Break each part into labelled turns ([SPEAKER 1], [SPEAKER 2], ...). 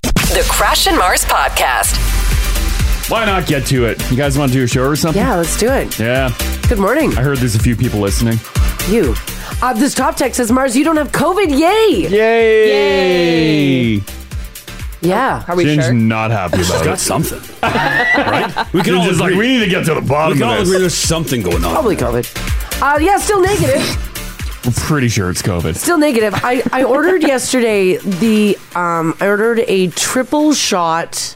[SPEAKER 1] The Crash and Mars Podcast.
[SPEAKER 2] Why not get to it? You guys want to do a show or something?
[SPEAKER 3] Yeah, let's do it.
[SPEAKER 2] Yeah.
[SPEAKER 3] Good morning.
[SPEAKER 2] I heard there's a few people listening.
[SPEAKER 3] You. Uh, this top text says, Mars, you don't have COVID. Yay.
[SPEAKER 2] Yay.
[SPEAKER 3] Yeah.
[SPEAKER 2] Are we Gin's sure? not happy about it.
[SPEAKER 4] got something.
[SPEAKER 2] right?
[SPEAKER 4] We can all
[SPEAKER 2] just like,
[SPEAKER 4] agree.
[SPEAKER 2] we need to get to the bottom
[SPEAKER 4] we can
[SPEAKER 2] of
[SPEAKER 4] all
[SPEAKER 2] this.
[SPEAKER 4] agree there's something going on.
[SPEAKER 3] Probably COVID. Uh, yeah, still negative.
[SPEAKER 2] We're pretty sure it's COVID.
[SPEAKER 3] Still negative. I, I ordered yesterday the um I ordered a triple shot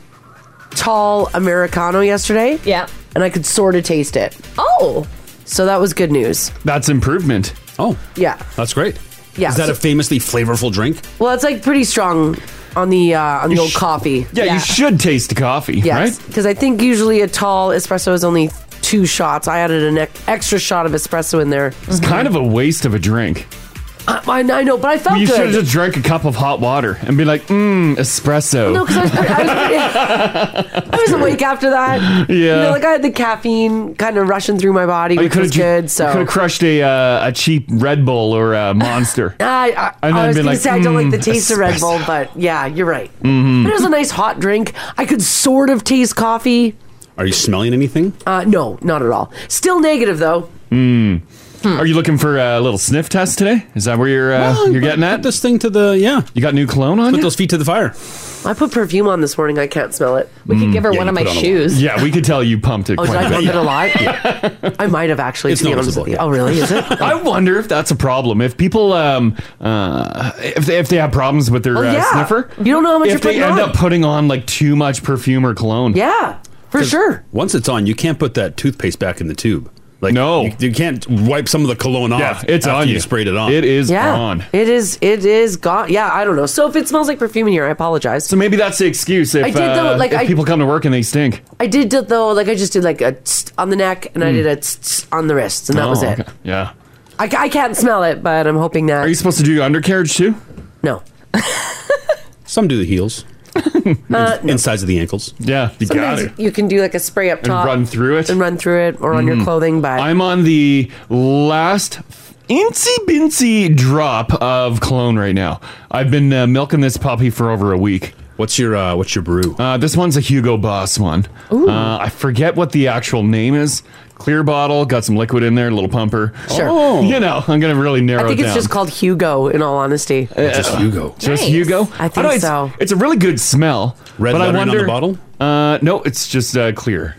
[SPEAKER 3] tall americano yesterday.
[SPEAKER 5] Yeah.
[SPEAKER 3] And I could sort of taste it.
[SPEAKER 5] Oh.
[SPEAKER 3] So that was good news.
[SPEAKER 2] That's improvement.
[SPEAKER 4] Oh.
[SPEAKER 3] Yeah.
[SPEAKER 4] That's great.
[SPEAKER 3] Yeah.
[SPEAKER 4] Is that a famously flavorful drink?
[SPEAKER 3] Well, it's like pretty strong on the uh on the old coffee.
[SPEAKER 2] Yeah, you should taste the coffee,
[SPEAKER 3] Yes,
[SPEAKER 2] right?
[SPEAKER 3] because I think usually a tall espresso is only two shots. I added an ex- extra shot of espresso in there.
[SPEAKER 2] It's kind of a waste of a drink.
[SPEAKER 3] I, Uh, I, I know, but I felt
[SPEAKER 2] you should
[SPEAKER 3] good.
[SPEAKER 2] have just drank a cup of hot water and be like, mmm, espresso.
[SPEAKER 3] No, because I was, pretty, I, was pretty- I was awake after that. You
[SPEAKER 2] Yeah.
[SPEAKER 3] know, like I had the caffeine kind of rushing through my body,
[SPEAKER 2] Oh, you
[SPEAKER 3] which
[SPEAKER 2] could
[SPEAKER 3] was
[SPEAKER 2] have ju-
[SPEAKER 3] good.
[SPEAKER 2] you
[SPEAKER 3] So
[SPEAKER 2] could have crushed a uh, a cheap Red Bull or a Monster.
[SPEAKER 3] I, I,
[SPEAKER 2] And
[SPEAKER 3] I was
[SPEAKER 2] then been
[SPEAKER 3] going
[SPEAKER 2] like,
[SPEAKER 3] to say I don't like the
[SPEAKER 2] "Mm,
[SPEAKER 3] taste of Red Bull, but yeah, you're right.
[SPEAKER 2] Mm-hmm.
[SPEAKER 3] But it was a nice hot drink. I could sort of taste coffee.
[SPEAKER 4] Are you smelling anything?
[SPEAKER 3] Uh, no, not at all. Still negative though.
[SPEAKER 2] Mm. Are you looking for a little sniff test today? Is that where you're uh,
[SPEAKER 3] Well,
[SPEAKER 2] you're getting at? Put this thing to the yeah. You got new cologne on. Put those feet to the fire.
[SPEAKER 3] I put perfume on this morning. I can't smell it. We
[SPEAKER 2] Mm. Yeah, you put on a lot. Yeah, we could tell you pumped it.
[SPEAKER 3] Oh, did
[SPEAKER 2] quite
[SPEAKER 3] I pump
[SPEAKER 2] bit.
[SPEAKER 3] it a lot? I might have actually.
[SPEAKER 2] It's
[SPEAKER 3] to be honest
[SPEAKER 2] noticeable,
[SPEAKER 3] with you. Oh, really? Is it?
[SPEAKER 2] I wonder if that's a problem. If people, um, uh, if they, if they have problems with their
[SPEAKER 3] Oh,
[SPEAKER 2] uh,
[SPEAKER 3] yeah.
[SPEAKER 2] sniffer,
[SPEAKER 3] You don't know how much
[SPEAKER 2] if
[SPEAKER 3] you're
[SPEAKER 2] they
[SPEAKER 3] putting
[SPEAKER 2] end
[SPEAKER 3] on.
[SPEAKER 2] up putting on like too much perfume or cologne.
[SPEAKER 3] Yeah, for sure.
[SPEAKER 4] Once it's on, you can't put that toothpaste back in the tube. Like no, you, you can't wipe some of the cologne off.
[SPEAKER 2] Yeah, it's
[SPEAKER 4] after
[SPEAKER 2] on you.
[SPEAKER 4] Sprayed it on.
[SPEAKER 2] It is
[SPEAKER 3] yeah, it is. It is gone. Yeah, I don't know. So if it smells like perfume in here, I apologize. So
[SPEAKER 2] maybe that's the excuse. If,
[SPEAKER 3] I did though.
[SPEAKER 2] uh,
[SPEAKER 3] like
[SPEAKER 2] if
[SPEAKER 3] I,
[SPEAKER 2] people come to work and they stink.
[SPEAKER 3] I did do- though. Like I just did like a tss on the neck, and I
[SPEAKER 2] Mm.
[SPEAKER 3] did a tss tss on the wrists, and that
[SPEAKER 2] Oh,
[SPEAKER 3] was it.
[SPEAKER 2] okay. Yeah.
[SPEAKER 3] I, ca- I can't smell it, but I'm hoping that.
[SPEAKER 2] Are you supposed to do undercarriage too?
[SPEAKER 3] No.
[SPEAKER 4] Some do the heels,
[SPEAKER 3] Uh,
[SPEAKER 4] insides of the ankles.
[SPEAKER 2] Yeah, you
[SPEAKER 3] sometimes you can do like a spray up
[SPEAKER 2] And
[SPEAKER 3] top
[SPEAKER 2] run through it
[SPEAKER 3] and run through it, or on your
[SPEAKER 2] Mm.
[SPEAKER 3] clothing. But
[SPEAKER 2] I'm on the last incy bincy drop of cologne right now. I've been uh, milking this puppy for over a week.
[SPEAKER 4] What's your uh, what's your brew?
[SPEAKER 2] Uh, this one's a Hugo Boss one. Uh, I forget what the actual name is. Clear bottle, got some liquid in there, little pumper.
[SPEAKER 3] Sure.
[SPEAKER 2] Oh. You know, I'm gonna really narrow
[SPEAKER 3] I think
[SPEAKER 2] it
[SPEAKER 3] it's
[SPEAKER 2] down.
[SPEAKER 3] just called Hugo. In all honesty,
[SPEAKER 2] Uh, Just
[SPEAKER 3] Nice.
[SPEAKER 2] Hugo.
[SPEAKER 3] I think
[SPEAKER 2] don't know, it's,
[SPEAKER 3] so.
[SPEAKER 2] It's a really good smell.
[SPEAKER 4] Red
[SPEAKER 2] but I
[SPEAKER 4] lettering on the
[SPEAKER 2] wonder-
[SPEAKER 4] bottle?
[SPEAKER 2] Uh, no, it's just uh, clear.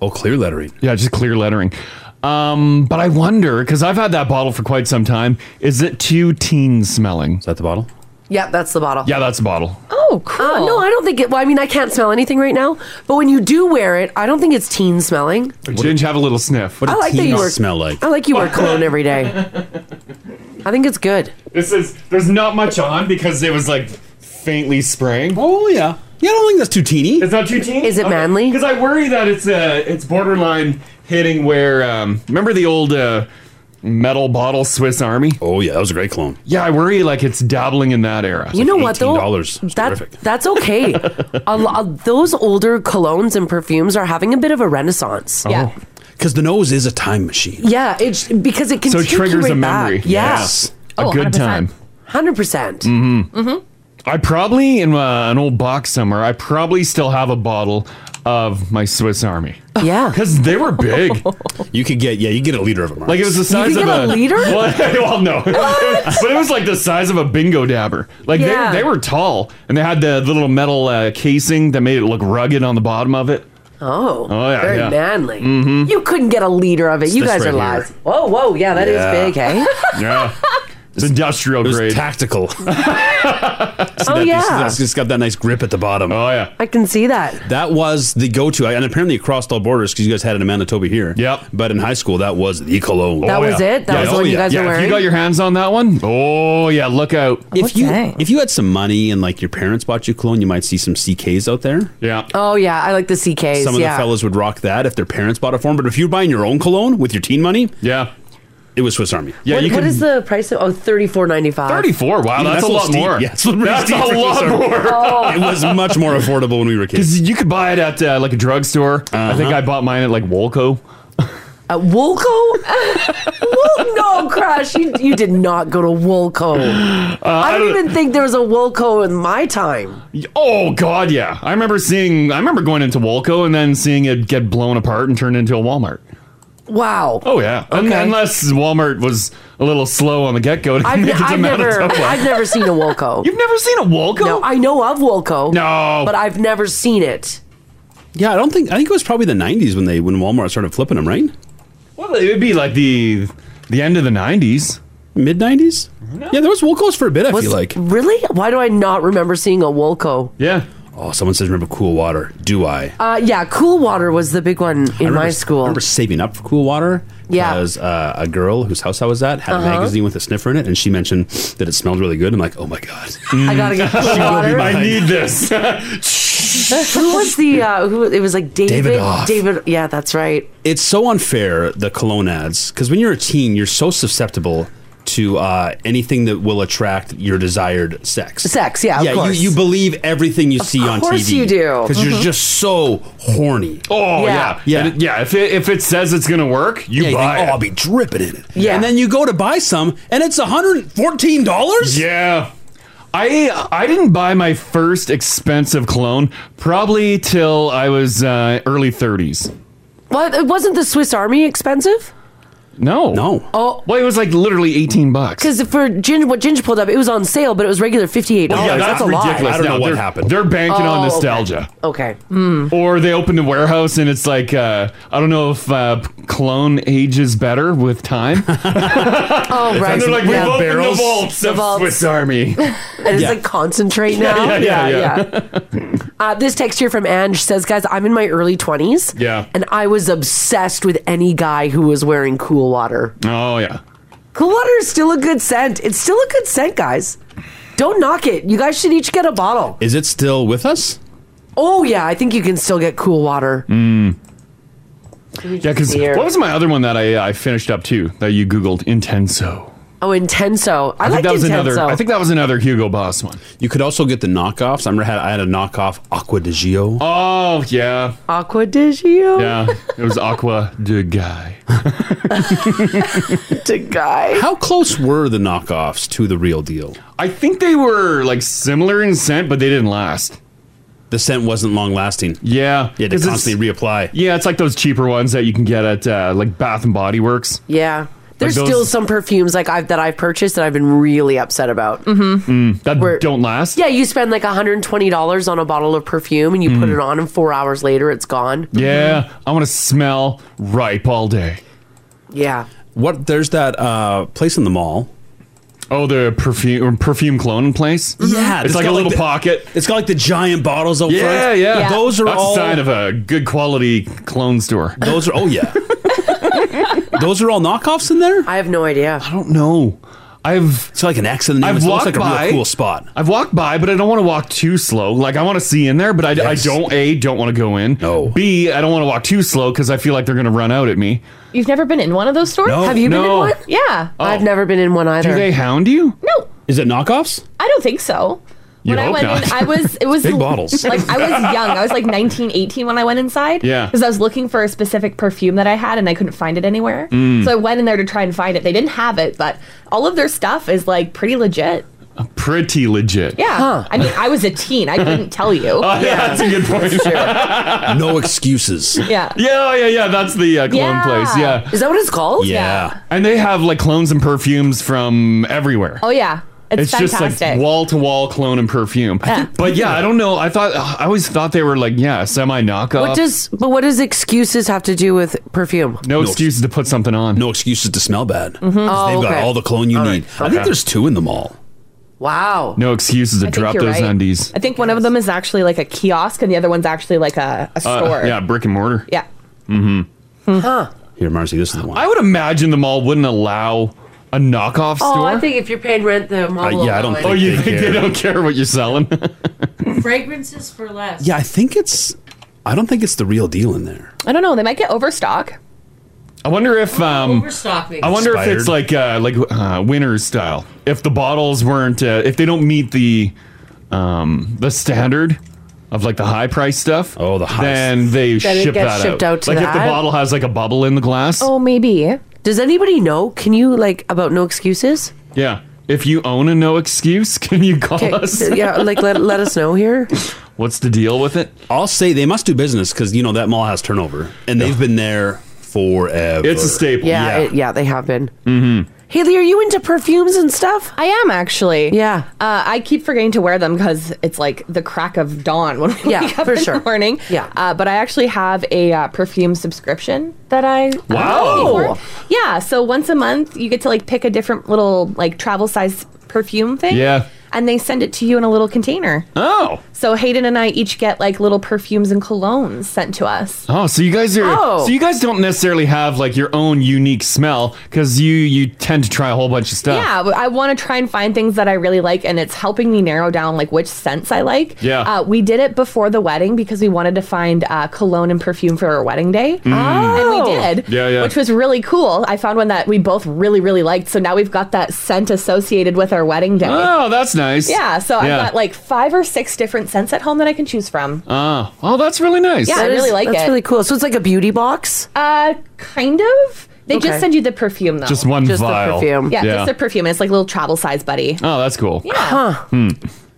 [SPEAKER 4] Oh, clear lettering.
[SPEAKER 2] Yeah, just clear lettering. Um, but I wonder because I've had that bottle for quite some time. Is it too teen smelling? Is
[SPEAKER 4] that the bottle?
[SPEAKER 3] Yeah, that's the bottle.
[SPEAKER 2] Yeah, that's the bottle.
[SPEAKER 3] Oh, cool. no, I don't think it. Well, I mean, I can't smell anything right now. But when you do wear it, I don't think it's teen smelling.
[SPEAKER 2] Ginge, have a little sniff.
[SPEAKER 3] I like that you wear I like you wear cologne every day. I think it's good.
[SPEAKER 2] This is there's not much on because it was like faintly spraying.
[SPEAKER 4] Oh yeah, yeah. I don't think that's too teeny.
[SPEAKER 2] It's not too teeny.
[SPEAKER 3] Is it manly?
[SPEAKER 2] Because I worry that it's uh it's borderline hitting where um remember the old uh metal bottle Swiss Army?
[SPEAKER 4] Oh yeah, that was a great clone.
[SPEAKER 2] Yeah, I worry like it's dabbling in that era.
[SPEAKER 3] You know what though?
[SPEAKER 2] $18. It's
[SPEAKER 3] That-
[SPEAKER 2] terrific.
[SPEAKER 3] that's okay. a lo- those older colognes and perfumes are having a bit of a renaissance.
[SPEAKER 4] Uh-huh.
[SPEAKER 2] Oh.
[SPEAKER 4] because the nose is a time machine.
[SPEAKER 3] yeah. It's because it can
[SPEAKER 4] So it
[SPEAKER 3] take you
[SPEAKER 4] triggers
[SPEAKER 3] right
[SPEAKER 4] a memory.
[SPEAKER 3] Back. Yeah.
[SPEAKER 4] Yes. A Oh, good 100%. time.
[SPEAKER 3] Hundred percent.
[SPEAKER 2] Mm-hmm.
[SPEAKER 3] Mm-hmm.
[SPEAKER 2] I probably in uh, an old box somewhere. I probably still have a bottle of my Swiss Army.
[SPEAKER 3] Yeah,
[SPEAKER 2] because they were big.
[SPEAKER 4] you could get yeah, you get a liter of them.
[SPEAKER 2] Like it was the size
[SPEAKER 3] You could
[SPEAKER 2] of
[SPEAKER 3] get a liter?
[SPEAKER 2] Well, well, no, but it was like the size of a bingo dabber. Like
[SPEAKER 3] Yeah.
[SPEAKER 2] they, they were tall, and they had the little metal uh, casing that made it look rugged on the bottom of it.
[SPEAKER 3] Oh,
[SPEAKER 2] Oh, yeah,
[SPEAKER 3] very
[SPEAKER 2] yeah.
[SPEAKER 3] manly.
[SPEAKER 4] Mm-hmm.
[SPEAKER 2] Mhm.
[SPEAKER 3] You couldn't get a liter of it.
[SPEAKER 2] It's
[SPEAKER 3] you
[SPEAKER 2] this
[SPEAKER 3] guys
[SPEAKER 2] right
[SPEAKER 3] are
[SPEAKER 2] here.
[SPEAKER 3] lies. Whoa, whoa, yeah, that is
[SPEAKER 2] Yeah.
[SPEAKER 3] big, eh? Oh, hey?
[SPEAKER 2] Yeah, it's industrial grade,
[SPEAKER 4] tactical.
[SPEAKER 3] oh yeah,
[SPEAKER 4] that's just got that nice grip at the bottom.
[SPEAKER 2] Oh yeah.
[SPEAKER 3] I can see that.
[SPEAKER 4] That was the go-to, and apparently it crossed all borders because you guys had it in Manitoba here. Yep. But in high school, that was the cologne.
[SPEAKER 2] That Oh, was yeah. it? That was the one you guys were
[SPEAKER 4] If
[SPEAKER 2] wearing?
[SPEAKER 4] you got your
[SPEAKER 2] hands on that one, oh yeah, look out.
[SPEAKER 4] If you if you had some money and like your parents bought you cologne, you might see some CKs out there.
[SPEAKER 2] Yeah.
[SPEAKER 3] Oh yeah, I like the CKs.
[SPEAKER 4] Some of
[SPEAKER 3] yeah.
[SPEAKER 4] the fellas would rock that if their parents bought it for them. But if you're buying your own cologne with your teen money,
[SPEAKER 2] yeah,
[SPEAKER 4] it was Swiss Army.
[SPEAKER 3] What- what is the price of? Oh, thirty four ninety five.
[SPEAKER 2] 34, wow, that's a lot more.
[SPEAKER 4] Yeah, it's pretty
[SPEAKER 2] That's
[SPEAKER 4] steep
[SPEAKER 2] a
[SPEAKER 4] for Swiss
[SPEAKER 2] lot
[SPEAKER 4] Army.
[SPEAKER 2] more.
[SPEAKER 4] It was much more affordable when we were kids. Uh-huh.
[SPEAKER 2] Because you could buy it at uh, like a drugstore. I think I bought mine at like Wolco.
[SPEAKER 3] Uh, Woolco? Wool- no, Crash, you, you did not go to Woolco. I
[SPEAKER 2] I
[SPEAKER 3] don't
[SPEAKER 2] don't-
[SPEAKER 3] even think there was a Woolco in my time.
[SPEAKER 2] Oh God, yeah. I remember seeing. I remember going into Walco and then seeing it get blown apart and turned into a Walmart.
[SPEAKER 3] Wow.
[SPEAKER 2] Oh yeah. Un-
[SPEAKER 3] Okay.
[SPEAKER 2] unless Walmart was a little slow on the get go to
[SPEAKER 3] I've,
[SPEAKER 2] make it to
[SPEAKER 3] I've never,
[SPEAKER 2] Manitoba.
[SPEAKER 3] I've never seen a Woolco. You've
[SPEAKER 2] never seen a Woolco?
[SPEAKER 3] No, I know of Woolco.
[SPEAKER 2] No,
[SPEAKER 3] but I've never seen it.
[SPEAKER 4] Yeah, I don't think. I think it was probably the '90s when they when Walmart started flipping them, right?
[SPEAKER 2] Well, it would be like the the end of the '90s,
[SPEAKER 4] mid '90s. Yeah, there was Woolco's for a bit. I
[SPEAKER 3] Was-
[SPEAKER 4] feel like.
[SPEAKER 3] Really? Why do I not remember seeing a Woolco?
[SPEAKER 2] Yeah.
[SPEAKER 4] Oh, someone says remember cool water. Do I?
[SPEAKER 3] Uh, yeah, Cool Water was the big one in
[SPEAKER 4] I remember-
[SPEAKER 3] my school.
[SPEAKER 4] I remember saving up for cool water.
[SPEAKER 3] Yeah.
[SPEAKER 4] Because uh, a girl whose house I was at had
[SPEAKER 3] Uh-huh.
[SPEAKER 4] a magazine with a sniffer in it, and she mentioned that it smelled really good. I'm like, oh my God.
[SPEAKER 3] I gotta get cool
[SPEAKER 4] She will be
[SPEAKER 3] water.
[SPEAKER 4] mine.
[SPEAKER 2] I need this.
[SPEAKER 3] who was the? Uh, who it was like David.
[SPEAKER 4] David Off.
[SPEAKER 3] David- yeah, that's right.
[SPEAKER 4] It's so unfair, the cologne ads, because when you're a teen, you're so susceptible to uh, anything that will attract your desired sex.
[SPEAKER 3] Sex. Yeah. Of
[SPEAKER 4] yeah,
[SPEAKER 3] course.
[SPEAKER 4] you, you believe everything you see on TV.
[SPEAKER 3] course you do.
[SPEAKER 4] Because
[SPEAKER 3] Mhm.
[SPEAKER 4] you're just so horny.
[SPEAKER 2] Oh yeah,
[SPEAKER 4] Yeah.
[SPEAKER 2] And it- yeah. If it, if it says it's gonna work, you buy. it.
[SPEAKER 4] oh, I'll be dripping in it.
[SPEAKER 2] Yeah.
[SPEAKER 4] And then you go to buy some, and it's $114?
[SPEAKER 2] Yeah. I I didn't buy my first expensive cologne probably till I was uh, early 30s.
[SPEAKER 3] What? It wasn't the Swiss Army expensive?
[SPEAKER 2] No. No.
[SPEAKER 3] Oh.
[SPEAKER 2] Well, it was like literally 18 bucks.
[SPEAKER 3] Because for Ginger, what Ginger pulled up, it was on sale, but it was regular fifty-eight dollars.
[SPEAKER 2] yeah, that's,
[SPEAKER 3] a lot.
[SPEAKER 2] ridiculous. No, they're, They're banking
[SPEAKER 3] Oh,
[SPEAKER 2] on
[SPEAKER 3] okay.
[SPEAKER 2] nostalgia.
[SPEAKER 3] Okay.
[SPEAKER 2] Or they opened a warehouse and it's like uh, I don't know if uh, cologne ages better with time.
[SPEAKER 3] Oh right.
[SPEAKER 2] And they're like, we've
[SPEAKER 3] Yeah.
[SPEAKER 2] opened the vaults
[SPEAKER 3] The
[SPEAKER 2] of
[SPEAKER 3] vaults.
[SPEAKER 2] Swiss Army.
[SPEAKER 3] And it's
[SPEAKER 2] Yeah.
[SPEAKER 3] like concentrate now.
[SPEAKER 2] Yeah, yeah, yeah,
[SPEAKER 3] yeah. uh, this text here from Ange says, guys, I'm in my early 20s.
[SPEAKER 2] Yeah.
[SPEAKER 3] And I was obsessed with any guy who was wearing cool water.
[SPEAKER 2] Oh yeah.
[SPEAKER 3] Cool water is still a good scent. It's still a good scent, guys. Don't knock it. You guys should each get a bottle.
[SPEAKER 4] Is it still with us?
[SPEAKER 3] Oh, yeah. I think you can still get cool water.
[SPEAKER 2] Mm. Yeah, because
[SPEAKER 3] Beer.
[SPEAKER 2] what was my other one that I I finished up too that you googled Intenso.
[SPEAKER 3] Oh, Intenso. I,
[SPEAKER 2] I,
[SPEAKER 3] like
[SPEAKER 2] think that was
[SPEAKER 3] Intenso.
[SPEAKER 2] another. I think that was another Hugo Boss one.
[SPEAKER 4] You could also get the knockoffs. I remember had, I had a knockoff Aqua di Gio.
[SPEAKER 2] Oh yeah,
[SPEAKER 3] Aqua di Gio.
[SPEAKER 2] yeah. It was Aqua de Guy.
[SPEAKER 3] to guy.
[SPEAKER 4] How close were the knockoffs to the real deal?
[SPEAKER 2] I think they were like similar in scent, but they didn't last.
[SPEAKER 4] The scent wasn't long lasting.
[SPEAKER 2] Yeah,
[SPEAKER 4] You had to
[SPEAKER 2] 'Cause it's-
[SPEAKER 4] constantly reapply.
[SPEAKER 2] Yeah, it's like those cheaper ones that you can get at uh, like Bath and Body Works.
[SPEAKER 3] Yeah. There's
[SPEAKER 2] those-
[SPEAKER 3] still some perfumes like I've that I've purchased that I've been really upset about. Mm-hmm.
[SPEAKER 2] Mm, that don't last.
[SPEAKER 3] Yeah, you spend like $120 on a bottle of perfume and you put it on, and four hours later it's gone.
[SPEAKER 2] Hmm. Yeah, I want to smell ripe all day.
[SPEAKER 3] Yeah.
[SPEAKER 4] What? There's that uh, place in the mall.
[SPEAKER 2] Oh, the perfume perfume clone place.
[SPEAKER 4] Yeah,
[SPEAKER 2] it's like a little pocket.
[SPEAKER 4] It's got like the giant bottles out
[SPEAKER 2] Yeah,
[SPEAKER 4] front.
[SPEAKER 2] yeah,
[SPEAKER 4] Those are
[SPEAKER 2] That's
[SPEAKER 4] all.
[SPEAKER 2] a sign of a good quality clone store.
[SPEAKER 4] those are. Oh yeah. those are all knockoffs in there.
[SPEAKER 3] I have no idea.
[SPEAKER 2] I don't know. I've
[SPEAKER 4] it's like an X in the name.
[SPEAKER 2] I've
[SPEAKER 4] It looks
[SPEAKER 2] walked
[SPEAKER 4] like a
[SPEAKER 2] by.
[SPEAKER 4] real cool spot.
[SPEAKER 2] I've walked by, but I don't want to walk too slow. Like I want to see in there, but I, I don't. A don't want to go in. No. B I don't want to walk too slow because I feel like they're going to run out at me.
[SPEAKER 5] You've never been in one of those stores?
[SPEAKER 2] No. Have you been in No. one?
[SPEAKER 5] Yeah.
[SPEAKER 3] Oh. I've never been in one either.
[SPEAKER 2] Do they hound you?
[SPEAKER 5] No.
[SPEAKER 4] Is it knockoffs?
[SPEAKER 5] I don't think so.
[SPEAKER 2] You
[SPEAKER 5] when I
[SPEAKER 2] hope
[SPEAKER 5] went
[SPEAKER 2] not.
[SPEAKER 5] in, I was it was
[SPEAKER 2] Big bottles.
[SPEAKER 5] Like I was young. I was like 19, 18 when I went inside.
[SPEAKER 2] Yeah.
[SPEAKER 5] Because I was looking for a specific perfume that I had and I couldn't find it anywhere.
[SPEAKER 2] Mm.
[SPEAKER 5] So I went in there to try and find it. They didn't have it, but all of their stuff is like pretty legit.
[SPEAKER 2] Pretty legit.
[SPEAKER 5] Yeah. I mean, I was a teen. I couldn't tell you.
[SPEAKER 2] Oh, yeah, that's a good point.
[SPEAKER 4] no excuses.
[SPEAKER 5] Yeah.
[SPEAKER 2] Yeah, yeah, yeah. That's the uh, clone
[SPEAKER 5] Yeah.
[SPEAKER 2] place. Yeah.
[SPEAKER 5] Is that what it's called? Yeah.
[SPEAKER 2] And they have like clones and perfumes from everywhere.
[SPEAKER 5] Oh yeah. It's, fantastic.
[SPEAKER 2] just like wall to wall clone and perfume.
[SPEAKER 5] Yeah.
[SPEAKER 2] But yeah, I don't know. I thought I always thought they were like yeah, semi knockoff.
[SPEAKER 3] What does but what does excuses have to do with perfume?
[SPEAKER 2] no, excuses to put something on?
[SPEAKER 4] No excuses to smell bad.
[SPEAKER 3] Mhm. Oh,
[SPEAKER 4] They've got
[SPEAKER 3] okay.
[SPEAKER 4] all the cologne you need. I think
[SPEAKER 2] Okay.
[SPEAKER 4] there's two in the mall.
[SPEAKER 3] Wow.
[SPEAKER 2] No excuses to
[SPEAKER 5] I think
[SPEAKER 2] drop
[SPEAKER 5] you're
[SPEAKER 2] those
[SPEAKER 5] right.
[SPEAKER 2] undies.
[SPEAKER 5] I think one of them is actually like a kiosk, and the other one's actually like a, a
[SPEAKER 2] Uh,
[SPEAKER 5] store.
[SPEAKER 2] yeah, brick and mortar.
[SPEAKER 5] Yeah.
[SPEAKER 2] Mm-hmm.
[SPEAKER 3] Huh.
[SPEAKER 4] Here, Marcy, this is the one.
[SPEAKER 2] I would imagine the mall wouldn't allow a knockoff
[SPEAKER 3] Oh,
[SPEAKER 2] store.
[SPEAKER 3] I think if you're paying rent, the mall. will allow it.
[SPEAKER 2] Oh, you think they don't care what you're selling?
[SPEAKER 3] fragrances for less.
[SPEAKER 4] Yeah, I think it's. I don't think it's the real deal in there.
[SPEAKER 5] I don't know. They might get overstock.
[SPEAKER 2] I wonder if um,
[SPEAKER 5] Overstock maybe.
[SPEAKER 2] I wonder if
[SPEAKER 5] Expired.
[SPEAKER 2] it's like uh, like uh, Winners style. If the bottles weren't, uh, if they don't meet the um, the standard, of like the high price stuff. Oh, the
[SPEAKER 3] high-
[SPEAKER 2] Then they
[SPEAKER 3] Then it
[SPEAKER 2] ship
[SPEAKER 3] gets
[SPEAKER 2] that
[SPEAKER 3] shipped out to
[SPEAKER 2] like if the
[SPEAKER 3] that?
[SPEAKER 2] bottle has like a bubble in the glass.
[SPEAKER 3] Oh, maybe. Does anybody know? Can you like about no excuses?
[SPEAKER 2] Yeah. If you own a no excuse, can you call
[SPEAKER 3] Okay,
[SPEAKER 2] us?
[SPEAKER 3] yeah, like let, let us know here.
[SPEAKER 2] What's the deal with it?
[SPEAKER 4] I'll say they must do business because you know that mall has turnover, and they've been there forever.
[SPEAKER 2] It's a staple.
[SPEAKER 3] Yeah, it- yeah, they have been.
[SPEAKER 4] Mm-hmm.
[SPEAKER 3] Haley, are you into perfumes and stuff?
[SPEAKER 5] I am actually.
[SPEAKER 3] Yeah.
[SPEAKER 5] Uh, I keep forgetting to wear them because it's like the crack of dawn when we
[SPEAKER 3] Yeah,
[SPEAKER 5] wake up
[SPEAKER 3] for
[SPEAKER 5] in
[SPEAKER 3] sure.
[SPEAKER 5] the morning.
[SPEAKER 3] Yeah.
[SPEAKER 5] Uh, but I actually have a uh, perfume subscription that I uh,
[SPEAKER 3] Wow.
[SPEAKER 5] pay for. yeah. So once a month, you get to like pick a different little like travel size perfume thing.
[SPEAKER 2] Yeah.
[SPEAKER 5] And they send it to you in a little container.
[SPEAKER 2] Oh.
[SPEAKER 5] So Hayden and I each get like little perfumes and colognes sent to us.
[SPEAKER 2] Oh, so you guys are
[SPEAKER 5] Oh.
[SPEAKER 2] so you guys don't necessarily have like your own unique smell because you you tend to try a whole bunch of stuff.
[SPEAKER 5] Yeah, but I want to try and find things that I really like, and it's helping me narrow down like which scents I like.
[SPEAKER 2] Yeah.
[SPEAKER 5] uh, we did it before the wedding because we wanted to find uh, cologne and perfume for our wedding day,
[SPEAKER 6] Mm.
[SPEAKER 5] and we
[SPEAKER 6] Oh.
[SPEAKER 5] did.
[SPEAKER 6] Yeah, yeah.
[SPEAKER 5] which was really cool. I found one that we both really, really liked, so now we've got that scent associated with our wedding day.
[SPEAKER 2] Oh, that's nice.
[SPEAKER 5] Yeah, so
[SPEAKER 2] Yeah.
[SPEAKER 5] I've got like five or six different scents at home that I can choose from.
[SPEAKER 2] Oh, oh, that's really nice.
[SPEAKER 5] Yeah, I really like it.
[SPEAKER 3] That's really cool. So it's like a beauty box.
[SPEAKER 5] Uh, kind of. They
[SPEAKER 3] Okay.
[SPEAKER 5] just send you the perfume though.
[SPEAKER 2] Just one Just the vial. perfume.
[SPEAKER 5] Yeah,
[SPEAKER 2] Yeah.
[SPEAKER 5] just the perfume. It's like little travel size buddy.
[SPEAKER 2] Oh, that's cool.
[SPEAKER 5] Yeah. Huh.
[SPEAKER 4] Hmm.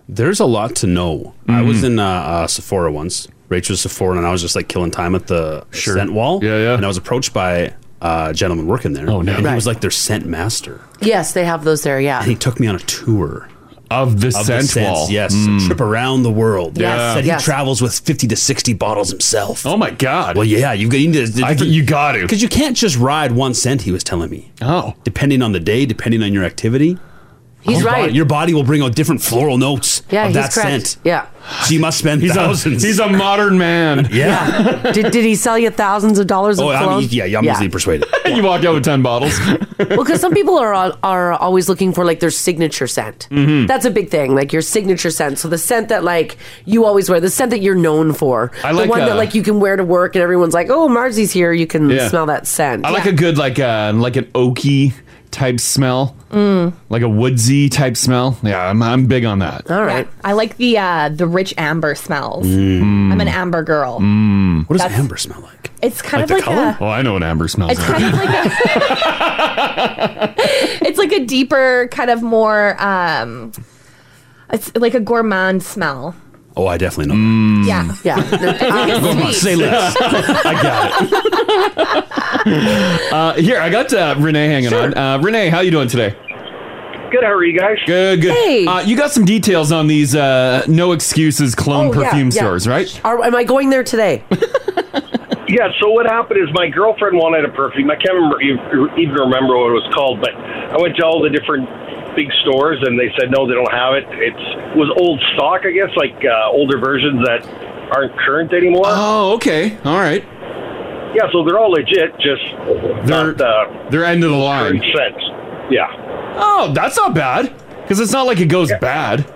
[SPEAKER 4] There's a lot to know. I was in uh, uh, Sephora once. Rachel's Sephora, and I was just like killing time at the scent wall. Yeah, yeah. And I was approached by uh, a gentleman working there. Oh no! And he
[SPEAKER 3] Right.
[SPEAKER 4] was like their scent master,
[SPEAKER 3] Yes, they have those there. Yeah.
[SPEAKER 4] and he took me on a tour
[SPEAKER 2] of the scent
[SPEAKER 4] scents,
[SPEAKER 2] wall.
[SPEAKER 4] Yes,
[SPEAKER 2] Mm.
[SPEAKER 4] a trip around the world.
[SPEAKER 2] Yes, Yeah.
[SPEAKER 4] said he
[SPEAKER 2] yes.
[SPEAKER 4] travels with fifty to sixty bottles himself. Oh
[SPEAKER 2] my god!
[SPEAKER 4] Well, yeah, you've got you, need to-
[SPEAKER 2] I- you got to
[SPEAKER 4] because you can't just ride one scent. He was telling me.
[SPEAKER 2] Oh,
[SPEAKER 4] depending on the day, depending on your activity.
[SPEAKER 3] He's
[SPEAKER 4] your
[SPEAKER 3] right.
[SPEAKER 4] Body, your body will bring out different floral notes
[SPEAKER 3] Yeah,
[SPEAKER 2] Oh,
[SPEAKER 3] he's
[SPEAKER 4] of that
[SPEAKER 3] correct.
[SPEAKER 4] scent.
[SPEAKER 3] Yeah.
[SPEAKER 4] So you must spend
[SPEAKER 2] He's a-
[SPEAKER 4] thousands.
[SPEAKER 2] he's a modern man.
[SPEAKER 4] yeah.
[SPEAKER 3] did, did he sell you thousands of dollars of
[SPEAKER 4] Oh,
[SPEAKER 3] cologne?
[SPEAKER 4] I'm, yeah, yeah, I'm easily persuaded.
[SPEAKER 2] you walk out with ten bottles.
[SPEAKER 3] well, because some people are al- are always looking for like their signature scent.
[SPEAKER 2] Mhm.
[SPEAKER 3] That's a big thing, like your signature scent. So the scent that like you always wear, the scent that you're known for,
[SPEAKER 2] I like,
[SPEAKER 3] the one
[SPEAKER 2] uh,
[SPEAKER 3] that like you can wear to work, and everyone's like, "Oh, Marzi's here. You can
[SPEAKER 2] Yeah.
[SPEAKER 3] smell that scent."
[SPEAKER 2] I like a good like uh like an oaky type smell,
[SPEAKER 5] Mm.
[SPEAKER 2] like a woodsy type smell. Yeah, I'm I'm big on that.
[SPEAKER 3] All right.
[SPEAKER 5] I like the uh, the rich amber smells. I'm an amber girl.
[SPEAKER 2] Mm.
[SPEAKER 5] What does That's-
[SPEAKER 4] amber smell like?
[SPEAKER 5] It's kind of like a
[SPEAKER 2] oh, I know what amber smells
[SPEAKER 5] it's
[SPEAKER 2] like.
[SPEAKER 5] kind of like a it's like a deeper kind of more um it's like a gourmand smell.
[SPEAKER 4] Oh, I definitely know.
[SPEAKER 2] Hmm.
[SPEAKER 5] Yeah.
[SPEAKER 3] Yeah.
[SPEAKER 4] Go on, say less. I got
[SPEAKER 2] it. Uh, here, I got uh, Renee hanging on. Uh, Renee, how you doing today?
[SPEAKER 7] Good. How are you guys?
[SPEAKER 2] Good, good.
[SPEAKER 3] Hey.
[SPEAKER 2] Uh, you got some details on these uh, no excuses clone
[SPEAKER 3] Oh, yeah,
[SPEAKER 2] perfume
[SPEAKER 3] yeah.
[SPEAKER 2] stores, right?
[SPEAKER 3] Are, am I going there today?
[SPEAKER 7] Yeah. So what happened is my girlfriend wanted a perfume. I can't remember e-, even remember what it was called, but I went to all the different big stores and they said no, they don't have it. It's it was old stock, I guess, like uh, older versions that aren't current anymore.
[SPEAKER 2] Oh, okay. All right.
[SPEAKER 7] Yeah. So they're all legit. Just
[SPEAKER 2] They're
[SPEAKER 7] uh,
[SPEAKER 2] they're end of the line.
[SPEAKER 7] current scents. Yeah.
[SPEAKER 2] Oh, that's not bad. Because it's not like it goes bad.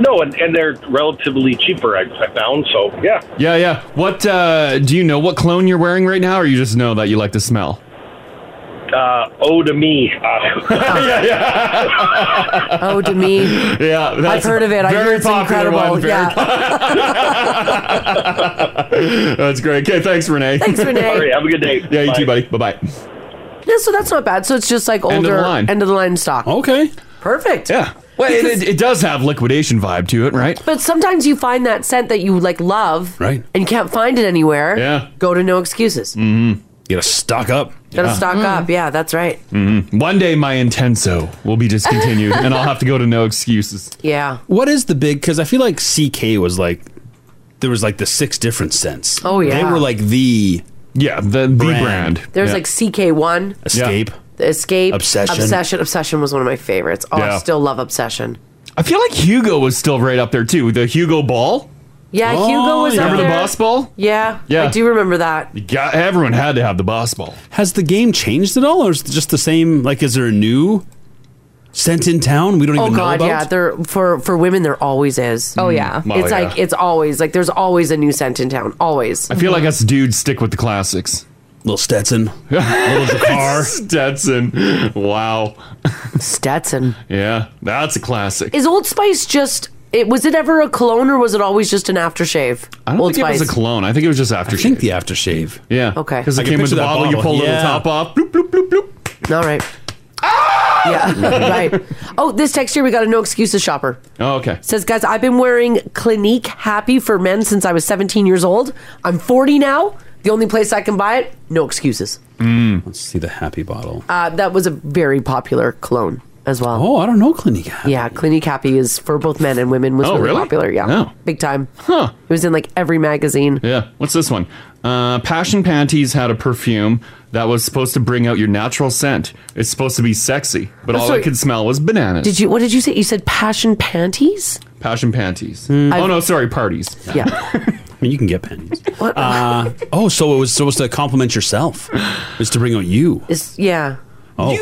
[SPEAKER 7] No, and, and they're relatively cheaper. I, I found. So yeah.
[SPEAKER 2] Yeah, yeah. What uh, do you know? What clone you're wearing right now, or you just know that you like the smell?
[SPEAKER 7] Uh, oh to me. Uh,
[SPEAKER 2] yeah, yeah.
[SPEAKER 3] oh to me.
[SPEAKER 2] Yeah,
[SPEAKER 3] I've heard of it. I heard it's incredible. yeah.
[SPEAKER 2] That's great. Okay, thanks, Renee.
[SPEAKER 3] Thanks, Renee. All right,
[SPEAKER 7] have a good day.
[SPEAKER 2] Yeah, you too, buddy. Bye bye.
[SPEAKER 3] Yeah, so that's not bad. So it's just like
[SPEAKER 2] End
[SPEAKER 3] older
[SPEAKER 2] of the line.
[SPEAKER 3] end of the line stock.
[SPEAKER 4] Okay.
[SPEAKER 3] Perfect.
[SPEAKER 2] Yeah. Well, it, it, it does have liquidation vibe to it, right?
[SPEAKER 3] But sometimes you find that scent that you like love
[SPEAKER 2] Right.
[SPEAKER 3] and you can't find it anywhere.
[SPEAKER 2] Yeah.
[SPEAKER 3] Go to no excuses.
[SPEAKER 2] Mm-hmm.
[SPEAKER 4] You gotta stock up.
[SPEAKER 3] Gotta
[SPEAKER 2] Mm.
[SPEAKER 3] stock up. Yeah, that's right.
[SPEAKER 2] Mm-hmm. One day my Intenso will be discontinued, and I'll have to go to no excuses.
[SPEAKER 3] Yeah.
[SPEAKER 4] What is the big? Because I feel like CK was like there was like the six different scents.
[SPEAKER 3] Oh, yeah.
[SPEAKER 4] they were like the
[SPEAKER 2] yeah the the brand.
[SPEAKER 3] There's like CK1.
[SPEAKER 4] Escape.
[SPEAKER 3] The Escape.
[SPEAKER 2] Obsession.
[SPEAKER 3] Obsession. Obsession was one of my favorites. Oh,
[SPEAKER 2] Yeah.
[SPEAKER 3] I still love Obsession.
[SPEAKER 2] I feel like Hugo was still right up there too. The Hugo Ball.
[SPEAKER 3] Yeah, Hugo was up
[SPEAKER 2] Oh, remember the
[SPEAKER 3] there.
[SPEAKER 2] boss ball.
[SPEAKER 3] Yeah,
[SPEAKER 2] Yeah.
[SPEAKER 3] I do remember that.
[SPEAKER 2] You got- everyone had to have the boss ball.
[SPEAKER 4] Has the game changed at all, or is it just the same? Like, is there a new scent in town we don't
[SPEAKER 3] Oh
[SPEAKER 4] even
[SPEAKER 3] God,
[SPEAKER 4] know about?
[SPEAKER 3] yeah. There for for women, there always is.
[SPEAKER 5] Oh, yeah.
[SPEAKER 2] Mm, well,
[SPEAKER 3] it's like
[SPEAKER 2] yeah.
[SPEAKER 3] it's always like there's always a new scent in town. Always.
[SPEAKER 2] I feel like us dudes stick with the classics.
[SPEAKER 4] Little Stetson,
[SPEAKER 2] little Jakar, Stetson. Wow,
[SPEAKER 3] Stetson.
[SPEAKER 2] Yeah, that's a classic.
[SPEAKER 3] Is Old Spice just It was it ever a cologne or was it always just an aftershave?
[SPEAKER 2] I don't think it was a cologne. I think it was just aftershave. I think
[SPEAKER 4] the aftershave.
[SPEAKER 2] Yeah.
[SPEAKER 3] Okay.
[SPEAKER 2] Because
[SPEAKER 3] I
[SPEAKER 2] it
[SPEAKER 3] can
[SPEAKER 2] came with
[SPEAKER 3] picture
[SPEAKER 2] the
[SPEAKER 3] that
[SPEAKER 2] bottle, You
[SPEAKER 3] bottle.
[SPEAKER 2] pull the
[SPEAKER 3] Yeah.
[SPEAKER 2] top off. Bloop, bloop, bloop, bloop.
[SPEAKER 3] All right. yeah. right. Oh, this text here we got a no excuses shopper.
[SPEAKER 2] Oh, okay.
[SPEAKER 3] Says, guys, I've been wearing Clinique Happy for Men since I was 17 years old. I'm 40 now. The only place I can buy it, no excuses.
[SPEAKER 2] Mm.
[SPEAKER 4] Let's see the happy bottle.
[SPEAKER 3] Uh, that was a very popular cologne as well.
[SPEAKER 4] Oh, I don't know Clinique Happy.
[SPEAKER 3] Yeah, Clinique Happy is for both men and women was
[SPEAKER 2] Oh,
[SPEAKER 3] really,
[SPEAKER 2] really?
[SPEAKER 3] popular. Yeah,
[SPEAKER 2] Oh.
[SPEAKER 3] big time. Huh. It was in like every magazine.
[SPEAKER 2] Yeah. What's this one? Uh, Passion Panties had a perfume that was supposed to bring out your natural scent. It's supposed to be sexy, but
[SPEAKER 3] Oh,
[SPEAKER 2] all
[SPEAKER 3] sorry.
[SPEAKER 2] I could smell was bananas.
[SPEAKER 3] Did you? What did you say? You said passion panties.
[SPEAKER 2] Passion Panties. Oh
[SPEAKER 3] Hmm. I've-
[SPEAKER 2] no, sorry, parties.
[SPEAKER 3] Yeah.
[SPEAKER 4] I mean, you can get panties.
[SPEAKER 3] What?
[SPEAKER 4] Uh, oh, so it was supposed to compliment yourself. It's to bring out you.
[SPEAKER 3] It's, yeah.
[SPEAKER 4] Oh,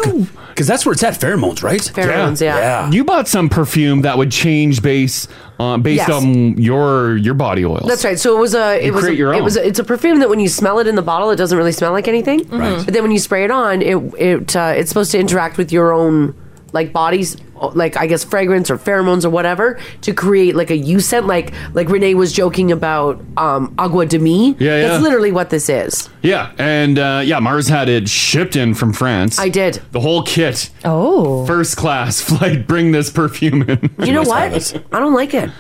[SPEAKER 4] because that's where it's at. Pheromones, right?
[SPEAKER 3] Pheromones, yeah.
[SPEAKER 2] You bought some perfume that would change base uh, based
[SPEAKER 3] Yes.
[SPEAKER 2] on your your body oils.
[SPEAKER 3] That's right. So it was a. It
[SPEAKER 2] You
[SPEAKER 3] was.
[SPEAKER 2] create
[SPEAKER 3] a,
[SPEAKER 2] your
[SPEAKER 3] It
[SPEAKER 2] own.
[SPEAKER 3] was. A, it's a perfume that when you smell it in the bottle, it doesn't really smell like anything.
[SPEAKER 2] Right.
[SPEAKER 4] Mm-hmm.
[SPEAKER 3] But then when you spray it on, it it uh, it's supposed to interact with your own like bodies, like I guess fragrance or pheromones or whatever to create like a you scent. Like like Renee was joking about um, agua de mi.
[SPEAKER 2] Yeah, yeah.
[SPEAKER 3] That's literally what this is.
[SPEAKER 2] Yeah, and uh, yeah, Mars had it shipped in from France.
[SPEAKER 3] I did.
[SPEAKER 2] the whole kit.
[SPEAKER 3] Oh.
[SPEAKER 2] First class flight. Bring this perfume in.
[SPEAKER 3] You know what? I don't like it.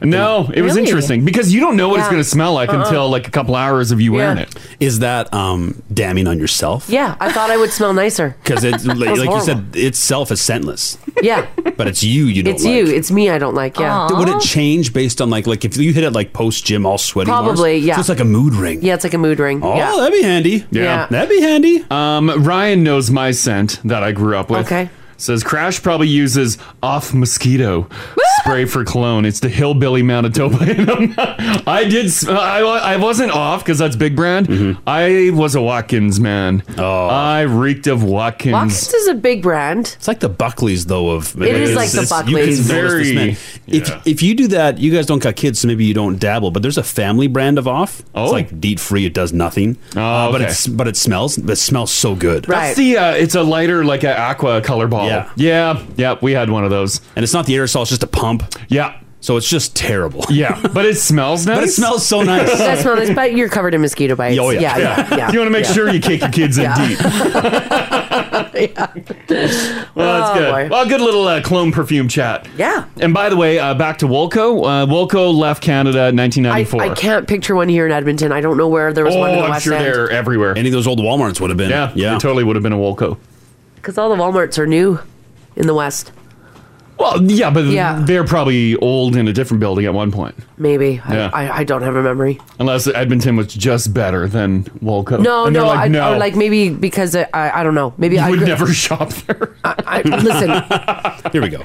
[SPEAKER 2] No, it was
[SPEAKER 3] Really?
[SPEAKER 2] interesting because you don't know what it's
[SPEAKER 3] Yeah.
[SPEAKER 2] going to smell like
[SPEAKER 3] Uh-uh.
[SPEAKER 2] until like a couple hours of you wearing it.
[SPEAKER 4] Is that um damning on yourself?
[SPEAKER 3] Yeah, I thought I would smell nicer.
[SPEAKER 4] Because it,
[SPEAKER 3] That
[SPEAKER 4] like,
[SPEAKER 3] was
[SPEAKER 4] like you
[SPEAKER 3] horrible.
[SPEAKER 4] said, itself is scentless,
[SPEAKER 3] yeah,
[SPEAKER 4] but it's you. You don't.
[SPEAKER 3] it's
[SPEAKER 4] like.
[SPEAKER 3] you, it's me. I don't like. Yeah,
[SPEAKER 4] Th- Would it change based on like like if you hit it like post gym all sweaty? Mars?
[SPEAKER 3] Probably, yeah.
[SPEAKER 4] So it's like a mood ring.
[SPEAKER 3] Yeah, it's like a mood ring.
[SPEAKER 4] Oh,
[SPEAKER 3] yeah.
[SPEAKER 4] that'd be handy.
[SPEAKER 3] Yeah.
[SPEAKER 4] that'd be handy.
[SPEAKER 2] Um, Ryan knows my scent that I grew up with. Okay. Says Crash probably uses off mosquito spray for cologne. It's the hillbilly Manitoba. And I'm not- I did. s- uh, I, wa- I wasn't off because that's big brand.
[SPEAKER 4] Mm-hmm.
[SPEAKER 2] I was a Watkins man. Oh, I reeked of Watkins.
[SPEAKER 3] Watkins is a big brand.
[SPEAKER 4] It's like the Buckleys though. Of
[SPEAKER 3] It is like the
[SPEAKER 4] You
[SPEAKER 3] Buckleys.
[SPEAKER 4] can
[SPEAKER 3] It's
[SPEAKER 4] notice this,
[SPEAKER 2] very-
[SPEAKER 4] man. If if you do that, you guys don't got kids, so maybe you don't dabble. But there's a family brand of off. Oh, it's like deet free. It does nothing. Oh, but
[SPEAKER 2] okay.
[SPEAKER 4] it's but it smells. But it smells so good.
[SPEAKER 2] That's the. Uh, it's a lighter, like an aqua color ball.
[SPEAKER 4] Yeah.
[SPEAKER 2] yeah, yeah. We had one of those,
[SPEAKER 4] and it's not the aerosol. It's just a pump.
[SPEAKER 2] Yeah.
[SPEAKER 4] So it's just terrible.
[SPEAKER 2] Yeah, but it smells nice.
[SPEAKER 4] But it smells so nice.
[SPEAKER 3] It does smell nice, but you're covered in mosquito bites.
[SPEAKER 2] Oh,
[SPEAKER 3] yeah,
[SPEAKER 2] yeah.
[SPEAKER 3] yeah. yeah.
[SPEAKER 2] You want to make
[SPEAKER 3] yeah.
[SPEAKER 2] sure you kick your kids
[SPEAKER 3] Yeah.
[SPEAKER 2] in deep. Well, that's
[SPEAKER 3] Oh,
[SPEAKER 2] good.
[SPEAKER 3] boy.
[SPEAKER 2] Well, good little uh, cologne perfume chat.
[SPEAKER 3] Yeah.
[SPEAKER 2] And by the way, uh, back to Wolco. Uh, Wolco left Canada in
[SPEAKER 3] I,
[SPEAKER 2] 1994.
[SPEAKER 3] I can't picture one here in Edmonton. I don't know where there was
[SPEAKER 2] Oh,
[SPEAKER 3] one in the
[SPEAKER 2] I'm
[SPEAKER 3] West
[SPEAKER 2] sure they're everywhere.
[SPEAKER 4] Any of those old Walmarts would have been.
[SPEAKER 2] Yeah, yeah. It totally would have been a Wolco.
[SPEAKER 3] because all the WalMarts are new in the West.
[SPEAKER 2] Well, yeah, but
[SPEAKER 3] Yeah.
[SPEAKER 2] they're probably old in a different building at one point.
[SPEAKER 3] Maybe
[SPEAKER 2] Yeah.
[SPEAKER 3] I, I, I don't have a memory.
[SPEAKER 2] Unless Edmonton was just better than Wolco.
[SPEAKER 3] No,
[SPEAKER 2] Oh, And they're
[SPEAKER 3] no,
[SPEAKER 2] like,
[SPEAKER 3] I,
[SPEAKER 2] no.
[SPEAKER 3] Or like maybe because I, I, I don't know. Maybe
[SPEAKER 2] you
[SPEAKER 3] I
[SPEAKER 2] would
[SPEAKER 3] grew-
[SPEAKER 2] never shop there.
[SPEAKER 3] I, I, listen,
[SPEAKER 4] Here we go.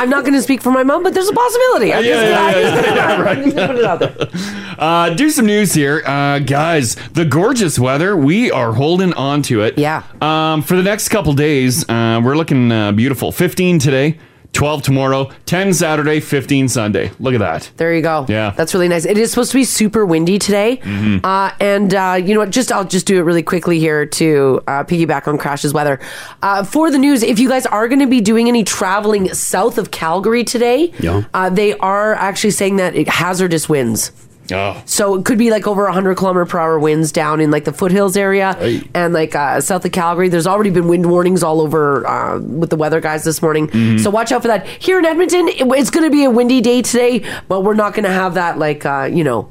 [SPEAKER 3] I'm not going to speak for my mom, but there's a possibility. I'm just-
[SPEAKER 2] yeah,
[SPEAKER 3] I
[SPEAKER 2] yeah,
[SPEAKER 3] just-
[SPEAKER 2] yeah, yeah, right. Uh, do some news here, uh, guys. The gorgeous weather, we are holding on to it. Yeah. Um, for the next couple days, uh, we're looking uh, beautiful. 15 today, 12 tomorrow, 10 Saturday, 15 Sunday. Look at that.
[SPEAKER 3] There you go.
[SPEAKER 2] Yeah.
[SPEAKER 3] That's really nice. It is supposed to be super windy today,
[SPEAKER 2] Mhm.
[SPEAKER 3] uh, and uh, you know what? Just I'll just do it really quickly here to uh, piggyback on Crash's weather uh, for the news. If you guys are going to be doing any traveling south of Calgary today,
[SPEAKER 6] Yeah.
[SPEAKER 3] uh, they are actually saying that it, hazardous winds.
[SPEAKER 2] Oh.
[SPEAKER 3] So it could be like over 100 kilometer per hour winds down in like the foothills area
[SPEAKER 6] Hey.
[SPEAKER 3] and like uh, south of Calgary. There's already been wind warnings all over uh, with the weather guys this morning.
[SPEAKER 6] Mhm.
[SPEAKER 3] So watch out for that. Here in Edmonton, it- it's going to be a windy day today, but we're not going to have that like uh, you know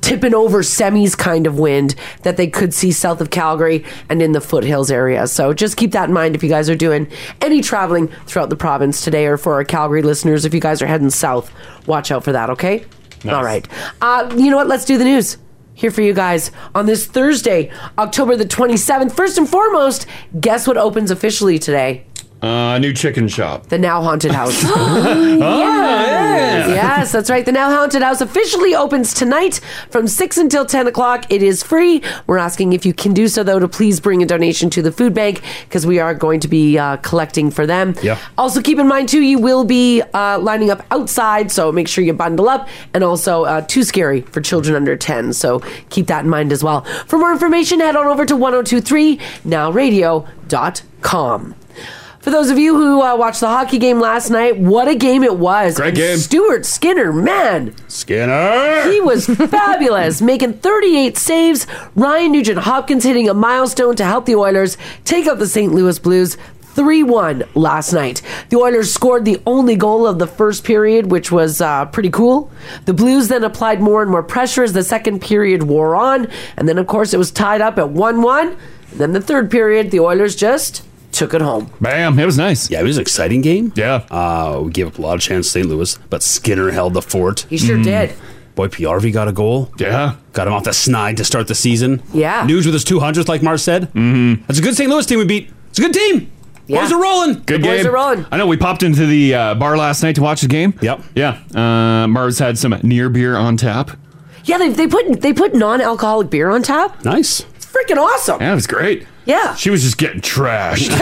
[SPEAKER 3] tipping over semis kind of wind that they could see south of Calgary and in the foothills area. So just keep that in mind if you guys are doing any traveling throughout the province today or for our Calgary listeners if you guys are heading south, watch out for that, okay? All right. Uh, you know what? Let's do the news. Here for you guys on this Thursday, October the 27th. First and foremost, guess what opens officially today?
[SPEAKER 2] Uh, new chicken shop.
[SPEAKER 3] The now haunted house. Oh,
[SPEAKER 2] yeah.
[SPEAKER 3] yes. yes, that's right. The now haunted house officially opens tonight from 6 until 10 o'clock. It is free. We're asking if you can do so, though, to please bring a donation to the food bank because we are going to be uh, collecting for them.
[SPEAKER 6] Yeah.
[SPEAKER 3] Also, keep in mind, too, you will be uh, lining up outside, so make sure you bundle up. And also, uh, too scary for children under 10, so keep that in mind as well. oh For more information, head on over to 1023nowradio.com. For those of you who uh, watched the hockey game last night, what a game it was.
[SPEAKER 4] Great
[SPEAKER 3] And
[SPEAKER 4] game.
[SPEAKER 3] Stuart Skinner, man.
[SPEAKER 4] Skinner.
[SPEAKER 3] He was fabulous, making 38 saves. Ryan Nugent Hopkins hitting a milestone to help the Oilers take out the St. Louis Blues 3 1 last night. The Oilers scored the only goal of the first period, which was uh, pretty cool. The Blues then applied more and more pressure as the second period wore on. And then, of course, it was tied up at 1 1. Then the third period, the Oilers just took it home.
[SPEAKER 2] Bam! It was nice.
[SPEAKER 4] Yeah, it was an exciting game.
[SPEAKER 2] Yeah.
[SPEAKER 4] Uh, we gave up a lot of chance to St. Louis, but Skinner held the fort.
[SPEAKER 3] He sure Mm. did.
[SPEAKER 4] Boy, PRV got a goal.
[SPEAKER 2] Hmm. Yeah.
[SPEAKER 4] Got him off the snide to start the season.
[SPEAKER 3] Yeah.
[SPEAKER 4] News with his 200th, like Mars said. Mm-hmm. That's a good St. Louis team we beat. It's a good team.
[SPEAKER 2] Yeah.
[SPEAKER 4] Boys are rolling.
[SPEAKER 2] Good game. I know we popped into the uh, bar last night to watch the game. Yep. Yeah. Uh, Mars had some near beer on tap.
[SPEAKER 3] Yeah, they, they put they put non-alcoholic beer on tap.
[SPEAKER 4] Nice.
[SPEAKER 3] It's freaking awesome.
[SPEAKER 2] Yeah, it was great.
[SPEAKER 3] Yeah.
[SPEAKER 2] She was just getting trashed.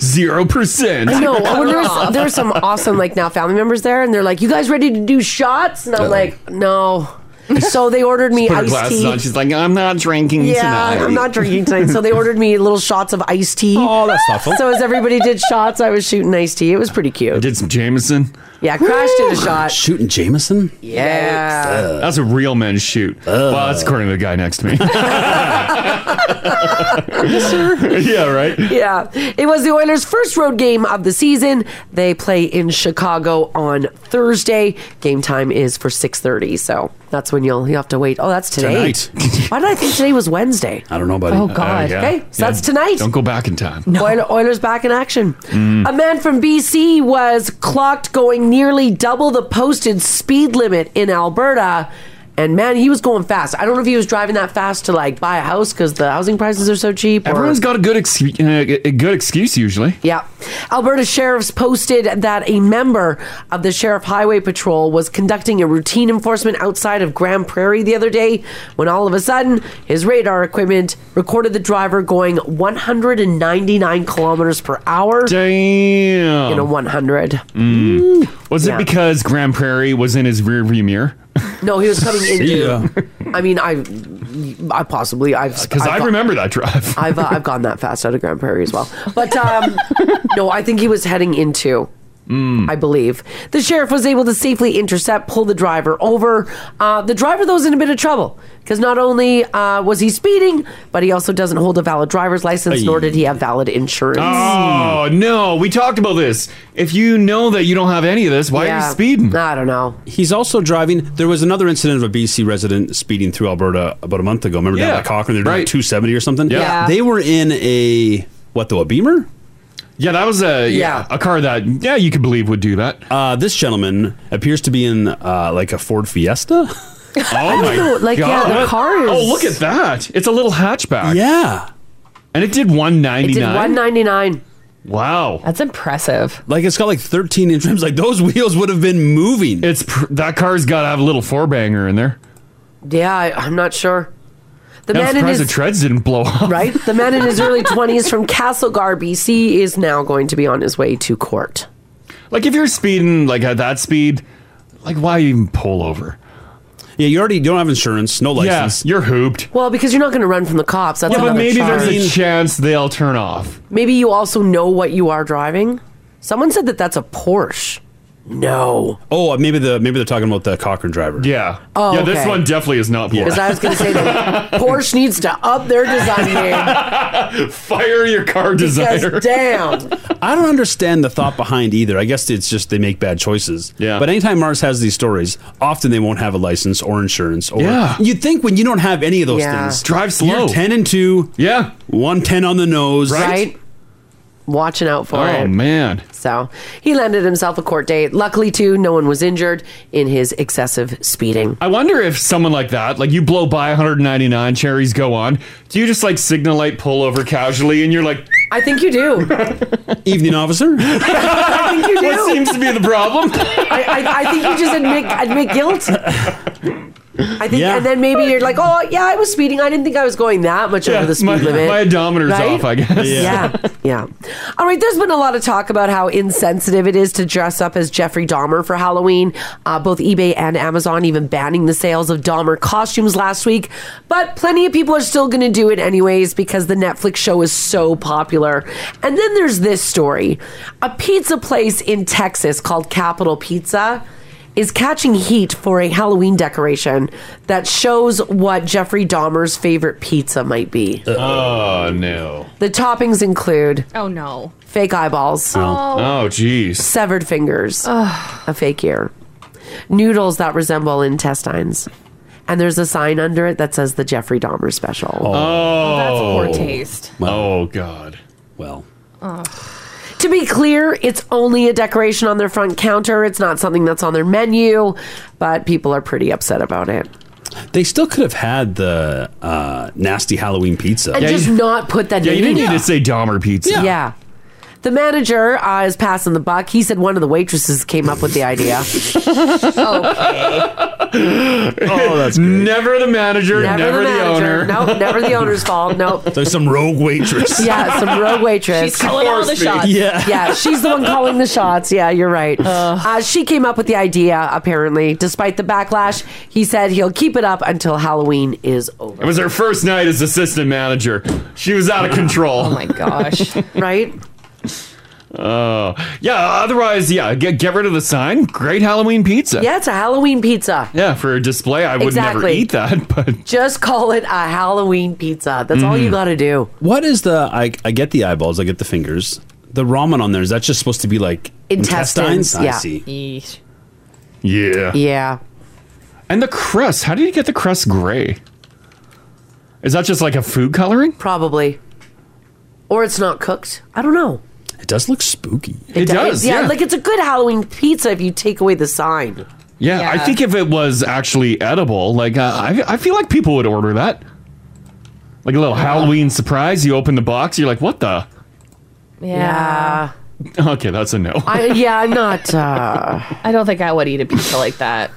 [SPEAKER 2] Zero percent.
[SPEAKER 3] I know. When there was, there were some awesome like now family members there, and they're like, "You guys ready to do shots?" And I'm
[SPEAKER 2] Uh-oh.
[SPEAKER 3] like, "No." So they ordered me
[SPEAKER 2] She put her
[SPEAKER 3] iced
[SPEAKER 2] glasses
[SPEAKER 3] tea.
[SPEAKER 2] on. She's like, I'm not drinking
[SPEAKER 3] yeah,
[SPEAKER 2] tonight.
[SPEAKER 3] I'm not drinking tonight. So they ordered me little shots of iced tea. Oh,
[SPEAKER 4] that's thoughtful.
[SPEAKER 3] So as everybody did shots, I was shooting iced tea. It was pretty cute. I
[SPEAKER 2] did some Jameson.
[SPEAKER 3] Yeah, Crash did a shot.
[SPEAKER 4] Shooting Jameson?
[SPEAKER 3] Yeah.
[SPEAKER 2] That's a real men's shoot. Well, that's according to the guy next to me. yeah, right?
[SPEAKER 3] yeah. It was the Oilers' first road game of the season. They play in Chicago on Thursday. Game time is for 6:30, so that's when you'll you have to wait. Oh, that's today.
[SPEAKER 2] Tonight.
[SPEAKER 3] Why did I think today was Wednesday?
[SPEAKER 4] I don't know, buddy.
[SPEAKER 3] Oh, God. Okay, so that's tonight.
[SPEAKER 2] Uh,
[SPEAKER 3] Uh,
[SPEAKER 2] Don't go back in time.
[SPEAKER 3] Oil- Oilers back in action.
[SPEAKER 2] Mm.
[SPEAKER 3] A man from BC was clocked going nearly double the posted speed limit in Alberta. And man, he was going fast. I don't know if he was driving that fast to like buy a house because the housing prices are so cheap. or-
[SPEAKER 2] Everyone's got a good excuse, uh, a good excuse usually.
[SPEAKER 3] yeah. Alberta sheriffs posted that a member of the Sheriff Highway Patrol was conducting a routine enforcement outside of Grand Prairie the other day when all of a sudden his radar equipment recorded the driver going 199 kilometers per hour.
[SPEAKER 2] Damn.
[SPEAKER 3] In a 100.
[SPEAKER 2] Mm. Was
[SPEAKER 3] Yeah.
[SPEAKER 2] it because Grand Prairie was in his rearview mirror?
[SPEAKER 3] No, he was coming
[SPEAKER 2] See
[SPEAKER 3] into. I mean, I, I possibly I've
[SPEAKER 2] Because Uh, I remember that drive.
[SPEAKER 3] I've uh, I've gone that fast out of Grand Prairie as well. But um, no, I think he was heading into.
[SPEAKER 2] Mm.
[SPEAKER 3] I believe the sheriff was able to safely intercept, pull the driver over. Uh, the driver though was in a bit of trouble because not only uh, was he speeding, but he also doesn't hold a valid driver's license, nor did he have valid insurance.
[SPEAKER 2] Oh no, we talked about this. If you know that you don't have any of this, why are you speeding?
[SPEAKER 3] I don't know.
[SPEAKER 4] He's also driving. There was another incident of a BC resident speeding through Alberta about a month ago. Remember down
[SPEAKER 2] Yeah,
[SPEAKER 4] by Cochrane? They're doing 270 or something.
[SPEAKER 2] Yeah. Yeah.
[SPEAKER 4] They were in a, what though, a Beamer?
[SPEAKER 2] Yeah, that was a
[SPEAKER 4] yeah,
[SPEAKER 2] a car that yeah you could believe would do that.
[SPEAKER 4] Uh, this gentleman appears to be in uh, like a Ford Fiesta. oh
[SPEAKER 3] I don't know, like, yeah, the car is-
[SPEAKER 2] Oh look at that! It's a little hatchback.
[SPEAKER 4] Yeah,
[SPEAKER 2] and it did one oh.
[SPEAKER 3] It
[SPEAKER 2] ninety
[SPEAKER 3] did one
[SPEAKER 2] nine.
[SPEAKER 3] ninety nine.
[SPEAKER 2] Wow,
[SPEAKER 5] that's impressive.
[SPEAKER 4] Like it's got like thirteen inch rims. Like those wheels would have been moving.
[SPEAKER 2] It's pr- that car's got to have a little four banger in there.
[SPEAKER 3] Yeah, I, I'm not sure. The
[SPEAKER 2] Yeah,
[SPEAKER 3] man in
[SPEAKER 2] I'm surprised
[SPEAKER 3] his
[SPEAKER 2] the treads didn't blow off.
[SPEAKER 3] Right? The man in his early 20s from Castlegar, BC, is now going to be on his way to court.
[SPEAKER 2] Like if you're speeding like at that speed, like why even pull over?
[SPEAKER 4] Yeah, you already don't have insurance, no
[SPEAKER 2] license. you're hooped.
[SPEAKER 3] Well, because you're not going to run from the cops. That's
[SPEAKER 2] yeah, but
[SPEAKER 3] another
[SPEAKER 2] maybe
[SPEAKER 3] charge.
[SPEAKER 2] there's a chance they'll turn off.
[SPEAKER 3] Maybe you also know what you are driving. Someone said that that's a Porsche. No.
[SPEAKER 4] Oh, uh, maybe the maybe they're talking about the Cochrane driver.
[SPEAKER 2] Yeah.
[SPEAKER 3] Oh,
[SPEAKER 2] yeah, this
[SPEAKER 3] okay.
[SPEAKER 2] one definitely is not poor.
[SPEAKER 3] Because I was going to say that Porsche needs to up their design game.
[SPEAKER 2] Fire your car designer.
[SPEAKER 3] Because damn.
[SPEAKER 4] I don't understand the thought behind either. I guess it's just they make bad choices. Yeah. But anytime Mars has these stories, often they won't have a license or insurance. Or
[SPEAKER 2] Yeah.
[SPEAKER 4] You'd think when you don't have any of those
[SPEAKER 3] Yeah.
[SPEAKER 4] things,
[SPEAKER 2] Drive
[SPEAKER 4] slow. ten and two.
[SPEAKER 2] Yeah.
[SPEAKER 4] One ten on the nose.
[SPEAKER 3] Right? Watching out for it.
[SPEAKER 2] Oh man.
[SPEAKER 3] So he landed himself a court date. Luckily, too, no one was injured in his excessive speeding.
[SPEAKER 2] I wonder if someone like that, like you blow by 199, cherries go on. Do you just like signal light pull over casually and you're like,
[SPEAKER 3] I think you do.
[SPEAKER 4] Evening officer.
[SPEAKER 3] I think you do.
[SPEAKER 2] What seems to be the problem?
[SPEAKER 3] I, I, I think you just admit admit guilt. I think, and then maybe you're like, oh yeah, I was speeding. I didn't think I was going that much over the speed
[SPEAKER 2] my,
[SPEAKER 3] limit.
[SPEAKER 2] my odometer's
[SPEAKER 3] Right?
[SPEAKER 2] off, I guess.
[SPEAKER 3] Yeah. yeah. All right, there's been a lot of talk about how insensitive it is to dress up as Jeffrey Dahmer for Halloween. Uh, both eBay and Amazon even banning the sales of Dahmer costumes last week. But plenty of people are still going to do it anyways because the Netflix show is so popular. And then there's this story a pizza place in Texas called Capital Pizza. Is catching heat for a Halloween decoration that shows what Jeffrey Dahmer's favorite pizza might be.
[SPEAKER 2] Oh no.
[SPEAKER 3] The toppings include
[SPEAKER 5] Oh no.
[SPEAKER 3] fake eyeballs,
[SPEAKER 5] Oh.
[SPEAKER 2] Oh jeez.
[SPEAKER 3] severed fingers,
[SPEAKER 5] Ugh.
[SPEAKER 3] a fake ear, noodles that resemble intestines, and there's a sign under it that says the Jeffrey Dahmer special. Oh,
[SPEAKER 5] that's poor taste.
[SPEAKER 2] oh god.
[SPEAKER 4] Well.
[SPEAKER 3] To be clear, it's only a decoration on their front counter. It's not something that's on their menu, but people are pretty upset about it.
[SPEAKER 4] They still could have had the uh, nasty Halloween pizza.
[SPEAKER 3] And just not put that name in.
[SPEAKER 2] say Dahmer pizza.
[SPEAKER 3] Yeah. The manager uh, is passing the buck. He said one of the waitresses came up with the idea.
[SPEAKER 2] Oh, that's never the manager, never, the, owner.
[SPEAKER 3] No, never the owner's fault. Nope.
[SPEAKER 4] There's some rogue waitress.
[SPEAKER 3] Yeah, some rogue waitress.
[SPEAKER 4] She's calling all the Force me. shots. Yeah.
[SPEAKER 3] yeah, she's the one calling the shots. Yeah, you're right. Uh, she came up with the idea. Apparently, despite the backlash, he said he'll keep it up until Halloween is over.
[SPEAKER 2] It was her first night as assistant manager. She was out of control. Oh my
[SPEAKER 5] gosh.
[SPEAKER 3] right?
[SPEAKER 2] Oh. yeah, otherwise, yeah, get, get rid of the sign. Great Halloween pizza.
[SPEAKER 3] Yeah, it's a Halloween pizza.
[SPEAKER 2] Yeah, for a display, I would never
[SPEAKER 3] Exactly.
[SPEAKER 2] eat that, but
[SPEAKER 3] Just call it a Halloween pizza. That's all
[SPEAKER 2] Mm-hmm.
[SPEAKER 3] you got to do.
[SPEAKER 4] Mm-hmm. What is the? I, I get the eyeballs. I get the fingers. The ramen on there is that just supposed to be like
[SPEAKER 3] Intestines,
[SPEAKER 4] I
[SPEAKER 3] yeah.
[SPEAKER 4] see.
[SPEAKER 2] Yeah.
[SPEAKER 3] Yeah.
[SPEAKER 2] And the crust. How did you get the crust gray? Is that just like a food coloring?
[SPEAKER 3] Probably. Or it's not cooked. I don't know.
[SPEAKER 4] It does look spooky.
[SPEAKER 2] It, does. Yeah.
[SPEAKER 3] like it's a good Halloween pizza if you take away the sign.
[SPEAKER 2] yeah, I
[SPEAKER 3] Yeah.
[SPEAKER 2] think if it was actually edible, like uh, I, I feel like people would order that. Like a little Halloween surprise. You open the box, you're like, what the?
[SPEAKER 5] Yeah.
[SPEAKER 2] Okay, that's a no.
[SPEAKER 5] I-
[SPEAKER 3] yeah, I'm not. uh,
[SPEAKER 5] I don't think I would eat a pizza like that.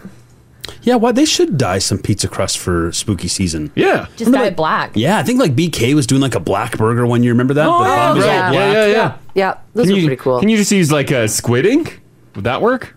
[SPEAKER 4] Yeah, why they should dye some pizza crust for spooky season.
[SPEAKER 2] Yeah.
[SPEAKER 5] Just dye it black.
[SPEAKER 4] Yeah, I think like BK was doing like a black burger one year. Remember that?
[SPEAKER 5] Oh,
[SPEAKER 4] The
[SPEAKER 5] yeah,
[SPEAKER 4] bun was all
[SPEAKER 5] yeah.
[SPEAKER 4] black.
[SPEAKER 2] Yeah, yeah, yeah.
[SPEAKER 3] Yeah,
[SPEAKER 2] those are pretty cool. Can you just use like a squid ink? Would that work?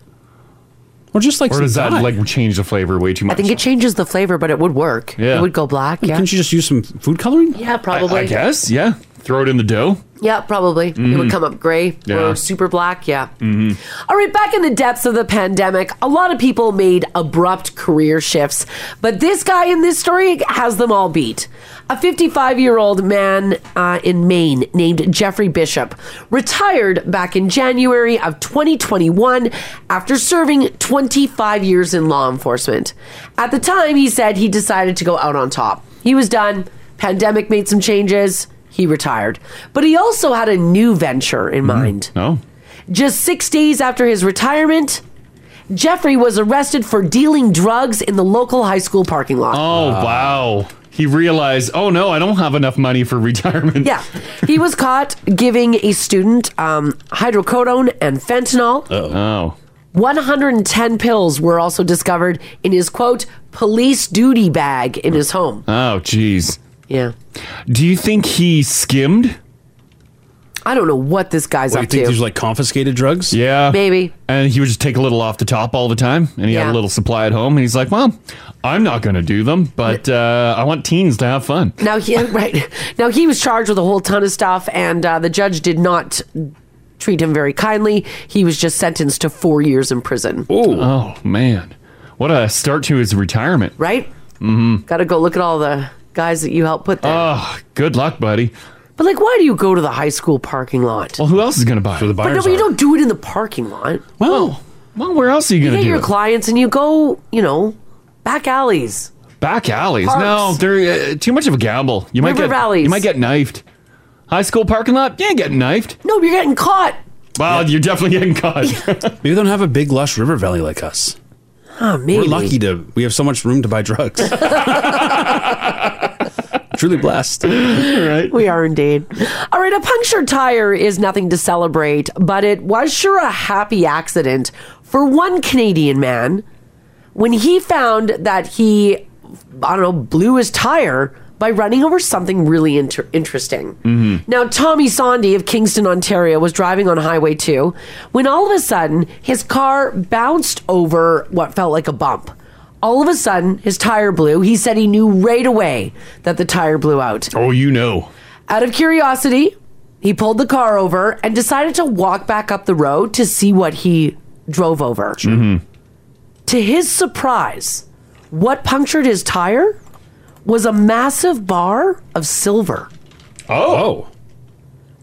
[SPEAKER 4] Or just like
[SPEAKER 2] Or
[SPEAKER 4] some
[SPEAKER 2] does that
[SPEAKER 4] dye.
[SPEAKER 2] like change the flavor way too
[SPEAKER 3] I
[SPEAKER 2] much?
[SPEAKER 3] think it changes the flavor, but it would work.
[SPEAKER 2] Yeah.
[SPEAKER 3] It would go black. Yeah.
[SPEAKER 4] Couldn't you just use some food coloring?
[SPEAKER 3] Yeah, probably.
[SPEAKER 2] I, I guess, yeah. Throw it in the dough.
[SPEAKER 3] Yeah, probably. It
[SPEAKER 2] Mhm.
[SPEAKER 3] would come up gray
[SPEAKER 2] Yeah.
[SPEAKER 3] or super black. Yeah.
[SPEAKER 2] Mm-hmm.
[SPEAKER 3] All right, back in the depths of the pandemic, a lot of people made abrupt career shifts, but this guy in this story has them all beat. A 55 year old man uh, in Maine named Jeffrey Bishop retired back in January of 2021 after serving 25 years in law enforcement. At the time, he said he decided to go out on top. He was done, pandemic made some changes, he retired. But he also had a new venture in mind.
[SPEAKER 2] No.
[SPEAKER 3] Just six days after his retirement, Jeffrey was arrested for dealing drugs in the local high school parking lot.
[SPEAKER 2] Oh wow. He realized, oh no, I don't have enough money for retirement.
[SPEAKER 3] Yeah. He was caught giving a student um, hydrocodone and fentanyl.
[SPEAKER 2] Oh.
[SPEAKER 3] 110 pills were also discovered in his quote, police duty bag in his home.
[SPEAKER 2] Oh jeez.
[SPEAKER 3] Yeah.
[SPEAKER 2] Do you think he skimmed?
[SPEAKER 3] I don't know what this guy's up to.
[SPEAKER 2] like confiscated drugs? Yeah.
[SPEAKER 3] Maybe.
[SPEAKER 2] And he would just take a little off the top all the time and he had
[SPEAKER 3] Yeah.
[SPEAKER 2] a little supply at home and he's like, Well, I'm not gonna do them, but uh, I want teens to have fun.
[SPEAKER 3] Now he right now he was charged with a whole ton of stuff, and uh, the judge did not treat him very kindly. He was just sentenced to four years in prison.
[SPEAKER 2] Oh man. What a start to his retirement.
[SPEAKER 3] Right?
[SPEAKER 2] Mm-hmm.
[SPEAKER 3] Got to go look at all the guys that you helped put there.
[SPEAKER 2] Oh, good luck, buddy.
[SPEAKER 3] But like, why do you go to the high school parking lot?
[SPEAKER 2] Well, who else is gonna buy it? The
[SPEAKER 3] but no, but you don't do it in the parking lot. Oh.
[SPEAKER 2] Well, well, where else are you
[SPEAKER 3] You
[SPEAKER 2] gonna
[SPEAKER 3] get
[SPEAKER 2] do
[SPEAKER 3] your
[SPEAKER 2] it?
[SPEAKER 3] clients, and you go, you know, back alleys.
[SPEAKER 2] Back alleys. No,
[SPEAKER 3] Parks.
[SPEAKER 2] they're uh, too much of a gamble. You might
[SPEAKER 3] River
[SPEAKER 2] get
[SPEAKER 3] valleys.
[SPEAKER 2] you might get knifed. High school parking lot, you ain't getting knifed.
[SPEAKER 3] No, you're getting caught.
[SPEAKER 2] Well, you're definitely getting caught.
[SPEAKER 4] Maybe they don't have a big lush river valley like us.
[SPEAKER 3] Oh, maybe.
[SPEAKER 4] We're lucky to we have so much room to buy drugs. Truly blessed.
[SPEAKER 2] right.
[SPEAKER 3] We are indeed. All right, a punctured tire is nothing to celebrate, but it was sure a happy accident for one Canadian man when he found that he, I don't know, blew his tire by running over something really inter- interesting.
[SPEAKER 6] Mm-hmm.
[SPEAKER 3] Now, Tommy Sandy of Kingston, Ontario, was driving on Highway 2 when all of a sudden his car bounced over what felt like a bump. All of a sudden, his tire blew. He said he knew right away that the tire blew out.
[SPEAKER 2] Oh, you know.
[SPEAKER 3] Out of curiosity, he pulled the car over and decided to walk back up the road to see what he drove over.
[SPEAKER 2] Mm-hmm.
[SPEAKER 3] To his surprise, what punctured his tire was a massive bar of silver.
[SPEAKER 2] Oh.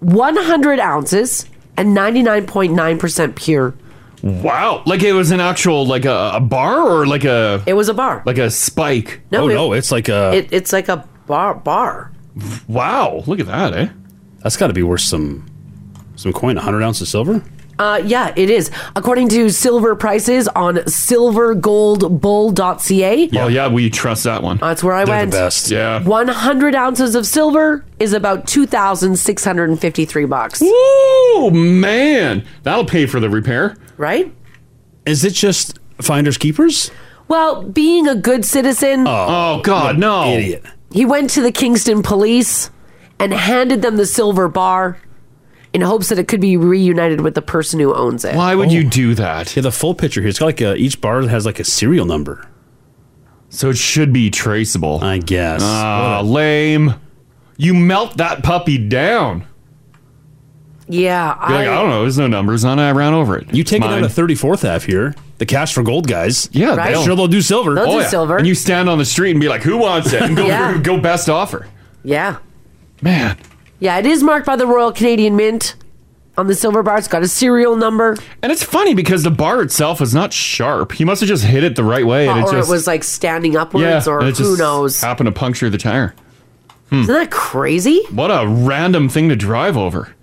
[SPEAKER 3] 100 ounces and 99.9% pure.
[SPEAKER 2] Wow. Like it was an actual like a, a bar or like a
[SPEAKER 3] It was a bar.
[SPEAKER 2] like a spike.
[SPEAKER 3] No, Oh, it- no,
[SPEAKER 2] it's like a
[SPEAKER 3] it, it's like a bar. bar.
[SPEAKER 2] Wow, look at that, eh?
[SPEAKER 4] That's got to be worth some some coin, 100 ounces of silver?
[SPEAKER 3] Uh, yeah, it is. According to silver prices on silvergoldbull.ca,
[SPEAKER 2] Oh yeah, we trust that one.
[SPEAKER 3] That's where I
[SPEAKER 2] They're the
[SPEAKER 3] went.
[SPEAKER 2] best. Yeah.
[SPEAKER 3] 100 ounces of silver is about 2,653 bucks.
[SPEAKER 2] Woo, man. That'll pay for the repair.
[SPEAKER 3] Right?
[SPEAKER 4] Is it just finders keepers?
[SPEAKER 3] Well, being a good citizen.
[SPEAKER 2] Oh, God, no.
[SPEAKER 4] Idiot.
[SPEAKER 3] He went to the Kingston police and handed them the silver bar in hopes that it could be reunited with the person who owns it.
[SPEAKER 2] Why would you do that?
[SPEAKER 4] Oh. Yeah, the full picture here. It's got like a, each bar has like a serial number.
[SPEAKER 2] So it should be traceable.
[SPEAKER 4] I guess.
[SPEAKER 2] Ah, lame. You melt that puppy down.
[SPEAKER 3] Yeah,
[SPEAKER 2] You're like, I don't know. There's no numbers on it. I ran over it.
[SPEAKER 4] You take it
[SPEAKER 2] Mine.
[SPEAKER 4] out of 34th Ave here, the cash for gold guys.
[SPEAKER 2] Yeah,
[SPEAKER 4] I'm sure they'll do silver.
[SPEAKER 3] They'll do silver.
[SPEAKER 2] Oh, And you stand on the street and be like, "Who wants it?" And go
[SPEAKER 3] Yeah.
[SPEAKER 2] go best offer.
[SPEAKER 3] Yeah.
[SPEAKER 2] Man.
[SPEAKER 3] Yeah, it is marked by the Royal Canadian Mint on the silver bar. It's got a serial number.
[SPEAKER 2] And it's funny because the bar itself is not sharp. He must have just hit it the right way, and
[SPEAKER 3] or
[SPEAKER 2] it just
[SPEAKER 3] it was like standing
[SPEAKER 2] yeah,
[SPEAKER 3] upwards, or
[SPEAKER 2] and it
[SPEAKER 3] who
[SPEAKER 2] just
[SPEAKER 3] knows?
[SPEAKER 2] happened to puncture the tire. Hmm.
[SPEAKER 3] Isn't that crazy?
[SPEAKER 2] What a random thing to drive over.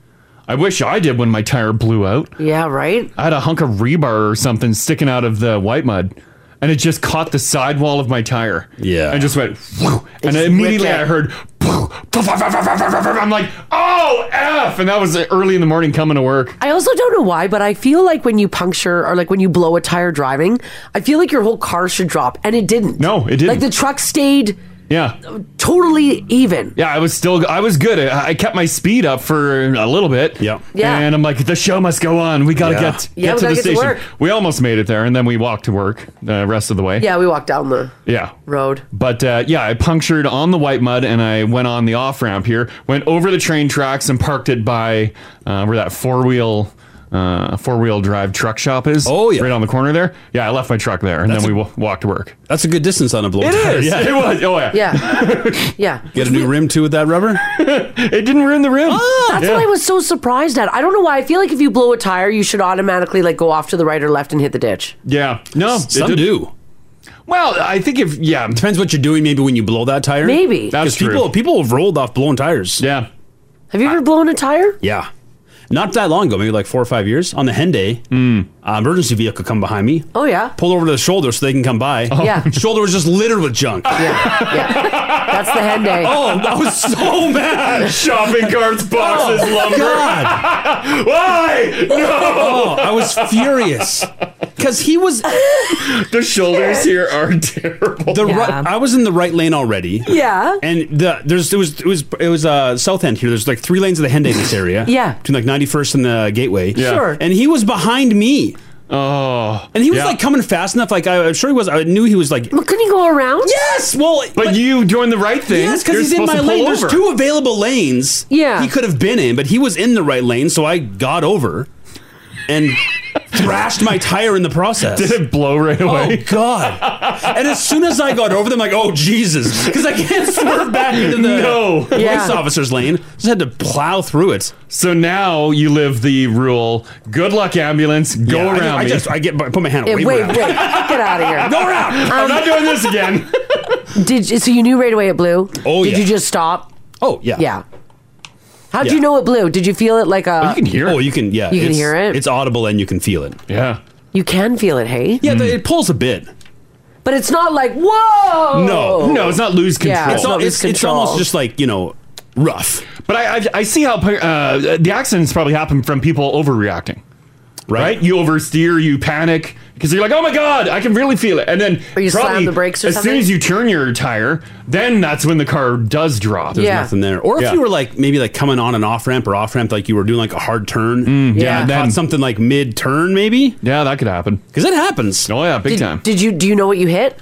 [SPEAKER 2] I wish I did when my tire blew out.
[SPEAKER 3] Yeah, right.
[SPEAKER 2] I had a hunk of rebar or something sticking out of the white mud, and it just caught the sidewall of my tire. Yeah, and just went. whew, and immediately
[SPEAKER 8] ripped it.
[SPEAKER 2] I heard. "Phew, phew, phew, phew, phew, phew, phew, phew," I'm like, oh f, and that was early in the morning coming to work.
[SPEAKER 3] I also don't know why, but I feel like when you puncture or like when you blow a tire driving, I feel like your whole car should drop, and it didn't. No, it
[SPEAKER 2] didn't.
[SPEAKER 3] Like the truck stayed
[SPEAKER 2] Yeah.
[SPEAKER 3] totally even.
[SPEAKER 2] Yeah, I was still I was good. I I kept my speed up for a little bit. Yeah.
[SPEAKER 3] Yeah.
[SPEAKER 2] And I'm like, the show must go on. We gotta
[SPEAKER 3] Yeah. Yeah,
[SPEAKER 2] get, get
[SPEAKER 3] we
[SPEAKER 2] to
[SPEAKER 3] gotta
[SPEAKER 2] the
[SPEAKER 3] get to
[SPEAKER 2] station.
[SPEAKER 3] work.
[SPEAKER 2] we almost made it there, and then we walked to work the rest of the way.
[SPEAKER 3] Yeah, we walked down the.
[SPEAKER 2] Yeah.
[SPEAKER 3] Road.
[SPEAKER 2] But uh, yeah, I punctured on the white mud and I went on the off ramp here, went over the train tracks and parked it by uh, where that four wheel. Uh, four wheel drive truck shop is. Oh yeah, right on the corner there. Yeah, I left my truck there, and
[SPEAKER 4] That's
[SPEAKER 2] then
[SPEAKER 4] a-
[SPEAKER 2] we w- walked to work.
[SPEAKER 4] That's a good distance on a blow
[SPEAKER 2] It
[SPEAKER 4] tire.
[SPEAKER 2] is. It was. Oh yeah.
[SPEAKER 3] Yeah. yeah.
[SPEAKER 4] Get a new rim too with that rubber?
[SPEAKER 2] it didn't ruin the rim.
[SPEAKER 3] That's what I was so surprised at. I don't know why. I feel like if you blow a tire, you should automatically like go off to the right or left and hit the ditch.
[SPEAKER 2] Yeah. No.
[SPEAKER 4] Some do.
[SPEAKER 2] Well, I think if yeah,
[SPEAKER 4] depends what you're doing. Maybe when you blow that tire,
[SPEAKER 3] Maybe.
[SPEAKER 4] that's
[SPEAKER 3] That's true.
[SPEAKER 4] people people have rolled off blown tires.
[SPEAKER 2] Yeah,
[SPEAKER 3] Have you ever blown a tire?
[SPEAKER 4] yeah. Not that long ago, maybe like four or five years, on the Henday,
[SPEAKER 2] Hmm.
[SPEAKER 4] uh, emergency vehicle come behind me.
[SPEAKER 3] Oh yeah.
[SPEAKER 4] Pull over to the shoulder so they can come by.
[SPEAKER 2] Oh.
[SPEAKER 3] Yeah.
[SPEAKER 4] shoulder was just littered with junk.
[SPEAKER 3] That's the head day.
[SPEAKER 4] Oh, I was so mad.
[SPEAKER 2] Shopping carts, boxes,
[SPEAKER 4] Oh,
[SPEAKER 2] lumber.
[SPEAKER 4] God.
[SPEAKER 2] Why? No.
[SPEAKER 4] Oh, I was furious because he was.
[SPEAKER 2] the shoulders here are terrible.
[SPEAKER 4] The
[SPEAKER 2] Yeah.
[SPEAKER 4] right, I was in the right lane already.
[SPEAKER 3] Yeah.
[SPEAKER 4] And the there's it was it was it was uh south end here. There's like three lanes of the Henday in this area.
[SPEAKER 3] Yeah.
[SPEAKER 4] Between like 91st and the Gateway.
[SPEAKER 2] Yeah. Sure.
[SPEAKER 4] And he was behind me.
[SPEAKER 2] Oh.
[SPEAKER 4] And he was
[SPEAKER 2] Yeah.
[SPEAKER 4] like coming fast enough. Like I, am sure he was. I knew he was like.
[SPEAKER 3] Well, couldn't you go around?
[SPEAKER 4] Yes. Well,
[SPEAKER 2] But, you doing the right thing.
[SPEAKER 4] Yes, because
[SPEAKER 2] You're
[SPEAKER 4] he's in
[SPEAKER 2] supposed
[SPEAKER 4] my
[SPEAKER 2] to pull
[SPEAKER 4] lane. There's
[SPEAKER 2] over.
[SPEAKER 4] two available lanes.
[SPEAKER 3] Yeah.
[SPEAKER 4] He could have been in, but he was in the right lane, so I got over and thrashed my tire in the process.
[SPEAKER 2] Did it blow right away?
[SPEAKER 4] Oh God! and as soon as I got over them, like, oh Jesus, because I can't swerve back into the
[SPEAKER 2] No.
[SPEAKER 4] police
[SPEAKER 2] Yeah.
[SPEAKER 4] officer's lane. Just had to plow through it.
[SPEAKER 2] So now you live the rule. Good luck, ambulance. Go
[SPEAKER 4] Yeah, I-
[SPEAKER 2] around
[SPEAKER 4] I
[SPEAKER 2] me.
[SPEAKER 4] just- I get put my hand
[SPEAKER 3] Yeah, wait, wait, get out of here. Um,
[SPEAKER 4] Go around.
[SPEAKER 2] I'm not doing this again.
[SPEAKER 3] Did you, so you knew right away it blew?
[SPEAKER 4] Oh,
[SPEAKER 3] Did
[SPEAKER 4] yeah.
[SPEAKER 3] you just stop?
[SPEAKER 4] Oh yeah.
[SPEAKER 3] Yeah. How would
[SPEAKER 4] Yeah.
[SPEAKER 3] you know it blew? Did you feel it like a?
[SPEAKER 4] you can hear. Oh, you can. Yeah,
[SPEAKER 3] You can
[SPEAKER 4] it's-
[SPEAKER 3] hear it.
[SPEAKER 4] It's audible and you can feel it.
[SPEAKER 2] Yeah. Hmm.
[SPEAKER 3] You can feel it. Hey.
[SPEAKER 4] Yeah, it pulls a bit.
[SPEAKER 3] But it's not like whoa.
[SPEAKER 4] No,
[SPEAKER 3] Oh. Yeah,
[SPEAKER 4] it's,
[SPEAKER 3] it's, not
[SPEAKER 4] al-
[SPEAKER 3] lose
[SPEAKER 4] it's- it's
[SPEAKER 3] control.
[SPEAKER 4] almost just like you know, rough.
[SPEAKER 2] But I, I, I see how uh, the accidents probably happen from people overreacting. Right. You oversteer, you panic, because you're like, oh my god, I can really feel it, and then
[SPEAKER 3] Or you slam the brakes or
[SPEAKER 2] as
[SPEAKER 3] something?
[SPEAKER 2] soon as you turn your tire, then that's when the car does drop.
[SPEAKER 4] There's nothing there. Or if you were like maybe like coming on an off ramp or off ramp, like you were doing like a hard turn,
[SPEAKER 2] Mm, yeah,
[SPEAKER 4] yeah,
[SPEAKER 2] then-
[SPEAKER 4] caught something like mid turn, maybe.
[SPEAKER 2] Yeah, that could happen
[SPEAKER 4] because it happens.
[SPEAKER 2] Oh yeah, big
[SPEAKER 4] Did-
[SPEAKER 2] time.
[SPEAKER 3] Did you do you know what you hit?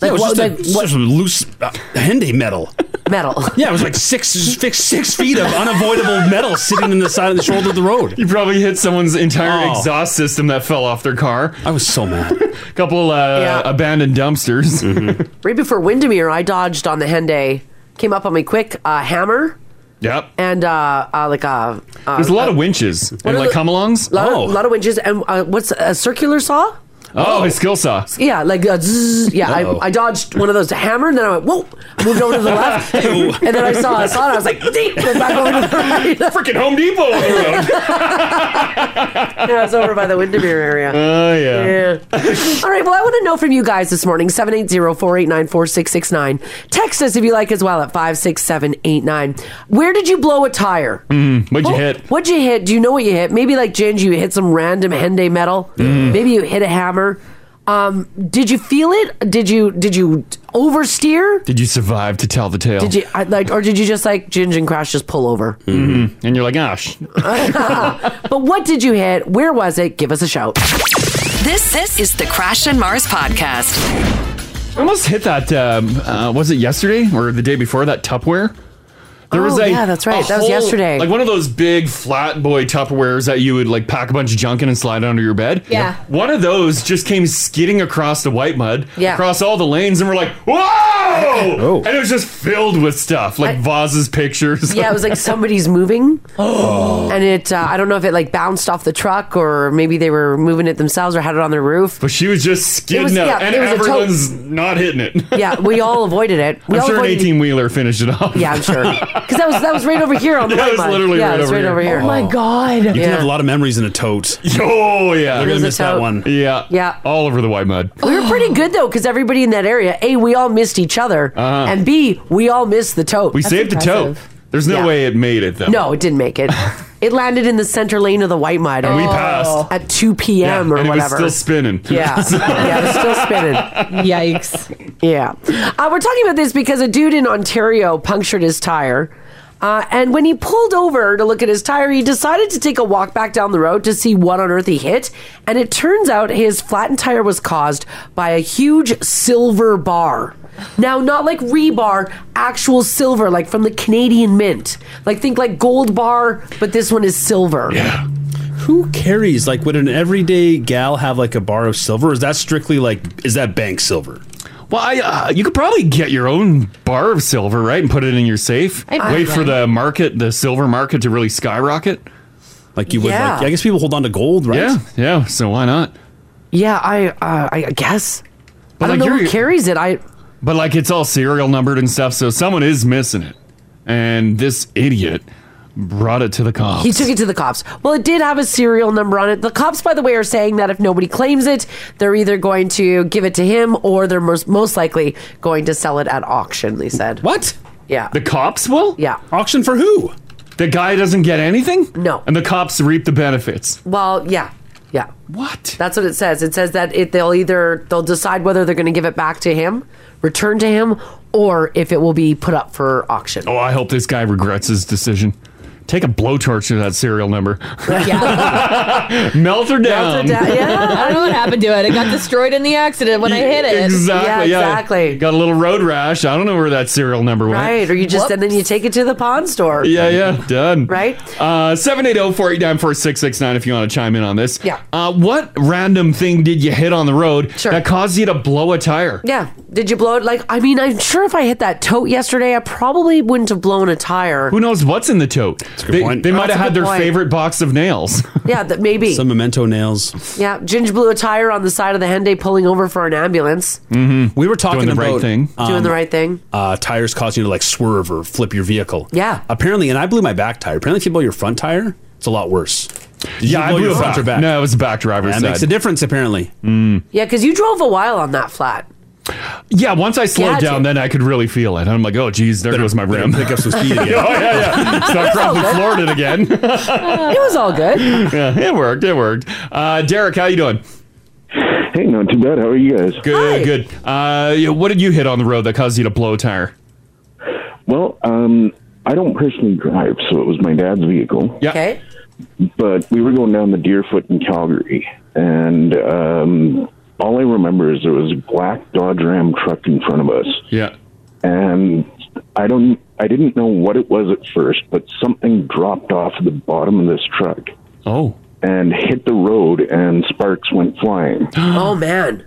[SPEAKER 4] Yeah, it was
[SPEAKER 3] what-
[SPEAKER 4] just, a, just a loose uh, Henday metal.
[SPEAKER 3] metal.
[SPEAKER 4] Yeah, it was like six, six, six feet of unavoidable metal sitting in the side of the shoulder of the road.
[SPEAKER 2] You probably hit someone's entire
[SPEAKER 4] Oh.
[SPEAKER 2] exhaust system that fell off their car.
[SPEAKER 4] I was so mad. Mm-hmm.
[SPEAKER 2] Couple uh,
[SPEAKER 3] Yeah.
[SPEAKER 2] abandoned dumpsters.
[SPEAKER 3] Right before Windermere, I dodged on the Henday. Came up on me quick, uh, hammer.
[SPEAKER 2] Yep.
[SPEAKER 3] And uh, uh, like uh, uh,
[SPEAKER 2] There's a lot of winches and
[SPEAKER 3] are
[SPEAKER 2] like
[SPEAKER 3] the-
[SPEAKER 2] come alongs.
[SPEAKER 3] lot,
[SPEAKER 4] Oh.
[SPEAKER 3] of, lot of winches and uh, what's a circular saw?
[SPEAKER 2] oh, his skill saw.
[SPEAKER 3] Yeah, like uh, zzz, yeah.
[SPEAKER 2] Uh-oh.
[SPEAKER 3] I, I dodged one of those to hammer, and then I went whoa, moved over to the left, and then I saw I saw it. I was like deep, went back over to the right.
[SPEAKER 2] Freaking Home Depot. on the road.
[SPEAKER 3] yeah, I was over by the Windermere area.
[SPEAKER 2] Oh yeah.
[SPEAKER 3] All right. Well, I want to know from you guys this morning 780 489 4669. Text us if you like as well at 56789. Where did you blow a tire? Oh,
[SPEAKER 2] Mm, what'd you hit?
[SPEAKER 3] What'd you hit? Do you know what you hit? Maybe like Ginge, you hit some random Henday metal.
[SPEAKER 2] Mm-hmm.
[SPEAKER 3] Maybe you hit a hammer. Um, did you feel it? Did you did you oversteer?
[SPEAKER 2] Did you survive to tell the tale?
[SPEAKER 3] Did you I, like, or did you just like Ginge and Crash just pull over?
[SPEAKER 2] Mm-hmm. And you're like, gosh.
[SPEAKER 3] But what did you hit? Where was it? Give us a shout.
[SPEAKER 1] This this is the Crash and Mars podcast.
[SPEAKER 2] I almost hit that. Um, uh, was it yesterday or the day before that Tupperware?
[SPEAKER 3] Oh, yeah, that's right.
[SPEAKER 2] a
[SPEAKER 3] That was yesterday.
[SPEAKER 2] Like one of those big flat boy Tupperwares that you would like pack a bunch of junk in and slide under your bed.
[SPEAKER 3] Yeah.
[SPEAKER 2] One of those just came skidding across the white mud,
[SPEAKER 3] Yeah.
[SPEAKER 2] across all the lanes, and we're like, whoa! And it was just filled with stuff like vases, pictures.
[SPEAKER 3] Yeah, it was like somebody's moving, and it—I don't know if it like bounced off the truck or maybe they were moving it themselves or had it on their roof.
[SPEAKER 2] But she was just skidding out, and everyone's not hitting it.
[SPEAKER 3] yeah, we all avoided it. We
[SPEAKER 2] I'm
[SPEAKER 3] all
[SPEAKER 2] sure an
[SPEAKER 3] avoided
[SPEAKER 2] 18 wheeler finished it off.
[SPEAKER 3] Yeah, I'm sure. Because that was that was right over here on the
[SPEAKER 2] Yeah, it
[SPEAKER 3] white
[SPEAKER 2] was
[SPEAKER 3] line.
[SPEAKER 2] literally
[SPEAKER 3] yeah,
[SPEAKER 2] right
[SPEAKER 3] it was
[SPEAKER 2] over
[SPEAKER 3] right
[SPEAKER 2] here.
[SPEAKER 3] over here.
[SPEAKER 2] Oh my
[SPEAKER 3] god!
[SPEAKER 4] You can have a lot of memories in a tote.
[SPEAKER 2] Oh yeah,
[SPEAKER 4] They're gonna miss that one.
[SPEAKER 2] Yeah,
[SPEAKER 3] Yeah.
[SPEAKER 2] all over the white mud.
[SPEAKER 3] We were pretty good though, because everybody in that area, a, we all missed each other,
[SPEAKER 2] Uh-huh.
[SPEAKER 3] and b, we all missed the tote.
[SPEAKER 2] We saved the tote. There's no
[SPEAKER 3] Yeah.
[SPEAKER 2] way it made it though.
[SPEAKER 3] No, it didn't make it. it landed in the center lane of the white mud.
[SPEAKER 2] And we passed.
[SPEAKER 3] at 2 p.m. or
[SPEAKER 2] and
[SPEAKER 3] whatever.
[SPEAKER 2] It was still spinning.
[SPEAKER 3] Yeah. yeah, it was still spinning. Yikes. Yeah. Uh, we're talking about this because a dude in Ontario punctured his tire. Uh, and when he pulled over to look at his tire, he decided to take a walk back down the road to see what on earth he hit. And it turns out his flattened tire was caused by a huge silver bar. Now, not like rebar, actual silver, like from the Canadian Mint. Like, think like gold bar, but this one is silver. Yeah.
[SPEAKER 4] Who carries like would an everyday gal have like a bar of silver? Or is that strictly like is that bank silver?
[SPEAKER 2] Well, I, uh, you could probably get your own bar of silver, right, and put it in your safe.
[SPEAKER 4] I-
[SPEAKER 2] Wait for the market, the silver market, to really skyrocket.
[SPEAKER 4] Like you would,
[SPEAKER 3] Yeah.
[SPEAKER 4] like I guess people hold on to gold, right?
[SPEAKER 2] Yeah, yeah. So why not?
[SPEAKER 3] Yeah, I uh, I guess.
[SPEAKER 2] But
[SPEAKER 3] I don't
[SPEAKER 2] like,
[SPEAKER 3] know who
[SPEAKER 2] you're-
[SPEAKER 3] carries it. I
[SPEAKER 2] But like, it's all serial numbered and stuff, so someone is missing it, and this idiot brought it to the cops.
[SPEAKER 3] He took it to the cops. Well, it did have a serial number on it. The cops, by the way, are saying that if nobody claims it, they're either going to give it to him or they're most, most likely going to sell it at auction, they said.
[SPEAKER 4] What?
[SPEAKER 3] Yeah.
[SPEAKER 2] The cops will?
[SPEAKER 3] Yeah.
[SPEAKER 4] Auction for who?
[SPEAKER 2] The guy doesn't get anything?
[SPEAKER 3] No.
[SPEAKER 2] And the cops reap the benefits.
[SPEAKER 3] Well, yeah. Yeah.
[SPEAKER 2] What?
[SPEAKER 3] That's what it says. It says that it, they'll either they'll decide whether they're going to give it back to him, return to him, or if it will be put up for auction.
[SPEAKER 2] Oh, I hope this guy regrets his decision. Take a blowtorch to that serial number. Melt her down.
[SPEAKER 5] I don't know what happened to it. It got destroyed in the accident when I hit it.
[SPEAKER 2] Exactly. Yeah, Got a little road rash. I don't know where that serial number went.
[SPEAKER 3] Right. Or you just and then you take it to the pawn store.
[SPEAKER 2] Yeah, yeah, done.
[SPEAKER 3] Right?
[SPEAKER 2] Uh, 780-489-4669 if you want to chime in on this.
[SPEAKER 3] Yeah.
[SPEAKER 2] Uh, what random thing did you hit on the road that caused you to blow a tire?
[SPEAKER 3] Yeah. Did you blow it? Like, I mean, I'm sure if I hit that tote yesterday, I probably wouldn't have blown a tire.
[SPEAKER 2] Who knows what's in the tote? they they might
[SPEAKER 3] That's
[SPEAKER 2] have
[SPEAKER 3] a
[SPEAKER 2] had
[SPEAKER 3] good
[SPEAKER 2] their
[SPEAKER 3] point.
[SPEAKER 2] favorite box of nails.
[SPEAKER 3] Yeah, that maybe.
[SPEAKER 4] Some memento nails.
[SPEAKER 3] yeah, Ginge blew a tire on the side of the Henday, pulling over for an ambulance,
[SPEAKER 4] Mm-hmm. We were talking
[SPEAKER 2] Doing the
[SPEAKER 4] about
[SPEAKER 2] right thing.
[SPEAKER 3] doing
[SPEAKER 4] um,
[SPEAKER 3] the right thing.
[SPEAKER 4] uh, tires cause you to like swerve or flip your vehicle.
[SPEAKER 3] Yeah.
[SPEAKER 4] Apparently, and I blew my back tire. Apparently, if you blow your front tire, it's a lot worse. Did you
[SPEAKER 2] Yeah, I
[SPEAKER 4] blow
[SPEAKER 2] blew
[SPEAKER 4] your
[SPEAKER 2] a
[SPEAKER 4] front
[SPEAKER 2] back.
[SPEAKER 4] or back?
[SPEAKER 2] No, it was back driver's
[SPEAKER 4] That
[SPEAKER 2] side. Hmm.
[SPEAKER 4] makes a difference. Apparently,
[SPEAKER 3] Yeah, because you drove a while on that flat.
[SPEAKER 2] Yeah, once I slowed
[SPEAKER 3] Gadget.
[SPEAKER 2] down, then I could really feel it. I'm like, oh, geez, there goes my rim. Pick up some speed again. oh, yeah, yeah. So I probably floored it again.
[SPEAKER 3] it was all good.
[SPEAKER 2] yeah, it worked. It worked. Uh, Derek, how you doing?
[SPEAKER 6] Hey, not too bad. How are you guys?
[SPEAKER 2] Good, good. Uh, yeah, what did you hit on the road that caused you to blow a tire?
[SPEAKER 6] Well, um, I don't personally drive, so it was my dad's vehicle.
[SPEAKER 2] Yeah.
[SPEAKER 3] Okay.
[SPEAKER 6] But we were going down the Deerfoot in Calgary, and um, all I remember is there was a black Dodge Ram truck in front of us.
[SPEAKER 2] Yeah.
[SPEAKER 6] and I don't I didn't know what it was at first, but something dropped off the bottom of this truck.
[SPEAKER 2] Oh.
[SPEAKER 6] And hit the road and sparks went flying.
[SPEAKER 3] oh man.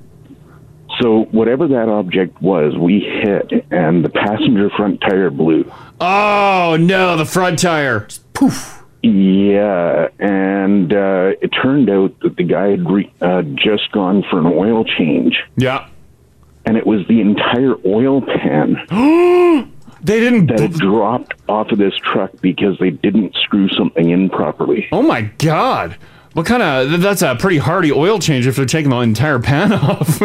[SPEAKER 6] So whatever that object was, we hit and the passenger front tire blew.
[SPEAKER 2] Oh no, the front tire.
[SPEAKER 6] Poof. Yeah, and uh, it turned out that the guy had re- uh, just gone for an oil change,
[SPEAKER 2] Yeah.
[SPEAKER 6] and it was the entire oil pan
[SPEAKER 2] they didn't.
[SPEAKER 6] that had dropped off of this truck because they didn't screw something in properly.
[SPEAKER 2] Oh my god. What kind of that's a pretty hardy oil change if they're taking the entire pan off.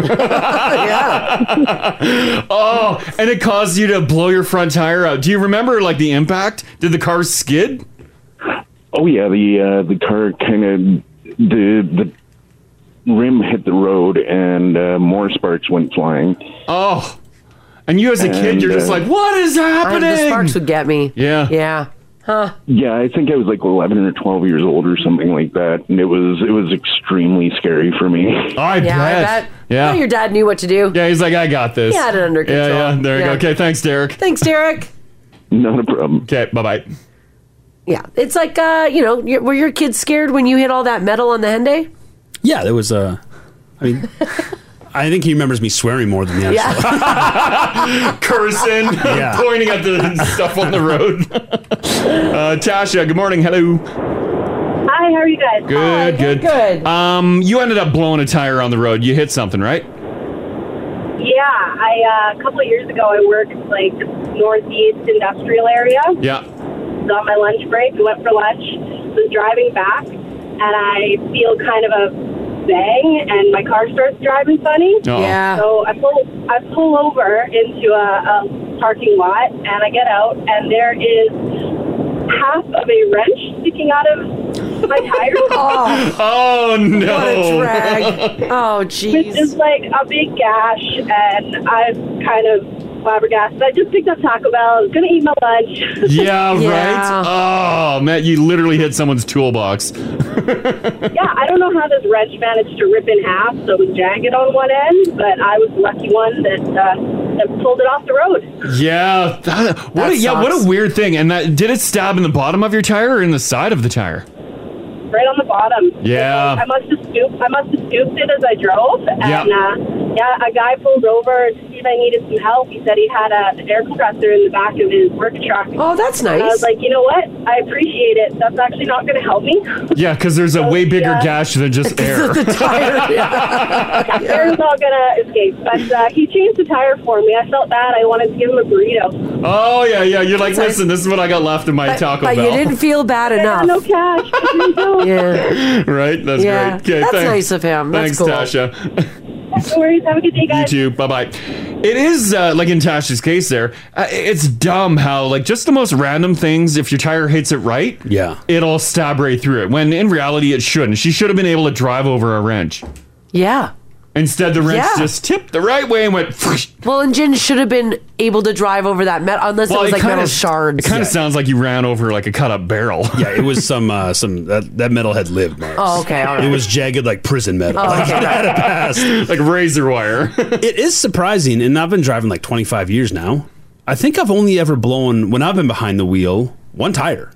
[SPEAKER 2] yeah. oh, and it caused you to blow your front tire out. Do you remember like the impact? Did the car skid?
[SPEAKER 6] Oh yeah, the uh, the car kind of the the rim hit the road and uh, more sparks went flying.
[SPEAKER 2] Oh. And you as a kid,
[SPEAKER 6] And,
[SPEAKER 2] you're just
[SPEAKER 6] uh,
[SPEAKER 2] like, what is happening?
[SPEAKER 3] the sparks would get me.
[SPEAKER 2] Yeah.
[SPEAKER 3] Yeah. Huh.
[SPEAKER 6] Yeah, I think I was like eleven or twelve years old or something like that, and it was it was extremely scary for me.
[SPEAKER 3] yeah,
[SPEAKER 2] I
[SPEAKER 3] I
[SPEAKER 2] bet.
[SPEAKER 3] bet.
[SPEAKER 2] Yeah.
[SPEAKER 3] Well, your dad knew what to do.
[SPEAKER 2] Yeah, he's like, I got this.
[SPEAKER 3] He had it under control.
[SPEAKER 2] Yeah, yeah. There you
[SPEAKER 3] Yeah.
[SPEAKER 2] go. Okay, thanks, Derek.
[SPEAKER 3] Thanks, Derek.
[SPEAKER 6] Not a problem.
[SPEAKER 2] Okay, bye bye.
[SPEAKER 3] Yeah, it's like uh, you know, you- were your kids scared when you hit all that metal on the Hyundai?
[SPEAKER 4] Yeah, there was a. I mean, I think he remembers me swearing more than the actual.
[SPEAKER 2] Cursing, pointing at the stuff on the road. uh, Tasha, good morning. Hello.
[SPEAKER 8] Hi, how are you guys?
[SPEAKER 2] Good, good, good. Um, you ended up blowing a tire on the road. You hit something, right?
[SPEAKER 8] Yeah, I uh, a couple of years ago I worked like northeast industrial area.
[SPEAKER 2] Yeah.
[SPEAKER 8] It was on my lunch break. We went for lunch. Was driving back, and I feel kind of a bang, and my car starts driving funny.
[SPEAKER 9] Uh-oh. Yeah.
[SPEAKER 8] So I pull I pull over into a, a parking lot, and I get out, and there is half of a wrench sticking out of my tire.
[SPEAKER 2] Oh no!
[SPEAKER 3] Oh
[SPEAKER 8] With just like a big gash, and I'm kind of flabbergasted. I just picked up Taco Bell. I was gonna eat my lunch.
[SPEAKER 2] yeah, right. Oh man, you literally hit someone's toolbox.
[SPEAKER 8] yeah, I don't know how this wrench managed to rip in half, so it was jagged on one end, but I was the lucky one that uh, that pulled it off the road.
[SPEAKER 2] Yeah. that- what?
[SPEAKER 8] That
[SPEAKER 2] a, yeah. What
[SPEAKER 8] sucks.
[SPEAKER 2] a weird thing. And that did it stab in the bottom of your tire or in the side of the tire?
[SPEAKER 8] Right on the bottom. I
[SPEAKER 2] Yeah.
[SPEAKER 8] must have scooped. I must have scooped it as I drove, and
[SPEAKER 2] Yeah.
[SPEAKER 8] uh, yeah, a guy pulled over to see if I needed some help. He said he had a, an air compressor in the back of his work truck.
[SPEAKER 3] Oh, that's
[SPEAKER 8] I
[SPEAKER 2] nice.
[SPEAKER 8] was like, you know what? I appreciate it. That's actually not going to help me.
[SPEAKER 2] Yeah, because there's a way bigger
[SPEAKER 8] Yeah.
[SPEAKER 2] gash than just air.
[SPEAKER 8] That air's not going to escape. But uh, he changed the tire for me. I felt bad. I wanted to give him a burrito.
[SPEAKER 2] Oh yeah, yeah. You're like,
[SPEAKER 8] Sorry.
[SPEAKER 2] listen, this is what I got left in my
[SPEAKER 8] But-
[SPEAKER 2] Taco
[SPEAKER 8] but you
[SPEAKER 2] Bell.
[SPEAKER 3] Didn't feel bad enough.
[SPEAKER 8] No cash.
[SPEAKER 3] yeah.
[SPEAKER 2] right? That's
[SPEAKER 3] Yeah,
[SPEAKER 2] great. Okay,
[SPEAKER 3] that's
[SPEAKER 2] thanks.
[SPEAKER 3] nice of him. That's
[SPEAKER 2] Thanks,
[SPEAKER 3] cool.
[SPEAKER 2] Tasha.
[SPEAKER 8] No worries. Have a good day, guys.
[SPEAKER 2] You too. Bye bye. It is uh, like in Tasha's case there. Uh, it's dumb how like just the most random things. If your tire hits it right,
[SPEAKER 4] yeah,
[SPEAKER 2] it'll stab right through it. When in reality, it shouldn't. She should have been able to drive over a wrench.
[SPEAKER 3] Yeah.
[SPEAKER 2] Instead, the wrench
[SPEAKER 3] Yeah.
[SPEAKER 2] just tipped the right way and went.
[SPEAKER 3] Well, and Jin should have been able to drive over that metal unless it was like metal shards.
[SPEAKER 2] It kind of sounds like you ran over like a cut up barrel.
[SPEAKER 4] Yeah, it was some uh, some that, that metal had lived. Mark.
[SPEAKER 3] Oh, okay, all right.
[SPEAKER 4] It was jagged like prison metal.
[SPEAKER 3] Oh,
[SPEAKER 4] like,
[SPEAKER 3] okay.
[SPEAKER 4] it had a past.
[SPEAKER 2] like razor wire.
[SPEAKER 4] it is surprising, and I've been driving like 25 years now. I think I've only ever blown when I've been behind the wheel one tire.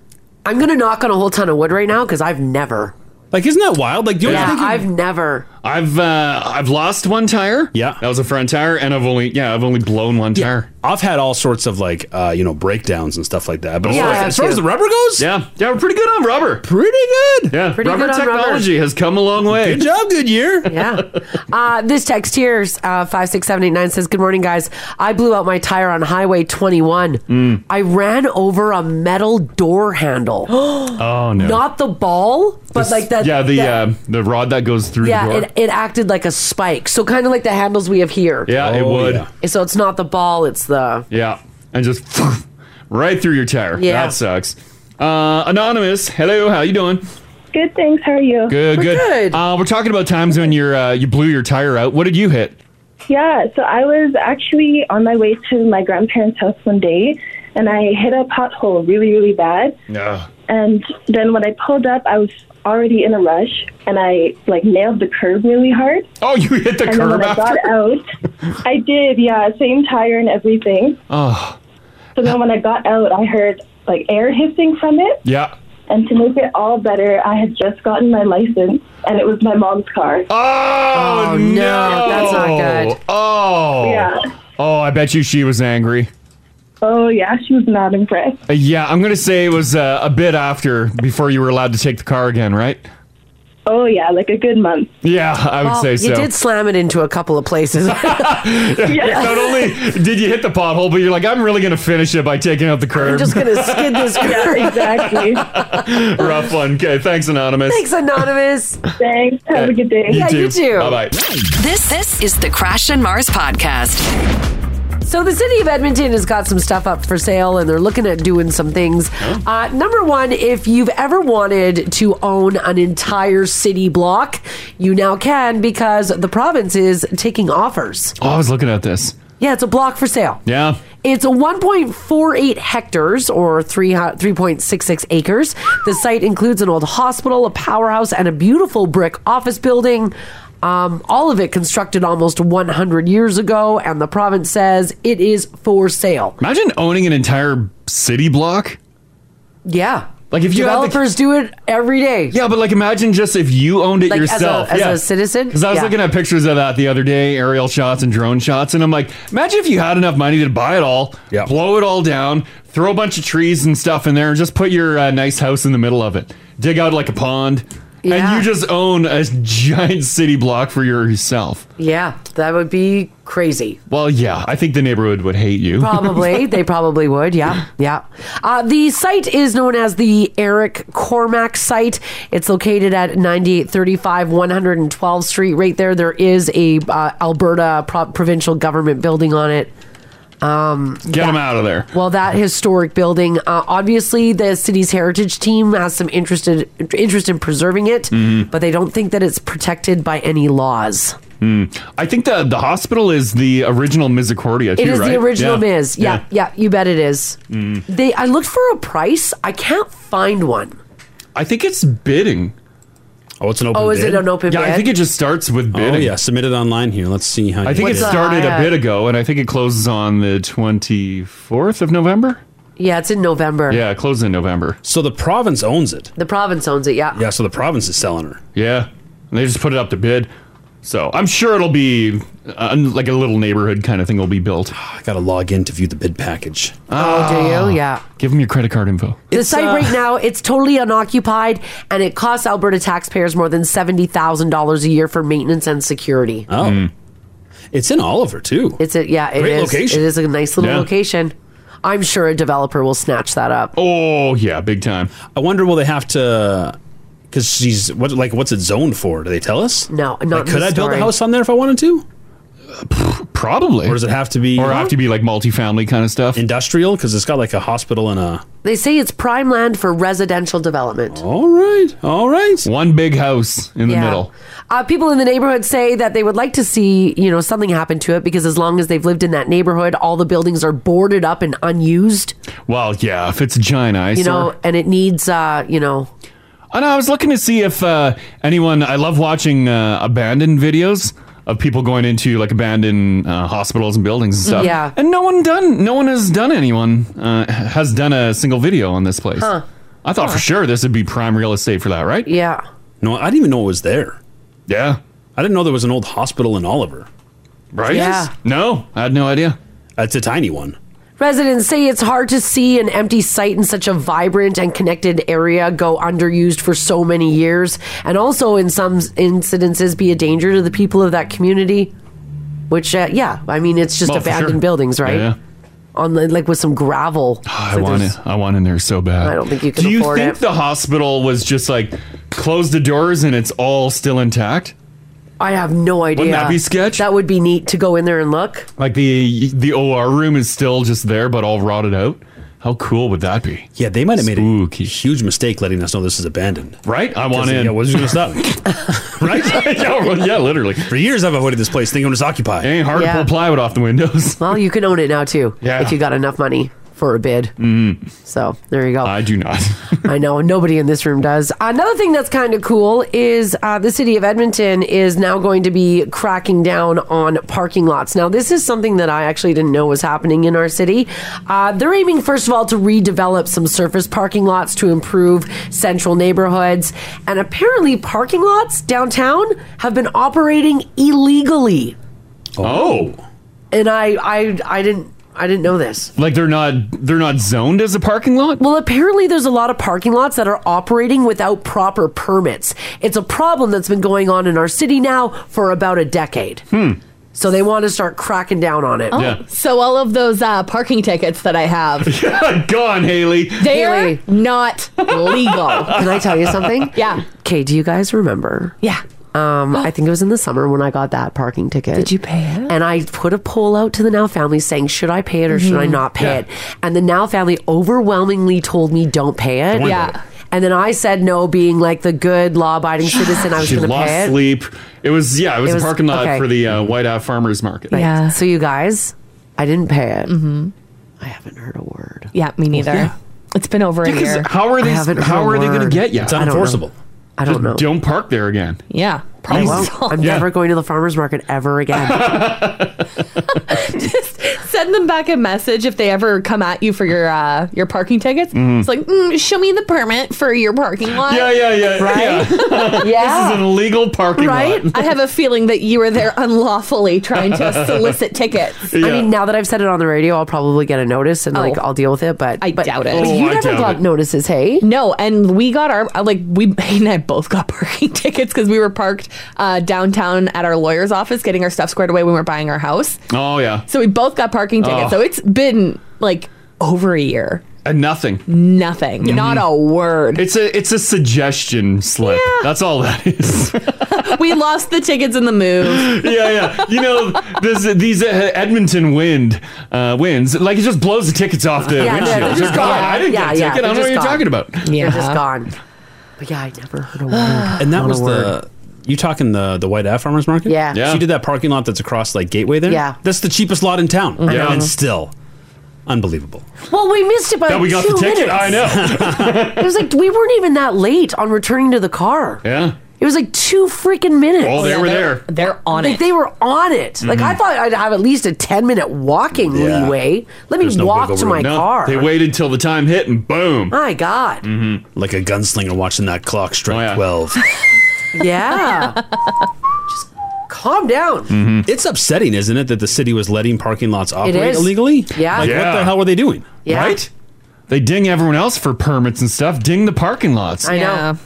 [SPEAKER 3] I'm gonna knock on a whole ton of wood right now because I've never.
[SPEAKER 4] Like, isn't that wild? Like, do
[SPEAKER 3] yeah, I've never.
[SPEAKER 2] I've uh, I've lost one tire.
[SPEAKER 4] Yeah,
[SPEAKER 2] that was a front tire, and I've only yeah I've only blown one tire.
[SPEAKER 4] I've had all sorts of like uh, you know breakdowns and stuff like that. But as
[SPEAKER 2] Yeah,
[SPEAKER 4] far as-
[SPEAKER 2] I have
[SPEAKER 4] as far as
[SPEAKER 2] too.
[SPEAKER 4] the rubber goes,
[SPEAKER 2] yeah, yeah, we're pretty good on rubber.
[SPEAKER 4] Pretty good.
[SPEAKER 2] Yeah,
[SPEAKER 3] Pretty
[SPEAKER 2] rubber
[SPEAKER 3] good on rubber.
[SPEAKER 2] technology has come a long way.
[SPEAKER 4] Good job, Goodyear.
[SPEAKER 3] Yeah. Uh, this text here, uh, 56789 says, Good morning, guys. I blew out my tire on Highway 21.
[SPEAKER 2] Mm.
[SPEAKER 3] I ran over a metal door handle.
[SPEAKER 2] Oh no,
[SPEAKER 3] Not the ball, but
[SPEAKER 2] This-
[SPEAKER 3] like that.
[SPEAKER 2] Yeah, the
[SPEAKER 3] that-
[SPEAKER 2] uh, the rod that goes through
[SPEAKER 3] yeah,
[SPEAKER 2] the door.
[SPEAKER 3] it, it acted like a spike. So kind of like the handles we have here.
[SPEAKER 2] yeah,
[SPEAKER 4] Oh,
[SPEAKER 2] it would. Yeah.
[SPEAKER 3] So it's not the ball, it's the.
[SPEAKER 2] and just right through your tire.
[SPEAKER 3] Yeah.
[SPEAKER 2] that sucks. Uh, anonymous, hello, how you doing?
[SPEAKER 9] Good, thanks. How are you?
[SPEAKER 2] Good, good. Uh, we're talking about times when you're uh, you blew your tire out. What did you hit?
[SPEAKER 9] Yeah, so I was actually on my way to my grandparents' house one day, and I hit a pothole really, really bad.
[SPEAKER 2] No.
[SPEAKER 9] And then when I pulled up, I was already in a rush, and I like nailed the curb really hard.
[SPEAKER 2] Oh, you hit the
[SPEAKER 9] and
[SPEAKER 2] curb
[SPEAKER 9] then when I got out, I did. Yeah, same tire and everything.
[SPEAKER 2] Oh,
[SPEAKER 9] So then when I got out, I heard like air hissing from it.
[SPEAKER 2] yeah.
[SPEAKER 9] And to make it all better, I had just gotten my license, and it was my mom's car.
[SPEAKER 2] Oh, Oh.
[SPEAKER 9] Yeah.
[SPEAKER 2] Oh, I bet you she was angry.
[SPEAKER 9] Oh yeah, she was not impressed.
[SPEAKER 2] Uh, yeah, I'm gonna say it was uh, a bit after before you were allowed to take the car again, right?
[SPEAKER 9] Oh yeah, like a good month.
[SPEAKER 2] Yeah, I would
[SPEAKER 3] Well,
[SPEAKER 2] say so.
[SPEAKER 3] You did slam it into a couple of places.
[SPEAKER 2] Not only did you hit the pothole, but you're like, I'm really gonna finish it by taking out the curb.
[SPEAKER 3] I'm just gonna skid this curb. exactly.
[SPEAKER 2] Rough one. Okay, thanks, anonymous.
[SPEAKER 3] Thanks, anonymous.
[SPEAKER 9] Thanks.
[SPEAKER 2] Have a good day. You
[SPEAKER 3] yeah, you
[SPEAKER 2] too.
[SPEAKER 3] too.
[SPEAKER 2] Bye-bye.
[SPEAKER 1] This this is the Crash and Mars podcast.
[SPEAKER 3] So the city of Edmonton has got some stuff up for sale, and they're looking at doing some things. Uh, number one, if you've ever wanted to own an entire city block, you now can because the province is taking offers.
[SPEAKER 2] Oh, I was looking at this.
[SPEAKER 3] Yeah, it's a block for sale.
[SPEAKER 2] Yeah.
[SPEAKER 3] It's 1.48 hectares or uh, 3 3.66 acres. The site includes an old hospital, a powerhouse, and a beautiful brick office building. Um, all of it constructed almost 100 years ago, and the province says it is for sale.
[SPEAKER 2] Imagine owning an entire city block.
[SPEAKER 3] Yeah.
[SPEAKER 2] Like if you had the-
[SPEAKER 3] developers do it every day.
[SPEAKER 2] Yeah, but like imagine just if you owned it
[SPEAKER 3] Like, as a-
[SPEAKER 2] yourself.
[SPEAKER 3] as a citizen?
[SPEAKER 2] Because I was
[SPEAKER 3] Yeah.
[SPEAKER 2] looking at pictures of that the other day, aerial shots and drone shots, and I'm like, imagine if you had enough money to buy it all, blow it all down, throw a bunch of trees and stuff in there, and just put your uh, nice house in the middle of it. Dig out like a pond, and you just own a giant city block for yourself.
[SPEAKER 3] Yeah, that would be crazy.
[SPEAKER 2] Well, yeah, I think the neighborhood would hate you.
[SPEAKER 3] Probably. they probably would. Yeah. Yeah. Uh, the site is known as the Eric Cormack site. It's located at 9835 112th Street, right there. There is a uh, Alberta pro- provincial government building on it. Um,
[SPEAKER 2] Get them out of there.
[SPEAKER 3] well, that historic building. Uh, obviously, the city's heritage team has some interested interest in preserving it,
[SPEAKER 2] Mhm.
[SPEAKER 3] but they don't think that it's protected by any laws.
[SPEAKER 2] Hmm. I think the the hospital is the original Misericordia. Too,
[SPEAKER 3] It is
[SPEAKER 2] right?
[SPEAKER 3] the original
[SPEAKER 2] Yeah.
[SPEAKER 3] Miz. Yeah, yeah, you bet it is.
[SPEAKER 2] Hmm.
[SPEAKER 3] They I looked for a price. I can't find one.
[SPEAKER 2] I think it's bidding.
[SPEAKER 4] Oh, it's an
[SPEAKER 3] open Oh, is it bid? an open
[SPEAKER 2] Yeah, I
[SPEAKER 3] bid?
[SPEAKER 2] think it just starts with bidding.
[SPEAKER 4] Oh, yeah. Submit it online here. Let's see how.
[SPEAKER 2] I think it
[SPEAKER 3] What's the
[SPEAKER 2] started a
[SPEAKER 3] high, uh,
[SPEAKER 2] bit ago, and I think it closes on the twenty fourth of November.
[SPEAKER 3] Yeah, it's in November.
[SPEAKER 2] Yeah, it closes in November.
[SPEAKER 4] So the province owns it.
[SPEAKER 3] The province owns it, yeah.
[SPEAKER 4] Yeah, so the province is selling her.
[SPEAKER 2] Yeah, and they just put it up to bid. So I'm sure it'll be uh, like a little neighborhood kind of thing will be built. I
[SPEAKER 4] got to Ah, log in to view the bid package.
[SPEAKER 3] Oh, do you? Yeah.
[SPEAKER 2] Ah. Give them your credit card info.
[SPEAKER 3] The site right now, it's uh, totally unoccupied and it costs Alberta taxpayers more than $70,000 a year for maintenance and security.
[SPEAKER 4] Oh. It's in Oliver too.
[SPEAKER 3] It's a yeah, it is.
[SPEAKER 4] Great location.
[SPEAKER 3] It is a nice little
[SPEAKER 4] Yeah.
[SPEAKER 3] location. I'm sure a developer will snatch that up.
[SPEAKER 2] Oh yeah, big time.
[SPEAKER 4] I wonder will they have to because she's what like what's it zoned for? Do they tell us?
[SPEAKER 3] No, not
[SPEAKER 4] Like,
[SPEAKER 3] in
[SPEAKER 4] could
[SPEAKER 3] the
[SPEAKER 4] I build a
[SPEAKER 3] story.
[SPEAKER 4] house on there if I wanted to?
[SPEAKER 2] Probably.
[SPEAKER 4] Or does it have to be?
[SPEAKER 2] Or have to be like multifamily kind of stuff?
[SPEAKER 4] Industrial because it's got like a hospital and a.
[SPEAKER 3] They say it's prime land for residential development.
[SPEAKER 4] All right, all right.
[SPEAKER 2] One big house in the
[SPEAKER 3] Yeah.
[SPEAKER 2] middle.
[SPEAKER 3] Uh, people in the neighborhood say that they would like to see, you know, something happen to it because as long as they've lived in that neighborhood, all the buildings are boarded up and unused,
[SPEAKER 2] Well, yeah, if it's a giant eyesore.
[SPEAKER 3] you know, and it needs, uh, you know,
[SPEAKER 2] I know. I was looking to see if uh, anyone. I love watching uh, abandoned videos of people going into like abandoned uh, hospitals and buildings and stuff.
[SPEAKER 3] Yeah.
[SPEAKER 2] And no one done. No one has done anyone uh, has done a single video on this place.
[SPEAKER 3] Huh.
[SPEAKER 2] I thought for sure this would be prime real estate for that, right?
[SPEAKER 3] yeah.
[SPEAKER 4] No, I didn't even know it was there.
[SPEAKER 2] Yeah,
[SPEAKER 4] I didn't know there was an old hospital in Oliver.
[SPEAKER 2] Right?
[SPEAKER 3] Yeah.
[SPEAKER 2] No, I had no idea.
[SPEAKER 4] It's a tiny one.
[SPEAKER 3] Residents say it's hard to see an empty site in such a vibrant and connected area go underused for so many years, and also in some incidences be a danger to the people of that community. Which, uh, yeah, I mean, it's just
[SPEAKER 2] Well, for
[SPEAKER 3] abandoned
[SPEAKER 2] sure.
[SPEAKER 3] buildings, right?
[SPEAKER 2] Yeah.
[SPEAKER 3] On the- like with some gravel.
[SPEAKER 2] I want it. I want in there so bad. I don't
[SPEAKER 3] think you can
[SPEAKER 2] Do you
[SPEAKER 3] afford
[SPEAKER 2] think
[SPEAKER 3] it.
[SPEAKER 2] the hospital was just like closed the doors and it's all still intact?
[SPEAKER 3] I have no idea.
[SPEAKER 2] that be sketch?
[SPEAKER 3] That would be neat to go in there and look.
[SPEAKER 2] Like the the OR room is still just there, but all rotted out. How cool would that be?
[SPEAKER 4] Yeah, they might have made a huge mistake letting us know this is abandoned.
[SPEAKER 2] Right? I want in.
[SPEAKER 4] Yeah, what's going to stop? right?
[SPEAKER 2] yeah, well, yeah, literally.
[SPEAKER 4] For years, I've avoided this place thinking it was occupied.
[SPEAKER 2] It ain't hard
[SPEAKER 3] Yeah.
[SPEAKER 2] to pull plywood off the windows.
[SPEAKER 3] Well, you can own it now too.
[SPEAKER 2] Yeah. Hmm.
[SPEAKER 3] If you got enough money for a bid.
[SPEAKER 2] Mm-hmm.
[SPEAKER 3] Mm. So there you go. I
[SPEAKER 2] do not.
[SPEAKER 3] I know nobody in this room does. Another thing that's kind of cool is uh, the city of Edmonton is now going to be cracking down on parking lots. Now, this is something that I actually didn't know was happening in our city. Uh, they're aiming, first of all, to redevelop some surface parking lots to improve central neighborhoods. And apparently, parking lots downtown have been operating illegally.
[SPEAKER 2] Oh.
[SPEAKER 3] And I, I, I didn't, I didn't know this.
[SPEAKER 2] Like they're not they're not zoned as a parking lot?
[SPEAKER 3] Well, apparently there's a lot of parking lots that are operating without proper permits. It's a problem that's been going on in our city now for about a decade. Hmm. So they want to start cracking down on it.
[SPEAKER 5] Oh, so all of those uh, parking tickets that I have,
[SPEAKER 2] Gone, Haley.
[SPEAKER 5] they're not legal.
[SPEAKER 3] Can I tell you something?
[SPEAKER 5] Yeah.
[SPEAKER 3] Okay, do you guys remember?
[SPEAKER 5] Yeah.
[SPEAKER 3] Um, I think it was in the summer when I got that parking ticket. Did you pay it? And I put a poll out to the Now family saying, should I pay it or should I
[SPEAKER 5] Mhm.
[SPEAKER 3] not pay
[SPEAKER 5] Yeah.
[SPEAKER 3] it? And the Now family overwhelmingly told me, don't pay it.
[SPEAKER 2] Don't Yeah. pay it.
[SPEAKER 3] And then I said no, being like the good law abiding citizen I was
[SPEAKER 2] she
[SPEAKER 3] going to
[SPEAKER 2] lost
[SPEAKER 3] pay it.
[SPEAKER 2] sleep. It was yeah, it was
[SPEAKER 3] It was-
[SPEAKER 2] a parking lot
[SPEAKER 3] okay.
[SPEAKER 2] for the uh, White Ave Farmers Market.
[SPEAKER 3] Right. So you guys, I didn't pay it. Mm-hmm.
[SPEAKER 5] Yeah, me neither. It's been over a
[SPEAKER 2] Because
[SPEAKER 5] year.
[SPEAKER 2] how are they?
[SPEAKER 5] I haven't
[SPEAKER 2] How
[SPEAKER 5] heard
[SPEAKER 2] are
[SPEAKER 5] a
[SPEAKER 2] they going to
[SPEAKER 5] word.
[SPEAKER 2] get you?
[SPEAKER 5] It's I don't know. unenforceable.
[SPEAKER 3] I don't
[SPEAKER 2] Just
[SPEAKER 3] know.
[SPEAKER 2] Don't park there again.
[SPEAKER 5] Yeah.
[SPEAKER 3] I
[SPEAKER 5] Problem
[SPEAKER 3] won't.
[SPEAKER 5] solved.
[SPEAKER 3] I'm never going to the farmer's market ever again.
[SPEAKER 5] Send them back a message if they ever come at you for your uh, your parking tickets.
[SPEAKER 2] Mhm.
[SPEAKER 5] It's like, mm, show me the permit for your parking lot.
[SPEAKER 2] Yeah, yeah, yeah.
[SPEAKER 5] Right?
[SPEAKER 2] Yeah.
[SPEAKER 5] Yeah.
[SPEAKER 2] This is an illegal parking
[SPEAKER 5] Right?
[SPEAKER 2] lot.
[SPEAKER 5] I have a feeling that you were there unlawfully trying to solicit tickets.
[SPEAKER 3] I mean, now that I've said it on the radio, I'll probably get a notice and like I'll deal with it. But I
[SPEAKER 2] Oh,
[SPEAKER 5] doubt it.
[SPEAKER 3] you never got notices, hey?
[SPEAKER 5] No, and we got our uh, like we Hayden and I both got parking tickets because we were parked uh, downtown at our lawyer's office getting our stuff squared away when we were buying our house.
[SPEAKER 2] Oh yeah.
[SPEAKER 5] So we both got parking tickets.
[SPEAKER 2] Oh.
[SPEAKER 5] So it's been like over a year.
[SPEAKER 2] And Uh, nothing. Mm-hmm.
[SPEAKER 5] Nothing. Not a word.
[SPEAKER 2] It's a it's a suggestion slip. That's all that is.
[SPEAKER 5] we lost the tickets in the move.
[SPEAKER 2] yeah, yeah. You know, this, these uh, Edmonton wind uh, winds, like it just blows the tickets off the
[SPEAKER 3] Yeah,
[SPEAKER 2] windshield.
[SPEAKER 3] they're just
[SPEAKER 2] They're
[SPEAKER 3] gone.
[SPEAKER 2] I didn't
[SPEAKER 3] Yeah,
[SPEAKER 2] get a
[SPEAKER 3] yeah,
[SPEAKER 2] ticket. I don't
[SPEAKER 3] they're
[SPEAKER 2] know what you're
[SPEAKER 3] just gone.
[SPEAKER 2] talking about.
[SPEAKER 3] They're just gone. But yeah, I never heard a word.
[SPEAKER 4] And that
[SPEAKER 3] Not
[SPEAKER 4] was
[SPEAKER 3] a word.
[SPEAKER 4] the you talking the the White Ave Farmers Market?
[SPEAKER 3] Yeah. Yeah.
[SPEAKER 4] She did that parking lot that's across like Gateway there.
[SPEAKER 3] Yeah.
[SPEAKER 4] That's the cheapest lot in town.
[SPEAKER 3] Mhm. Yeah.
[SPEAKER 4] And still, unbelievable.
[SPEAKER 3] Well, we missed it by
[SPEAKER 4] That we got
[SPEAKER 3] two
[SPEAKER 4] the ticket,
[SPEAKER 3] minutes.
[SPEAKER 4] I
[SPEAKER 3] know. it was like we weren't even that late on returning to the car.
[SPEAKER 2] Yeah.
[SPEAKER 3] It was like two freaking minutes.
[SPEAKER 2] Oh, they Yeah, were they're- there.
[SPEAKER 5] They're on
[SPEAKER 3] like,
[SPEAKER 5] it.
[SPEAKER 3] They were on it. Like I
[SPEAKER 2] Mhm.
[SPEAKER 3] thought I'd have at least a ten minute walking
[SPEAKER 2] Yeah.
[SPEAKER 3] leeway. Let me
[SPEAKER 2] There's no
[SPEAKER 3] walk
[SPEAKER 2] wiggle
[SPEAKER 3] to
[SPEAKER 2] room.
[SPEAKER 3] my
[SPEAKER 2] No,
[SPEAKER 3] car. Ah.
[SPEAKER 2] They waited till the time hit and boom.
[SPEAKER 3] My God.
[SPEAKER 4] Mm-hmm. Like a gunslinger watching that clock
[SPEAKER 2] Oh,
[SPEAKER 4] strike twelve.
[SPEAKER 3] Yeah. Just calm down.
[SPEAKER 2] Mm-hmm.
[SPEAKER 4] It's upsetting, isn't it, that the city was letting parking lots operate
[SPEAKER 3] is.
[SPEAKER 4] illegally?
[SPEAKER 3] Yeah.
[SPEAKER 4] Like
[SPEAKER 3] Yeah.
[SPEAKER 4] what the hell were they doing?
[SPEAKER 3] Yeah.
[SPEAKER 2] Right? They ding everyone else for permits and stuff. Ding the parking lots.
[SPEAKER 3] I know. Yeah.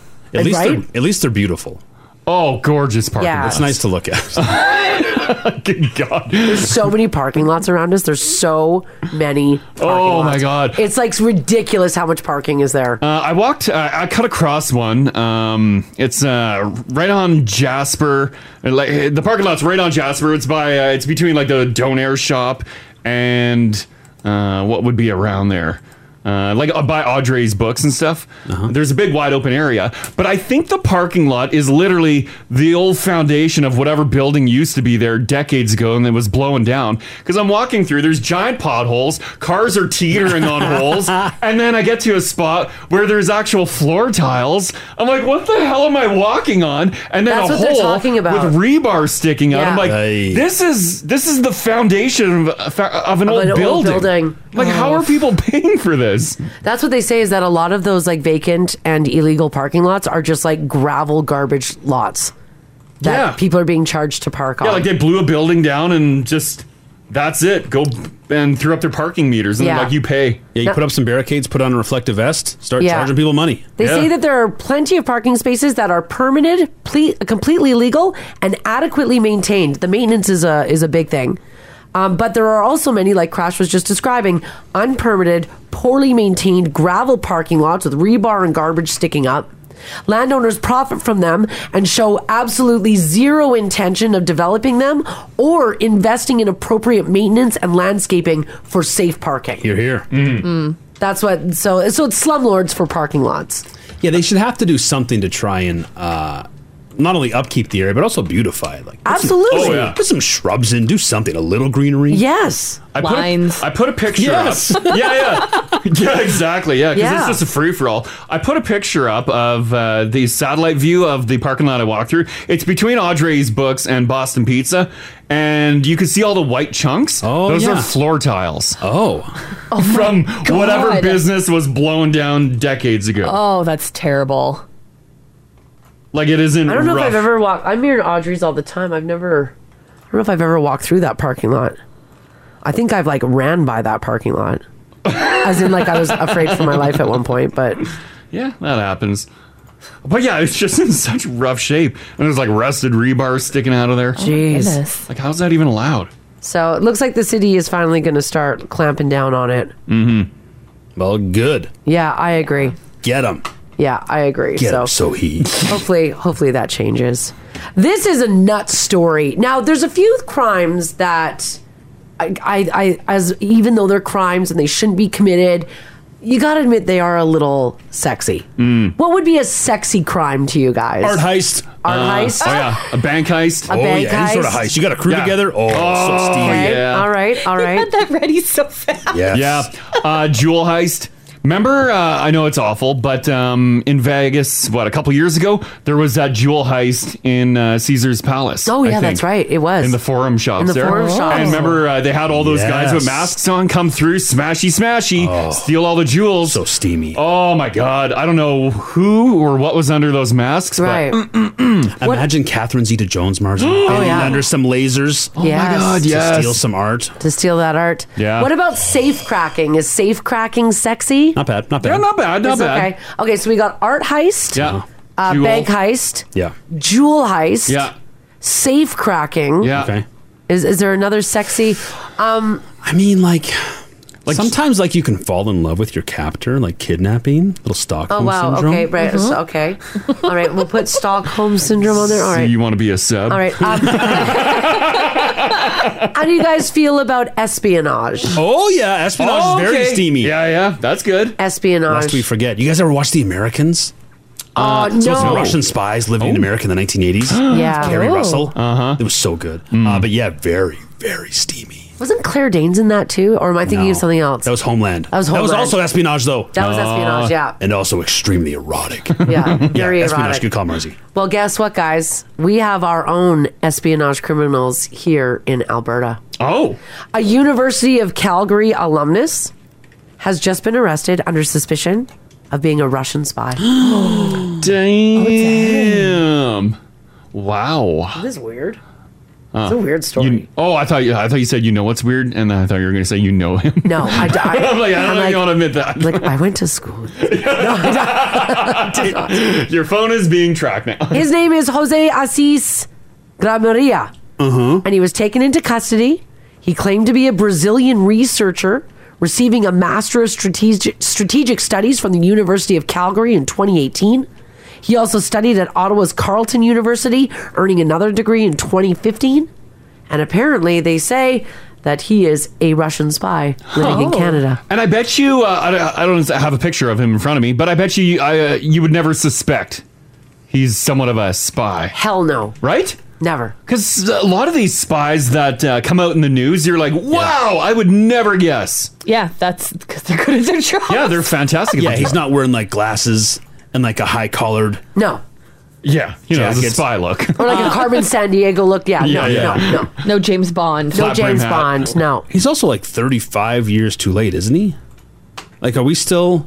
[SPEAKER 4] At least
[SPEAKER 3] Right?
[SPEAKER 4] they're at least they're beautiful.
[SPEAKER 2] Oh, gorgeous
[SPEAKER 3] parking Yeah. lots.
[SPEAKER 4] It's nice to look at.
[SPEAKER 2] Good God.
[SPEAKER 3] There's so many parking lots around us. There's so many. Parking
[SPEAKER 2] Oh, my
[SPEAKER 3] lots.
[SPEAKER 2] God.
[SPEAKER 3] It's like ridiculous how much parking is there.
[SPEAKER 2] Uh, I walked. Uh, I cut across one. Um, it's uh, right on Jasper. And, Like uh, the parking lot's right on Jasper. It's by. Uh, it's between like the Donair shop and uh, what would be around there. Uh, like uh, by Audrey's books and stuff.
[SPEAKER 4] Uh-huh.
[SPEAKER 2] There's a big wide open area, but I think the parking lot is literally the old foundation of whatever building used to be there decades ago, and it was blowing down. Because I'm walking through, there's giant potholes, cars are teetering on holes, and then I get to a spot where there's actual floor tiles. I'm like, what the hell am I walking on? And then
[SPEAKER 3] That's
[SPEAKER 2] a
[SPEAKER 3] what they're
[SPEAKER 2] hole
[SPEAKER 3] talking about.
[SPEAKER 2] with rebar sticking out. I'm
[SPEAKER 3] Yeah.
[SPEAKER 2] like,
[SPEAKER 3] Aye.
[SPEAKER 2] this is this is the foundation of, a fa- of an,
[SPEAKER 3] Of
[SPEAKER 2] old,
[SPEAKER 3] an old
[SPEAKER 2] building.
[SPEAKER 3] building.
[SPEAKER 2] Like, how
[SPEAKER 3] Oh.
[SPEAKER 2] are people paying for this?
[SPEAKER 3] That's what they say is that a lot of those like vacant and illegal parking lots are just like gravel garbage lots that
[SPEAKER 2] Yeah.
[SPEAKER 3] people are being charged to park
[SPEAKER 2] Yeah,
[SPEAKER 3] on.
[SPEAKER 2] like they blew a building down and just that's it. Go and threw up their parking meters and
[SPEAKER 3] Yeah.
[SPEAKER 2] like you pay.
[SPEAKER 4] Yeah, you put up some barricades, put on a reflective vest, start
[SPEAKER 3] Yeah.
[SPEAKER 4] charging people money.
[SPEAKER 3] They say that there are plenty of parking spaces that are permitted, ple- completely legal, and adequately maintained. The maintenance is a is a big thing. Um, but there are also many, like Crash was just describing, unpermitted, poorly maintained gravel parking lots with rebar and garbage sticking up. Landowners profit from them and show absolutely zero intention of developing them or investing in appropriate maintenance and landscaping for safe parking.
[SPEAKER 4] You're here.
[SPEAKER 10] Mm-hmm.
[SPEAKER 3] Mm. That's what. So so it's slumlords for parking lots.
[SPEAKER 4] Yeah, they should have to do something to try and uh, not only upkeep the area but also beautify it. Like put some-
[SPEAKER 3] Absolutely.
[SPEAKER 4] oh, yeah. put some shrubs in, do something, a little greenery.
[SPEAKER 3] Yes,
[SPEAKER 2] I put, a, I put a picture
[SPEAKER 4] Yes.
[SPEAKER 2] up. Yeah, yeah. Yeah, exactly. Yeah, because
[SPEAKER 3] Yeah.
[SPEAKER 2] it's just a free for all. I put a picture up of uh, the satellite view of the parking lot I walked through. It's between Audrey's books and Boston Pizza, and you can see all the white chunks. Oh, those
[SPEAKER 4] yeah.
[SPEAKER 2] are floor tiles.
[SPEAKER 4] Oh,
[SPEAKER 2] from whatever
[SPEAKER 5] God.
[SPEAKER 2] business was blown down decades ago.
[SPEAKER 5] Oh, that's terrible.
[SPEAKER 2] Like it isn't.
[SPEAKER 3] I don't know
[SPEAKER 2] rough.
[SPEAKER 3] if I've ever walked. I'm here at Audrey's all the time. I've never. I don't know if I've ever walked through that parking lot. I think I've like ran by that parking lot, as in like I was afraid for my life at one point. But
[SPEAKER 2] Yeah, that happens. But yeah, it's just in such rough shape, and there's like rusted rebar sticking out of there.
[SPEAKER 3] Jeez. goodness.
[SPEAKER 2] like how's that even allowed?
[SPEAKER 3] so it looks like the city is finally going to start clamping down on it.
[SPEAKER 4] Mm-hmm. Well, good.
[SPEAKER 3] Yeah, I agree.
[SPEAKER 4] Get them.
[SPEAKER 3] Yeah, I agree.
[SPEAKER 4] Get
[SPEAKER 3] so
[SPEAKER 4] 'em so he.
[SPEAKER 3] hopefully, hopefully that changes. This is a nut story. Now, there's a few crimes that I, I, I as even though they're crimes and they shouldn't be committed, you gotta admit they are a little sexy.
[SPEAKER 2] Mm.
[SPEAKER 3] What would be a sexy crime to you guys?
[SPEAKER 4] Art heist.
[SPEAKER 3] Art heist.
[SPEAKER 2] Oh yeah, a bank heist.
[SPEAKER 3] A Oh, bank yeah, any sort of heist. heist. You got a crew
[SPEAKER 4] together? Oh, so steamy.
[SPEAKER 3] Okay,
[SPEAKER 2] Yeah.
[SPEAKER 3] All right. All right. had
[SPEAKER 5] that ready so fast.
[SPEAKER 2] Yeah. Uh, jewel heist. Remember, uh, I know it's awful, but um, in Vegas, what a couple years ago, there was that jewel heist in uh, Caesar's Palace.
[SPEAKER 3] Oh,
[SPEAKER 2] I
[SPEAKER 3] yeah, that's
[SPEAKER 2] think,
[SPEAKER 3] right. It was
[SPEAKER 2] in the forum shops.
[SPEAKER 3] In the
[SPEAKER 2] there.
[SPEAKER 3] forum shops.
[SPEAKER 2] And remember, uh, they had all those guys with
[SPEAKER 4] Yes. Oh.
[SPEAKER 2] masks on come through, smashy, smashy, steal all the jewels. So
[SPEAKER 4] steamy.
[SPEAKER 2] Oh my God! I don't know who or what was under those masks.
[SPEAKER 3] Right.
[SPEAKER 2] But,
[SPEAKER 4] Imagine Catherine Zeta-Jones, Margin.
[SPEAKER 2] Oh,
[SPEAKER 4] Hidden
[SPEAKER 2] yeah.
[SPEAKER 4] Under some lasers.
[SPEAKER 3] Oh, my Yes. God, yes.
[SPEAKER 4] To steal some art.
[SPEAKER 3] to steal that art.
[SPEAKER 4] Yeah.
[SPEAKER 3] What about safe cracking? Is safe cracking sexy?
[SPEAKER 4] Not bad. Not bad.
[SPEAKER 3] It's Okay. Okay. So we got art heist.
[SPEAKER 4] Yeah.
[SPEAKER 3] Uh,
[SPEAKER 4] Jewel.
[SPEAKER 3] bank heist.
[SPEAKER 4] Uh-huh. Yeah.
[SPEAKER 3] Jewel heist.
[SPEAKER 4] Yeah.
[SPEAKER 3] Safe cracking.
[SPEAKER 4] Yeah. Hmm? Okay.
[SPEAKER 3] Is is there another sexy? Um.
[SPEAKER 4] I mean, like. Like sometimes, like you can fall in love with your captor, like kidnapping, little Stockholm
[SPEAKER 3] Oh wow.
[SPEAKER 4] syndrome. Mm-hmm.
[SPEAKER 3] Okay. Right. so- Okay. All right. We'll put Stockholm syndrome on there. All
[SPEAKER 2] So
[SPEAKER 3] right.
[SPEAKER 2] you want to be a sub?
[SPEAKER 3] All right. Um, how do you guys feel about espionage?
[SPEAKER 4] Oh yeah, espionage
[SPEAKER 3] Oh,
[SPEAKER 4] is very
[SPEAKER 3] okay.
[SPEAKER 4] steamy.
[SPEAKER 2] Yeah, yeah, that's good.
[SPEAKER 3] Espionage.
[SPEAKER 4] Lest we forget, you guys ever watch The Americans?
[SPEAKER 3] Oh,
[SPEAKER 4] So it's
[SPEAKER 3] no.
[SPEAKER 4] Russian spies living in America in the 1980s.
[SPEAKER 3] Yeah.
[SPEAKER 4] With Carrie
[SPEAKER 3] Oh.
[SPEAKER 4] Russell. Uh huh. It was so good. Uh, but yeah, very, very steamy.
[SPEAKER 3] Wasn't Claire Danes in that too, or am I thinking of something else?
[SPEAKER 4] That was Homeland.
[SPEAKER 3] That was Homeland.
[SPEAKER 4] That was also espionage, though.
[SPEAKER 3] That was espionage, yeah.
[SPEAKER 4] And also extremely erotic.
[SPEAKER 3] Yeah, very
[SPEAKER 4] Espionage,
[SPEAKER 3] erotic.
[SPEAKER 4] good call, Marzi.
[SPEAKER 3] Well, guess what, guys? We have our own espionage criminals here in Alberta.
[SPEAKER 2] Oh.
[SPEAKER 3] A University of Calgary alumnus has just been arrested under suspicion of being a Russian spy. Oh,
[SPEAKER 2] damn. Wow.
[SPEAKER 3] This is weird.
[SPEAKER 2] Uh,
[SPEAKER 3] It's a weird story.
[SPEAKER 2] you- oh, I thought you, I thought you said you know what's weird, and I thought you were going to say you know him.
[SPEAKER 3] No, I, d- I,
[SPEAKER 2] am like, I
[SPEAKER 3] I'm
[SPEAKER 2] don't know if
[SPEAKER 3] like-
[SPEAKER 2] you want to admit that.
[SPEAKER 3] Like I went to school.
[SPEAKER 2] Your phone is being tracked now.
[SPEAKER 3] His name is Jose Assis Grameria. And he was taken into custody. He claimed to be a Brazilian researcher receiving a Master of Strategic, Strategic Studies from the University of Calgary in 2018. He also studied at Ottawa's Carleton University, earning another degree in 2015. And apparently, they say that he is a Russian spy living in
[SPEAKER 2] Oh.
[SPEAKER 3] Canada.
[SPEAKER 2] And I bet you, uh, I, don't- I don't have a picture of him in front of me, but I bet you, I, uh, you would never suspect he's somewhat of a spy.
[SPEAKER 3] Hell no.
[SPEAKER 2] Right?
[SPEAKER 3] Never.
[SPEAKER 2] Because a lot of these spies that uh, come out in the news, you're like, wow, I would never guess.
[SPEAKER 5] Yeah, that's because they're good at their job.
[SPEAKER 2] Yeah, they're fantastic.
[SPEAKER 4] Yeah, he's not wearing like glasses and like a high collared.
[SPEAKER 3] No.
[SPEAKER 2] Yeah, you know, it's a
[SPEAKER 4] Jackets.
[SPEAKER 2] spy look.
[SPEAKER 3] Or like a Carmen San Diego look. Yeah, no, no, no.
[SPEAKER 5] No James Bond.
[SPEAKER 3] No James Bond. No.
[SPEAKER 4] He's also like 35 years too late, isn't he? Like, are we still?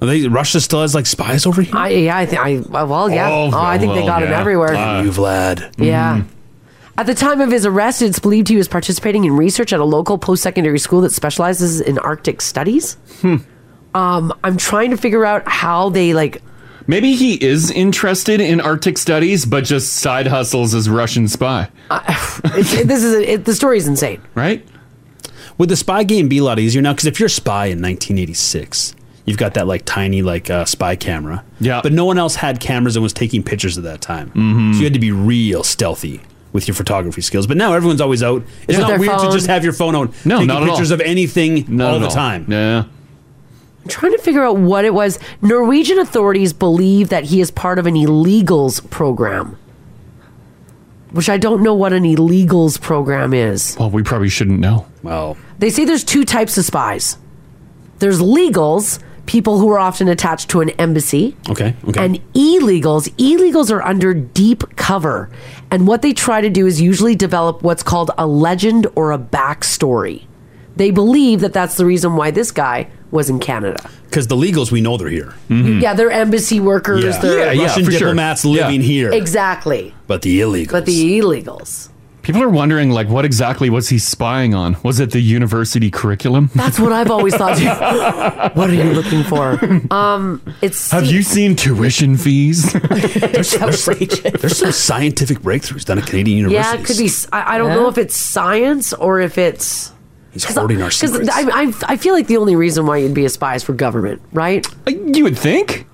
[SPEAKER 4] Are they Russia still has like spies over here?
[SPEAKER 3] I, yeah, I think I well, yeah. Oh, I think they got him everywhere.
[SPEAKER 4] Damn you Vlad. Mm.
[SPEAKER 3] Yeah. At the time of his arrest, it's believed he was participating in research at a local post secondary school that specializes in Arctic studies.
[SPEAKER 11] Hmm.
[SPEAKER 3] Um, I'm trying to figure out how they like.
[SPEAKER 2] Maybe he is interested in Arctic studies, but just side hustles as Russian spy,
[SPEAKER 3] It's, it, this is it, the story's insane.
[SPEAKER 2] right?
[SPEAKER 4] Would the spy game be a lot easier now? Because if you're a spy in 1986, you've got that like tiny like uh, spy camera. Yeah. But no one else had cameras and was taking pictures at that time.
[SPEAKER 2] Mhm.
[SPEAKER 4] So you had to be real stealthy with your photography skills. But now everyone's always out.
[SPEAKER 2] Yeah. With
[SPEAKER 4] It's not
[SPEAKER 2] their
[SPEAKER 4] weird
[SPEAKER 2] phone.
[SPEAKER 4] to just have your phone out
[SPEAKER 2] No,
[SPEAKER 4] taking
[SPEAKER 2] not at all.
[SPEAKER 4] pictures of anything
[SPEAKER 2] Not
[SPEAKER 4] all
[SPEAKER 2] at
[SPEAKER 4] the
[SPEAKER 2] all.
[SPEAKER 4] time.
[SPEAKER 2] Yeah.
[SPEAKER 3] I'm trying to figure out what it was. Norwegian authorities believe that he is part of an illegals program, which I don't know what an illegals program is.
[SPEAKER 2] Well, we probably shouldn't know.
[SPEAKER 4] Well,
[SPEAKER 3] They say there's two types of spies there's legals, people who are often attached to an embassy.
[SPEAKER 4] Okay. Okay.
[SPEAKER 3] And illegals, illegals are under deep cover. And what they try to do is usually develop what's called a legend or a backstory. They believe that that's the reason why this guy was in Canada.
[SPEAKER 4] Because the legals, we know they're here.
[SPEAKER 2] Mm-hmm.
[SPEAKER 3] Yeah, they're embassy workers.
[SPEAKER 4] Hmm. Yeah.
[SPEAKER 3] They're
[SPEAKER 4] Yeah, yeah, Russian for sure. diplomats living Yeah. here.
[SPEAKER 3] Exactly.
[SPEAKER 4] But the illegals.
[SPEAKER 3] But the illegals.
[SPEAKER 2] People are wondering, like, what exactly was he spying on? Was it the university curriculum?
[SPEAKER 3] That's what I've always thought. what are you looking for? Um, it's
[SPEAKER 2] Have you seen tuition fees?
[SPEAKER 4] there's, there's some scientific breakthroughs done at Canadian
[SPEAKER 3] yeah,
[SPEAKER 4] universities.
[SPEAKER 3] it could be. s- I, I don't know if it's science or if it's.
[SPEAKER 4] He's hoarding our secrets.
[SPEAKER 3] I, I, I feel like the only reason why you'd be a spy is for government, right?
[SPEAKER 2] Uh, You would think,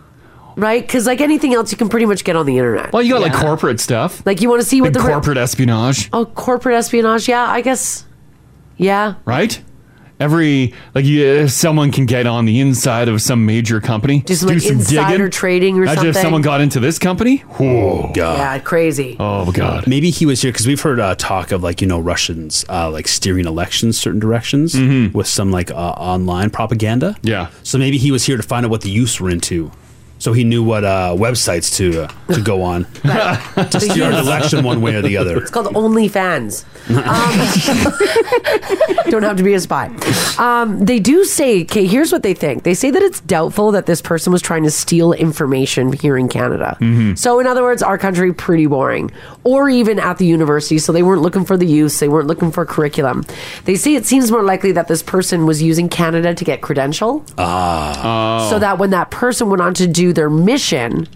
[SPEAKER 3] right? Because like anything else, you can pretty much get on the internet.
[SPEAKER 2] Well, you got like corporate stuff,
[SPEAKER 3] like you want to see what
[SPEAKER 2] Big
[SPEAKER 3] the re-
[SPEAKER 2] corporate espionage,
[SPEAKER 3] oh corporate espionage. Yeah, I guess. Yeah,
[SPEAKER 2] right? Every like, you, if someone can get on the inside of some major company, do
[SPEAKER 3] some, like, insider trading or
[SPEAKER 2] Imagine if
[SPEAKER 3] something.
[SPEAKER 2] someone got into this company. Oh
[SPEAKER 4] god.
[SPEAKER 3] yeah, crazy.
[SPEAKER 2] Oh god.
[SPEAKER 4] Maybe he was here because we've heard uh, talk of like you know Russians uh, like steering elections certain directions
[SPEAKER 2] Mm-hmm.
[SPEAKER 4] with some like uh, online propaganda. Yeah. So maybe he was here to find out what the youths were into. So he knew what uh, websites to uh, to go on to steer an election one way or the other.
[SPEAKER 3] It's called OnlyFans. Um, don't have to be a spy. Um, they do say, okay, here's what they think. They say that it's doubtful that this person was trying to steal information here in Canada.
[SPEAKER 4] Mm-hmm.
[SPEAKER 3] So, in other words, our country pretty boring, or even at the university. So they weren't looking for the use. They weren't looking for curriculum. They say it seems more likely that this person was using Canada to get credential,
[SPEAKER 2] Oh.
[SPEAKER 4] Ah.
[SPEAKER 3] so that when that person went on to do their mission,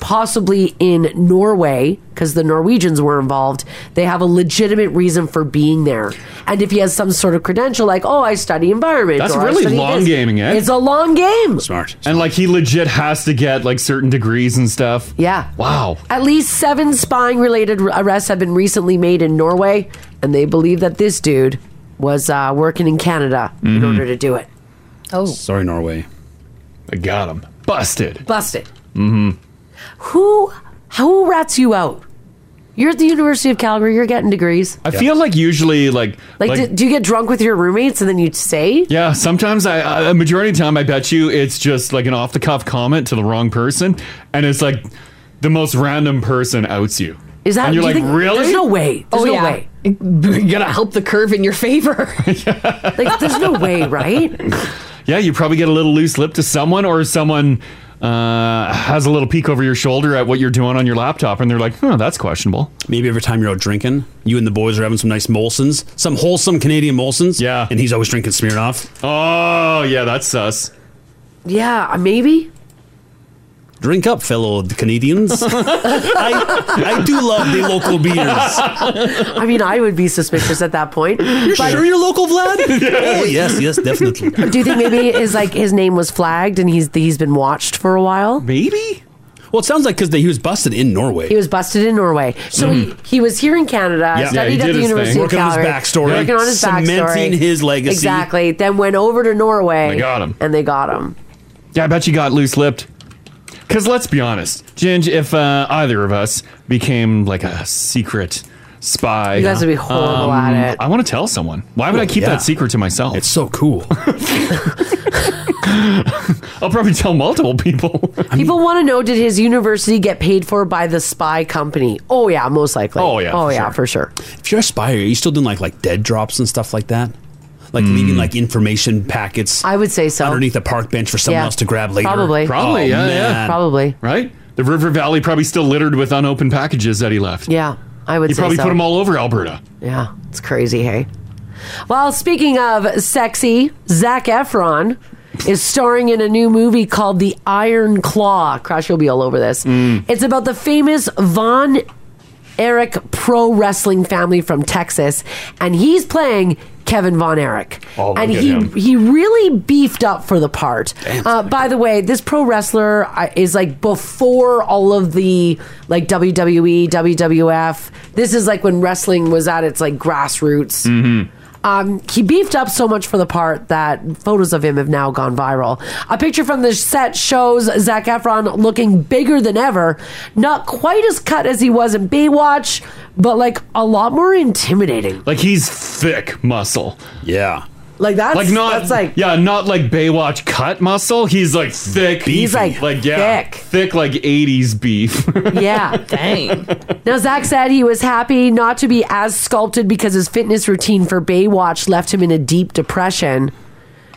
[SPEAKER 3] possibly in Norway, because the Norwegians were involved, they have a legitimate reason for being there. And if he has some sort of credential, like, oh, I study environment.
[SPEAKER 2] That's
[SPEAKER 3] or I
[SPEAKER 2] really
[SPEAKER 3] study
[SPEAKER 2] long
[SPEAKER 3] this,"
[SPEAKER 2] gaming, eh?
[SPEAKER 3] It's a long game.
[SPEAKER 4] Smart.
[SPEAKER 2] And like, he legit has to get like certain degrees and stuff.
[SPEAKER 3] Yeah.
[SPEAKER 2] Wow.
[SPEAKER 3] At least seven spying related arrests have been recently made in Norway, and they believe that this dude was uh, working in Canada in
[SPEAKER 4] Mm-hmm.
[SPEAKER 2] Mhm.
[SPEAKER 3] order to do it. Oh.
[SPEAKER 4] Sorry, Norway.
[SPEAKER 2] I got him busted.
[SPEAKER 3] Busted.
[SPEAKER 2] Mm-hmm.
[SPEAKER 3] Who who rats you out? You're at the University of Calgary, you're getting degrees.
[SPEAKER 2] I feel like usually like
[SPEAKER 3] Like, do, do you get drunk with your roommates and then you say?
[SPEAKER 2] Yeah, sometimes I, I a majority of the time I bet you it's just like an off the cuff comment to the wrong person, and it's like the most random person outs you.
[SPEAKER 5] Is that-
[SPEAKER 2] And you're
[SPEAKER 5] do you
[SPEAKER 2] like,
[SPEAKER 5] think-
[SPEAKER 2] really?
[SPEAKER 5] there's no way. There's
[SPEAKER 2] oh,
[SPEAKER 5] no
[SPEAKER 2] yeah.
[SPEAKER 5] way. You gotta help the curve in your favor.
[SPEAKER 3] like, there's no way, right?
[SPEAKER 2] Yeah, you probably get a little loose lip to someone, or someone uh, has a little peek over your shoulder at what you're doing on your laptop, and they're like, "Huh, that's questionable."
[SPEAKER 4] Maybe every time you're out drinking, you and the boys are having some nice Molsons, some wholesome Canadian Molsons. Yeah. And he's always drinking Smirnoff.
[SPEAKER 2] Oh yeah, that's sus.
[SPEAKER 3] Yeah, maybe.
[SPEAKER 4] Drink up, fellow Canadians. I, I do love the local beers.
[SPEAKER 3] I mean, I would be suspicious at that point.
[SPEAKER 4] You're sure you're local, Vlad? oh yes, yes, definitely.
[SPEAKER 3] Do you think maybe his like his name was flagged and he's he's been watched for a while?
[SPEAKER 2] Maybe.
[SPEAKER 4] Well, it sounds like because he was busted in Norway.
[SPEAKER 3] He was busted in Norway, so
[SPEAKER 2] Mm-hmm.
[SPEAKER 3] he, he was here in Canada,
[SPEAKER 4] Yeah. Yeah,
[SPEAKER 3] studied
[SPEAKER 4] he
[SPEAKER 3] at
[SPEAKER 4] did
[SPEAKER 3] the
[SPEAKER 4] his thing.
[SPEAKER 3] University of
[SPEAKER 4] Working on his
[SPEAKER 3] Calgary,
[SPEAKER 4] backstory.
[SPEAKER 3] working on his
[SPEAKER 4] Cementing
[SPEAKER 3] backstory.
[SPEAKER 4] his legacy.
[SPEAKER 3] Exactly. Then went over to Norway.
[SPEAKER 2] They got him.
[SPEAKER 3] and they got him.
[SPEAKER 2] Yeah, I bet you got loose lipped. Because let's be honest, Ginge, if uh, either of us became like a secret spy, um,
[SPEAKER 3] You guys would be horrible at it.
[SPEAKER 2] I want to tell someone. Why would I
[SPEAKER 4] Well,
[SPEAKER 2] keep
[SPEAKER 4] yeah.
[SPEAKER 2] that secret to myself? It's
[SPEAKER 4] so cool.
[SPEAKER 2] I'll probably tell multiple people.
[SPEAKER 3] People want to know: Did his university get paid for by the spy company? Oh yeah, most likely. Oh yeah. Oh yeah, for sure.
[SPEAKER 4] If you're a spy, are you still doing like like dead drops and stuff like that? Like leaving like information packets.
[SPEAKER 3] Hmm. I would say so.
[SPEAKER 4] Underneath a park bench for someone
[SPEAKER 3] Yeah.
[SPEAKER 4] else to grab later.
[SPEAKER 3] Probably.
[SPEAKER 2] Probably,
[SPEAKER 4] Oh,
[SPEAKER 2] yeah,
[SPEAKER 4] man.
[SPEAKER 2] yeah.
[SPEAKER 3] Probably.
[SPEAKER 2] Right? The River Valley probably still littered with unopened packages that he left.
[SPEAKER 3] Yeah, I would
[SPEAKER 2] He
[SPEAKER 3] say
[SPEAKER 2] probably
[SPEAKER 3] so.
[SPEAKER 2] put them all over Alberta.
[SPEAKER 3] Yeah, it's crazy, hey? Well, speaking of sexy, Zach Efron is starring in a new movie called The
[SPEAKER 10] Mm.
[SPEAKER 3] Iron Claw. Crash, you'll be all over this. It's about the famous Von Eric pro wrestling family from Texas, and he's playing Kevin Von Erich.
[SPEAKER 10] Oh, look
[SPEAKER 3] and
[SPEAKER 10] at
[SPEAKER 3] he
[SPEAKER 10] him.
[SPEAKER 3] he really beefed up for the part. Uh, by the way, this pro wrestler uh, is like before all of the like E, WWE, WWF. This is like when wrestling was at its like grassroots.
[SPEAKER 10] Mm-hmm.
[SPEAKER 3] Um, he beefed up so much for the part that photos of him have now gone viral. A picture from the set shows Zach Efron looking bigger than ever, not quite as cut as he was in Baywatch, but like a lot more intimidating.
[SPEAKER 2] Like he's thick muscle.
[SPEAKER 4] Yeah.
[SPEAKER 3] Like that's
[SPEAKER 2] like not
[SPEAKER 3] that's like
[SPEAKER 2] yeah, not like Baywatch cut muscle. He's like thick.
[SPEAKER 3] He's, like,
[SPEAKER 2] yeah, thick, like '80s beef.
[SPEAKER 3] Yeah.
[SPEAKER 5] Dang.
[SPEAKER 3] Now, Zach said he was happy not to be as sculpted because his fitness routine for Baywatch left him in a deep depression.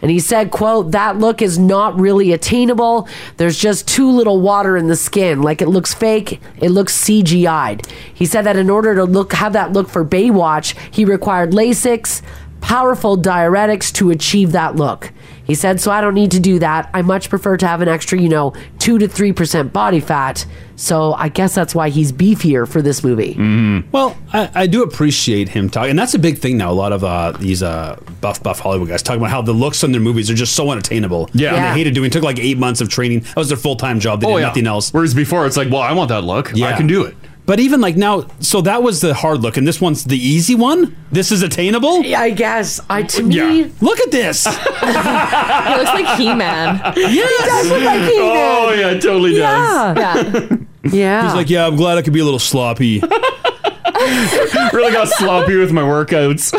[SPEAKER 3] And he said, quote, that look is not really attainable. There's just too little water in the skin. Like it looks fake. It looks CGI'd. He said that in order to look have that look for Baywatch, he required LASIKs, powerful diuretics to achieve that look. He said, so I don't need to do that. I much prefer to have an extra, you know, two to three percent body fat. So I guess that's why he's beefier for this movie.
[SPEAKER 4] Mm.
[SPEAKER 2] Mm-hmm.
[SPEAKER 4] Well, I, I do appreciate him talking, and that's a big thing now. A lot of uh, these uh, buff, buff Hollywood guys talking about how the looks on their movies are just so unattainable.
[SPEAKER 2] Yeah.
[SPEAKER 4] and
[SPEAKER 2] Yeah.
[SPEAKER 4] they hated doing. It took like eight months of training. That was their full time job. They
[SPEAKER 2] Oh,
[SPEAKER 4] did
[SPEAKER 2] yeah.
[SPEAKER 4] nothing else. Whereas
[SPEAKER 2] before, it's like, well, I want that look. I can do it.
[SPEAKER 4] But even like now, so that was the hard look, and this one's the easy one. This is attainable.
[SPEAKER 3] Yeah, I guess. I to me,
[SPEAKER 4] look at this.
[SPEAKER 5] he looks like He Man.
[SPEAKER 4] Yes.
[SPEAKER 2] Oh yeah, it totally does.
[SPEAKER 3] Yeah.
[SPEAKER 4] He's like, yeah, I'm glad I could be a little sloppy.
[SPEAKER 2] really got sloppy with my workouts.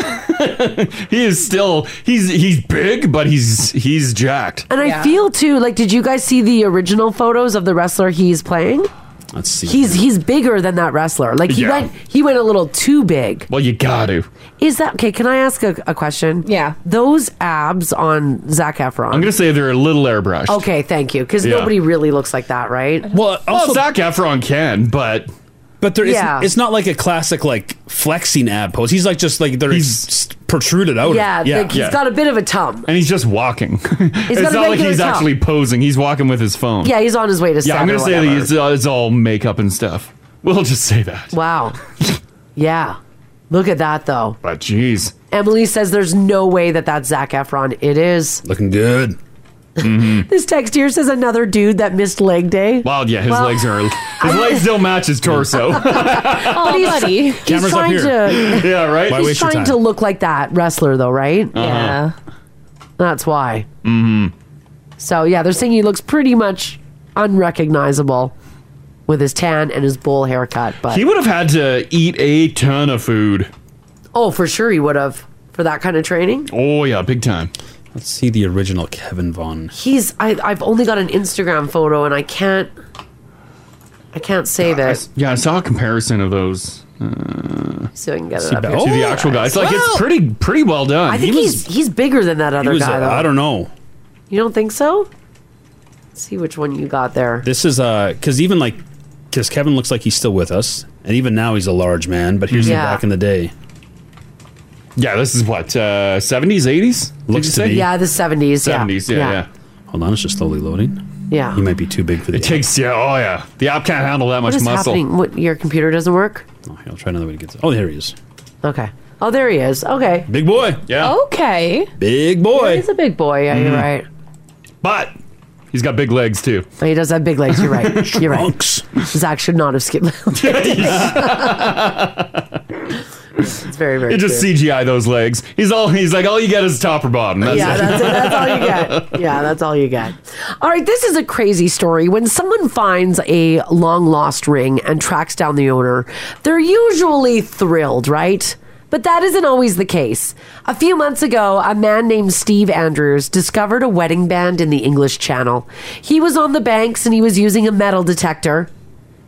[SPEAKER 2] he is still he's he's big, but he's he's jacked.
[SPEAKER 3] And I feel too like did you guys see the original photos of the wrestler he's playing?
[SPEAKER 4] Let's see.
[SPEAKER 3] He's he's bigger than that wrestler. Like he
[SPEAKER 2] Yeah.
[SPEAKER 3] went he went a little too big.
[SPEAKER 2] Well, you got to.
[SPEAKER 3] Is that okay? Can I ask a, a question? Yeah. Those abs on Zach Efron.
[SPEAKER 2] I'm gonna say they're a little airbrushed.
[SPEAKER 3] okay, thank you. Because
[SPEAKER 2] Yeah.
[SPEAKER 3] nobody really looks like that, right?
[SPEAKER 4] Well,
[SPEAKER 2] well, Zac Efron can, but
[SPEAKER 4] But there,
[SPEAKER 3] Yeah.
[SPEAKER 4] it's, it's not like a classic like flexing ab pose. He's like just like they're s- protruded out.
[SPEAKER 3] yeah, like, he's got a bit of a tum.
[SPEAKER 2] and he's just walking. it's
[SPEAKER 3] got a
[SPEAKER 2] not like
[SPEAKER 3] regular
[SPEAKER 2] he's
[SPEAKER 3] job.
[SPEAKER 2] actually posing. He's walking with his phone.
[SPEAKER 3] Yeah, he's on his way to
[SPEAKER 2] yeah.
[SPEAKER 3] set
[SPEAKER 2] I'm
[SPEAKER 3] or
[SPEAKER 2] gonna say that
[SPEAKER 3] whatever.
[SPEAKER 2] it's, uh, it's all makeup and stuff. We'll just say that.
[SPEAKER 3] Wow. yeah. Look at that though.
[SPEAKER 2] But jeez,
[SPEAKER 3] Emily says there's no way that that's Zach Efron. It is.
[SPEAKER 4] looking good.
[SPEAKER 3] This text here says another dude that missed leg day.
[SPEAKER 2] Wow, Mm-hmm. yeah, his
[SPEAKER 3] Well,
[SPEAKER 2] legs are his legs don't match his torso.
[SPEAKER 3] but he's,
[SPEAKER 5] Oh, buddy.
[SPEAKER 3] he's
[SPEAKER 2] Camera's up
[SPEAKER 3] trying to.
[SPEAKER 2] here. Yeah, right? Why
[SPEAKER 3] He's
[SPEAKER 2] waste your
[SPEAKER 3] trying
[SPEAKER 2] time?
[SPEAKER 3] to look like that wrestler, though, right?
[SPEAKER 2] Uh-huh. Yeah.
[SPEAKER 3] That's why.
[SPEAKER 2] hmm
[SPEAKER 3] So yeah, they're saying he looks pretty much unrecognizable with his tan and his bowl haircut. But
[SPEAKER 2] He would have had to eat a ton of food.
[SPEAKER 3] oh, for sure he would have for that kind of training.
[SPEAKER 2] Oh yeah, big time.
[SPEAKER 4] Let's see the original Kevin Von.
[SPEAKER 3] He's I, I've only got an Instagram photo and I can't I can't save it.
[SPEAKER 2] Yeah, I saw a comparison of those. Uh,
[SPEAKER 3] So we can get it
[SPEAKER 2] see
[SPEAKER 3] up
[SPEAKER 2] back
[SPEAKER 3] here.
[SPEAKER 2] to the
[SPEAKER 3] Oh,
[SPEAKER 2] actual guy. It's like
[SPEAKER 3] well-
[SPEAKER 2] it's pretty pretty well done.
[SPEAKER 3] I think he's he's bigger than that other guy though.
[SPEAKER 4] I don't know.
[SPEAKER 3] You don't think so? Let's see which one you got there.
[SPEAKER 4] This is uh because even like because Kevin looks like he's still with us, and even now he's a large man. But here's him
[SPEAKER 3] Yeah.
[SPEAKER 4] back in the day.
[SPEAKER 2] Yeah, this is what uh, 70s, 80s.
[SPEAKER 4] Looks to be
[SPEAKER 3] Yeah, the seventies. Yeah.
[SPEAKER 4] 70s, yeah, yeah. Hold on, it's just slowly loading.
[SPEAKER 3] Yeah.
[SPEAKER 4] He might be too big for the. It
[SPEAKER 2] takes yeah. Oh yeah, the app can't handle that
[SPEAKER 3] What is happening? What your computer doesn't work?
[SPEAKER 4] I'll try another way to get. This. Oh, there he is.
[SPEAKER 3] Okay. Oh, there he is. Okay.
[SPEAKER 4] Big boy.
[SPEAKER 2] Yeah.
[SPEAKER 5] Okay.
[SPEAKER 4] Big boy.
[SPEAKER 3] He's a big boy. Yeah, you're
[SPEAKER 2] Mhm.
[SPEAKER 3] right.
[SPEAKER 2] But he's got big legs too.
[SPEAKER 3] Oh, he does have big legs. You're right. You're right. Zach should not have skipped. it's very very.
[SPEAKER 2] It just
[SPEAKER 3] true.
[SPEAKER 2] CGI those legs. He's all he's like all you get is top or bottom. That's
[SPEAKER 3] yeah,
[SPEAKER 2] it.
[SPEAKER 3] that's it. That's all you get. Yeah, that's all you get. All right, this is a crazy story. When someone finds a long lost ring and tracks down the owner, they're usually thrilled, right? But that isn't always the case. A few months ago, a man named Steve Andrews discovered a wedding band in the English Channel. He was on the banks and he was using a metal detector.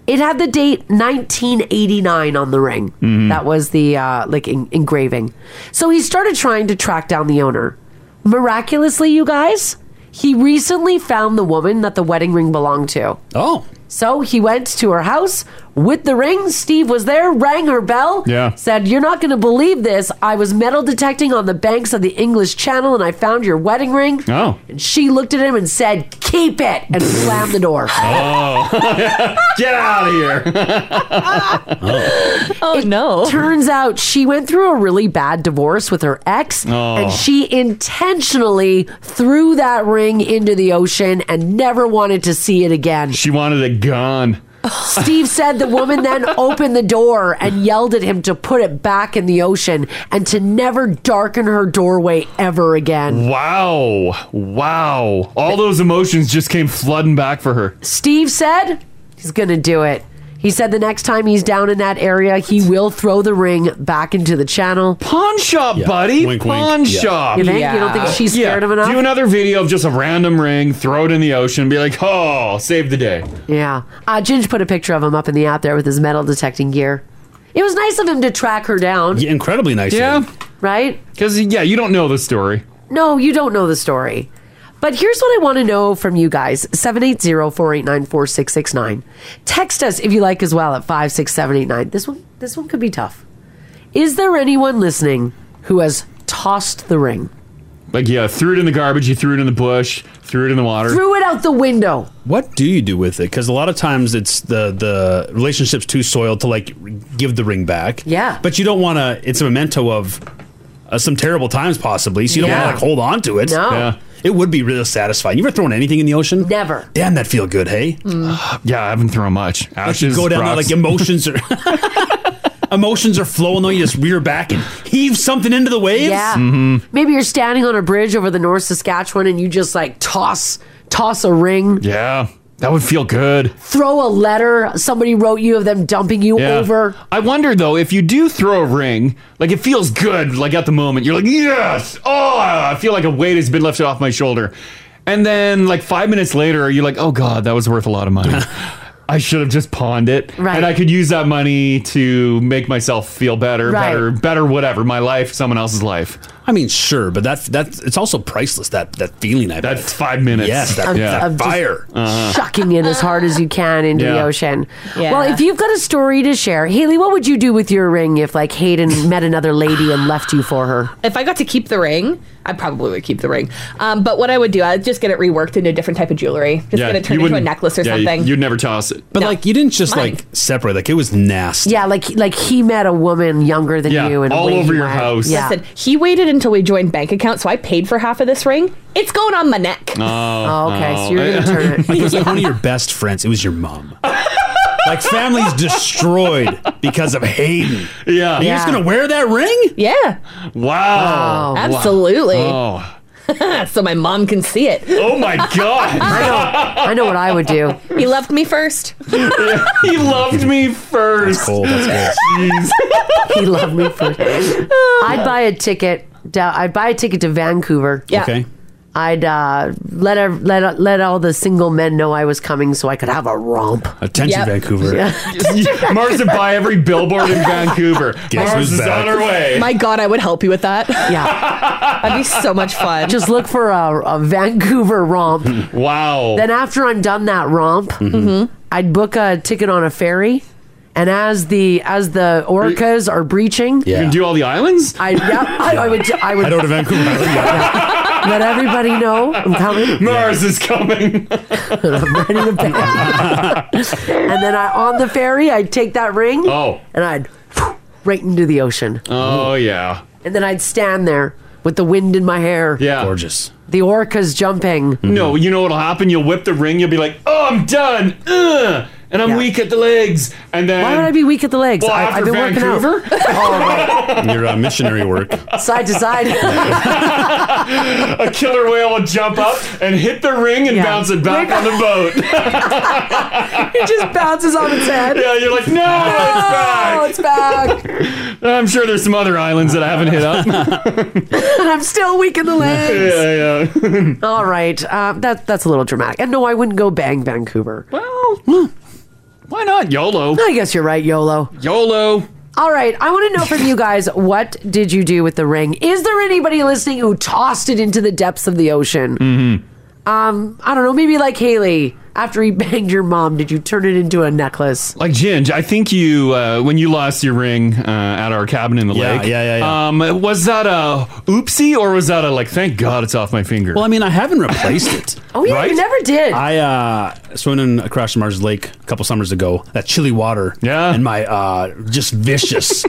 [SPEAKER 3] It had the date 1989 on the ring. That was the uh, like en- engraving. So he started trying to track down the owner. Miraculously, you guys, he recently found the woman that the wedding ring belonged to.
[SPEAKER 4] Oh.
[SPEAKER 3] So he went to her house, with the ring. Steve was there, rang her bell,
[SPEAKER 2] Yeah.
[SPEAKER 3] said, You're not going to believe this. I was metal detecting on the banks of the English Channel and I found your wedding ring.
[SPEAKER 2] Oh.
[SPEAKER 3] And she looked at him and said, Keep it, and slammed the door.
[SPEAKER 2] Oh, get out of here.
[SPEAKER 3] Oh no. Turns out she went through a really bad divorce with her ex
[SPEAKER 2] Oh.
[SPEAKER 3] and she intentionally threw that ring into the ocean and never wanted to see it again.
[SPEAKER 2] she wanted it gone.
[SPEAKER 3] Steve said the woman then opened the door and yelled at him to put it back in the ocean and to never darken her doorway ever again.
[SPEAKER 2] Wow. Wow. All those emotions just came flooding back for her.
[SPEAKER 3] Steve said he's going to do it. He said the next time he's down in that area, he will throw the ring back into the channel.
[SPEAKER 2] Pawn shop, buddy. Pawn shop.
[SPEAKER 3] You think? You don't think she's
[SPEAKER 2] Yeah.
[SPEAKER 3] scared of enough?
[SPEAKER 2] Do another video of just a random ring, throw it in the ocean, be like, oh, save the day.
[SPEAKER 3] Yeah. Uh, Ginge put a picture of him up in the app there with his metal detecting gear. It was nice of him to track her down.
[SPEAKER 2] Yeah, incredibly nice. Yeah.
[SPEAKER 3] Right?
[SPEAKER 2] Because, yeah, you don't know the story.
[SPEAKER 3] No, you don't know the story. But here's what I want to know from you guys 780 489 4669. Text us if you like as well at 56789. This one, this one could be tough. Is there anyone listening who has tossed the ring?
[SPEAKER 2] Like, yeah, threw it in the garbage, you threw it in the bush, threw it in the water.
[SPEAKER 3] Threw it out the window.
[SPEAKER 4] What do you do with it? Because a lot of times it's the the relationship's too soiled to like give the ring back.
[SPEAKER 3] Yeah.
[SPEAKER 4] but you don't want to. It's a memento of uh, some terrible times, possibly. So you don't
[SPEAKER 3] Yeah.
[SPEAKER 4] want to like hold on to it.
[SPEAKER 3] No. Yeah.
[SPEAKER 4] It would be real satisfying. You ever thrown anything in the ocean?
[SPEAKER 3] Never.
[SPEAKER 4] Damn, that feel good, hey?
[SPEAKER 2] yeah, I haven't thrown much. Ashes,
[SPEAKER 4] you go down there,
[SPEAKER 2] rocks.
[SPEAKER 4] like emotions are emotions are flowing though. You just rear back and heave something into the waves.
[SPEAKER 3] Yeah.
[SPEAKER 2] Mm-hmm.
[SPEAKER 3] Maybe you're standing on a bridge over the North Saskatchewan and you just like toss toss a ring,
[SPEAKER 2] Yeah, that would feel good.
[SPEAKER 3] throw a letter somebody wrote you of them dumping you
[SPEAKER 2] Yeah.
[SPEAKER 3] over.
[SPEAKER 2] I wonder though if you do throw a ring, like it feels good, like at the moment you're like, yes, oh, I feel like a weight has been lifted off my shoulder, and then like five minutes later you're like, oh god, that was worth a lot of money. I should have just pawned it,
[SPEAKER 3] Right.
[SPEAKER 2] and I could use that money to make myself feel better,
[SPEAKER 3] Right.
[SPEAKER 2] better, better, whatever. My life, someone else's life.
[SPEAKER 4] I mean, sure, but that that it's also priceless. That that feeling. I that's
[SPEAKER 2] five minutes. Uh-huh.
[SPEAKER 4] Yes, that,
[SPEAKER 3] Of-
[SPEAKER 4] that
[SPEAKER 3] of just
[SPEAKER 4] fire.
[SPEAKER 3] Shucking it as hard as you can into the
[SPEAKER 4] Yeah.
[SPEAKER 3] ocean.
[SPEAKER 5] Yeah.
[SPEAKER 3] Well, if you've got a story to share, Haley, what would you do with your ring if like Hayden met another lady and left you for her?
[SPEAKER 2] Oh
[SPEAKER 5] If I got to keep the ring, I probably would keep the ring. Um, but what I would do, I'd just get it reworked into a different type of jewelry. Just get it turned into a necklace or something.
[SPEAKER 2] You'd never toss it.
[SPEAKER 4] But like you didn't just
[SPEAKER 5] Mine.
[SPEAKER 4] like separate. Like it was nasty.
[SPEAKER 3] Yeah, like like he met a woman younger than you and way he went. Yeah.
[SPEAKER 5] Listen, he waited until we joined bank accounts, so I paid for half of this ring. It's going on my neck.
[SPEAKER 4] Oh,
[SPEAKER 5] okay, so you're gonna
[SPEAKER 3] turn it.
[SPEAKER 4] Like it was like one of your best friends. It was your mom. like families destroyed because of Hayden.
[SPEAKER 2] Yeah,
[SPEAKER 4] you're just gonna wear that ring?
[SPEAKER 5] Yeah.
[SPEAKER 2] Wow.
[SPEAKER 5] Wow. Absolutely.
[SPEAKER 2] Oh.
[SPEAKER 5] so my mom can see it.
[SPEAKER 2] Oh my god!
[SPEAKER 3] I know, I know what I would do.
[SPEAKER 5] He loved me first.
[SPEAKER 2] he loved me first. That's
[SPEAKER 4] cold. That's
[SPEAKER 3] he loved me first. I'd buy a ticket. da- I'd buy a ticket to Vancouver.
[SPEAKER 5] Yeah. Okay.
[SPEAKER 3] I'd uh, let ev- let let all the single men know I was coming, so I could have a romp.
[SPEAKER 4] Attention, Yep. Vancouver.
[SPEAKER 2] Mars would buy every billboard in Vancouver.
[SPEAKER 4] Guess
[SPEAKER 2] Mars
[SPEAKER 4] who's
[SPEAKER 2] is
[SPEAKER 4] back?
[SPEAKER 2] on her way.
[SPEAKER 5] My God, I would help you with that.
[SPEAKER 3] Yeah.
[SPEAKER 5] That'd be so much fun.
[SPEAKER 3] Just look for a, a Vancouver romp.
[SPEAKER 2] wow. Mm-hmm.
[SPEAKER 3] Then after I'm done that romp, Mm-hmm. I'd book a ticket on a ferry. And as the as the orcas are breaching,
[SPEAKER 2] You can do all the islands.
[SPEAKER 3] I, yeah, I, I would I would
[SPEAKER 2] Head over to Vancouver.
[SPEAKER 3] let everybody know I'm coming.
[SPEAKER 2] Mars is coming.
[SPEAKER 3] I'm ready to and then I on the ferry, I'd take that ring.
[SPEAKER 2] Oh.
[SPEAKER 3] And I'd right into the ocean.
[SPEAKER 2] Oh yeah.
[SPEAKER 3] And then I'd stand there with the wind in my hair.
[SPEAKER 2] Yeah.
[SPEAKER 4] Gorgeous.
[SPEAKER 3] The orcas jumping.
[SPEAKER 2] No, you know what'll happen? You'll whip the ring. You'll be like, "Oh, I'm done," Ugh. and I'm weak at the legs. And then
[SPEAKER 3] Why would I be weak at the legs?
[SPEAKER 2] Well,
[SPEAKER 3] I,
[SPEAKER 2] after
[SPEAKER 3] I've been
[SPEAKER 2] Vancouver? Oh,
[SPEAKER 3] working out.
[SPEAKER 4] Your uh, missionary work.
[SPEAKER 3] Oh, side to side.
[SPEAKER 2] a killer whale will jump up and hit the ring and
[SPEAKER 3] Yeah.
[SPEAKER 2] bounce it back on the boat.
[SPEAKER 3] it just bounces on its head.
[SPEAKER 2] Yeah, you're like, no,
[SPEAKER 3] Oh, it's back.
[SPEAKER 2] it's back. I'm sure there's some other islands that I haven't hit up.
[SPEAKER 3] and I'm still weak in the legs.
[SPEAKER 2] yeah, yeah.
[SPEAKER 3] All right. Uh, that, that's a little dramatic. And no, I wouldn't go bang Vancouver.
[SPEAKER 4] hmm,
[SPEAKER 2] Well, why not? YOLO.
[SPEAKER 3] I guess you're right, YOLO.
[SPEAKER 2] YOLO.
[SPEAKER 3] All right, I want to know from you guys what did you do with the ring? Is there anybody listening
[SPEAKER 4] Mm-hmm.
[SPEAKER 3] who tossed it into the depths of the ocean? Um, I don't know, maybe like Haley after he banged your mom, did you turn it into a necklace?
[SPEAKER 2] Like Ginge, I think you uh, when you lost your ring uh, at our cabin in the
[SPEAKER 4] Yeah,
[SPEAKER 2] lake.
[SPEAKER 4] yeah, yeah, yeah.
[SPEAKER 2] Um, was that a oopsie or was that a like? Thank God it's off my finger.
[SPEAKER 4] Well, I mean, I haven't replaced it.
[SPEAKER 3] Oh, yeah, you never did.
[SPEAKER 4] I uh, swam in a crash in Mars Lake a couple summers ago. That chilly water, yeah, and my uh, just vicious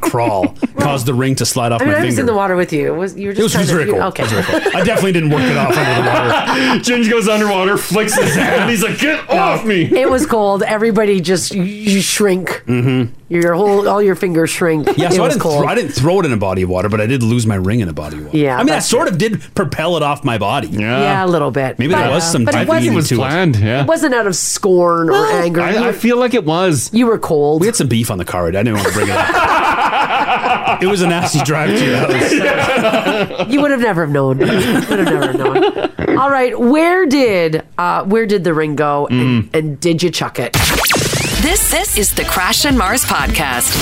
[SPEAKER 4] crawl caused the ring to slide off
[SPEAKER 3] I mean,
[SPEAKER 4] my
[SPEAKER 3] I was
[SPEAKER 4] finger.
[SPEAKER 3] in the water with you. It was you were
[SPEAKER 4] It was
[SPEAKER 3] just trying
[SPEAKER 4] just very
[SPEAKER 3] to, you-
[SPEAKER 4] cool.
[SPEAKER 3] Okay.
[SPEAKER 4] It was very cool. I definitely didn't work it off under the water.
[SPEAKER 2] Ginge goes underwater, flicks his hand, and he's like, "Get off me!"
[SPEAKER 3] It was cold. Everybody just you- you shrink.
[SPEAKER 4] Mm-hmm.
[SPEAKER 3] Your whole all your fingers shrink.
[SPEAKER 4] Yeah,
[SPEAKER 3] it
[SPEAKER 4] so I
[SPEAKER 3] was
[SPEAKER 4] didn't,
[SPEAKER 3] cold.
[SPEAKER 4] throw, I didn't throw it in a body of water, but I did lose my ring in a body of water.
[SPEAKER 3] Yeah,
[SPEAKER 4] I mean, I
[SPEAKER 3] that's
[SPEAKER 4] sort of did propel it off my body.
[SPEAKER 2] Yeah,
[SPEAKER 3] Yeah, a little bit.
[SPEAKER 4] Maybe there
[SPEAKER 3] But- uh,
[SPEAKER 4] was some
[SPEAKER 3] but it
[SPEAKER 4] deep
[SPEAKER 3] wasn't-
[SPEAKER 4] eating
[SPEAKER 3] It was
[SPEAKER 4] to
[SPEAKER 2] planned. Yeah,
[SPEAKER 3] It wasn't out of scorn or anger. You
[SPEAKER 4] I,
[SPEAKER 3] were-
[SPEAKER 2] feel like it was.
[SPEAKER 3] You were cold.
[SPEAKER 4] We had some beef on the car ride. I didn't want to bring it up. it was a nasty drive to your house.
[SPEAKER 3] you would have never known. You would have never known. All right, where did uh, where did the ring go, and,
[SPEAKER 2] Mm.
[SPEAKER 3] and did you chuck it?
[SPEAKER 1] This this is the Crash and Mars podcast.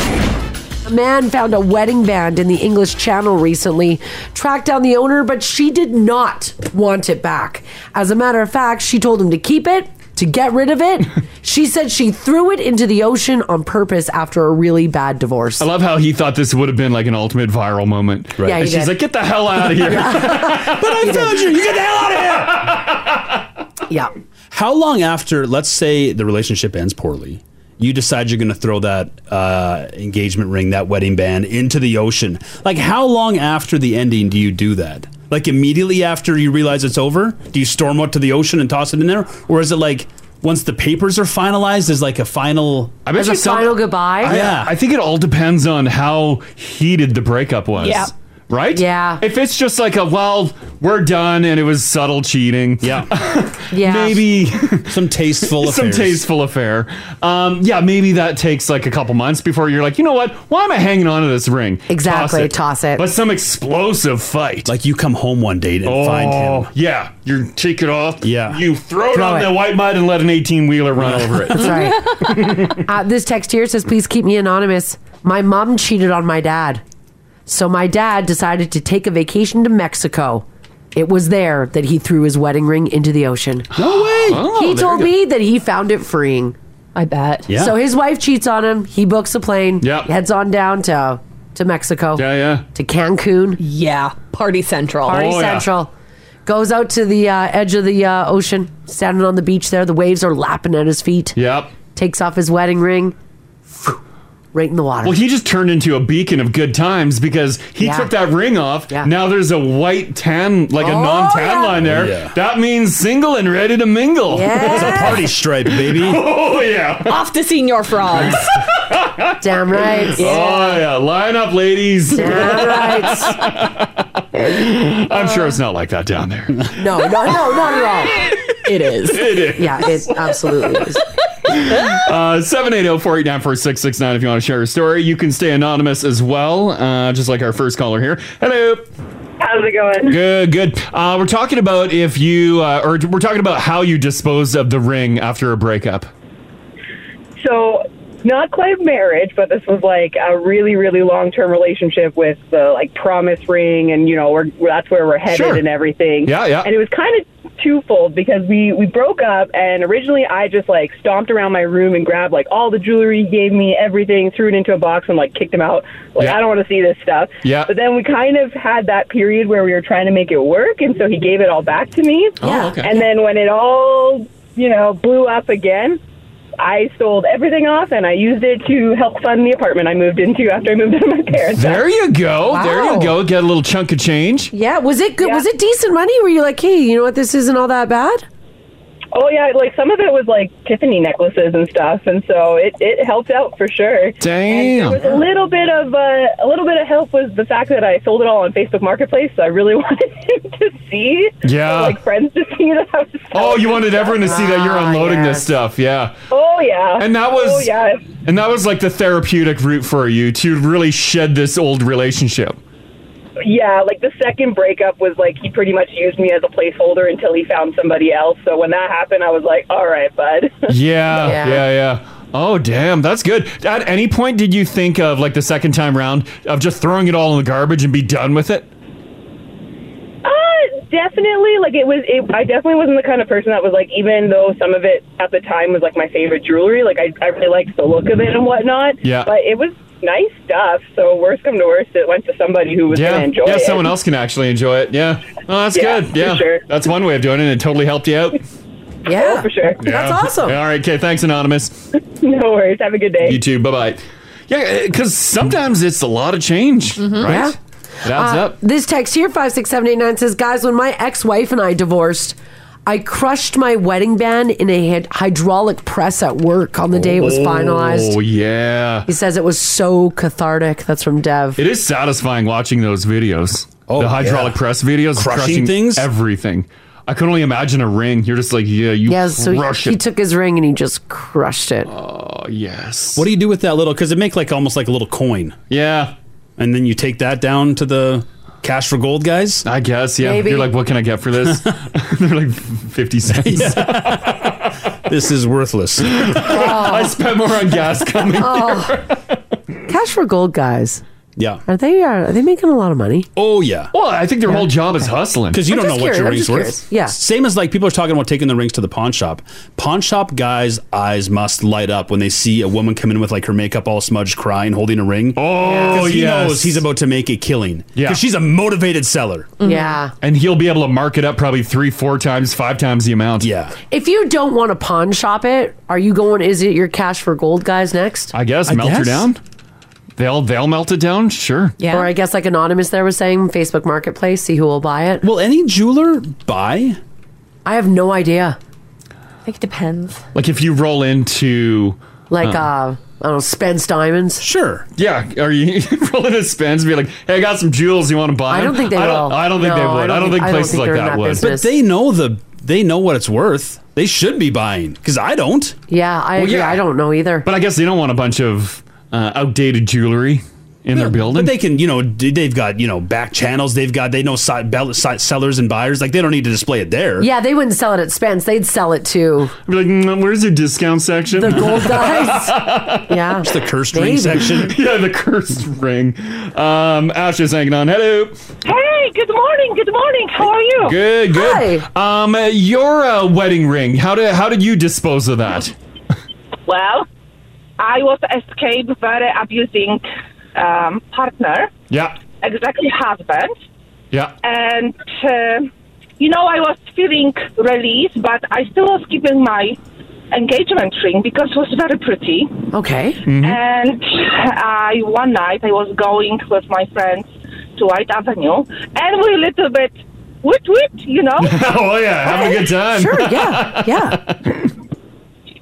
[SPEAKER 3] A man found a wedding band in the English Channel recently, tracked down the owner, but she did not want it back. As a matter of fact, she told him to keep it, to get rid of it. she said she threw it into the ocean on purpose after a really bad divorce.
[SPEAKER 2] I love how he thought this would have been like an ultimate viral moment.
[SPEAKER 3] Right. Yeah, he
[SPEAKER 2] and she's
[SPEAKER 3] did.
[SPEAKER 2] like, "Get the hell out of here!"
[SPEAKER 4] But I found you. You get the hell
[SPEAKER 3] of
[SPEAKER 4] out
[SPEAKER 3] here. yeah.
[SPEAKER 4] How long after, let's say, the relationship ends poorly, you decide you're going to throw that uh, engagement ring, that wedding band, into the ocean? Like, how long after the ending do you do that? Like immediately after you realize it's over, do you storm out to the ocean and toss it in there, or is it like once the papers are finalized, is like a final?
[SPEAKER 2] I bet As you a some- final
[SPEAKER 3] goodbye.
[SPEAKER 2] I- I think it all depends on how heated the breakup was.
[SPEAKER 3] Yeah.
[SPEAKER 2] Right?
[SPEAKER 3] Yeah.
[SPEAKER 2] If it's just like a, well, we're done and it was subtle cheating. Yeah.
[SPEAKER 3] Yeah.
[SPEAKER 2] Maybe
[SPEAKER 4] some tasteful
[SPEAKER 2] Some
[SPEAKER 4] affairs.
[SPEAKER 2] tasteful affair. Um, yeah, maybe that takes like a couple months before you're like, you know what? Why am I hanging on to this ring?
[SPEAKER 3] Exactly,
[SPEAKER 2] Toss it. But some explosive fight. Oh,
[SPEAKER 4] Like you come home one day and find him.
[SPEAKER 2] Yeah. You take it off.
[SPEAKER 4] Yeah.
[SPEAKER 2] You throw it
[SPEAKER 4] Throw
[SPEAKER 2] on
[SPEAKER 4] it.
[SPEAKER 2] the white mud and let an 18 wheeler run over it.
[SPEAKER 3] That's right. uh, this text here says, please keep me anonymous. My mom cheated on my dad. So my dad decided to take a vacation to Mexico. It was there that he threw his wedding ring into the ocean.
[SPEAKER 4] No way.
[SPEAKER 2] Oh,
[SPEAKER 3] he
[SPEAKER 2] there
[SPEAKER 3] told
[SPEAKER 2] you go.
[SPEAKER 3] me that he found it freeing.
[SPEAKER 5] I bet.
[SPEAKER 2] Yeah.
[SPEAKER 3] So his wife cheats on him. He books a plane.
[SPEAKER 2] Yeah.
[SPEAKER 3] Heads on down to to Mexico.
[SPEAKER 2] Yeah, yeah.
[SPEAKER 3] To Cancun.
[SPEAKER 5] Yeah. Party Central.
[SPEAKER 3] Party
[SPEAKER 5] Oh, yeah.
[SPEAKER 3] Central. Goes out to the uh, edge of the uh, ocean, standing on the beach there. The waves are lapping at his feet.
[SPEAKER 2] Yep.
[SPEAKER 3] Takes off his wedding ring. Right in the water.
[SPEAKER 2] Well, he just turned into a beacon of good times because he
[SPEAKER 3] Yeah.
[SPEAKER 2] took that ring off. Now there's a white tan, like a
[SPEAKER 3] Oh,
[SPEAKER 2] non tan
[SPEAKER 3] yeah.
[SPEAKER 2] line there.
[SPEAKER 4] Yeah.
[SPEAKER 2] That means single and ready to mingle.
[SPEAKER 4] It's a party stripe, baby.
[SPEAKER 2] Oh, yeah.
[SPEAKER 5] Off to senior frogs.
[SPEAKER 3] Damn right.
[SPEAKER 2] Oh, yeah. Line up, ladies. I'm sure it's not like that down there.
[SPEAKER 3] No, no, no, not at all.
[SPEAKER 5] It is.
[SPEAKER 2] It is.
[SPEAKER 3] Yeah, it absolutely is.
[SPEAKER 2] Uh, 780-489-4669 if you want to share your story. You can stay anonymous as well, uh, just like our first caller here. Hello.
[SPEAKER 10] How's it going?
[SPEAKER 2] Good, good. Uh, we're talking about if you, uh, or we're talking about how you disposed of the ring after a breakup.
[SPEAKER 10] So, not quite marriage, but this was like a really, really long term relationship with the like promise ring, and you know, we're that's where we're headed
[SPEAKER 12] Sure.
[SPEAKER 10] and everything.
[SPEAKER 12] Yeah, yeah.
[SPEAKER 10] And it was kind of twofold because we we broke up, and originally I just like stomped around my room and grabbed like all the jewelry he gave me, everything, threw it into a box, and like kicked him out. Like
[SPEAKER 12] Yeah.
[SPEAKER 10] I don't want to see this stuff.
[SPEAKER 12] Yeah.
[SPEAKER 10] But then we kind of had that period where we were trying to make it work, and so he gave it all back to me.
[SPEAKER 12] Oh, Yeah. okay.
[SPEAKER 10] And then when it all you know blew up again. I sold everything off and I used it to help fund the apartment I moved into after I moved into my parents'
[SPEAKER 2] There
[SPEAKER 10] house.
[SPEAKER 2] you go. There
[SPEAKER 10] Wow.
[SPEAKER 2] you go. Get a little chunk of change.
[SPEAKER 3] Yeah, was it good? Was it decent money? Were you like, hey, you know what? This isn't all that bad.
[SPEAKER 10] Oh yeah, like some of it was like Tiffany necklaces and stuff, and so it, it helped out for sure.
[SPEAKER 2] Damn.
[SPEAKER 10] And there was a little bit of uh, a little bit of help was the fact that I sold it all on Facebook Marketplace, so I really wanted him to see,
[SPEAKER 2] Yeah.
[SPEAKER 10] like Ah, friends to see that I was.
[SPEAKER 2] Oh, you wanted everyone to see that you're unloading this stuff. Yeah.
[SPEAKER 10] Oh yeah.
[SPEAKER 2] And that was
[SPEAKER 10] Oh yeah.
[SPEAKER 2] And that was like the therapeutic route for you to really shed this old relationship.
[SPEAKER 10] Yeah, like the second breakup was like he pretty much used me as a placeholder until he found somebody else. So when that happened, I was like, all right, bud.
[SPEAKER 2] Yeah, yeah,
[SPEAKER 10] Yeah.
[SPEAKER 2] yeah. Oh, damn, that's good. At any point, did you think of like the second time round of just throwing it all in the garbage and be done with it?
[SPEAKER 10] Uh, definitely like it was. It, I definitely wasn't the kind of person that was like, even though some of it at the time was like my favorite jewelry. Like I, I really liked the look of it and whatnot.
[SPEAKER 2] Yeah.
[SPEAKER 10] But it was nice stuff. So worst come to worst, it went to somebody who was
[SPEAKER 2] yeah,
[SPEAKER 10] gonna enjoy
[SPEAKER 2] yeah.
[SPEAKER 10] it.
[SPEAKER 2] Someone else can actually enjoy it. Yeah. Oh, that's
[SPEAKER 10] Yeah,
[SPEAKER 2] good.
[SPEAKER 10] for
[SPEAKER 2] Yeah,
[SPEAKER 10] sure.
[SPEAKER 2] that's one way of doing it. and It totally helped you out.
[SPEAKER 3] Yeah,
[SPEAKER 10] Oh, for sure.
[SPEAKER 2] Yeah. All right, okay. Thanks, anonymous.
[SPEAKER 10] no worries. Have a good day.
[SPEAKER 2] You too. Bye bye. Yeah, because sometimes it's a lot of change,
[SPEAKER 3] Mhm.
[SPEAKER 2] right?
[SPEAKER 3] Yeah.
[SPEAKER 2] It adds
[SPEAKER 3] Uh,
[SPEAKER 2] up.
[SPEAKER 3] This text here, 56789, says, Guys, when my ex wife and I divorced, I crushed my wedding band in a hy- hydraulic press at work on the day it was finalized.
[SPEAKER 2] Oh yeah.
[SPEAKER 3] He says it was so cathartic. That's from Dev.
[SPEAKER 2] It is satisfying watching those videos. Oh, the hydraulic
[SPEAKER 3] yeah.
[SPEAKER 2] press videos,
[SPEAKER 3] Crushing
[SPEAKER 2] crushing,
[SPEAKER 3] things?
[SPEAKER 2] everything. I can only imagine a ring. You're just like, yeah, you
[SPEAKER 3] Yeah, so
[SPEAKER 2] crush
[SPEAKER 3] he, he
[SPEAKER 2] it.
[SPEAKER 3] took his ring and he just crushed it. Oh,
[SPEAKER 2] Uh, yes.
[SPEAKER 4] What do you do with that little? Because it make like almost like a little coin.
[SPEAKER 2] Yeah.
[SPEAKER 4] And then you take that down to the cash for gold guys.
[SPEAKER 2] I guess. Yeah. You're like, what can I get for this? They're like fifty cents.
[SPEAKER 4] this is worthless.
[SPEAKER 3] Oh.
[SPEAKER 2] I spent more on gas coming.
[SPEAKER 3] Cash for gold guys.
[SPEAKER 4] Yeah.
[SPEAKER 3] Are they uh, are, they making a lot of money?
[SPEAKER 4] Oh yeah.
[SPEAKER 2] Well, I think their whole job is hustling.
[SPEAKER 4] Because you
[SPEAKER 3] I'm
[SPEAKER 4] don't know
[SPEAKER 3] just
[SPEAKER 4] what your
[SPEAKER 3] curious, I'm
[SPEAKER 4] rings
[SPEAKER 3] just
[SPEAKER 4] worth.
[SPEAKER 3] curious. Yeah.
[SPEAKER 4] Same as like people are talking about taking the rings to the pawn shop. Pawn shop guys' eyes must light up when they see a woman come in with like her makeup all smudged, crying, holding a ring.
[SPEAKER 2] Oh,
[SPEAKER 4] he
[SPEAKER 2] yes.
[SPEAKER 4] knows he's about to make a killing.
[SPEAKER 2] Yeah.
[SPEAKER 4] Because she's a motivated seller.
[SPEAKER 5] Mm-hmm.
[SPEAKER 3] Yeah.
[SPEAKER 2] And he'll be able to mark it up probably three, four times, five times the amount.
[SPEAKER 4] Yeah.
[SPEAKER 3] If you don't want to pawn shop it, are you going? Is it your cash for gold guys next?
[SPEAKER 2] I guess melt her down. They'll they'll melt it down. Sure.
[SPEAKER 3] Yeah. Or I guess like anonymous there was saying Facebook Marketplace, see who will buy it.
[SPEAKER 4] Will any jeweler buy?
[SPEAKER 3] I have no idea.
[SPEAKER 5] I think it depends.
[SPEAKER 2] Like if you roll into
[SPEAKER 3] Like uh, I don't know, Spence Diamonds.
[SPEAKER 4] Sure.
[SPEAKER 2] Yeah, are you rolling a spins? Be like, hey, I got some jewels. You want to buy?
[SPEAKER 3] I don't
[SPEAKER 2] them?"
[SPEAKER 3] think they
[SPEAKER 2] I don't,
[SPEAKER 3] will.
[SPEAKER 2] I don't think
[SPEAKER 3] No,
[SPEAKER 2] they
[SPEAKER 3] I
[SPEAKER 2] would. I
[SPEAKER 3] don't
[SPEAKER 2] don't,
[SPEAKER 3] think-
[SPEAKER 2] think
[SPEAKER 3] I don't
[SPEAKER 2] places
[SPEAKER 3] think
[SPEAKER 2] like
[SPEAKER 3] they're in
[SPEAKER 2] that
[SPEAKER 3] that
[SPEAKER 2] would.
[SPEAKER 4] But they know the they know what it's worth. They should be buying. Because I don't.
[SPEAKER 3] Yeah, I
[SPEAKER 4] Well,
[SPEAKER 3] agree.
[SPEAKER 4] yeah.
[SPEAKER 3] I don't know either.
[SPEAKER 2] But I guess they don't want a bunch of uh, outdated jewelry in their building.
[SPEAKER 4] But they can, you know, d- they've got, you know, back channels. They've got, they know side, bell, side sellers and buyers. Like, they don't need to display it there.
[SPEAKER 3] Yeah, they wouldn't sell it at Spence. They'd sell it to
[SPEAKER 2] be like, mm, where's your discount section?
[SPEAKER 3] The gold guys. yeah.
[SPEAKER 4] It's the cursed
[SPEAKER 3] ring Maybe. section.
[SPEAKER 2] yeah, the cursed ring. Um, Ash is hanging on. Hello.
[SPEAKER 12] Hey, good morning. Good morning. How are
[SPEAKER 2] Oh,
[SPEAKER 12] you?
[SPEAKER 2] Good, good. Um, uh, your uh, wedding ring. How did how did you dispose of that?
[SPEAKER 12] Well, I was escaped very abusing um, partner,
[SPEAKER 2] Yeah,
[SPEAKER 12] exactly husband,
[SPEAKER 2] yeah.
[SPEAKER 12] and uh, you know I was feeling release, but I still was keeping my engagement ring because it was very pretty.
[SPEAKER 3] Okay.
[SPEAKER 2] Mm-hmm.
[SPEAKER 12] And I one night I was going with my friends to White Avenue, and we little bit wit wit, you know.
[SPEAKER 2] oh yeah, having a good time. Sure,
[SPEAKER 3] yeah, yeah,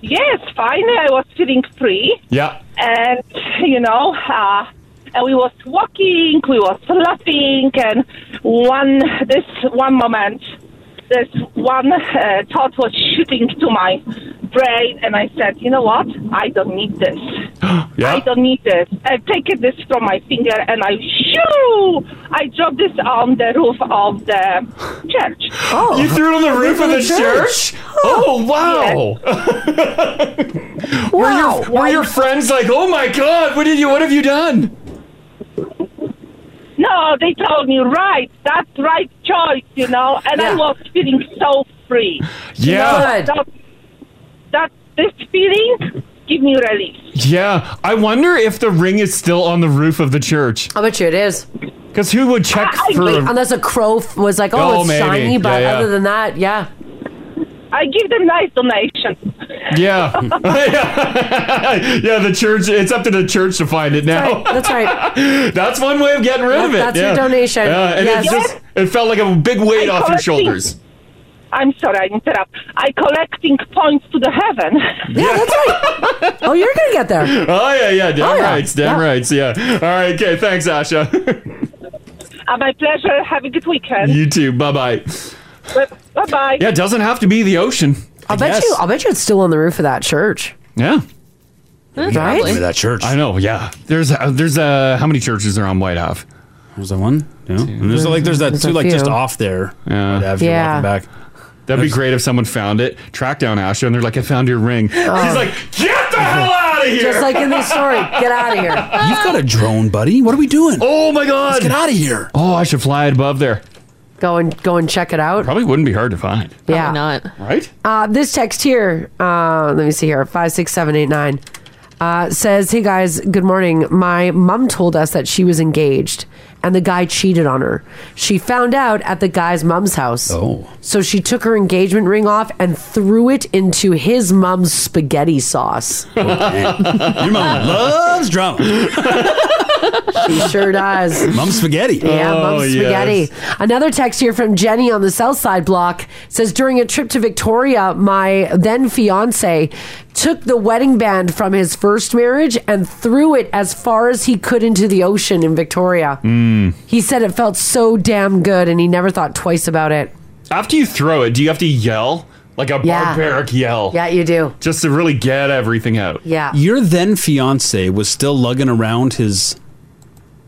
[SPEAKER 12] yes, finally I was feeling free.
[SPEAKER 2] yeah.
[SPEAKER 12] and you know, uh, and we was walking, we was laughing, and one this one moment, this one uh, thought was shooting to my brain, and I said, you know what? I don't need this.
[SPEAKER 2] Yeah.
[SPEAKER 12] I don't need this. I take this from my finger, and I shoo! I dropped this on the roof of the church.
[SPEAKER 3] Oh,
[SPEAKER 2] You threw it on the roof of the church? Oh wow! Were your were your friends like, oh my god, what did you? What have you done?
[SPEAKER 12] No, they told me right. That's right choice, you know. And I was feeling so free. You
[SPEAKER 2] Yeah.
[SPEAKER 12] know, that, that this feeling give me release.
[SPEAKER 2] Yeah, I wonder if the ring is still on the roof of the church.
[SPEAKER 3] I bet you it is.
[SPEAKER 2] Because who would check for?
[SPEAKER 3] Unless a crow f- was like, oh,
[SPEAKER 2] Oh,
[SPEAKER 3] it's
[SPEAKER 2] maybe.
[SPEAKER 3] shiny,
[SPEAKER 2] Yeah,
[SPEAKER 3] but
[SPEAKER 2] yeah.
[SPEAKER 3] other than that, yeah.
[SPEAKER 12] I give them nice donation.
[SPEAKER 2] Yeah, yeah. The church. It's up to the church to find it now.
[SPEAKER 3] That's right.
[SPEAKER 2] That's one way of getting rid of it.
[SPEAKER 12] That's your
[SPEAKER 2] yeah.
[SPEAKER 12] donation.
[SPEAKER 2] Yeah, and it's
[SPEAKER 12] Yes.
[SPEAKER 2] just it felt like a big weight
[SPEAKER 12] I
[SPEAKER 2] off your
[SPEAKER 12] collect things.
[SPEAKER 2] shoulders.
[SPEAKER 12] I'm sorry, I interrupt. I collecting points to the heaven.
[SPEAKER 3] Yeah, that's right. oh, you're gonna get there.
[SPEAKER 2] Oh yeah, yeah. Damn
[SPEAKER 12] Oh, yeah.
[SPEAKER 2] rights. Damn
[SPEAKER 12] Yeah.
[SPEAKER 2] rights. Yeah. All right. Okay. Thanks, Asha.
[SPEAKER 12] Uh, my pleasure. Have a good weekend.
[SPEAKER 2] you too. Bye bye.
[SPEAKER 12] Bye bye.
[SPEAKER 2] Yeah, it doesn't have to be the ocean.
[SPEAKER 3] I'll bet you. I'll bet you it's still on the roof of that church.
[SPEAKER 2] Yeah.
[SPEAKER 3] Right?
[SPEAKER 4] that church.
[SPEAKER 2] I know. Yeah. There's uh, there's uh how many churches are on White Ave?
[SPEAKER 4] There's that one. Yeah. And there's like there's that
[SPEAKER 2] There's a
[SPEAKER 4] too like just
[SPEAKER 2] few.
[SPEAKER 4] off there.
[SPEAKER 2] Yeah.
[SPEAKER 4] If you're walking back.
[SPEAKER 2] That'd be great if someone found it, tracked down Asha, and they're like, "I found your ring." He's like, "Get the hell out of here!"
[SPEAKER 3] Um, Just like in the story, get out of here.
[SPEAKER 4] You've got a drone, buddy. What are we doing?
[SPEAKER 2] Oh my god!
[SPEAKER 4] Let's get out of here.
[SPEAKER 2] Oh, I should fly it above there.
[SPEAKER 3] Go and go and check it out.
[SPEAKER 2] Probably wouldn't be hard to find.
[SPEAKER 3] yeah, not
[SPEAKER 2] right.
[SPEAKER 3] Uh, this text here, uh, let me see here, five six seven eight nine, uh, says, "Hey guys, good morning. My mom told us that she was engaged, and the guy cheated on her. She found out at the guy's mom's house. Oh, so she took her engagement ring off and threw it into his mom's spaghetti sauce.
[SPEAKER 4] Oh, Your mom loves drama.
[SPEAKER 3] she sure does.
[SPEAKER 4] Mom spaghetti.
[SPEAKER 3] Yeah,
[SPEAKER 4] Oh,
[SPEAKER 3] mom spaghetti. Another text here from Jenny on the South Side block says during a trip to Victoria, my then fiance took the wedding band from his first marriage and threw it as far as he could into the ocean in Victoria.
[SPEAKER 2] Mm.
[SPEAKER 3] He said it felt so damn good and he never thought twice about it.
[SPEAKER 2] After you throw it, do you have to yell like a
[SPEAKER 3] Yeah.
[SPEAKER 2] barbaric yell?
[SPEAKER 3] Yeah, you do.
[SPEAKER 2] Just to really get everything out.
[SPEAKER 3] Yeah.
[SPEAKER 4] Your then fiance was still lugging around his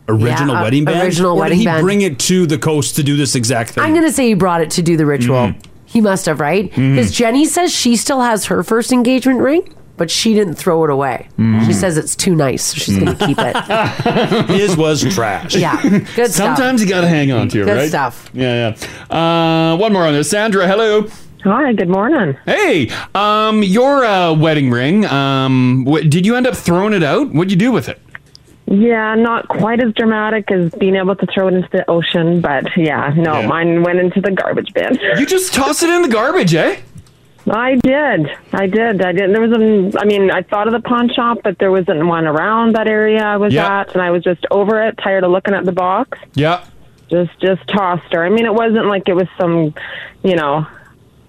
[SPEAKER 4] original
[SPEAKER 3] Yeah, uh,
[SPEAKER 4] wedding band.
[SPEAKER 3] original
[SPEAKER 4] or did
[SPEAKER 3] wedding
[SPEAKER 4] he
[SPEAKER 3] band.
[SPEAKER 4] bring it to the coast to do this exact thing?
[SPEAKER 3] I'm going to say he brought it to do the ritual. He must have, right?
[SPEAKER 4] Mhm.
[SPEAKER 3] Because Jenny says she still has her first engagement ring, but she didn't throw it away.
[SPEAKER 4] Mhm.
[SPEAKER 3] She says it's too nice. so She's going to keep it.
[SPEAKER 4] His was trash.
[SPEAKER 3] Yeah. Good stuff.
[SPEAKER 2] Sometimes you got to hang on to it,
[SPEAKER 3] Good
[SPEAKER 2] right?
[SPEAKER 3] stuff.
[SPEAKER 2] Yeah, yeah. Uh, one more on this. Sandra, hello.
[SPEAKER 11] Hi, good morning.
[SPEAKER 2] Hey, um, your uh, wedding ring, um, wh- did you end up throwing it out? What'd you do with it?
[SPEAKER 11] Yeah, not quite as dramatic as being able to throw it into the ocean, but yeah, no,
[SPEAKER 2] Yeah.
[SPEAKER 11] mine went into the garbage bin.
[SPEAKER 2] You just tossed it in the garbage, eh?
[SPEAKER 11] I did. I did. I did. There was an, I mean, I thought of the pawn shop, but there wasn't one around that area I was
[SPEAKER 2] Yeah.
[SPEAKER 11] at, and I was just over it, tired of looking at the box.
[SPEAKER 2] Yeah.
[SPEAKER 11] Just, just tossed her. I mean, it wasn't like it was some, you know,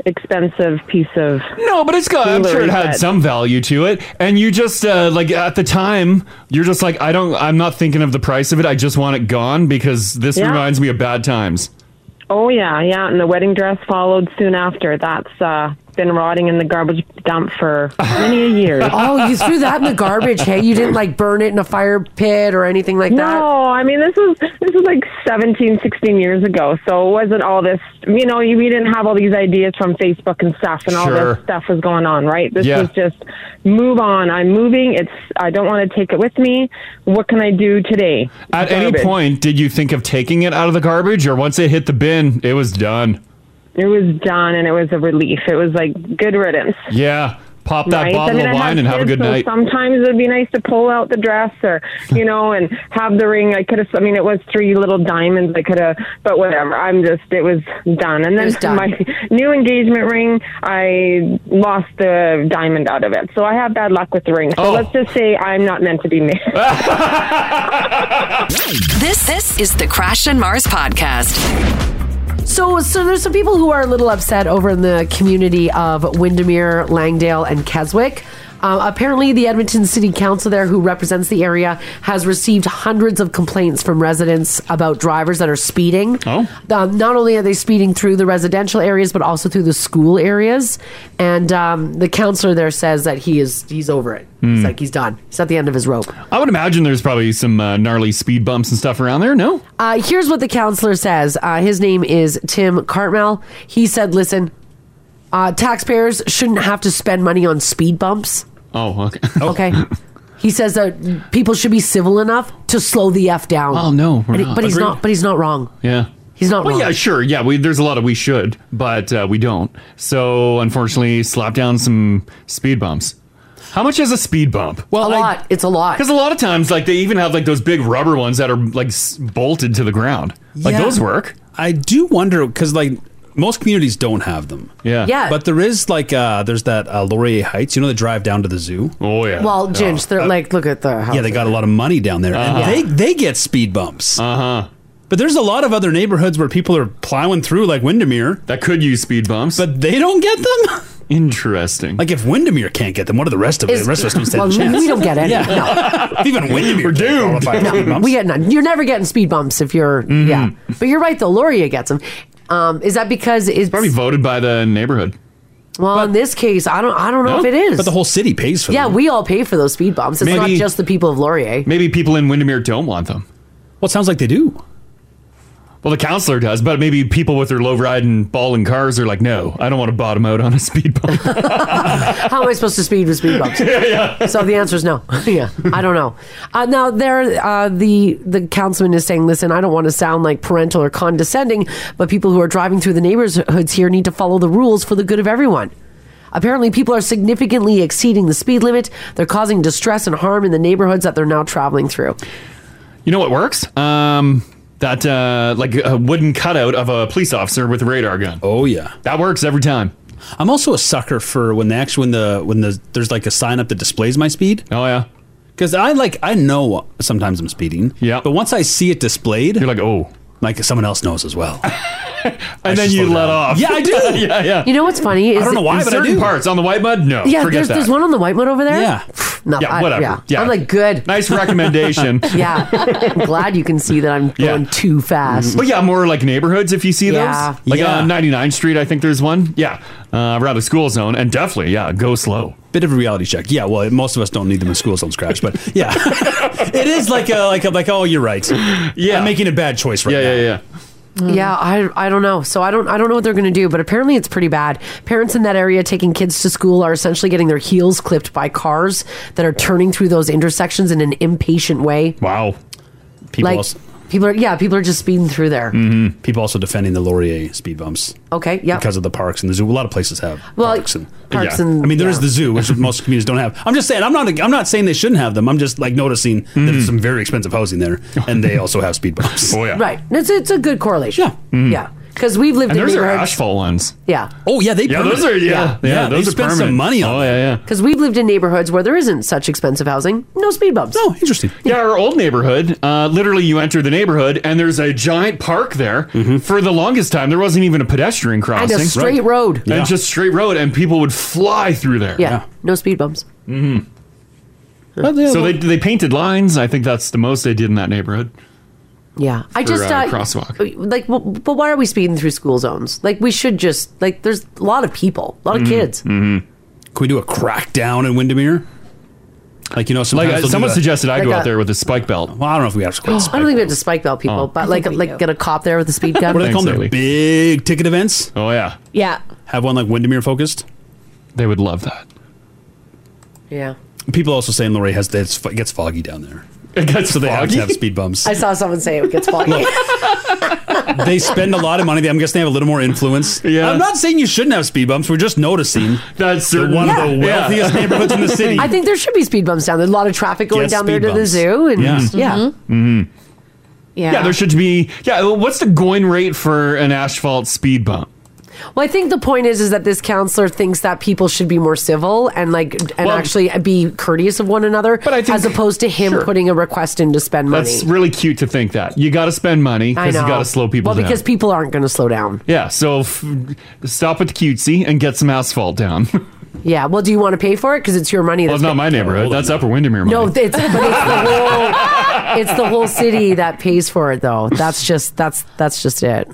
[SPEAKER 11] expensive piece of.
[SPEAKER 2] No, but it's got. I'm sure it had some value to it, and you just uh, like at the time, you're just like, I don't, I'm not thinking of the price of it. I just want it gone because this
[SPEAKER 11] Yeah.
[SPEAKER 2] reminds me of bad times.
[SPEAKER 11] Oh yeah, yeah, and the wedding dress followed soon after. That's uh, been rotting in the garbage dump for many a year.
[SPEAKER 3] oh, you threw that in the garbage. Hey, you didn't like burn it in a fire pit or anything like that.
[SPEAKER 11] No, I mean this was this was like 17, 16 years ago, so it wasn't all this. You know, you, we didn't have all these ideas from Facebook and stuff, and all
[SPEAKER 13] Sure.
[SPEAKER 11] this stuff was going on, right? This
[SPEAKER 13] Yeah.
[SPEAKER 11] was just move on. I'm moving. It's I don't want to take it with me. What can I do today?
[SPEAKER 2] At any
[SPEAKER 11] Garbage.
[SPEAKER 2] point, did you think of taking it out of the garbage, or once it hit the bin, it was done?
[SPEAKER 11] it was done, and it was a relief. It was like good riddance.
[SPEAKER 2] Yeah, pop that
[SPEAKER 11] Right?
[SPEAKER 2] bottle
[SPEAKER 11] I
[SPEAKER 2] of wine
[SPEAKER 11] have
[SPEAKER 2] and have a
[SPEAKER 11] kids,
[SPEAKER 2] good
[SPEAKER 11] so
[SPEAKER 2] night.
[SPEAKER 11] Sometimes it would be nice to pull out the dress or, you know, and have the ring. I could have, I mean, it was three little diamonds. I could have, but whatever. I'm just, it was done. And then my new engagement ring, I lost the diamond out of it. So I have bad luck with the ring.
[SPEAKER 2] Oh.
[SPEAKER 11] So let's just say I'm not meant to be married.
[SPEAKER 1] This this is the Crash and Mars podcast.
[SPEAKER 3] So, so there's some people who are a little upset over in the community of Windermere, Langdale, and Keswick. Uh, apparently, the Edmonton City Council there, who represents the area, has received hundreds of complaints from residents about drivers that are speeding. Oh. Um, not only are they speeding through the residential areas, but also through the school areas. And um, the counselor there says that he is he's over it. He's
[SPEAKER 2] Hmm.
[SPEAKER 3] like he's done. He's at the end of his rope.
[SPEAKER 2] I would imagine there's probably some uh, gnarly speed bumps and stuff around there. No,
[SPEAKER 3] Uh, here's what the counselor says. Uh, his name is Tim Cartmel. He said, "Listen, uh, taxpayers shouldn't have to spend money on speed bumps."
[SPEAKER 2] Oh, okay.
[SPEAKER 3] Okay. He says that people should be civil enough to slow the f down. Oh
[SPEAKER 2] no,
[SPEAKER 3] but,
[SPEAKER 2] we're
[SPEAKER 3] he-
[SPEAKER 2] not.
[SPEAKER 3] but he's
[SPEAKER 2] Agreed.
[SPEAKER 3] not. But he's not wrong.
[SPEAKER 2] Yeah.
[SPEAKER 3] Oh. He's not
[SPEAKER 2] Well,
[SPEAKER 3] wrong.
[SPEAKER 2] yeah, sure. Yeah, we, there's a lot of we should, but uh, we don't. So, unfortunately, slap down some speed bumps. How much is a speed bump?
[SPEAKER 3] Well, a lot. It's a lot.
[SPEAKER 2] Because a lot of times, like, they even have, like, those big rubber ones that are, like, s- bolted to the ground. Like,
[SPEAKER 4] Yeah.
[SPEAKER 2] those work.
[SPEAKER 4] I do wonder because like most communities don't have them.
[SPEAKER 2] Yeah.
[SPEAKER 3] Yeah.
[SPEAKER 4] But there is like uh there's that uh, Laurier Heights. You know the drive down to the zoo.
[SPEAKER 2] Oh yeah.
[SPEAKER 3] Well, Ginge, they're like, look at the house.
[SPEAKER 4] yeah, they got a lot of money down there. and
[SPEAKER 3] Uh-huh.
[SPEAKER 4] They they get speed bumps.
[SPEAKER 2] Uh huh.
[SPEAKER 4] But there's a lot of other neighborhoods where people are plowing through like Windermere
[SPEAKER 2] that could use speed bumps,
[SPEAKER 4] but they don't get them.
[SPEAKER 2] Interesting.
[SPEAKER 4] Like if Windermere can't get them, what are the rest of it?
[SPEAKER 3] Is-
[SPEAKER 4] The rest of us don't stand
[SPEAKER 3] well,
[SPEAKER 4] a chance.
[SPEAKER 3] we don't get any.
[SPEAKER 4] Even Windermere, we're doomed.
[SPEAKER 3] No, we get none. You're never getting speed bumps if you're.
[SPEAKER 2] Mm-hmm.
[SPEAKER 3] Yeah, but you're right. though. Loria gets them. Um, is that because it's
[SPEAKER 2] Probably voted by the neighborhood.
[SPEAKER 3] well in this case? I don't. I don't know if it is.
[SPEAKER 2] But the whole city pays for
[SPEAKER 3] yeah,
[SPEAKER 2] them.
[SPEAKER 3] we all pay for those speed bumps. It's not
[SPEAKER 2] Maybe-
[SPEAKER 3] just the people of Laurier.
[SPEAKER 2] Maybe people in Windermere don't want them.
[SPEAKER 4] Well, it sounds like they do.
[SPEAKER 2] Well, the counselor does, but maybe people with their low riding ball and cars are like, no, I don't want to bottom out on a speed bump.
[SPEAKER 3] How am I supposed to speed with speed bumps? So the answer is no. yeah, I don't know. Uh, now there, uh, the the councilman is saying, listen, I don't want to sound like parental or condescending, but people who are driving through the neighborhoods here need to follow the rules for the good of everyone. Apparently, people are significantly exceeding the speed limit. They're causing distress and harm in the neighborhoods that they're now traveling through.
[SPEAKER 2] You know what works? Um, that uh, like a wooden cutout of a police officer with a radar gun.
[SPEAKER 4] Oh yeah,
[SPEAKER 2] that works every time.
[SPEAKER 4] I'm also a sucker for when the actually when the when the there's like a sign up that displays my speed.
[SPEAKER 2] Oh yeah,
[SPEAKER 4] because I like I know sometimes I'm speeding. Yeah, but once I see it displayed, you're
[SPEAKER 2] like oh,
[SPEAKER 4] like someone else knows as well.
[SPEAKER 2] and then you let off.
[SPEAKER 4] Yeah, I do.
[SPEAKER 2] yeah, yeah.
[SPEAKER 3] You know what's funny? Is
[SPEAKER 2] Uh, I don't know why,
[SPEAKER 3] in
[SPEAKER 2] but I
[SPEAKER 3] certain
[SPEAKER 2] do. parts on the white mud. No,
[SPEAKER 3] yeah,
[SPEAKER 2] forget
[SPEAKER 3] there's,
[SPEAKER 2] that.
[SPEAKER 3] there's one on the white one over there.
[SPEAKER 2] Yeah.
[SPEAKER 3] No,
[SPEAKER 2] Yeah,
[SPEAKER 3] I-
[SPEAKER 2] whatever.
[SPEAKER 3] yeah.
[SPEAKER 2] Yeah.
[SPEAKER 3] I'm like, good.
[SPEAKER 2] Nice recommendation.
[SPEAKER 3] yeah. I'm glad you can see that I'm going too fast.
[SPEAKER 2] But yeah, more like neighborhoods if you see
[SPEAKER 3] Yeah.
[SPEAKER 2] those. Like
[SPEAKER 3] Yeah.
[SPEAKER 2] on 99th Street, I think there's one. Yeah. Uh, rather school zone. And definitely, yeah, go slow.
[SPEAKER 4] Bit of a reality check. Yeah, well, most of us don't need them in school zones, Crash, but yeah. it is like a, like a, like oh, you're right. Yeah, I'm making a bad choice right yeah, now. Yeah,
[SPEAKER 2] yeah,
[SPEAKER 3] Yeah, I, I don't know. So I don't I don't know what they're going to do, but apparently it's pretty bad. Parents in that area taking kids to school are essentially getting their heels clipped by cars that are turning through those intersections in an impatient way.
[SPEAKER 2] Wow.
[SPEAKER 4] People
[SPEAKER 3] like
[SPEAKER 4] also-
[SPEAKER 3] people are yeah, people are just speeding through there.
[SPEAKER 4] Mm-hmm. People also defending the Laurier speed bumps.
[SPEAKER 3] Okay, yeah.
[SPEAKER 4] Because of the parks and the zoo. A lot of places have
[SPEAKER 3] Well,
[SPEAKER 4] parks and
[SPEAKER 3] parks
[SPEAKER 4] yeah.
[SPEAKER 3] and-
[SPEAKER 4] I mean, there is
[SPEAKER 3] yeah.
[SPEAKER 4] the zoo, which most communities don't have. I'm just saying. I'm not. I'm not saying they shouldn't have them. I'm just like noticing that there's some very expensive housing there, and they also have speed bumps.
[SPEAKER 2] Mm-hmm. oh yeah.
[SPEAKER 3] Right. It's it's a good correlation. Yeah. Yeah. Cuz we've lived
[SPEAKER 2] Mm-hmm. And
[SPEAKER 3] in
[SPEAKER 2] those are
[SPEAKER 3] neighborhoods
[SPEAKER 2] asphalt ones.
[SPEAKER 3] Yeah.
[SPEAKER 4] Oh yeah, they
[SPEAKER 2] Yeah, those are,
[SPEAKER 4] permanent.
[SPEAKER 2] yeah. Yeah,
[SPEAKER 4] Yeah, they
[SPEAKER 2] those are
[SPEAKER 4] spent some
[SPEAKER 2] permanent.
[SPEAKER 4] money on
[SPEAKER 2] Oh, yeah, yeah.
[SPEAKER 3] Cuz we've lived in neighborhoods where there isn't such expensive housing. No speed bumps.
[SPEAKER 4] No, Oh, interesting.
[SPEAKER 2] Yeah, our old neighborhood. Uh, literally, you enter the neighborhood, and there's a giant park there.
[SPEAKER 3] Mm-hmm.
[SPEAKER 2] For the longest time, there wasn't even a pedestrian crossing.
[SPEAKER 3] straight road. Yeah.
[SPEAKER 2] and just straight road, and people would fly through there.
[SPEAKER 3] Yeah. No speed bumps.
[SPEAKER 2] Mm-hmm.
[SPEAKER 3] Well, yeah,
[SPEAKER 2] so
[SPEAKER 3] well-
[SPEAKER 2] they they painted lines. I think that's the most they did in that neighborhood.
[SPEAKER 3] Yeah, I
[SPEAKER 2] for,
[SPEAKER 3] just
[SPEAKER 2] uh, crosswalk.
[SPEAKER 3] Like, well, but why are we speeding through school zones? Like, we should just like. There's a lot of people, a lot of kids.
[SPEAKER 4] Mm-hmm. Can we do a crackdown in Windermere? Like you know,
[SPEAKER 2] Like
[SPEAKER 4] sometimes
[SPEAKER 2] uh,
[SPEAKER 4] they'll do
[SPEAKER 2] someone
[SPEAKER 4] that.
[SPEAKER 2] suggested I
[SPEAKER 3] Like
[SPEAKER 2] go out
[SPEAKER 3] a-
[SPEAKER 2] there with a spike belt. Well,
[SPEAKER 4] I don't know if we have to.
[SPEAKER 3] I don't think we have to spike bell people,
[SPEAKER 2] Oh.
[SPEAKER 3] but like, like get a cop there with a speed gun.
[SPEAKER 4] What do they call them? Their big ticket events.
[SPEAKER 2] Oh yeah,
[SPEAKER 5] Yeah.
[SPEAKER 4] have one like Windermere focused.
[SPEAKER 2] They would love that.
[SPEAKER 3] Yeah.
[SPEAKER 4] People also saying Lori has it's, it gets foggy down there. It
[SPEAKER 2] gets
[SPEAKER 4] so they have
[SPEAKER 2] foggy?
[SPEAKER 4] to have speed bumps.
[SPEAKER 3] I saw someone say it gets foggy.
[SPEAKER 4] they spend a lot of money. I'm guessing they have a little more influence. Yeah. I'm not saying you shouldn't have speed bumps. We're just noticing
[SPEAKER 2] that's
[SPEAKER 4] one of the wealthiest neighborhoods in the city.
[SPEAKER 3] I think there should be speed bumps down there. A lot of traffic going
[SPEAKER 4] Yes,
[SPEAKER 3] down there
[SPEAKER 4] speed
[SPEAKER 3] to the
[SPEAKER 4] bumps.
[SPEAKER 3] zoo, and yeah,
[SPEAKER 2] Yeah. Mhm. Mm-hmm.
[SPEAKER 3] yeah.
[SPEAKER 2] Yeah, there should be. Yeah, what's the going rate for an asphalt speed bump?
[SPEAKER 3] Well, I think the point is, is that this counselor thinks that people should be more civil and like, and actually be courteous of one another, but I think, as opposed to him putting a request in to spend money.
[SPEAKER 2] That's really cute to think that. You got to spend money
[SPEAKER 3] I
[SPEAKER 2] because you
[SPEAKER 3] know.
[SPEAKER 2] got to slow people
[SPEAKER 3] well,
[SPEAKER 2] down.
[SPEAKER 3] because people aren't going to slow down.
[SPEAKER 2] yeah, so f- stop with the cutesy and get some asphalt down. well,
[SPEAKER 3] Yeah. Well, do you want to pay for it? Because it's your money.
[SPEAKER 2] it's not my neighborhood. That's Upper Windermere.
[SPEAKER 3] No,
[SPEAKER 2] Money.
[SPEAKER 3] it's, but it's, the whole, it's the whole city that pays for it, though. That's just that's that's just it.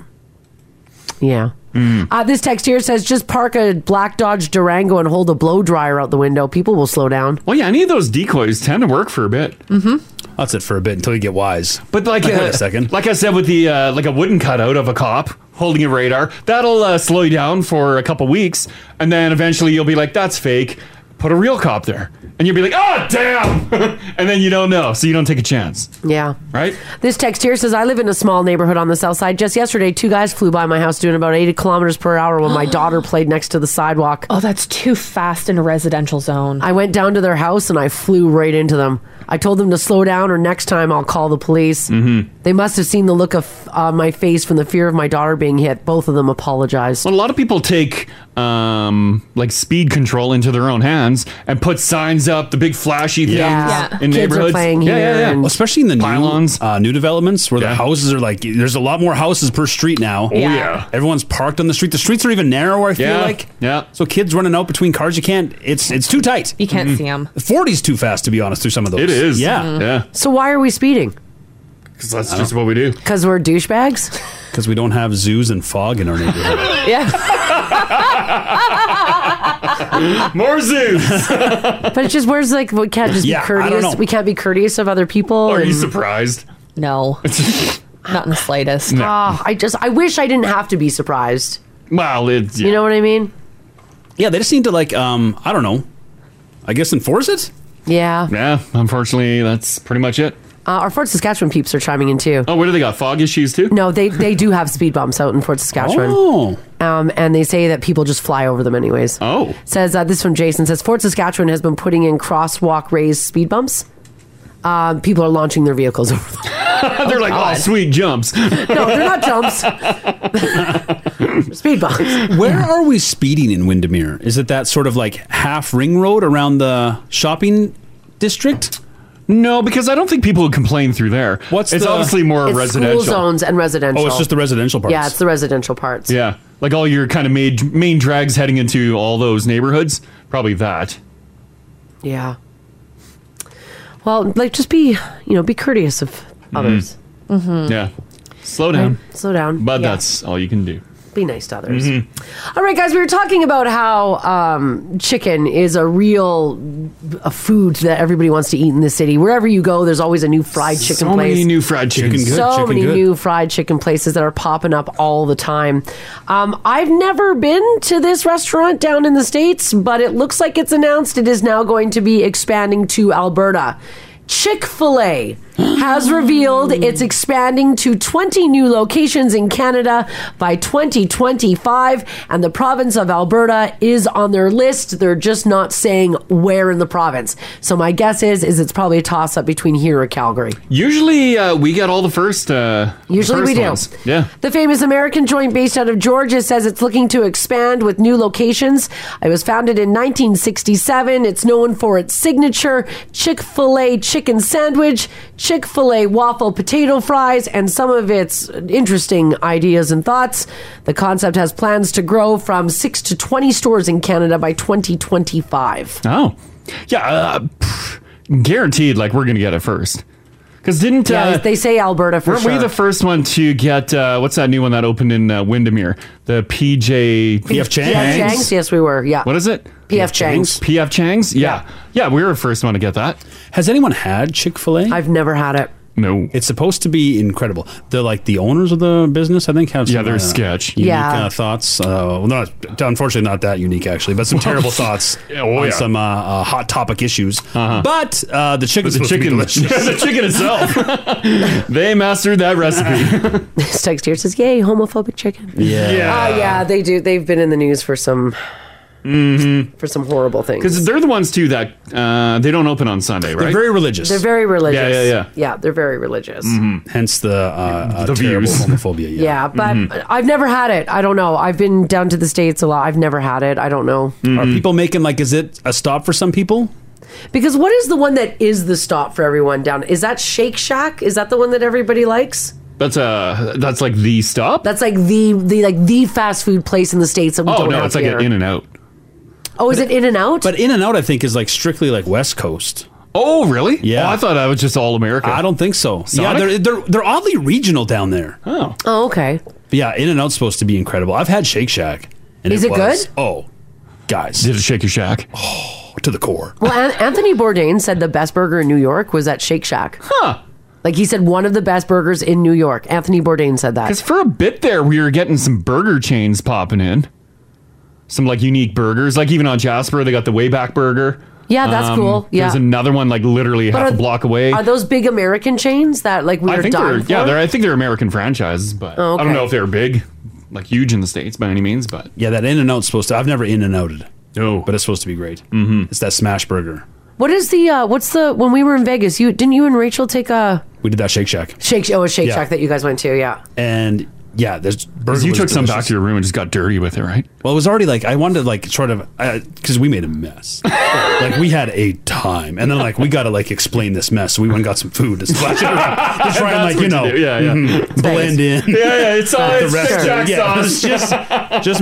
[SPEAKER 3] Yeah.
[SPEAKER 2] Mm.
[SPEAKER 3] Uh, this text here says, "Just park a black Dodge Durango and hold a blow dryer out the window. People will slow down."
[SPEAKER 2] Well, yeah, any of those decoys tend to work for a bit.
[SPEAKER 3] Mm-hmm.
[SPEAKER 4] That's it for a bit until you get wise.
[SPEAKER 2] But like,
[SPEAKER 4] Wait a
[SPEAKER 2] uh,
[SPEAKER 4] second.
[SPEAKER 2] like I said, with the uh, like a wooden cutout of a cop holding a radar, that'll uh, slow you down for a couple weeks, and then eventually you'll be like, "That's fake." Put a real cop there, and you'll be like, "Oh, damn!" and then you don't know, so you don't take a chance,
[SPEAKER 3] Yeah.
[SPEAKER 2] right?
[SPEAKER 3] This text here says, I live in a small neighborhood on the south side. Just yesterday, two guys flew by my house doing about 80 kilometers per hour when my daughter played next to the sidewalk.
[SPEAKER 5] Oh, that's too fast in a residential zone.
[SPEAKER 3] I went down to their house and I flew right into them. I told them to slow down or next time I'll call the police. Mm-hmm. They must have seen the look of uh, my face from the fear of my daughter being hit. Both of them apologized.
[SPEAKER 2] Well, a lot of people take um, like speed control into their own hands and put signs up, the big flashy things
[SPEAKER 4] Yeah.
[SPEAKER 2] in neighborhoods. yeah, yeah, yeah.
[SPEAKER 4] Well, especially in the new, uh, new developments where the houses are like, there's a lot more houses per street now.
[SPEAKER 2] Oh, Yeah. yeah.
[SPEAKER 4] Everyone's parked on the street. The streets are even narrower, I feel
[SPEAKER 2] Yeah,
[SPEAKER 4] like.
[SPEAKER 2] Yeah.
[SPEAKER 4] So kids running out between cars, you can't, it's it's too tight.
[SPEAKER 5] You can't see 'em.
[SPEAKER 4] 40's too fast, to be honest, through some of those.
[SPEAKER 2] Mm-hmm. It is.
[SPEAKER 4] Yeah.
[SPEAKER 2] Mhm. Yeah.
[SPEAKER 3] Mm-hmm. So why are we speeding?
[SPEAKER 2] Because that's just what we do.
[SPEAKER 3] Because we're douchebags?
[SPEAKER 4] Because we don't have zoos and fog in our neighborhood.
[SPEAKER 3] Yeah.
[SPEAKER 2] More zoos.
[SPEAKER 3] but it's just, where's like, we can't just
[SPEAKER 2] Yeah,
[SPEAKER 3] be
[SPEAKER 2] I don't know.
[SPEAKER 3] courteous. We can't be courteous of other people.
[SPEAKER 2] Are you
[SPEAKER 3] and-
[SPEAKER 2] surprised?
[SPEAKER 5] No. Not in the slightest.
[SPEAKER 2] No.
[SPEAKER 3] Ah, I just I wish I didn't have to be surprised.
[SPEAKER 2] Well, it's
[SPEAKER 3] You know what I mean?
[SPEAKER 4] Yeah, they just need to like um I don't know. I guess enforce it?
[SPEAKER 3] Yeah.
[SPEAKER 2] Yeah, unfortunately, that's pretty much it.
[SPEAKER 3] Uh, our Fort Saskatchewan peeps are chiming in too.
[SPEAKER 2] Oh, what do they got? Fog issues too?
[SPEAKER 3] No, they they do have speed bumps out in Fort Saskatchewan.
[SPEAKER 2] Oh.
[SPEAKER 3] Um, and they say that people just fly over them anyways.
[SPEAKER 2] Oh.
[SPEAKER 3] Says uh, this from Jason says Fort Saskatchewan has been putting in crosswalk raised speed bumps. Um, people are launching their vehicles over them.
[SPEAKER 2] They're like, oh, sweet jumps.
[SPEAKER 3] no, they're not jumps. speed bumps.
[SPEAKER 4] Where are we speeding in Windermere? Is it that sort of like half ring road around the shopping district?
[SPEAKER 2] No, because I don't think people would complain through there. What's it's
[SPEAKER 5] uh,
[SPEAKER 4] the-
[SPEAKER 2] obviously more
[SPEAKER 3] It's uh,
[SPEAKER 2] residential.
[SPEAKER 3] School zones and residential.
[SPEAKER 2] Oh, it's just the residential parts.
[SPEAKER 3] Yeah, it's the residential parts.
[SPEAKER 2] Yeah, like all your kind of main, main drags heading into all those neighborhoods. Probably that.
[SPEAKER 3] Yeah. Well, like just be, you know, be courteous of others. Mm-hmm.
[SPEAKER 2] Yeah. Slow down.
[SPEAKER 3] Slow down.
[SPEAKER 2] But
[SPEAKER 3] Yeah.
[SPEAKER 2] that's all you can do. Mm-hmm.
[SPEAKER 3] Be nice to others. All right, guys, we were talking about how um, chicken is a real a food that everybody wants to eat in the city. Wherever you go, there's always a new fried chicken
[SPEAKER 2] so
[SPEAKER 3] place.
[SPEAKER 2] many new fried chickens.
[SPEAKER 3] so many new fried chicken places that are popping up all the time. Um, I've never been to this restaurant down in the States, but it looks like it's announced it is now going to be expanding to Alberta. Chick fil A has revealed it's expanding to 20 new locations in Canada by 2025, and the province of Alberta is on their list. They're just not saying where in the province. So, my guess is, is it's probably a toss up between here or Calgary.
[SPEAKER 2] Usually uh, we get all the first. Uh,
[SPEAKER 3] Usually
[SPEAKER 2] first
[SPEAKER 3] we do.
[SPEAKER 2] ones. Yeah.
[SPEAKER 3] The famous American joint based out of Georgia says it's looking to expand with new locations. It was founded in 1967. It's known for its signature Chick fil A chicken sandwich, Chick fil A waffle potato fries, and some of its interesting ideas and thoughts. The concept has plans to grow from 6 to 20 stores in Canada by 2025.
[SPEAKER 2] Oh, yeah. Uh, pff, guaranteed. Like we're gonna get it first. Because didn't
[SPEAKER 3] Yeah,
[SPEAKER 2] uh,
[SPEAKER 3] they say Alberta for
[SPEAKER 2] weren't
[SPEAKER 3] sure.
[SPEAKER 2] we the first one to get uh, what's that new one that opened in uh, Windermere? The PJ PF
[SPEAKER 3] PF Chang's? Yes, we were. Yeah.
[SPEAKER 2] What is it?
[SPEAKER 3] PF Chang's.
[SPEAKER 2] PF Chang's. Yeah. yeah, We were the first one to get that.
[SPEAKER 4] Has anyone had Chick fil A?
[SPEAKER 3] I've never had it.
[SPEAKER 2] No.
[SPEAKER 4] It's supposed to be incredible. They're like the owners of the business, I think, have some,
[SPEAKER 2] Yeah, they're
[SPEAKER 4] uh,
[SPEAKER 2] sketch.
[SPEAKER 4] Unique
[SPEAKER 2] Yeah.
[SPEAKER 4] uh, thoughts. Uh, well, not, unfortunately, not that unique, actually, but some terrible thoughts
[SPEAKER 2] Oh. Yeah, oh,
[SPEAKER 4] on
[SPEAKER 2] yeah. Uh-huh.
[SPEAKER 4] some uh, uh, hot topic issues. But uh, the chicken's
[SPEAKER 2] But the
[SPEAKER 4] supposed to be
[SPEAKER 2] chicken-
[SPEAKER 4] delicious.
[SPEAKER 2] the chicken itself. they mastered that recipe.
[SPEAKER 3] This text here says, Yay, homophobic chicken.
[SPEAKER 2] Yeah. Yeah.
[SPEAKER 3] Oh, yeah, they do. They've been in the news for some. For some horrible things.
[SPEAKER 2] Because Mm-hmm. they're the ones too that uh, they don't open on Sunday, right?
[SPEAKER 3] They're very religious.
[SPEAKER 2] Yeah, yeah, Mm. yeah.
[SPEAKER 3] Yeah, they're very religious.
[SPEAKER 4] Hence the uh,
[SPEAKER 2] The
[SPEAKER 4] the terrible
[SPEAKER 2] views.
[SPEAKER 4] homophobia.
[SPEAKER 3] Yeah,
[SPEAKER 4] Yeah.
[SPEAKER 3] but
[SPEAKER 2] Mm-hmm.
[SPEAKER 3] I've never had it. I don't know. I've been down to the States a lot. I've never had it. I don't know.
[SPEAKER 2] Mm-hmm.
[SPEAKER 4] Are people making like? Is it a stop for some people?
[SPEAKER 3] Because what is the one that is the stop for everyone down? Is that Shake Shack? Is that the one that everybody likes?
[SPEAKER 2] That's uh that's like the stop.
[SPEAKER 3] That's like the the like the fast food place in the States that we
[SPEAKER 2] Oh
[SPEAKER 3] don't
[SPEAKER 2] no,
[SPEAKER 3] have
[SPEAKER 2] it's like
[SPEAKER 3] here.
[SPEAKER 2] an in and out.
[SPEAKER 3] oh, is it in and out?
[SPEAKER 4] But In and Out, I think, is like strictly like West Coast.
[SPEAKER 2] Oh, really?
[SPEAKER 4] Yeah.
[SPEAKER 2] I thought I was just all America.
[SPEAKER 4] I don't think so.
[SPEAKER 2] Sonic?
[SPEAKER 4] Yeah, they're, they're they're oddly regional down there.
[SPEAKER 2] Oh.
[SPEAKER 3] Oh, okay.
[SPEAKER 4] But yeah, In and Out's supposed to be incredible. I've had Shake Shack.
[SPEAKER 3] Is it
[SPEAKER 4] was-
[SPEAKER 3] good?
[SPEAKER 4] Oh, guys,
[SPEAKER 2] did it shake your shack?
[SPEAKER 4] Oh, to the core.
[SPEAKER 3] Well, An- Anthony Bourdain said the best burger in New York was at Shake Shack.
[SPEAKER 2] Huh.
[SPEAKER 3] Like he said, one of the best burgers in New York. Anthony Bourdain said that.
[SPEAKER 2] Because for a bit there, we were getting some burger chains popping in, some like unique burgers. Like even on Jasper, they got the Wayback Burger. Um,
[SPEAKER 3] Yeah, that's cool. Yeah.
[SPEAKER 2] there's another one like literally
[SPEAKER 3] But
[SPEAKER 2] half
[SPEAKER 3] are-
[SPEAKER 2] a block away.
[SPEAKER 3] Are those big American chains that like we
[SPEAKER 2] I
[SPEAKER 3] are
[SPEAKER 2] think they're
[SPEAKER 3] dying
[SPEAKER 2] yeah,
[SPEAKER 3] for?
[SPEAKER 2] they're I think they're American franchises, but
[SPEAKER 3] Oh,
[SPEAKER 2] I don't
[SPEAKER 3] okay.
[SPEAKER 2] know if they're big, like huge in the states by any means. But
[SPEAKER 4] Yeah, that In and Out's supposed to. I've never In and Outed.
[SPEAKER 2] No,
[SPEAKER 4] but it's supposed to be great. Mm-hmm. It's that smash burger.
[SPEAKER 3] What is the uh, what's the when we were in Vegas? You didn't you and Rachel take a
[SPEAKER 4] We did that Shake Shack,
[SPEAKER 3] Shake oh a Shake
[SPEAKER 4] Yeah.
[SPEAKER 3] Shack that you guys went to? Yeah.
[SPEAKER 4] and yeah, there's burger.
[SPEAKER 2] you
[SPEAKER 4] was
[SPEAKER 2] took some back
[SPEAKER 4] delicious.
[SPEAKER 2] to your room and just got dirty with it, right?
[SPEAKER 4] Well, it was already like I wanted to like sort of because we made a mess. like we had a time, and then like we got to like explain this mess. So we went and got some food to splash it around to try and
[SPEAKER 2] That's
[SPEAKER 4] like you
[SPEAKER 2] what
[SPEAKER 4] know
[SPEAKER 2] you do. Yeah, yeah.
[SPEAKER 4] mhm,
[SPEAKER 2] It's
[SPEAKER 4] blend in.
[SPEAKER 2] Vegas. Yeah, yeah, it's all-
[SPEAKER 4] with
[SPEAKER 2] it's Shake
[SPEAKER 4] of
[SPEAKER 2] Shack
[SPEAKER 4] it. Yeah, it
[SPEAKER 2] sauce.
[SPEAKER 4] was just just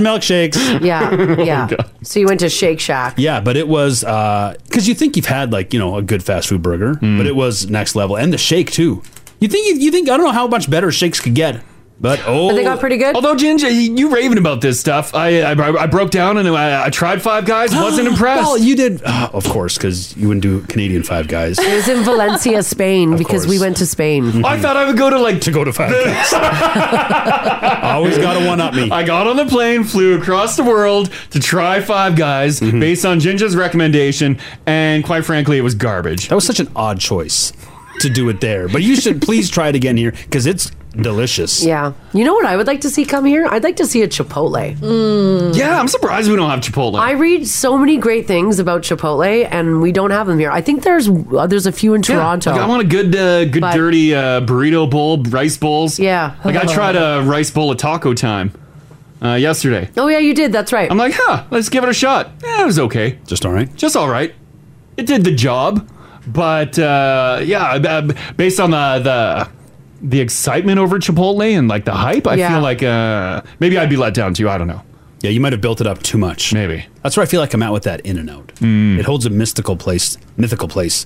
[SPEAKER 4] milkshakes.
[SPEAKER 2] Oh
[SPEAKER 3] Yeah, yeah. so you went to Shake Shack.
[SPEAKER 4] Yeah, but it was because you think you've had like you know a good fast food
[SPEAKER 2] Mm.
[SPEAKER 4] burger, but it was next level, and the shake too. You think you, you think I don't know how much better shakes could get.
[SPEAKER 2] But oh,
[SPEAKER 3] But they got pretty good.
[SPEAKER 2] Although Ginger, you you raving about this stuff. I I, I broke down and I, I tried Five Guys. Wasn't impressed.
[SPEAKER 4] Well, you did, uh, of course, because you wouldn't do Canadian Five Guys.
[SPEAKER 3] It was in Valencia, Spain, because we went to Spain.
[SPEAKER 2] I thought I would go to like
[SPEAKER 4] to go to Five
[SPEAKER 2] Guys.
[SPEAKER 4] Always got to one up me.
[SPEAKER 2] I got on the plane, flew across the world to try Five Guys
[SPEAKER 4] Mm-hmm.
[SPEAKER 2] based on Ginger's recommendation, and quite frankly, it was garbage. That
[SPEAKER 4] was such an odd choice to do it there, but you should please try it again here because it's delicious.
[SPEAKER 3] Yeah. You know what I would like to see come here? I'd like to see a Chipotle. Mm.
[SPEAKER 2] Yeah, I'm surprised we don't have Chipotle.
[SPEAKER 3] I read so many great things about Chipotle, and we don't have them here. I think there's uh, there's a few in Toronto.
[SPEAKER 2] Like, I want a good, uh, good
[SPEAKER 3] But-
[SPEAKER 2] dirty uh, burrito bowl, rice bowls.
[SPEAKER 3] Yeah.
[SPEAKER 2] Like I tried a rice bowl at taco time uh, yesterday.
[SPEAKER 3] Oh yeah, you did. That's right.
[SPEAKER 2] I'm like, huh, let's give it a shot. Yeah, it was okay.
[SPEAKER 4] Just all right.
[SPEAKER 2] Just all right. It did the job, but uh, yeah, b- b- based on the the the excitement over Chipotle and like the hype, I
[SPEAKER 4] Yeah.
[SPEAKER 2] feel like uh, maybe I'd be let down too. I don't know.
[SPEAKER 4] Yeah, you might have built it up too much.
[SPEAKER 2] Maybe Mm.
[SPEAKER 4] that's where I feel like I'm at with that In and Out. It holds a mystical place, mythical place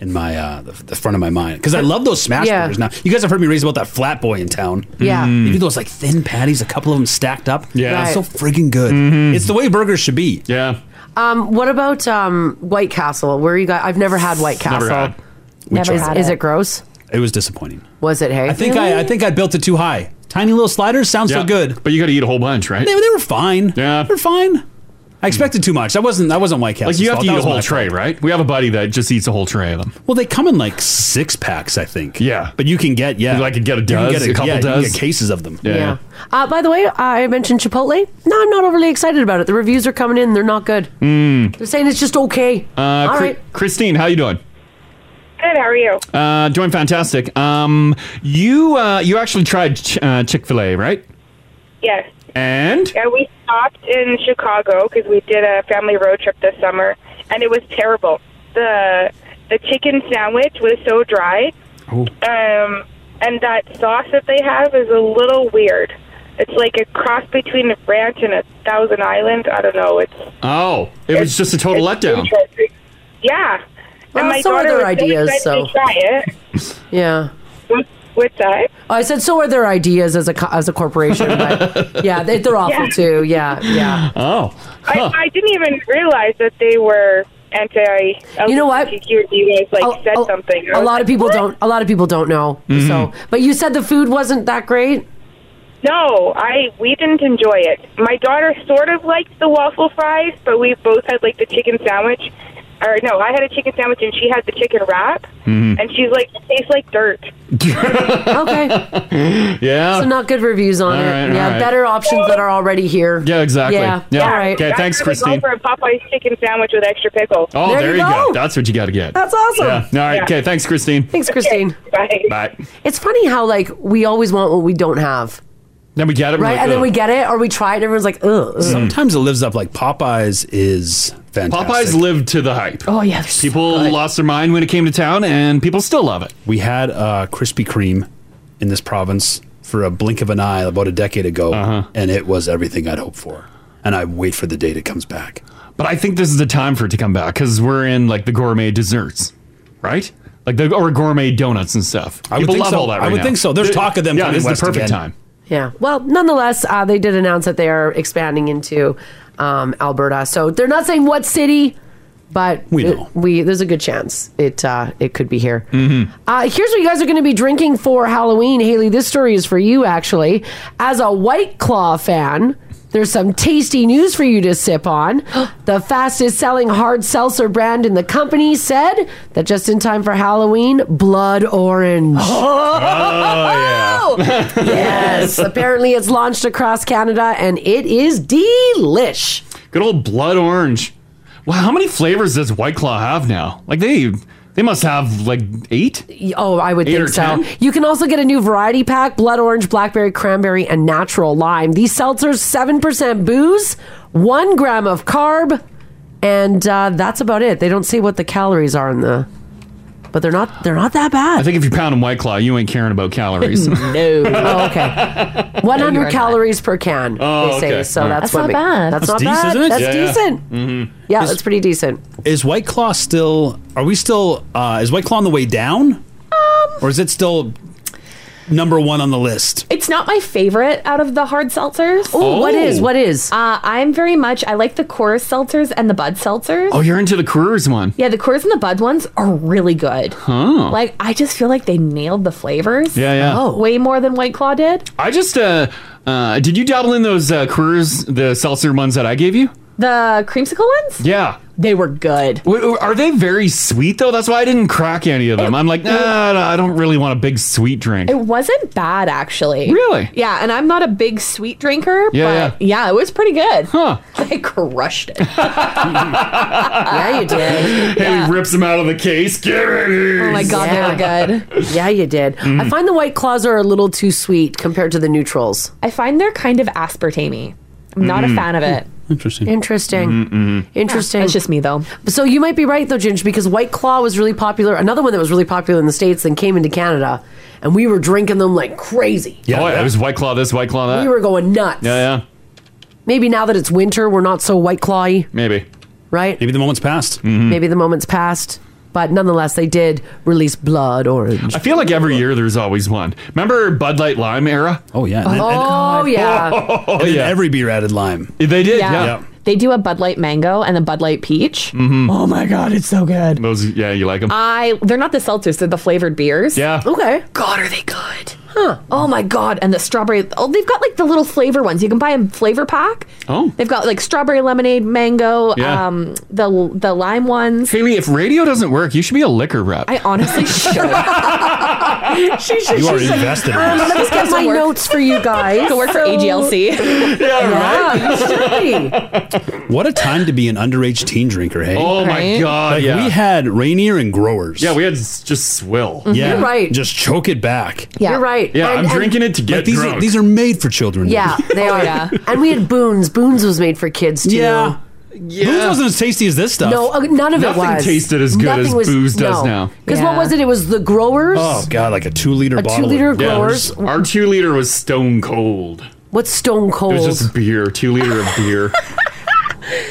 [SPEAKER 4] in my uh, the, the front of my mind because I love those smash
[SPEAKER 3] Yeah.
[SPEAKER 4] burgers. Now you guys have heard me raise about that flat boy in town.
[SPEAKER 3] Yeah. Mm.
[SPEAKER 4] they do those like thin patties, a couple of them stacked up.
[SPEAKER 3] Yeah.
[SPEAKER 4] It's
[SPEAKER 3] Right.
[SPEAKER 4] so friggin' good. It's the way burgers should be.
[SPEAKER 2] Mm-hmm. Yeah,
[SPEAKER 3] Um, what about um, White Castle? Where you got? I've never had White Castle.
[SPEAKER 4] We
[SPEAKER 3] Never
[SPEAKER 4] tried.
[SPEAKER 3] is, is it gross?
[SPEAKER 4] It was disappointing.
[SPEAKER 3] Was it? Hey,
[SPEAKER 4] I think I, I think I built it too high. Tiny little sliders sound so
[SPEAKER 2] Yeah.
[SPEAKER 4] good,
[SPEAKER 2] but you got to eat a whole bunch, right?
[SPEAKER 4] They, they were fine.
[SPEAKER 2] Yeah,
[SPEAKER 4] they're fine. I expected too much. That wasn't that wasn't White Castle.
[SPEAKER 2] Like you have to eat a whole tray, right? We have a buddy that just eats a whole tray of them.
[SPEAKER 4] Well, they come in like six packs, I think.
[SPEAKER 2] Yeah,
[SPEAKER 4] but you can get yeah,
[SPEAKER 2] like you get a
[SPEAKER 4] You can
[SPEAKER 2] dozen,
[SPEAKER 4] get
[SPEAKER 2] a,
[SPEAKER 4] a-
[SPEAKER 2] couple
[SPEAKER 4] yeah, you
[SPEAKER 2] dozen,
[SPEAKER 4] can get cases of them.
[SPEAKER 2] Yeah,
[SPEAKER 4] Yeah.
[SPEAKER 3] Uh, by the way, I mentioned Chipotle. No, I'm not overly excited about it. The reviews are coming in; they're not good.
[SPEAKER 2] Mm.
[SPEAKER 3] They're saying it's just okay.
[SPEAKER 2] Uh,
[SPEAKER 3] All
[SPEAKER 2] Chri-
[SPEAKER 3] right.
[SPEAKER 2] Christine, how you doing?
[SPEAKER 13] Good. How are you?
[SPEAKER 2] Uh, doing fantastic. Um, you uh, you actually tried ch- uh, Chick Fil A, right?
[SPEAKER 13] Yes.
[SPEAKER 2] And
[SPEAKER 13] Yeah, we stopped in Chicago because we did a family road trip this summer, and it was terrible. the The chicken sandwich was so dry, um, and that sauce that they have is a little weird. It's like a cross between a ranch and a Thousand Island. I don't know. It's
[SPEAKER 2] oh, it was just a total letdown.
[SPEAKER 13] yeah.
[SPEAKER 3] Well, some other
[SPEAKER 13] daughter was so
[SPEAKER 3] ideas,
[SPEAKER 13] excited to
[SPEAKER 3] so.
[SPEAKER 13] try it.
[SPEAKER 3] Yeah.
[SPEAKER 13] What's that?
[SPEAKER 3] I said so are their ideas as a co- as a corporation, but yeah, they, they're awful
[SPEAKER 13] Yeah.
[SPEAKER 3] too. Yeah, yeah.
[SPEAKER 2] Oh,
[SPEAKER 13] I, I didn't even realize that they were anti. You know what? You guys like said something.
[SPEAKER 3] a lot of people don't. A lot of people don't know.
[SPEAKER 2] Mm-hmm.
[SPEAKER 13] Mhm.
[SPEAKER 3] So, but you said the food wasn't that great.
[SPEAKER 13] No, I we didn't enjoy it. My daughter sort of liked the waffle fries, but we both had like the chicken sandwich. Or no, I had a chicken sandwich and she had the chicken wrap,
[SPEAKER 2] Mm-hmm.
[SPEAKER 13] and she's like, "It tastes like dirt."
[SPEAKER 3] okay.
[SPEAKER 2] yeah.
[SPEAKER 3] So not good reviews on
[SPEAKER 2] All
[SPEAKER 3] it.
[SPEAKER 2] right, all
[SPEAKER 3] yeah,
[SPEAKER 2] right.
[SPEAKER 3] better options that are already here.
[SPEAKER 2] Yeah, exactly.
[SPEAKER 3] Yeah.
[SPEAKER 2] Yeah.
[SPEAKER 3] All right.
[SPEAKER 2] Okay, thanks,
[SPEAKER 13] I'm gonna
[SPEAKER 2] Christine.
[SPEAKER 13] Go for a Popeye's chicken sandwich with extra pickle.
[SPEAKER 2] Oh, there, you go. That's what you got to get.
[SPEAKER 3] That's awesome.
[SPEAKER 2] Yeah. All right.
[SPEAKER 3] Yeah.
[SPEAKER 2] Okay. Thanks, Christine.
[SPEAKER 3] Thanks, Christine.
[SPEAKER 13] Bye.
[SPEAKER 2] Bye.
[SPEAKER 3] It's funny how like we always want what we don't have,
[SPEAKER 2] Then we get it Mm-hmm.
[SPEAKER 3] right?
[SPEAKER 4] like,
[SPEAKER 3] and then
[SPEAKER 4] ugh.
[SPEAKER 3] we get it, or we try it, and everyone's like, ugh. ugh.
[SPEAKER 4] Sometimes it lives up like Popeyes is fantastic.
[SPEAKER 2] Popeyes lived to the hype.
[SPEAKER 3] Oh yeah,
[SPEAKER 2] people lost their mind when it came to town, and people still love it.
[SPEAKER 4] We had uh, Krispy Kreme in this province for a blink of an eye about a decade ago, and it was everything I'd hoped for. And I wait for the day it comes back.
[SPEAKER 2] But I think this is the time for it to come back because we're in like the gourmet desserts, right? Like the or gourmet donuts and stuff.
[SPEAKER 4] I would
[SPEAKER 2] People
[SPEAKER 4] think
[SPEAKER 2] love
[SPEAKER 4] so.
[SPEAKER 2] all that.
[SPEAKER 4] I
[SPEAKER 2] right
[SPEAKER 4] would
[SPEAKER 2] now.
[SPEAKER 4] think so. There's
[SPEAKER 2] Th-
[SPEAKER 4] talk of them
[SPEAKER 2] Yeah,
[SPEAKER 4] coming
[SPEAKER 2] this is
[SPEAKER 4] west
[SPEAKER 2] the perfect
[SPEAKER 4] again.
[SPEAKER 2] time.
[SPEAKER 3] Yeah. Well, nonetheless, uh, they did announce that they are expanding into um, Alberta. So they're not saying what city, but we know. we there's a good chance it uh, it could be here.
[SPEAKER 14] Mm-hmm.
[SPEAKER 3] Uh, here's what you guys are going to be drinking for Halloween, Haley. This story is for you, actually. As a White Claw fan, there's some tasty news for you to sip on. The fastest selling hard seltzer brand in the company said that just in time for Halloween, Blood Orange.
[SPEAKER 2] Oh, yeah.
[SPEAKER 3] yes. Apparently, it's launched across Canada and it is delish.
[SPEAKER 2] Good old blood orange. Wow, how many flavors does White Claw have now? Like they they must have like eight.
[SPEAKER 3] Oh, I would
[SPEAKER 2] Eight
[SPEAKER 3] think
[SPEAKER 2] or
[SPEAKER 3] so.
[SPEAKER 2] ten?
[SPEAKER 3] You can also get a new variety pack blood orange, blackberry, cranberry, and natural lime. These seltzers, 7% booze, one gram of carb, and uh, that's about it. They don't say what the calories are in the. But they're not they're not that bad.
[SPEAKER 2] I think if you're pounding White Claw, you ain't caring about calories.
[SPEAKER 3] no. Oh, okay. 100
[SPEAKER 2] you're not.
[SPEAKER 3] calories per can,
[SPEAKER 2] Oh,
[SPEAKER 3] they say.
[SPEAKER 2] okay.
[SPEAKER 3] So
[SPEAKER 2] All
[SPEAKER 3] that's,
[SPEAKER 2] right. That's
[SPEAKER 3] what
[SPEAKER 2] not
[SPEAKER 3] ma-
[SPEAKER 2] bad.
[SPEAKER 3] That's,
[SPEAKER 4] Hmm. That's
[SPEAKER 3] not
[SPEAKER 4] decent,
[SPEAKER 3] bad.
[SPEAKER 4] isn't it?
[SPEAKER 3] That's
[SPEAKER 4] Yeah, yeah.
[SPEAKER 3] decent.
[SPEAKER 2] Mm-hmm.
[SPEAKER 3] Yeah,
[SPEAKER 4] Is-
[SPEAKER 3] that's pretty decent.
[SPEAKER 4] Is White Claw still? Are we still? Uh, is White Claw on the way down? Um, or is it still number one on the list.
[SPEAKER 5] It's not my favorite out of the hard seltzers.
[SPEAKER 2] Ooh, what is- what
[SPEAKER 3] is?
[SPEAKER 5] Uh, I'm very much. I like the Coors seltzers and the Bud seltzers.
[SPEAKER 2] Oh, you're into the Coors one.
[SPEAKER 5] Yeah, the Coors and the Bud ones are really good.
[SPEAKER 2] Huh.
[SPEAKER 5] Like I just feel like they nailed the flavors.
[SPEAKER 2] Yeah, yeah. Oh.
[SPEAKER 5] Way more than White Claw did.
[SPEAKER 2] I just uh, uh did you dabble in those uh, Coors the seltzer ones that I gave you?
[SPEAKER 5] The creamsicle ones.
[SPEAKER 2] Yeah.
[SPEAKER 5] They were good.
[SPEAKER 2] Are they very sweet though? That's why I didn't crack any of them. I'm like, nah, nah, I don't really want a big sweet drink.
[SPEAKER 5] It wasn't bad actually.
[SPEAKER 2] Really?
[SPEAKER 5] Yeah, and I'm not a big sweet drinker,
[SPEAKER 2] Yeah,
[SPEAKER 5] but yeah. it was pretty good. Huh. I crushed it. yeah,
[SPEAKER 3] you did.
[SPEAKER 2] And he rips them out of the case. Get rid of these.
[SPEAKER 5] Oh my god, they were good.
[SPEAKER 3] yeah, you did. I
[SPEAKER 5] Mhm.
[SPEAKER 3] find the white claws are a little too sweet compared to the neutrals.
[SPEAKER 5] I find they're kind of aspartame. I'm not a
[SPEAKER 3] Mm.
[SPEAKER 5] fan of it.
[SPEAKER 4] Interesting.
[SPEAKER 3] Interesting. Interesting.
[SPEAKER 5] That's just me, though.
[SPEAKER 3] So you might be right, though, Ginge, because White Claw was really popular. Another one that was really popular in the States then came into Canada, and we were drinking them like crazy.
[SPEAKER 2] Yeah, oh, yeah, it was White Claw this, White Claw that.
[SPEAKER 3] We were going nuts.
[SPEAKER 2] yeah, yeah,
[SPEAKER 3] Maybe now that it's winter, we're not so White Clawy,
[SPEAKER 2] maybe. Mm-hmm.
[SPEAKER 3] right?
[SPEAKER 4] Maybe the moment's passed.
[SPEAKER 2] Mm.
[SPEAKER 3] Maybe the moment's passed. But nonetheless, they did release Blood Orange.
[SPEAKER 2] I feel like every year there's always one. Remember Bud Light Lime era?
[SPEAKER 4] Oh yeah.
[SPEAKER 3] and- Oh, yeah.
[SPEAKER 2] Oh
[SPEAKER 4] yeah. Every beer added lime.
[SPEAKER 2] They did.
[SPEAKER 5] Yeah.
[SPEAKER 2] Yeah.
[SPEAKER 5] They do a Bud Light mango and a Bud Light peach.
[SPEAKER 2] Mhm.
[SPEAKER 5] Oh my god, it's so good.
[SPEAKER 2] Those, yeah, you like them.
[SPEAKER 5] I they're not the seltzers, they're the flavored beers.
[SPEAKER 2] Yeah.
[SPEAKER 3] Okay.
[SPEAKER 5] God, are they good? Huh. Oh my god, and the strawberry Oh, they've got like the little flavor ones. You can buy a flavor pack.
[SPEAKER 2] oh.
[SPEAKER 5] They've got like strawberry lemonade, mango,
[SPEAKER 2] Yeah.
[SPEAKER 5] um the the lime ones.
[SPEAKER 2] Haley, if radio doesn't work, you should be a liquor rep.
[SPEAKER 5] I honestly should. she
[SPEAKER 2] should- You are she's like, invested in
[SPEAKER 3] Um, let me get my notes for you guys.
[SPEAKER 5] Go work for
[SPEAKER 3] So-
[SPEAKER 5] AGLC.
[SPEAKER 3] Yeah, you should be.
[SPEAKER 4] What a time to be an underage teen drinker, hey?
[SPEAKER 2] Oh, my Right? God,
[SPEAKER 4] Like,
[SPEAKER 2] yeah.
[SPEAKER 4] We had Rainier and Growers. Yeah,
[SPEAKER 2] we had just swill.
[SPEAKER 3] Mhm. You're right.
[SPEAKER 4] Just choke it back.
[SPEAKER 3] You're right. And- and-
[SPEAKER 4] Like, these Are, these are made for children.
[SPEAKER 3] Yeah, they
[SPEAKER 4] Oh,
[SPEAKER 3] are. And we had Boons. Boons was made for kids too.
[SPEAKER 4] Yeah. Yeah. Booze wasn't as tasty as this stuff.
[SPEAKER 3] No, uh, none of it was.
[SPEAKER 4] Nothing tasted as good as booze does now.
[SPEAKER 3] Because
[SPEAKER 4] Yeah.
[SPEAKER 3] what was it? It was the growers.
[SPEAKER 4] Oh god, like a two liter
[SPEAKER 3] A
[SPEAKER 4] bottle.
[SPEAKER 3] two-liter
[SPEAKER 4] of-
[SPEAKER 2] Yeah,
[SPEAKER 3] Growers.
[SPEAKER 2] there's- our two liter was stone cold.
[SPEAKER 3] What's Stone Cold?
[SPEAKER 2] It was just beer, two liter of beer.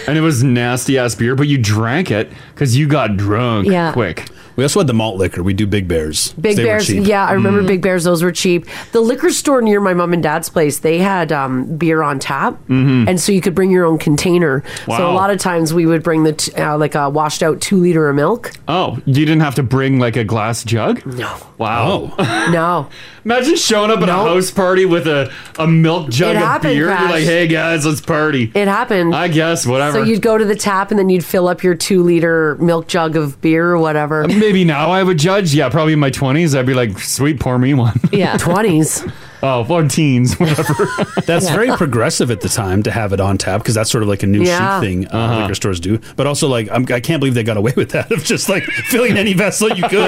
[SPEAKER 2] and it was nasty ass beer, but you drank it because you got drunk
[SPEAKER 3] Yeah.
[SPEAKER 2] quick.
[SPEAKER 4] We also had the malt liquor. We do big bears.
[SPEAKER 3] Big Bears, yeah, I
[SPEAKER 4] Mm. Mm-hmm.
[SPEAKER 3] remember Big Bears. Those were cheap. The liquor store near my mom and dad's place, they had um, beer on tap,
[SPEAKER 4] Mm-hmm.
[SPEAKER 2] Mhm.
[SPEAKER 3] and so you could bring your own container. So a
[SPEAKER 2] Wow.
[SPEAKER 3] lot of times we would bring the t- uh, like a washed out two liter of milk.
[SPEAKER 2] Oh, you didn't have to bring like a glass jug? No. Wow.
[SPEAKER 4] Oh.
[SPEAKER 3] No.
[SPEAKER 2] Imagine showing up at a house party with a, a milk jug
[SPEAKER 3] It
[SPEAKER 2] of
[SPEAKER 3] happened,
[SPEAKER 2] beer. You're
[SPEAKER 3] Crash.
[SPEAKER 2] like, hey guys, let's party.
[SPEAKER 3] It
[SPEAKER 4] Uh,
[SPEAKER 3] happened.
[SPEAKER 2] I guess, whatever.
[SPEAKER 3] So you'd go to the tap, and then you'd fill up your two liter milk jug of beer or whatever.
[SPEAKER 2] Maybe now I would judge. Yeah, probably in my 20s. I'd be like, sweet, pour me one.
[SPEAKER 5] Yeah.
[SPEAKER 3] 20s.
[SPEAKER 2] Oh, well, teens, whatever.
[SPEAKER 4] That's
[SPEAKER 2] Yeah.
[SPEAKER 4] very progressive at the time to have it on tap because that's sort of like a new
[SPEAKER 2] Yeah.
[SPEAKER 4] chic thing uh, liquor stores do. But also, like, I'm, I can't believe they got away with that of just like filling any vessel you could.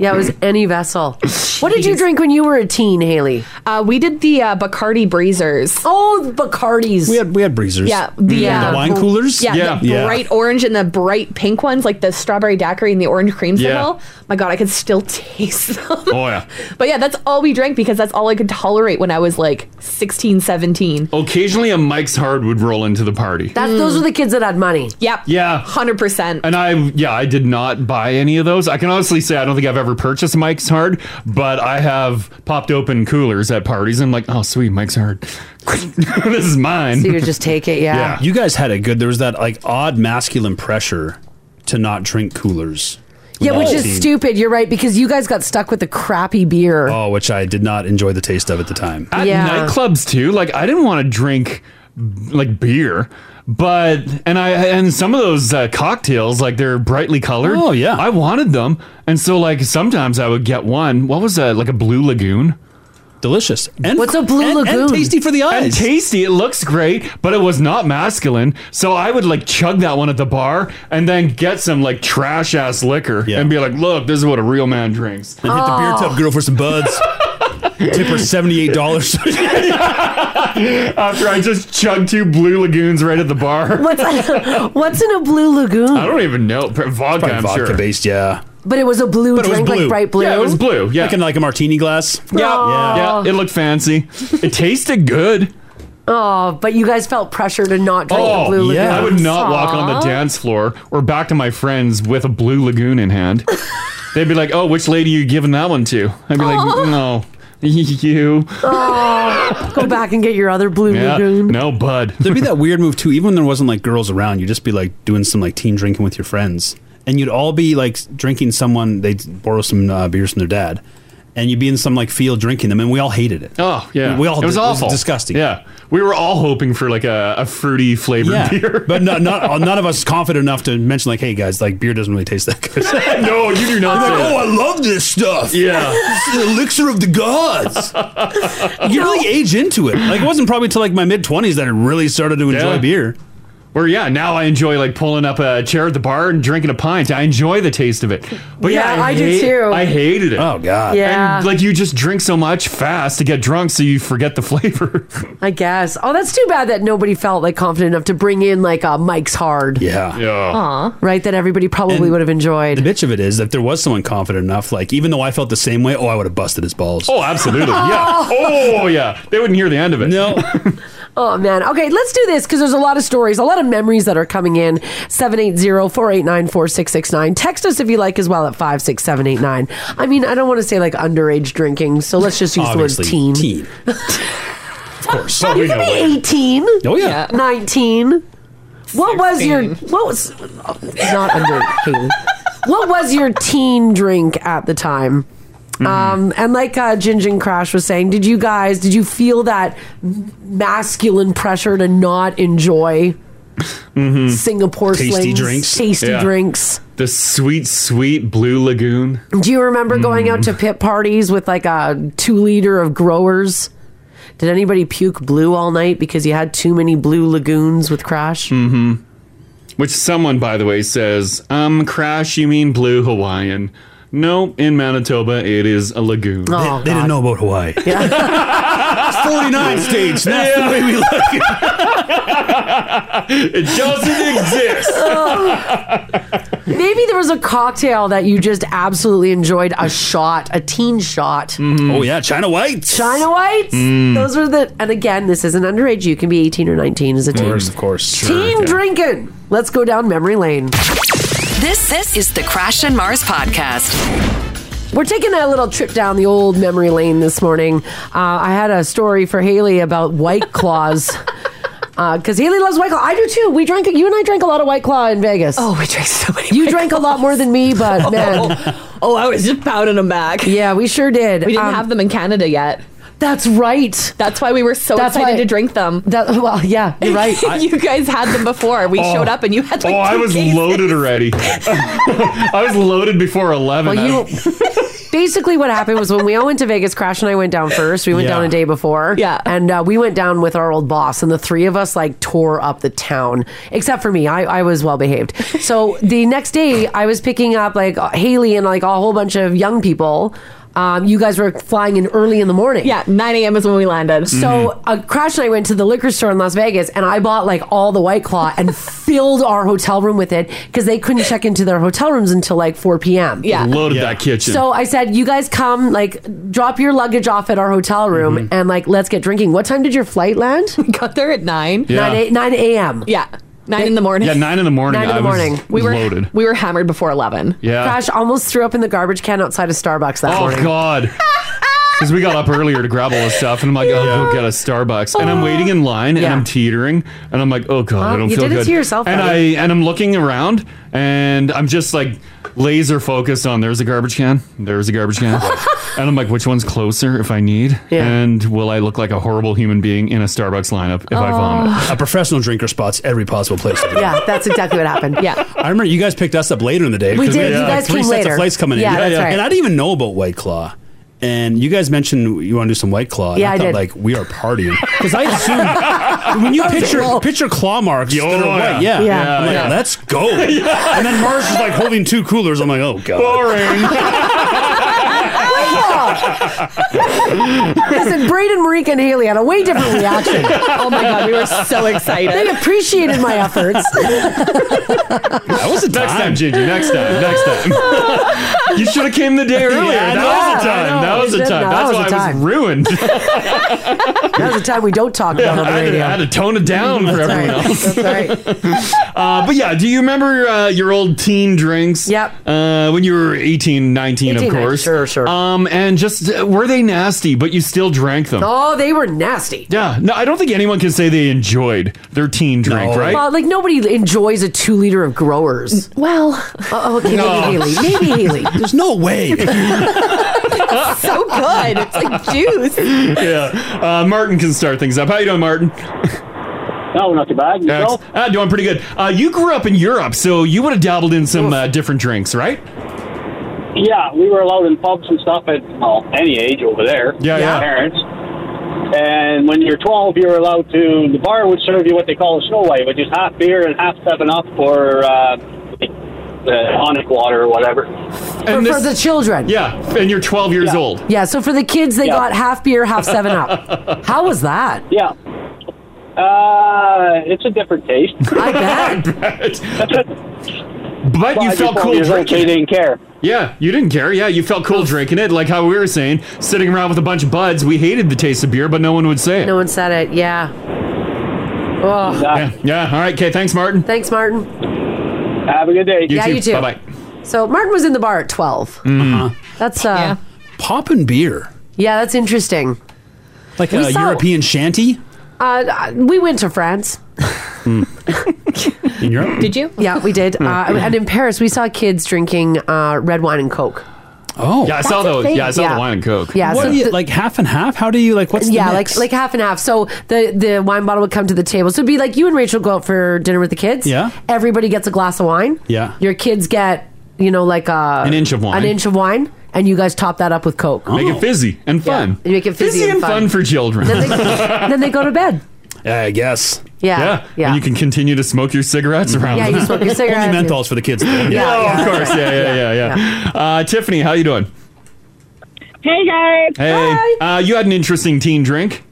[SPEAKER 3] Yeah, it was any vessel. What did you drink when you were a teen, Haley?
[SPEAKER 5] Uh, we did the uh, Bacardi Breezers.
[SPEAKER 3] Oh, the Bacardis.
[SPEAKER 4] We had we had breezers. Mm.
[SPEAKER 5] Yeah, the, uh,
[SPEAKER 4] the wine coolers.
[SPEAKER 5] Yeah, the bright orange and the bright pink ones, like the strawberry daiquiri and the orange creamsicle.
[SPEAKER 4] Yeah.
[SPEAKER 5] My God, I could still taste them.
[SPEAKER 2] Oh, yeah.
[SPEAKER 5] But yeah, that's all we drank because that's all I could tolerate when I was like 16, 17.
[SPEAKER 2] Occasionally a Mike's Hard would roll into the party.
[SPEAKER 3] That's those were the kids that had money.
[SPEAKER 5] Mm. Yep.
[SPEAKER 2] yeah.
[SPEAKER 5] 100%.
[SPEAKER 2] And I, yeah, I did not buy any of those. I can honestly say I don't think I've ever purchased Mike's Hard, but I have popped open coolers at parties and I'm like, oh, sweet, Mike's Hard. this is mine.
[SPEAKER 3] So you just take it, yeah.
[SPEAKER 4] You guys had it good. There was that like odd masculine pressure to not drink coolers. when
[SPEAKER 3] Yeah,
[SPEAKER 4] I was
[SPEAKER 3] which
[SPEAKER 4] a
[SPEAKER 3] is
[SPEAKER 4] teen.
[SPEAKER 3] stupid. You're right because you guys got stuck with the crappy beer.
[SPEAKER 4] Oh, which I did not enjoy the taste of at the time.
[SPEAKER 2] At
[SPEAKER 3] Yeah.
[SPEAKER 2] nightclubs too, like I didn't want to drink like beer. But and I and some of those uh, cocktails like they're brightly colored. Oh yeah, I wanted them, and so like sometimes I would get one. What was that? Like a blue lagoon,
[SPEAKER 4] delicious. And
[SPEAKER 3] What's a Blue
[SPEAKER 4] and- and
[SPEAKER 3] Lagoon?
[SPEAKER 4] tasty for the
[SPEAKER 2] And
[SPEAKER 4] eyes.
[SPEAKER 2] tasty. It looks great, but it was not masculine. So I would like chug that one at the bar, and then get some like trash ass liquor, and be like, "Look, this is what a real man drinks."
[SPEAKER 4] And hit the beer
[SPEAKER 3] Oh.
[SPEAKER 4] tub girl for some buds. Tip her seventy eight dollars.
[SPEAKER 2] After I just chugged two blue lagoons right at the bar.
[SPEAKER 3] What's what's in a blue lagoon?
[SPEAKER 2] I don't even know. Pr- Vodka, I'm
[SPEAKER 4] vodka
[SPEAKER 2] sure.
[SPEAKER 4] based, yeah.
[SPEAKER 3] But it was a blue
[SPEAKER 4] But it was
[SPEAKER 3] drink,
[SPEAKER 4] blue.
[SPEAKER 3] like bright blue.
[SPEAKER 4] Yeah, it was
[SPEAKER 2] blue. Yeah,
[SPEAKER 4] like in like a martini glass.
[SPEAKER 2] Yeah,
[SPEAKER 3] Aw.
[SPEAKER 2] yeah. It looked fancy. It tasted good.
[SPEAKER 3] Oh, but you guys felt pressure to not drink
[SPEAKER 4] Oh,
[SPEAKER 3] the blue lagoon.
[SPEAKER 2] Oh, I would not walk on the dance floor or back to my friends with a blue lagoon in hand. They'd be like, "Oh, which lady you giving that one to?" I'd be like, "No." you.
[SPEAKER 3] Oh, go back and get your other blue
[SPEAKER 4] Yeah.
[SPEAKER 3] lagoon.
[SPEAKER 2] No, bud.
[SPEAKER 4] There'd be that weird move too. Even when there wasn't like girls around, you'd just be like doing some like teen drinking with your friends, and you'd all be like drinking someone. They'd borrow some uh, beers from their dad, and you'd be in some like field drinking them, and we all hated it.
[SPEAKER 2] Oh yeah,
[SPEAKER 4] we all
[SPEAKER 2] it was awful,
[SPEAKER 4] disgusting.
[SPEAKER 2] Yeah, we were all hoping for like a, a fruity flavored
[SPEAKER 4] Yeah.
[SPEAKER 2] beer,
[SPEAKER 4] but not, not, none of us is confident enough to mention like, hey guys, like beer doesn't really taste that good.
[SPEAKER 2] no, you do not.
[SPEAKER 4] You're like,
[SPEAKER 2] say
[SPEAKER 4] oh,
[SPEAKER 2] that.
[SPEAKER 4] I love this stuff.
[SPEAKER 2] Yeah.
[SPEAKER 4] This is the elixir of the gods. you really age into it. Like, it wasn't probably till like my mid 20s that I really started to enjoy
[SPEAKER 2] Yeah.
[SPEAKER 4] beer.
[SPEAKER 2] Or yeah, now I enjoy like pulling up a chair at the bar and drinking a pint. I enjoy the taste of it. But yeah,
[SPEAKER 3] Yeah, I do
[SPEAKER 2] hate-
[SPEAKER 3] too.
[SPEAKER 2] I hated it.
[SPEAKER 4] Oh god.
[SPEAKER 3] Yeah.
[SPEAKER 2] And like you just drink so much fast to get drunk, so you forget the flavor.
[SPEAKER 3] I guess. Oh, that's too bad that nobody felt like confident enough to bring in like uh, Mike's Hard.
[SPEAKER 4] Yeah.
[SPEAKER 3] Aw. Right, that everybody probably would have enjoyed.
[SPEAKER 4] The bitch of it is that if there was someone confident enough, like even though I felt the same way, oh, I would have busted his balls.
[SPEAKER 2] Oh, absolutely. Yeah. Oh, yeah. They wouldn't hear the end of it.
[SPEAKER 4] No.
[SPEAKER 3] Oh man. Okay, let's do this because there's a lot of stories, a lot of memories that are coming in. 780-489-4669. Text us if you like as well at 56789. I mean, I don't want to say like underage drinking, so let's just use
[SPEAKER 4] Obviously,
[SPEAKER 3] the word teen.
[SPEAKER 4] teen. of course.
[SPEAKER 2] Oh,
[SPEAKER 3] you could be 18.
[SPEAKER 4] Oh, yeah.
[SPEAKER 3] 19. What was your what was oh, not under 18. What was your teen drink at the time? Um, and like uh, Jinjin Crash was saying, did you guys did you feel that m- masculine pressure to not enjoy
[SPEAKER 4] Mm-hmm.
[SPEAKER 3] Singapore slings, tasty
[SPEAKER 2] Mm. Yeah.
[SPEAKER 3] drinks?
[SPEAKER 2] The sweet, sweet blue lagoon.
[SPEAKER 3] Do you remember going out to
[SPEAKER 4] Mm.
[SPEAKER 3] pit parties with like a two liter of growers? Did anybody puke blue all night because you had too many blue lagoons with Crash?
[SPEAKER 2] Mm-hmm. Which someone, by the way, says, um, Crash, you mean blue Hawaiian. No, in Manitoba, it is a lagoon.
[SPEAKER 4] Oh, They- they didn't God. know about Hawaii. It's 49 states. That's the way we like it.
[SPEAKER 2] it doesn't exist.
[SPEAKER 4] Oh,
[SPEAKER 3] Maybe there was a cocktail that you just absolutely enjoyed a shot, a teen shot.
[SPEAKER 4] Oh, yeah. China Whites.
[SPEAKER 3] China Whites.
[SPEAKER 4] Mm.
[SPEAKER 3] Those were the, and again, this isn't underage. You can be 18 or 19 as a
[SPEAKER 4] Of
[SPEAKER 3] teen.
[SPEAKER 4] course, of course.
[SPEAKER 3] Teen drinking. Let's go down memory lane.
[SPEAKER 1] This this is the Crash and Mars podcast.
[SPEAKER 3] We're taking a little trip down the old memory lane this morning. Uh, I had a story for Haley about White Claws. Because Haley loves White Claw. I do too. We drank, you and I drank a lot of White Claw in Vegas. Oh,
[SPEAKER 5] we drank so many.
[SPEAKER 3] You drank a lot more than me, but man.
[SPEAKER 5] Oh, I was just pounding them back.
[SPEAKER 3] Yeah, we sure did.
[SPEAKER 5] We didn't
[SPEAKER 3] Um,
[SPEAKER 5] have them in Canada yet.
[SPEAKER 3] That's right.
[SPEAKER 5] That's why we were so
[SPEAKER 3] That's
[SPEAKER 5] excited
[SPEAKER 3] why-
[SPEAKER 5] to drink them.
[SPEAKER 3] That, well, yeah, you're right.
[SPEAKER 5] you guys had them before. We
[SPEAKER 2] Oh.
[SPEAKER 5] showed up and you had like
[SPEAKER 2] oh, I
[SPEAKER 5] two
[SPEAKER 2] was
[SPEAKER 5] cases.
[SPEAKER 2] loaded already. I was loaded before 11.
[SPEAKER 3] Well, you, basically, what happened was when we all went to Vegas, Crash and I went down first. We went
[SPEAKER 2] Yeah.
[SPEAKER 3] down a day before. Yeah. And uh, we went down with our old boss, and the three of us like tore up the town, except for me. I, I was well behaved. So the next day, I was picking up like uh, Haley and like a whole bunch of young people. Um, you guys were flying in early in the morning. Yeah,
[SPEAKER 5] 9 a.m. is when we landed.
[SPEAKER 3] So, uh, Crash and I went to the liquor store in Las Vegas, and I bought like all the White Claw and filled our hotel room with it because they couldn't check into their hotel rooms until like 4 p.m.
[SPEAKER 2] Loaded that kitchen.
[SPEAKER 3] So I said, "You guys come, like, drop your luggage off at our hotel room,
[SPEAKER 2] Mm-hmm.
[SPEAKER 3] and like, let's get drinking." What time did your flight land? We
[SPEAKER 5] got there at nine.
[SPEAKER 2] Yeah.
[SPEAKER 3] Nine, a, nine a.m.
[SPEAKER 5] Yeah, nine in the morning.
[SPEAKER 2] Yeah, nine in the morning.
[SPEAKER 3] Nine in
[SPEAKER 2] I
[SPEAKER 3] the morning.
[SPEAKER 2] Was
[SPEAKER 5] We were
[SPEAKER 2] loaded.
[SPEAKER 5] we were hammered before 11.
[SPEAKER 2] Yeah.
[SPEAKER 3] Crash almost threw up in the garbage can outside of Starbucks that
[SPEAKER 2] oh
[SPEAKER 3] morning.
[SPEAKER 2] God. Because we got up earlier to grab all this stuff, and I'm like, oh, go get a Starbucks, and I'm waiting in line, and
[SPEAKER 3] Oh. Yeah.
[SPEAKER 2] I'm teetering, and I'm like, oh God,
[SPEAKER 3] Well,
[SPEAKER 2] I don't
[SPEAKER 3] you
[SPEAKER 2] feel
[SPEAKER 3] did it
[SPEAKER 2] good.
[SPEAKER 3] to yourself,
[SPEAKER 2] and
[SPEAKER 3] buddy.
[SPEAKER 2] I and I'm looking around, and I'm just like laser focused on there's a garbage can, there's a garbage can, and I'm like, which one's closer if I need,
[SPEAKER 4] Yeah.
[SPEAKER 2] and will I look like a horrible human being in a Starbucks lineup if I
[SPEAKER 3] Oh.
[SPEAKER 2] vomit?
[SPEAKER 4] A professional drinker spots every possible place. To
[SPEAKER 3] Yeah, that's exactly what happened. Yeah.
[SPEAKER 4] I remember you guys picked us up later in the day.
[SPEAKER 3] We
[SPEAKER 4] 'cause
[SPEAKER 3] did.
[SPEAKER 4] had,
[SPEAKER 3] You guys
[SPEAKER 4] three
[SPEAKER 3] came
[SPEAKER 4] sets
[SPEAKER 3] later.
[SPEAKER 4] of flights coming in.
[SPEAKER 3] Yeah, Yeah, that's yeah. right.
[SPEAKER 4] And I didn't even know about White Claw. And you guys mentioned you want to do some White Claw. and
[SPEAKER 3] Yeah, I
[SPEAKER 4] thought,
[SPEAKER 3] did.
[SPEAKER 4] Like we are partying because I assumed when you
[SPEAKER 3] That was
[SPEAKER 4] picture
[SPEAKER 3] cool.
[SPEAKER 4] picture claw marks,
[SPEAKER 2] Yeah,
[SPEAKER 4] that are
[SPEAKER 2] oh,
[SPEAKER 4] white,
[SPEAKER 2] yeah.
[SPEAKER 4] yeah,
[SPEAKER 2] Yeah.
[SPEAKER 4] I'm like,
[SPEAKER 2] Yeah.
[SPEAKER 4] let's go.
[SPEAKER 2] Yeah.
[SPEAKER 4] And then Mars is like holding two coolers. I'm like, oh god,
[SPEAKER 3] Listen, Braden, Marika, and Haley had a way different reaction.
[SPEAKER 5] Oh my God, we were so excited.
[SPEAKER 3] They appreciated my efforts.
[SPEAKER 2] That was a next time, Gigi. Next time. Next time. you should have came the day earlier.
[SPEAKER 3] Yeah, I
[SPEAKER 2] that was a
[SPEAKER 3] know.
[SPEAKER 2] time.
[SPEAKER 3] I know.
[SPEAKER 2] That was
[SPEAKER 3] You
[SPEAKER 2] a
[SPEAKER 3] did. No, that was
[SPEAKER 2] time. That's why
[SPEAKER 3] a
[SPEAKER 2] I was
[SPEAKER 3] time.
[SPEAKER 2] ruined.
[SPEAKER 3] That was the time we don't talk about on
[SPEAKER 2] I
[SPEAKER 3] the
[SPEAKER 2] had, to, I had
[SPEAKER 3] radio.
[SPEAKER 2] to tone it down for
[SPEAKER 3] That's
[SPEAKER 2] everyone
[SPEAKER 3] right.
[SPEAKER 2] else.
[SPEAKER 3] That's
[SPEAKER 2] Uh, but yeah, do you remember uh, your old teen drinks? Yep. Uh, when you were 18, 19,
[SPEAKER 3] 18,
[SPEAKER 2] of course.
[SPEAKER 3] sure, sure.
[SPEAKER 2] Um, and just were they nasty, but you still drank them.
[SPEAKER 3] Oh, they were nasty.
[SPEAKER 2] Yeah, no, I don't think anyone can say they enjoyed their teen drink, right?
[SPEAKER 3] Well, like nobody enjoys a two liter of growers.
[SPEAKER 5] Well,
[SPEAKER 3] oh, okay,
[SPEAKER 2] No.
[SPEAKER 3] maybe Haley, maybe Haley.
[SPEAKER 4] There's no way.
[SPEAKER 5] It's so good. It's like juice.
[SPEAKER 2] yeah. Uh, Martin can start things up. How you doing, Martin?
[SPEAKER 7] No, not too bad.
[SPEAKER 2] Yourself? Uh, doing pretty good. Uh, you grew up in Europe, so you would have dabbled in some uh, different drinks, right?
[SPEAKER 7] Yeah, we were allowed in pubs and stuff at well, any age over there.
[SPEAKER 2] Yeah, yeah.
[SPEAKER 7] Parents. And when you're 12, you were allowed to. The bar would serve you what they call a snow white, which is half beer and half seven up or uh, uh, tonic water or whatever.
[SPEAKER 3] For, for the children.
[SPEAKER 2] Yeah, and you're 12 years old.
[SPEAKER 3] Yeah, so for the kids, they
[SPEAKER 7] Yeah.
[SPEAKER 3] got half beer, half Seven Up. How was that?
[SPEAKER 7] Yeah. Uh, it's a different taste.
[SPEAKER 3] I bet.
[SPEAKER 2] But you felt cool drinking.
[SPEAKER 7] You didn't care.
[SPEAKER 2] Yeah, you didn't care. Yeah, you felt cool drinking it, like how we were saying, sitting around with a bunch of buds. We hated the taste of beer, but no one would say it.
[SPEAKER 3] No one said it. Yeah. Oh.
[SPEAKER 2] Yeah. yeah. All right. Okay. Thanks, Martin.
[SPEAKER 3] Thanks, Martin.
[SPEAKER 7] Have a good day.
[SPEAKER 3] yeah, you too.
[SPEAKER 2] Bye bye.
[SPEAKER 3] So Martin was in the bar at twelve.
[SPEAKER 2] Mm.
[SPEAKER 4] Uh-huh.
[SPEAKER 3] That's uh, yeah.
[SPEAKER 4] Poppin' beer.
[SPEAKER 3] that's interesting.
[SPEAKER 4] Like
[SPEAKER 3] We
[SPEAKER 4] a
[SPEAKER 3] saw-
[SPEAKER 4] European shanty?
[SPEAKER 3] Uh, uh, we went to France.
[SPEAKER 2] Mm.
[SPEAKER 4] In Europe?
[SPEAKER 5] Did you?
[SPEAKER 3] Yeah, we did. Uh, and in Paris, we saw kids drinking uh, red wine and Coke.
[SPEAKER 4] Oh.
[SPEAKER 2] Yeah, I saw those. Yeah, I saw the wine and coke.
[SPEAKER 3] Yeah,
[SPEAKER 4] What
[SPEAKER 3] so
[SPEAKER 4] do you-
[SPEAKER 3] the-
[SPEAKER 4] like half and half? How do you like what's the
[SPEAKER 3] yeah,
[SPEAKER 4] mix?
[SPEAKER 3] like like half and half. So the the wine bottle would come to the table. So it'd be like you and Rachel go out for dinner with the kids.
[SPEAKER 4] Yeah.
[SPEAKER 3] everybody gets a glass of wine.
[SPEAKER 4] Yeah.
[SPEAKER 3] Your kids get you know like a
[SPEAKER 2] An inch of wine.
[SPEAKER 3] an inch of wine, and you guys top that up with Coke.
[SPEAKER 2] Make it fizzy and fun.
[SPEAKER 3] Oh. You make it fizzy,
[SPEAKER 2] and fun. for children.
[SPEAKER 3] then, they, then they go to bed.
[SPEAKER 4] Yeah, I guess.
[SPEAKER 3] Yeah,
[SPEAKER 2] Yeah.
[SPEAKER 3] yeah.
[SPEAKER 2] And you can continue to smoke your cigarettes around.
[SPEAKER 3] Yeah,
[SPEAKER 2] them.
[SPEAKER 3] you smoke your cigarettes.
[SPEAKER 4] Only menthols for the kids.
[SPEAKER 2] yeah, of course. Yeah, yeah, yeah, yeah. Uh, Tiffany, how you doing?
[SPEAKER 15] Hey guys.
[SPEAKER 2] Hey, uh, you had an interesting teen drink.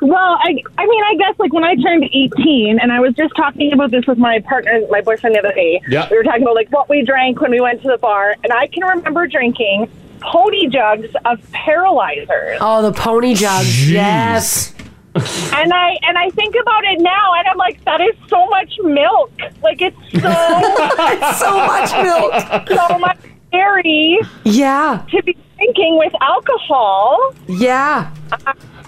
[SPEAKER 15] Well, I I mean, I guess like when I turned 18, and I was just talking about this with my partner, my boyfriend the other day.
[SPEAKER 2] Yeah.
[SPEAKER 15] We were talking about like what we drank when we went to the bar, and I can remember drinking pony jugs of paralyzers.
[SPEAKER 3] Oh, the pony jugs. Yes.
[SPEAKER 15] And I and I think about it now, and I'm like, that is so much milk. Like it's so
[SPEAKER 3] It's so much milk.
[SPEAKER 15] so much dairy.
[SPEAKER 3] Yeah.
[SPEAKER 15] To be drinking with alcohol. Uh,
[SPEAKER 3] Yeah.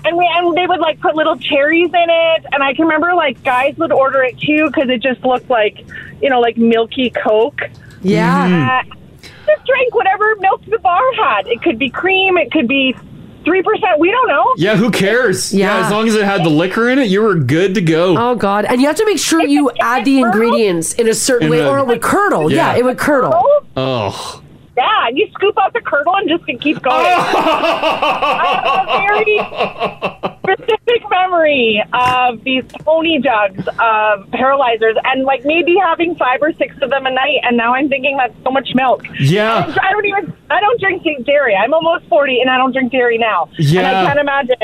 [SPEAKER 15] And we and they would like put little cherries in it, and I can remember like guys would order it too because it just looked like, you know, like milky Coke.
[SPEAKER 3] Yeah.
[SPEAKER 15] Uh, just drank whatever milk the bar had. It could be cream. It could be three percent. We don't know.
[SPEAKER 2] Yeah, who cares?
[SPEAKER 3] Yeah.
[SPEAKER 2] as long as it had the liquor in it, you were good to go.
[SPEAKER 3] Oh God! And you have to make sure you add the ingredients in a certain
[SPEAKER 2] In
[SPEAKER 3] way,
[SPEAKER 2] a-
[SPEAKER 3] or it would curdle.
[SPEAKER 2] Yeah.
[SPEAKER 3] Yeah, it would curdle.
[SPEAKER 2] Oh,
[SPEAKER 15] Yeah, and you scoop out the curdle and just can keep going. I have a very specific memory of these pony jugs of paralyzers and like maybe having five or six of them a night. And now I'm thinking that's so much milk.
[SPEAKER 2] Yeah.
[SPEAKER 15] I don't even, I don't drink dairy. I'm almost 40 and I don't drink dairy now. And
[SPEAKER 2] Yeah.
[SPEAKER 15] I can't imagine.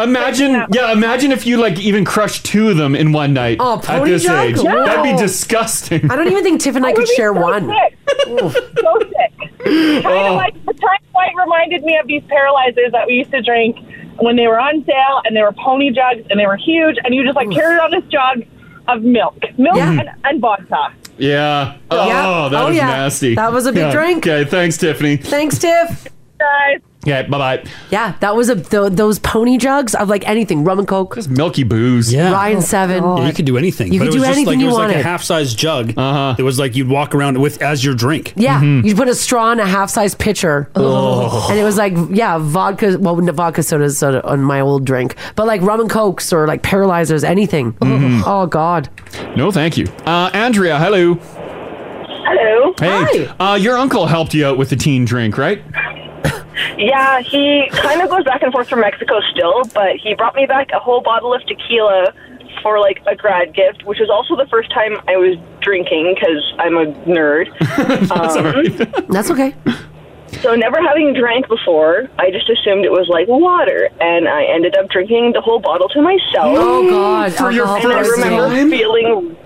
[SPEAKER 2] Imagine, yeah, imagine if you like even crushed two of them in one night.
[SPEAKER 3] Oh,
[SPEAKER 2] at
[SPEAKER 3] pony
[SPEAKER 2] this
[SPEAKER 3] jug?
[SPEAKER 2] age,
[SPEAKER 3] No.
[SPEAKER 2] that'd be disgusting.
[SPEAKER 3] I don't even think Tiff and I could share one.
[SPEAKER 15] so sick. Kind
[SPEAKER 2] Oh.
[SPEAKER 15] of like the time flight reminded me of these paralyzers that we used to drink when they were on sale and they were pony jugs and they were huge and you just like carried on this jug of milk, milk and, and vodka.
[SPEAKER 2] Yeah. Oh,
[SPEAKER 15] Yeah.
[SPEAKER 2] that
[SPEAKER 15] Oh,
[SPEAKER 2] was
[SPEAKER 15] yeah.
[SPEAKER 2] nasty.
[SPEAKER 3] That was a big
[SPEAKER 2] Yeah.
[SPEAKER 3] drink.
[SPEAKER 2] Okay, thanks, Tiffany.
[SPEAKER 3] Thanks, Tiff.
[SPEAKER 15] Guys.
[SPEAKER 2] Okay, bye bye.
[SPEAKER 3] Yeah, that was a th- those pony jugs of like anything rum and coke.
[SPEAKER 2] Milky booze.
[SPEAKER 4] Yeah.
[SPEAKER 3] Ryan Seven.
[SPEAKER 4] Yeah, you could do anything.
[SPEAKER 3] You
[SPEAKER 4] but
[SPEAKER 3] could
[SPEAKER 4] it was
[SPEAKER 3] do
[SPEAKER 4] just
[SPEAKER 3] anything
[SPEAKER 4] like,
[SPEAKER 3] you
[SPEAKER 4] it was like
[SPEAKER 3] wanted.
[SPEAKER 4] a half size jug. Uh-huh. It was like you'd walk around with as your drink.
[SPEAKER 3] Yeah,
[SPEAKER 2] Mm-hmm.
[SPEAKER 3] you put a straw in a half size pitcher,
[SPEAKER 4] Oh.
[SPEAKER 3] and it was like yeah, vodka. Well, no, vodka sodas soda on my old drink, but like rum and cokes or like paralyzers, anything.
[SPEAKER 2] Mm-hmm.
[SPEAKER 3] Oh God.
[SPEAKER 2] No, thank you. Uh, Andrea, hello.
[SPEAKER 10] Hello.
[SPEAKER 2] Hey, Uh, your uncle helped you out with the teen drink, right?
[SPEAKER 10] Yeah, he kind of goes back and forth from Mexico still, but he brought me back a whole bottle of tequila for like a grad gift, which was also the first time I was drinking because I'm a nerd. um,
[SPEAKER 3] That's okay.
[SPEAKER 10] So, never having drank before, I just assumed it was like water, and I ended up drinking the whole bottle to myself.
[SPEAKER 3] Oh, God, For your
[SPEAKER 10] and I
[SPEAKER 3] first
[SPEAKER 10] remember
[SPEAKER 3] time?
[SPEAKER 10] feeling,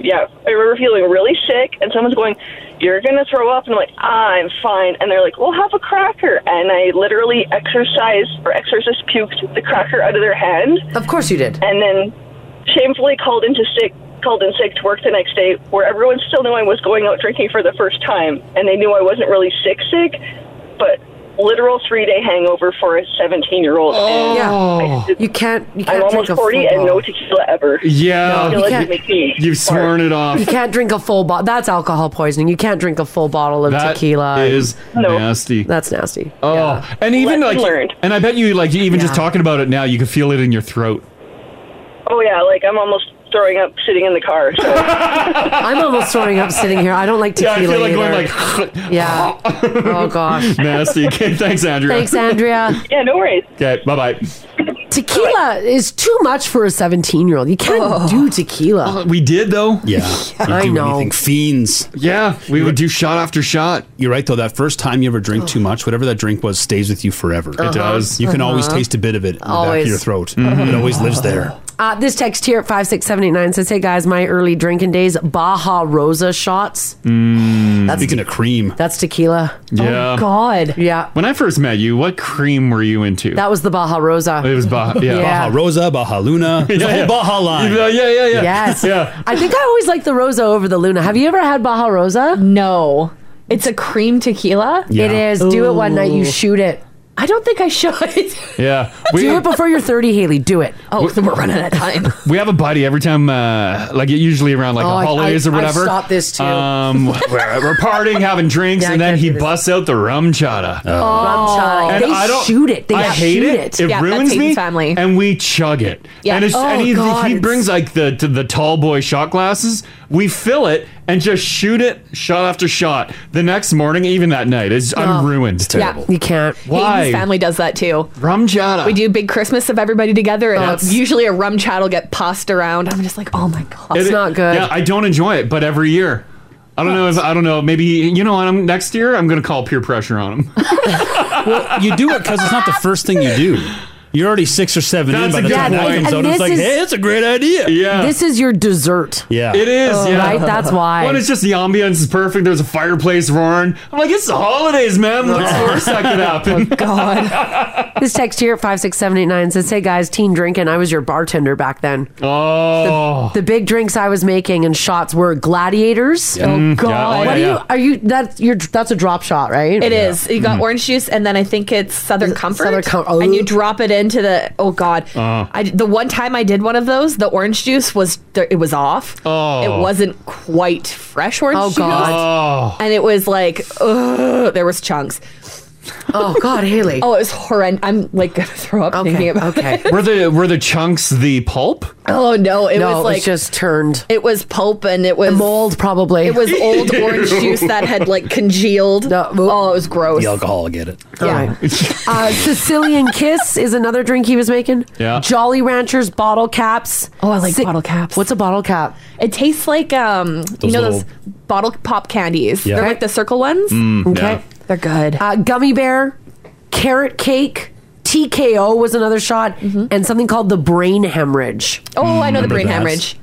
[SPEAKER 10] yeah, I remember feeling really sick, and someone's going, "You're gonna throw up," and I'm like, "Ah, "I'm fine," and they're like, "Well, have a cracker," and I literally exercised or exorcist puked the cracker out of their hand.
[SPEAKER 3] Of course you did.
[SPEAKER 10] And then shamefully called into sick called in sick to work the next day where everyone still knew I was going out drinking for the first time and they knew I wasn't really sick sick but
[SPEAKER 16] literal three day hangover for a 17 year old.
[SPEAKER 3] Oh. Yeah. You can't. You can't
[SPEAKER 16] Oh. I'm almost
[SPEAKER 3] drink a
[SPEAKER 16] 40
[SPEAKER 3] full
[SPEAKER 16] and no
[SPEAKER 3] bottle.
[SPEAKER 16] tequila ever.
[SPEAKER 2] Yeah.
[SPEAKER 16] Tequila
[SPEAKER 3] You can't-
[SPEAKER 16] makes me fart.
[SPEAKER 2] sworn it off.
[SPEAKER 3] You can't drink a full bottle. That's alcohol poisoning. You can't drink a full bottle of
[SPEAKER 2] That
[SPEAKER 3] tequila.
[SPEAKER 2] is nasty.
[SPEAKER 3] That's nasty.
[SPEAKER 2] Oh, and even like, and I bet you like even just talking about it now, you can feel it in your throat.
[SPEAKER 16] Oh, yeah, like I'm almost throwing up sitting in the car. So.
[SPEAKER 3] I'm almost throwing up sitting here. I don't like
[SPEAKER 2] Yeah, I
[SPEAKER 3] tequila.
[SPEAKER 2] feel like going
[SPEAKER 3] either. yeah. Oh gosh.
[SPEAKER 2] nasty. Okay, thanks, Andrea.
[SPEAKER 3] Thanks, Andrea.
[SPEAKER 16] yeah, no worries.
[SPEAKER 2] Okay, bye bye.
[SPEAKER 3] Tequila is too much for a 17 year old. You can't
[SPEAKER 2] Oh.
[SPEAKER 3] do tequila.
[SPEAKER 2] We did though.
[SPEAKER 4] Yeah,
[SPEAKER 3] I
[SPEAKER 4] You'd do
[SPEAKER 3] know.
[SPEAKER 4] Anything. Fiends.
[SPEAKER 2] Yeah, we would do shot after shot.
[SPEAKER 4] You're right though. That first time you ever drink too much, whatever that drink was, stays with you forever.
[SPEAKER 3] It Uh-huh. does.
[SPEAKER 4] You can always
[SPEAKER 3] Uh-huh.
[SPEAKER 4] taste a bit of it in the back
[SPEAKER 3] Always.
[SPEAKER 4] of your throat.
[SPEAKER 2] Mm-hmm.
[SPEAKER 4] It always lives there.
[SPEAKER 3] Uh, this text here at 56789 says, Hey guys, my early drinking days, Baja Rosa shots. That's
[SPEAKER 4] Speaking of cream,
[SPEAKER 3] That's tequila.
[SPEAKER 2] Hmm. Yeah.
[SPEAKER 3] Oh, God. Yeah.
[SPEAKER 2] When I first met you, what cream were you into?
[SPEAKER 3] That was the Baja Rosa.
[SPEAKER 2] it was Baja, yeah.
[SPEAKER 3] Yeah.
[SPEAKER 4] Baja Rosa, Baja Luna, There's a whole Baja line.
[SPEAKER 2] Yeah, yeah, yeah. yeah.
[SPEAKER 3] Yes.
[SPEAKER 2] Yeah.
[SPEAKER 3] I think I always liked the Rosa over the Luna. Have you ever had Baja Rosa?
[SPEAKER 5] No. It's a cream tequila.
[SPEAKER 2] Yeah.
[SPEAKER 3] It is. Do it one night. You
[SPEAKER 5] Ooh.
[SPEAKER 3] shoot it.
[SPEAKER 5] I don't think I should.
[SPEAKER 2] Yeah.
[SPEAKER 3] do it before you're 30, Haley. Do it.
[SPEAKER 5] Oh, then we're running out of time.
[SPEAKER 2] We have a buddy every time, uh, like usually around like
[SPEAKER 3] Oh, I-
[SPEAKER 2] the holidays
[SPEAKER 3] I-
[SPEAKER 2] or
[SPEAKER 3] I
[SPEAKER 2] whatever.
[SPEAKER 3] stopped this too.
[SPEAKER 2] Um, we're, we're partying, having drinks, and then he busts out the rum
[SPEAKER 3] Rum
[SPEAKER 2] chata.
[SPEAKER 3] chata.
[SPEAKER 2] And
[SPEAKER 3] they
[SPEAKER 2] I don't-
[SPEAKER 3] shoot it. They
[SPEAKER 2] I hate
[SPEAKER 3] shoot
[SPEAKER 2] it.
[SPEAKER 3] it.
[SPEAKER 2] It ruins me. And we chug it.
[SPEAKER 3] Yeah.
[SPEAKER 2] And, it's,
[SPEAKER 3] Oh,
[SPEAKER 2] and he,
[SPEAKER 3] God,
[SPEAKER 2] he
[SPEAKER 3] it's-
[SPEAKER 2] brings like the to the tall boy shot glasses. We fill it and just shoot it shot after shot. The next morning, even that night, it's, I'm
[SPEAKER 5] Oh.
[SPEAKER 2] ruined.
[SPEAKER 5] It's terrible.
[SPEAKER 3] You can't.
[SPEAKER 2] Why?
[SPEAKER 5] Hayden's family does that too.
[SPEAKER 2] Rum chata.
[SPEAKER 5] We do big Christmas of everybody together, and
[SPEAKER 2] Oh,
[SPEAKER 5] uh,
[SPEAKER 2] it's-
[SPEAKER 5] usually a rum chat will get passed around. I'm just like, oh my god,
[SPEAKER 2] It- Yeah, I don't enjoy it, but every year. I don't know if I don't know. Maybe you know what? I'm next year. I'm going to call peer pressure on him.
[SPEAKER 4] well, you do it because it's not the first thing you do. You're already six or seven in
[SPEAKER 2] That's
[SPEAKER 4] by
[SPEAKER 2] a
[SPEAKER 4] the
[SPEAKER 2] good
[SPEAKER 4] time that
[SPEAKER 2] point.
[SPEAKER 4] comes out.
[SPEAKER 2] And
[SPEAKER 4] It's
[SPEAKER 2] this
[SPEAKER 4] like,
[SPEAKER 2] is-
[SPEAKER 4] hey, that's a great idea.
[SPEAKER 2] Yeah.
[SPEAKER 3] This is your dessert.
[SPEAKER 4] Yeah.
[SPEAKER 2] It is,
[SPEAKER 3] Oh,
[SPEAKER 2] yeah.
[SPEAKER 3] Right? That's why.
[SPEAKER 2] When it's just the ambience is perfect, there's a fireplace roaring. I'm like, it's the holidays, man. What's worse that could happen?
[SPEAKER 5] God.
[SPEAKER 3] This text here at 56789 says, Hey guys, teen drinking. I was your bartender back then.
[SPEAKER 2] Oh.
[SPEAKER 3] The big drinks I was making and shots were gladiators.
[SPEAKER 5] Yeah. Oh, Mm, yeah. God. Oh,
[SPEAKER 3] What
[SPEAKER 5] yeah,
[SPEAKER 3] are you? Are you? That's your. That's a drop shot, right?
[SPEAKER 5] It is. You got orange juice, and then I think it's Southern Comfort,
[SPEAKER 3] Southern Com-
[SPEAKER 5] and you drop it into the. Oh God!
[SPEAKER 3] Uh.
[SPEAKER 5] I, the one time I did one of those, the orange juice was there, it was off.
[SPEAKER 2] Oh.
[SPEAKER 5] It wasn't quite fresh orange
[SPEAKER 3] Oh,
[SPEAKER 5] juice.
[SPEAKER 3] God.
[SPEAKER 5] And it was like, ugh, there was chunks.
[SPEAKER 3] Oh God, Haley!
[SPEAKER 5] oh, it was horrendous. I'm like gonna throw up thinking about it.
[SPEAKER 2] were the were the chunks the pulp?
[SPEAKER 5] Oh no! It
[SPEAKER 3] No, it
[SPEAKER 5] was
[SPEAKER 3] was
[SPEAKER 5] like
[SPEAKER 3] just turned.
[SPEAKER 5] It was pulp and it was
[SPEAKER 3] mold probably.
[SPEAKER 5] It was old orange
[SPEAKER 3] Ew.
[SPEAKER 5] juice that had like congealed. oh, it was gross.
[SPEAKER 4] The alcohol will get it.
[SPEAKER 3] Yeah. uh, Sicilian Kiss is another drink he was making.
[SPEAKER 5] Yeah.
[SPEAKER 3] Jolly Ranchers bottle caps.
[SPEAKER 5] Oh, I like bottle caps.
[SPEAKER 3] What's a bottle cap?
[SPEAKER 5] It tastes like um, you
[SPEAKER 3] Those
[SPEAKER 5] know
[SPEAKER 3] little-
[SPEAKER 5] those bottle pop candies.
[SPEAKER 3] Yeah.
[SPEAKER 5] They're like the circle ones.
[SPEAKER 3] Mm, Okay. yeah.
[SPEAKER 5] they're good.
[SPEAKER 3] Uh, gummy bear, carrot cake, TKO was another shot, and something called the brain hemorrhage.
[SPEAKER 5] Mm-hmm. Oh, I know the
[SPEAKER 4] Remember
[SPEAKER 5] brain
[SPEAKER 4] that.
[SPEAKER 5] hemorrhage.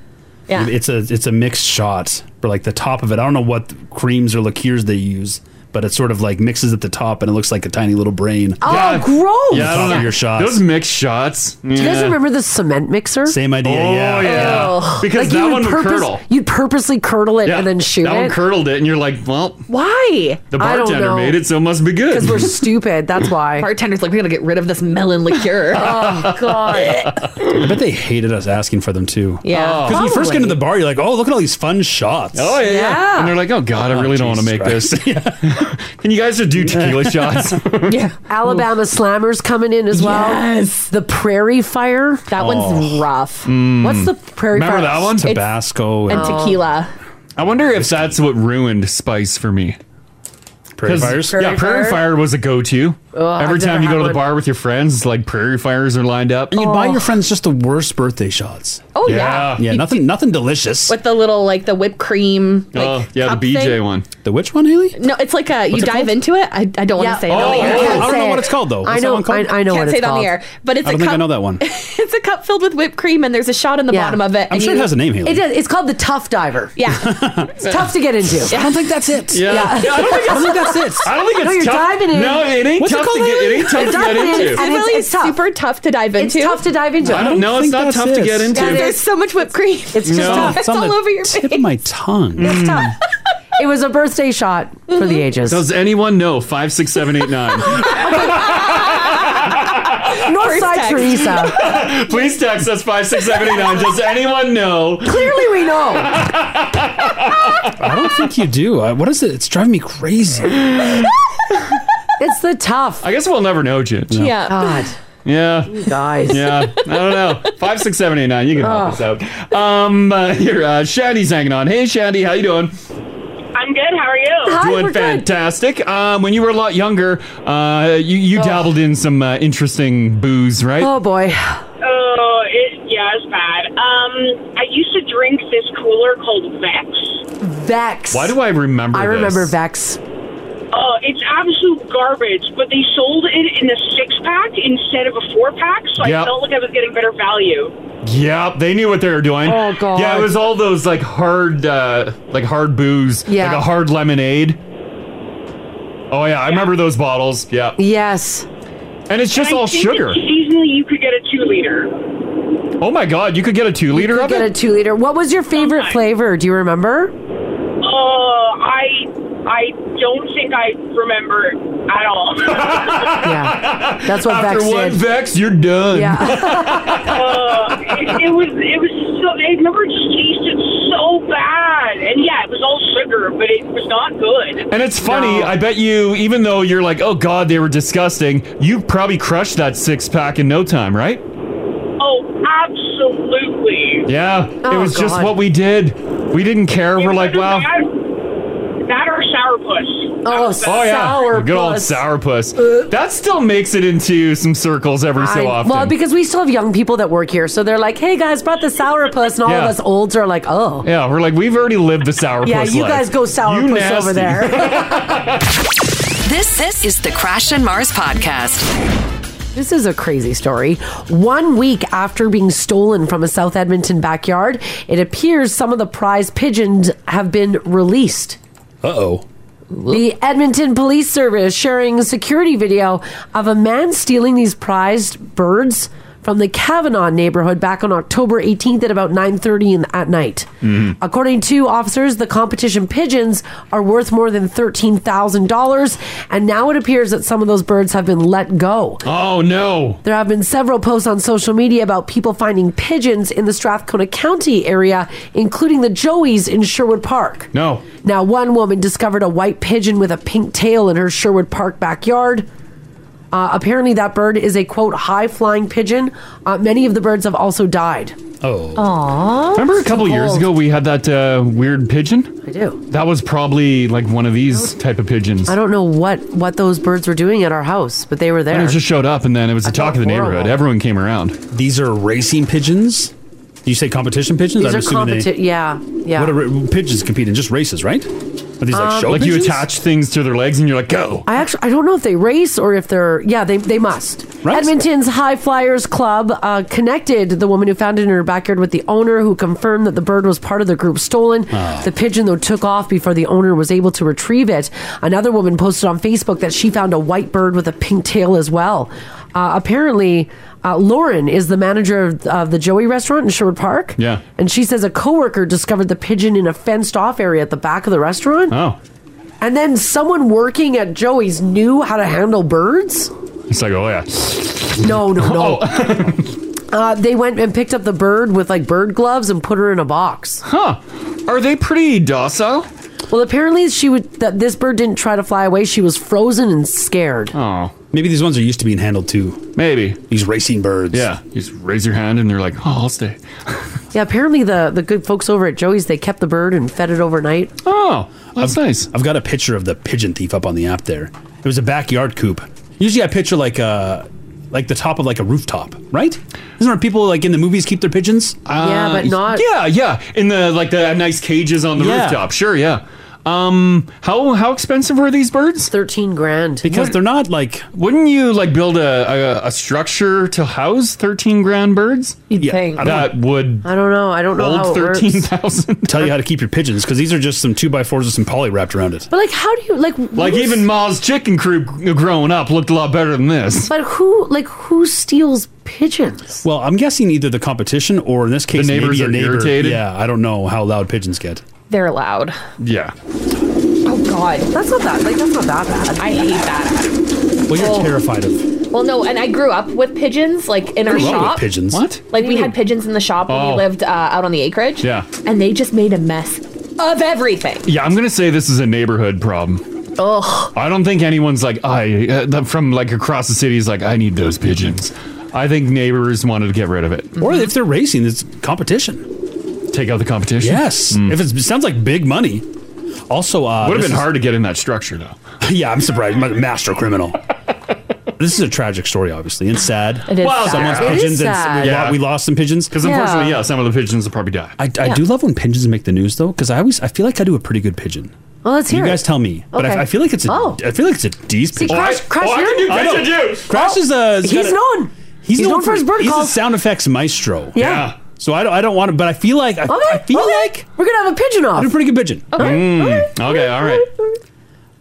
[SPEAKER 5] Yeah.
[SPEAKER 4] It's a it's a mixed shot for like the top of it. I don't know what creams or liqueurs they use, but it sort of like mixes at the top and it looks like a tiny little brain.
[SPEAKER 3] Oh, gross!
[SPEAKER 4] Yeah, I don't know your shots. Mm.
[SPEAKER 2] Those mixed shots.
[SPEAKER 3] Do you guys remember the cement mixer?
[SPEAKER 4] Same idea, Oh, yeah. yeah. Because that
[SPEAKER 3] you
[SPEAKER 2] one would curdle.
[SPEAKER 3] You'd purposely curdle it
[SPEAKER 2] Yeah,
[SPEAKER 3] and then shoot
[SPEAKER 2] that
[SPEAKER 3] it.
[SPEAKER 2] one curdled it, and you're like, well,
[SPEAKER 5] Why?
[SPEAKER 2] the bartender made it, so it must be good.
[SPEAKER 3] Because we're stupid. That's why.
[SPEAKER 5] Bartender's like, we gotta get rid of this melon liqueur.
[SPEAKER 3] oh, God.
[SPEAKER 4] I bet they hated us asking for them too.
[SPEAKER 5] Yeah.
[SPEAKER 4] because when you first get
[SPEAKER 5] Probably.
[SPEAKER 4] into the bar, you're like, oh, look at all these fun shots.
[SPEAKER 2] Oh yeah, yeah.
[SPEAKER 5] Yeah.
[SPEAKER 2] and they're like, "Oh God, I really don't want to make this." Can you guys just do tequila shots?
[SPEAKER 5] yeah.
[SPEAKER 3] Alabama Slammers coming in as well. Yes. The Prairie Fire.
[SPEAKER 5] That one's rough.
[SPEAKER 3] What's the Prairie
[SPEAKER 2] Hmm. Remember
[SPEAKER 3] Fire?
[SPEAKER 2] that one?
[SPEAKER 5] It's-
[SPEAKER 4] Tabasco
[SPEAKER 5] and tequila.
[SPEAKER 2] I wonder if that's what ruined spice for me.
[SPEAKER 4] Prairie
[SPEAKER 2] 'Cause-
[SPEAKER 4] fires?
[SPEAKER 2] yeah,
[SPEAKER 4] Prairie
[SPEAKER 2] prairie
[SPEAKER 4] fire?
[SPEAKER 2] fire was a go-to.
[SPEAKER 4] Oh,
[SPEAKER 2] Every
[SPEAKER 4] I've
[SPEAKER 2] time
[SPEAKER 4] never
[SPEAKER 2] you
[SPEAKER 4] had
[SPEAKER 2] go to the
[SPEAKER 4] one.
[SPEAKER 2] bar with your friends, it's like prairie fires are lined up.
[SPEAKER 4] And you'd buy your friends just the worst birthday shots.
[SPEAKER 5] Oh, yeah.
[SPEAKER 4] yeah,
[SPEAKER 5] You-
[SPEAKER 4] nothing, nothing delicious.
[SPEAKER 5] With the little like the whipped cream. Like,
[SPEAKER 2] Uh,
[SPEAKER 4] Oh,
[SPEAKER 5] cup thing.
[SPEAKER 2] one.
[SPEAKER 4] The which one, Haley?
[SPEAKER 5] No, it's like a you
[SPEAKER 4] What's it
[SPEAKER 5] dive
[SPEAKER 4] called?
[SPEAKER 5] into it. I, I don't want
[SPEAKER 2] Oh,
[SPEAKER 5] to say. it
[SPEAKER 3] Oh,
[SPEAKER 5] on the
[SPEAKER 4] I
[SPEAKER 5] air.
[SPEAKER 4] don't know- I don't know what it's called though.
[SPEAKER 5] I
[SPEAKER 4] What's that
[SPEAKER 5] know-
[SPEAKER 4] one called?
[SPEAKER 5] I- I know Can't what say it's it on the called. air, but it's
[SPEAKER 4] I
[SPEAKER 5] a
[SPEAKER 4] don't think I
[SPEAKER 5] cup-
[SPEAKER 4] know that one.
[SPEAKER 5] it's a cup filled with whipped cream, and there's a shot in the
[SPEAKER 4] Yeah.
[SPEAKER 5] bottom of it.
[SPEAKER 4] I'm
[SPEAKER 5] and
[SPEAKER 4] sure it
[SPEAKER 5] you-
[SPEAKER 4] has a name, Haley.
[SPEAKER 3] It is. It's called the Tough Diver.
[SPEAKER 5] Yeah.
[SPEAKER 3] it's tough to get into.
[SPEAKER 5] I don't think
[SPEAKER 4] that's it.
[SPEAKER 5] Yeah. Yeah, I don't think
[SPEAKER 4] I don't think that's it.
[SPEAKER 2] I don't think it's
[SPEAKER 3] No, you're
[SPEAKER 2] tough-
[SPEAKER 3] diving in.
[SPEAKER 2] No, it ain't What's it tough to called, get- it ain't tough to get
[SPEAKER 3] Diving in,
[SPEAKER 2] into.
[SPEAKER 3] and
[SPEAKER 5] It's really super tough to dive into.
[SPEAKER 3] It's tough to dive into.
[SPEAKER 2] I don't know. It's not tough to get into.
[SPEAKER 5] Yeah, there's so much whipped cream.
[SPEAKER 3] It's just
[SPEAKER 2] No.
[SPEAKER 5] tough.
[SPEAKER 2] tough.
[SPEAKER 5] It's all over your face.
[SPEAKER 2] Mm.
[SPEAKER 4] my tongue.
[SPEAKER 5] It's tough.
[SPEAKER 3] It was a birthday shot for
[SPEAKER 5] Mm-hmm.
[SPEAKER 3] the ages.
[SPEAKER 2] Does anyone know five six seven eight nine?
[SPEAKER 3] North side Teresa.
[SPEAKER 2] Please text us five six seven eight nine. Does anyone know?
[SPEAKER 3] Clearly, we know.
[SPEAKER 4] I don't think you do. Uh, what is it? It's driving me crazy.
[SPEAKER 3] It's the tough.
[SPEAKER 2] I guess we'll never know, Jit.
[SPEAKER 3] Yeah. God.
[SPEAKER 2] Yeah.
[SPEAKER 3] guys. Oh.
[SPEAKER 2] Yeah. I don't know. Five six seven eight nine. You can help us out. Um, uh, here, uh, Shandy's hanging on. Hey, Shandy, how you doing?
[SPEAKER 17] I'm good. How are you?
[SPEAKER 2] Doing fantastic. Um, when you were a lot younger, uh, you you dabbled in some uh, interesting booze, right?
[SPEAKER 3] Oh boy.
[SPEAKER 17] Oh, it, yeah, it's bad. Um, I used to drink this cooler called Vex.
[SPEAKER 3] Vex.
[SPEAKER 2] Why do I remember?
[SPEAKER 3] I
[SPEAKER 2] this?
[SPEAKER 3] remember Vex.
[SPEAKER 17] Oh, it's absolute garbage. But they sold it in a six pack instead of a four pack, so I
[SPEAKER 2] Yep.
[SPEAKER 17] felt like I was getting better value.
[SPEAKER 2] Yep, they knew what they were doing.
[SPEAKER 17] Oh, God.
[SPEAKER 2] Yeah, it was all those like hard, uh like hard booze,
[SPEAKER 3] Yeah.
[SPEAKER 2] like a hard lemonade. Oh yeah, I remember those bottles. Yeah,
[SPEAKER 3] Yes.
[SPEAKER 2] and it's just
[SPEAKER 17] And I
[SPEAKER 2] all
[SPEAKER 17] think
[SPEAKER 2] sugar.
[SPEAKER 17] that Seasonally, you could get a two liter.
[SPEAKER 2] Oh my God, you could get a two liter
[SPEAKER 3] You
[SPEAKER 2] of
[SPEAKER 3] get
[SPEAKER 2] it.
[SPEAKER 3] a two liter. What was your favorite flavor? Do you remember?
[SPEAKER 17] Oh, I I don't think I remember at all.
[SPEAKER 3] yeah, that's what
[SPEAKER 2] After
[SPEAKER 3] Vex
[SPEAKER 2] one
[SPEAKER 3] did.
[SPEAKER 2] Vex, you're done.
[SPEAKER 17] uh, it, it was it was so. I remember it just tasted so bad, and yeah, it was all sugar, but it was not good.
[SPEAKER 2] And it's funny, I bet you, even though you're like, oh God, they were disgusting, you probably crushed that six pack in no time, right?
[SPEAKER 17] Oh, absolutely.
[SPEAKER 2] Yeah, it
[SPEAKER 17] Oh,
[SPEAKER 2] was just
[SPEAKER 17] God.
[SPEAKER 2] what we did. We didn't care. We're like, wow.
[SPEAKER 17] That, that or sourpuss. Oh,
[SPEAKER 2] Oh yeah, good old sourpuss. That still makes it into some circles every so
[SPEAKER 3] Uh. I-
[SPEAKER 2] often.
[SPEAKER 3] Well, because we still have young people that work here, so they're like, "Hey guys, brought the sourpuss," and all
[SPEAKER 2] Yeah.
[SPEAKER 3] of us olds are like, "Oh,
[SPEAKER 2] yeah, we're like we've already lived the sourpuss.
[SPEAKER 3] yeah, you
[SPEAKER 2] life.
[SPEAKER 3] guys go sourpuss
[SPEAKER 2] nasty.
[SPEAKER 3] over there."
[SPEAKER 1] This this is the Crash and Mars podcast.
[SPEAKER 3] This is a crazy story. One week after being stolen from a South Edmonton backyard, it appears some of the prize pigeons have been released.
[SPEAKER 4] Uh oh.
[SPEAKER 3] The Edmonton Police Service sharing security video of a man stealing these prized birds from the Kavanaugh neighborhood back on October 18th at about 9:30 in, at night.
[SPEAKER 2] Mm-hmm.
[SPEAKER 3] According to officers, the competition pigeons are worth more than $13,000 and now it appears that some of those birds have been let go.
[SPEAKER 2] Oh no.
[SPEAKER 3] There have been several posts on social media about people finding pigeons in the Strathcona County area, including the Joeys in Sherwood Park.
[SPEAKER 2] No.
[SPEAKER 3] Now, one woman discovered a white pigeon with a pink tail in her Sherwood Park backyard. Uh, apparently, that bird is a quote high flying pigeon. Uh, many of the birds have also died.
[SPEAKER 2] Oh.
[SPEAKER 3] Aww.
[SPEAKER 2] Remember a couple years ago we had that uh, weird pigeon?
[SPEAKER 3] I do.
[SPEAKER 2] That was probably like one of these type of pigeons.
[SPEAKER 3] I don't know what what those birds were doing at our house, but they were there.
[SPEAKER 2] And it just showed up, and then it was the talk of the neighborhood. Everyone came around.
[SPEAKER 4] These are racing pigeons. You say competition pigeons?
[SPEAKER 3] These are competi- yeah, yeah.
[SPEAKER 4] What are ra- pigeons compete in? Just races, right? Are these like
[SPEAKER 3] Um,
[SPEAKER 4] show
[SPEAKER 3] Like you
[SPEAKER 4] pigeons?
[SPEAKER 2] attach things to their legs and you're like, go.
[SPEAKER 3] I actually I don't know if they race or if they're yeah they they must.
[SPEAKER 4] Right.
[SPEAKER 3] Edmonton's High Flyers Club uh, connected the woman who found it in her backyard with the owner, who confirmed that the bird was part of the group stolen. The pigeon though took off before the owner was able to retrieve it. Another woman posted on Facebook that she found a white bird with a pink tail as well. Uh, apparently. Uh, Lauren is the manager of, of the Joey restaurant in Sherwood Park.
[SPEAKER 2] Yeah.
[SPEAKER 3] And she says a coworker discovered the pigeon in a fenced off area at the back of the restaurant.
[SPEAKER 2] Oh.
[SPEAKER 3] And then someone working at Joey's knew how to handle birds?
[SPEAKER 2] It's like, oh yeah.
[SPEAKER 3] No, no, no.
[SPEAKER 2] Oh.
[SPEAKER 3] uh, they went and picked up the bird with like bird gloves and put her in a box.
[SPEAKER 2] Huh. Are they pretty docile?
[SPEAKER 3] Well, apparently she would that this bird didn't try to fly away. She was frozen and scared.
[SPEAKER 2] Oh.
[SPEAKER 4] Maybe these ones are used to being handled too.
[SPEAKER 2] Maybe.
[SPEAKER 4] These racing birds.
[SPEAKER 2] Yeah. You just raise your hand and they're like, oh, I'll stay.
[SPEAKER 3] Yeah, apparently the the good folks over at Joey's they kept the bird and fed it overnight.
[SPEAKER 2] Oh, that's
[SPEAKER 4] I've,
[SPEAKER 2] nice.
[SPEAKER 4] I've got a picture of the pigeon thief up on the app there. It was a backyard coop. Usually I picture like a like the top of like a rooftop, right? Isn't where people like in the movies keep their pigeons?
[SPEAKER 2] Uh, Yeah, yeah. In the like the nice cages on the
[SPEAKER 4] Yeah.
[SPEAKER 2] rooftop. Sure, yeah. Um, how how expensive were these birds?
[SPEAKER 3] Thirteen grand.
[SPEAKER 4] Because they're not like.
[SPEAKER 2] Wouldn't you like build a a, a structure to house thirteen grand birds?
[SPEAKER 3] You'd Yeah, think. I don't-
[SPEAKER 2] that would.
[SPEAKER 3] I don't know. I don't know
[SPEAKER 2] Old
[SPEAKER 3] how it works.
[SPEAKER 2] thirteen thousand.
[SPEAKER 4] Tell you how to keep your pigeons because these are just some two by fours with some poly wrapped around it.
[SPEAKER 3] But like, how do you like?
[SPEAKER 2] Like
[SPEAKER 3] who's-
[SPEAKER 2] even Ma's chicken crew growing up looked a lot better than this.
[SPEAKER 3] But who like who steals pigeons?
[SPEAKER 4] Well, I'm guessing either the competition or in this case,
[SPEAKER 2] neighbors
[SPEAKER 4] maybe a
[SPEAKER 2] are
[SPEAKER 4] neighbor.
[SPEAKER 2] irritated?
[SPEAKER 4] Yeah, I don't know how loud pigeons get.
[SPEAKER 5] They're loud.
[SPEAKER 2] Yeah.
[SPEAKER 5] God. That's not that, like, that's not that bad. I hate that.
[SPEAKER 4] Well, you're
[SPEAKER 5] Oh.
[SPEAKER 4] terrified of.
[SPEAKER 5] Well, no, and I grew up with pigeons, like, in our
[SPEAKER 4] Grew up with
[SPEAKER 5] shop.
[SPEAKER 4] pigeons? What?
[SPEAKER 5] Like, we had pigeons in the shop when
[SPEAKER 2] Oh.
[SPEAKER 5] we lived uh, out on the acreage.
[SPEAKER 2] Yeah.
[SPEAKER 5] And they just made a mess of everything.
[SPEAKER 2] Yeah, I'm gonna say this is a neighborhood problem.
[SPEAKER 5] Ugh.
[SPEAKER 2] I don't think anyone's like I uh, the- from like across the city is like I need those pigeons. I think neighbors wanted to get rid of it.
[SPEAKER 4] Or if they're racing, it's competition.
[SPEAKER 2] Take out the competition. Hmm.
[SPEAKER 4] Yes, if it's, it sounds like big money. Also, uh,
[SPEAKER 2] Would have
[SPEAKER 4] this
[SPEAKER 2] been
[SPEAKER 4] is-
[SPEAKER 2] hard to get in that structure though.
[SPEAKER 4] yeah, I'm surprised. My- Master criminal. this is a tragic story, obviously, and sad.
[SPEAKER 2] It is Well, sad.
[SPEAKER 4] someone's
[SPEAKER 2] it is
[SPEAKER 4] pigeons. and
[SPEAKER 2] sad.
[SPEAKER 4] we,
[SPEAKER 2] Yeah.
[SPEAKER 4] lo- we lost some pigeons because
[SPEAKER 2] Yeah. unfortunately, yeah, some of the pigeons will probably die.
[SPEAKER 4] I, I
[SPEAKER 2] Yeah.
[SPEAKER 4] do love when pigeons make the news though, because I always I feel like I do a pretty good pigeon.
[SPEAKER 3] Well, let's
[SPEAKER 4] you
[SPEAKER 3] hear
[SPEAKER 4] guys
[SPEAKER 3] it.
[SPEAKER 4] tell me, but
[SPEAKER 3] Okay.
[SPEAKER 4] I, I feel like it's a,
[SPEAKER 3] Oh.
[SPEAKER 4] I feel like it's a D's
[SPEAKER 3] See,
[SPEAKER 4] pigeon.
[SPEAKER 3] Crash- Oh, I- Crash, oh, I you're- can do
[SPEAKER 4] I know.
[SPEAKER 3] pigeon too.
[SPEAKER 4] Crash is
[SPEAKER 3] Oh,
[SPEAKER 4] a
[SPEAKER 3] he's known.
[SPEAKER 4] He's, known, for his bird He's a
[SPEAKER 3] calls.
[SPEAKER 4] sound effects maestro.
[SPEAKER 3] Yeah. Yeah.
[SPEAKER 4] So I don't I don't want to, but I feel like I, I feel like
[SPEAKER 3] we're gonna have a pigeon off.
[SPEAKER 4] I'm a pretty good pigeon. Okay.
[SPEAKER 2] okay. All right.
[SPEAKER 4] Mm.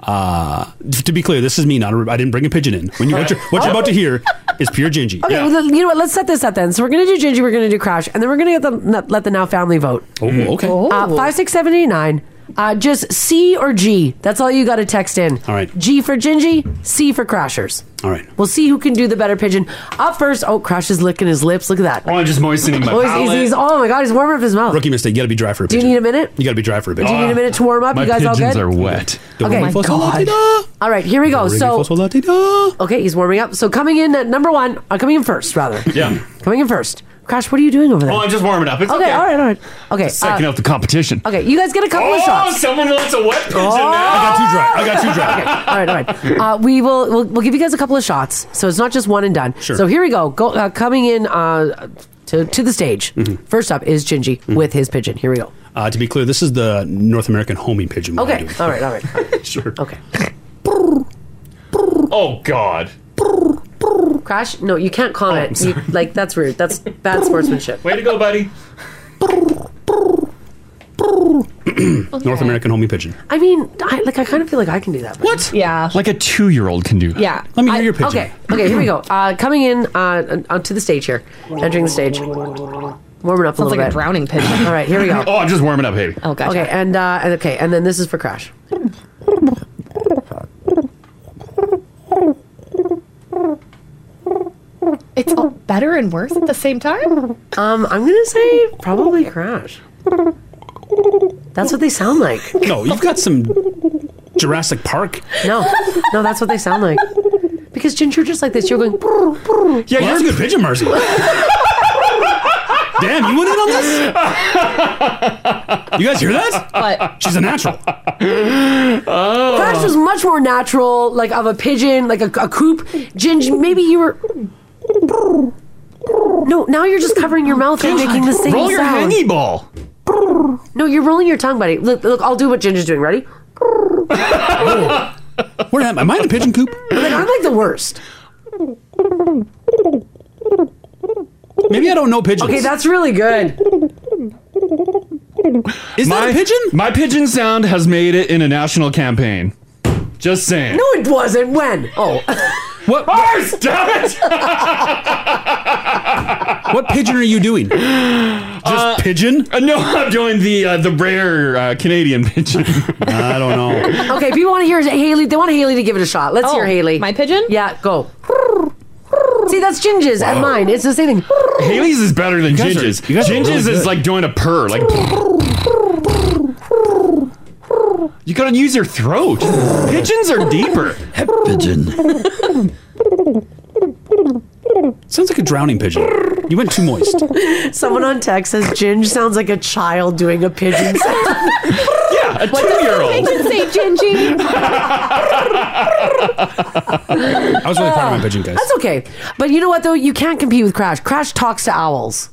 [SPEAKER 4] Uh, t- to be clear, this is me. Not a, I didn't bring a pigeon in. When you what you're, what you're about to hear is pure Gingy.
[SPEAKER 3] Okay, well, then, you know what? Let's set this up then. So we're gonna do Gingy, we're gonna do Crash, and then we're gonna get the let the now family vote.
[SPEAKER 4] Oh, okay.
[SPEAKER 3] Uh, five, six, seven, eight, nine. Uh, just C or G. That's all you got to text in. All
[SPEAKER 4] right.
[SPEAKER 3] G for Gingy, C for Crashers.
[SPEAKER 4] All right.
[SPEAKER 3] We'll see who can do the better pigeon. Up first. Oh, Crash is licking his lips. Look at that.
[SPEAKER 2] Oh, I'm just moistening my
[SPEAKER 3] Oh, he's- he's-
[SPEAKER 2] palate.
[SPEAKER 3] he's- oh my God, he's warming up his mouth.
[SPEAKER 4] Rookie mistake. You got to be dry for a
[SPEAKER 3] Do you
[SPEAKER 4] pigeon.
[SPEAKER 3] need a minute?
[SPEAKER 4] You got to be dry for a
[SPEAKER 3] Do you
[SPEAKER 4] pigeon.
[SPEAKER 3] need a minute to warm up?
[SPEAKER 4] my
[SPEAKER 3] you guys all
[SPEAKER 4] pigeons
[SPEAKER 3] good?
[SPEAKER 4] are wet.
[SPEAKER 3] Okay. Oh
[SPEAKER 4] Don't-
[SPEAKER 3] All right, here we go.
[SPEAKER 4] Don't
[SPEAKER 3] So,
[SPEAKER 4] ring false okay,
[SPEAKER 3] he's warming up. So coming in at number one, uh, coming in first, rather.
[SPEAKER 2] Yeah.
[SPEAKER 3] Coming in first. Crash, what are you doing over there?
[SPEAKER 2] Oh, I'm just warming up. It's
[SPEAKER 3] okay,
[SPEAKER 2] okay.
[SPEAKER 3] all right, all right. Okay.
[SPEAKER 2] Just Second
[SPEAKER 3] uh,
[SPEAKER 2] out the competition.
[SPEAKER 3] Okay, you guys get a couple of
[SPEAKER 2] Oh,
[SPEAKER 3] shots. Oh.
[SPEAKER 2] someone wants a wet pigeon now. I got
[SPEAKER 4] too dry. I got too
[SPEAKER 2] dry.
[SPEAKER 3] all right, all right. Uh, we will we'll, we'll give you guys a couple of shots, so it's not just one and done.
[SPEAKER 4] Sure.
[SPEAKER 3] So here we go. Go uh, coming in uh, to to the stage. First up is Gingy with his pigeon. Here we go.
[SPEAKER 4] Uh, to be clear, this is the North American homing pigeon. we're
[SPEAKER 3] Okay,
[SPEAKER 4] doing.
[SPEAKER 3] all right, all right. all right.
[SPEAKER 4] sure.
[SPEAKER 3] Okay.
[SPEAKER 2] Oh God.
[SPEAKER 3] Crash? No, you can't comment. you, like that's rude. That's bad sportsmanship.
[SPEAKER 2] Way to go, buddy.
[SPEAKER 4] North American homing pigeon.
[SPEAKER 3] I mean, I, like I kind of feel like I can do that.
[SPEAKER 4] What?
[SPEAKER 5] Yeah.
[SPEAKER 2] Like a two-year-old can do that.
[SPEAKER 5] Yeah.
[SPEAKER 4] Let me hear your pigeon.
[SPEAKER 3] Okay. Okay. Here we go. Uh, coming in uh, onto the stage here, entering the stage, warming up a
[SPEAKER 5] Sounds
[SPEAKER 3] little
[SPEAKER 5] like a
[SPEAKER 3] bit.
[SPEAKER 5] drowning pigeon.
[SPEAKER 3] All right. Here we go.
[SPEAKER 2] Oh, I'm just warming up, baby.
[SPEAKER 5] Oh, gotcha.
[SPEAKER 3] Okay, and uh, and- okay, and then this is for Crash.
[SPEAKER 5] It's all better and worse at the same time.
[SPEAKER 3] Um, I'm gonna say probably Crash. That's what they sound like.
[SPEAKER 4] No, you've got some Jurassic Park.
[SPEAKER 3] No, no, that's what they sound like. Because Ginger, just like this, you're going. "Brr, brr."
[SPEAKER 4] Yeah, well, that's a good pigeon, Marcy. Damn, you went in on this? You guys hear that?
[SPEAKER 5] What?
[SPEAKER 4] She's a natural.
[SPEAKER 2] Oh.
[SPEAKER 3] Crash was much more natural, like of a pigeon, like a, a coop. Ginger, maybe you were. No, now you're just covering your mouth and making the same
[SPEAKER 2] Roll your
[SPEAKER 3] sound.
[SPEAKER 2] hangy ball.
[SPEAKER 3] No, you're rolling your tongue, buddy. Look, look, I'll do what Ginger's doing. Ready?
[SPEAKER 4] Where Oh. am I? Am I in a pigeon coop?
[SPEAKER 3] Like, I'm like the worst.
[SPEAKER 4] Maybe I don't know pigeons.
[SPEAKER 3] Okay, that's really good.
[SPEAKER 4] Is
[SPEAKER 2] my, that a pigeon? My pigeon sound has made it in a national campaign. Just saying.
[SPEAKER 3] No, it wasn't. When? Oh.
[SPEAKER 4] What?
[SPEAKER 2] Bars, damn it!
[SPEAKER 4] What pigeon are you doing? Just pigeon?
[SPEAKER 2] Uh, no, I'm doing the uh, the rare uh, Canadian pigeon.
[SPEAKER 4] I don't know.
[SPEAKER 3] okay, people want to hear Haley. They want Haley to give it a shot. Let's hear Haley. My
[SPEAKER 5] pigeon?
[SPEAKER 3] Yeah, go. See, that's Ginger's and mine. It's the same thing.
[SPEAKER 2] Haley's is better than
[SPEAKER 4] guys are-
[SPEAKER 2] Ginger's.
[SPEAKER 4] you guys are
[SPEAKER 2] Ginger's
[SPEAKER 4] really
[SPEAKER 2] is
[SPEAKER 4] good.
[SPEAKER 2] like doing a purr. Like you gotta use your throat. Pigeons are deeper.
[SPEAKER 4] Pigeon. Sounds like a drowning pigeon. You went too moist.
[SPEAKER 3] Someone on text says Ginge sounds like a child doing a pigeon sound.
[SPEAKER 2] yeah, a two-year-old.
[SPEAKER 5] say Gingy.
[SPEAKER 4] I was really proud of my pigeon, guys.
[SPEAKER 3] That's okay. But you know what though? You can't compete with Crash. Crash talks to owls.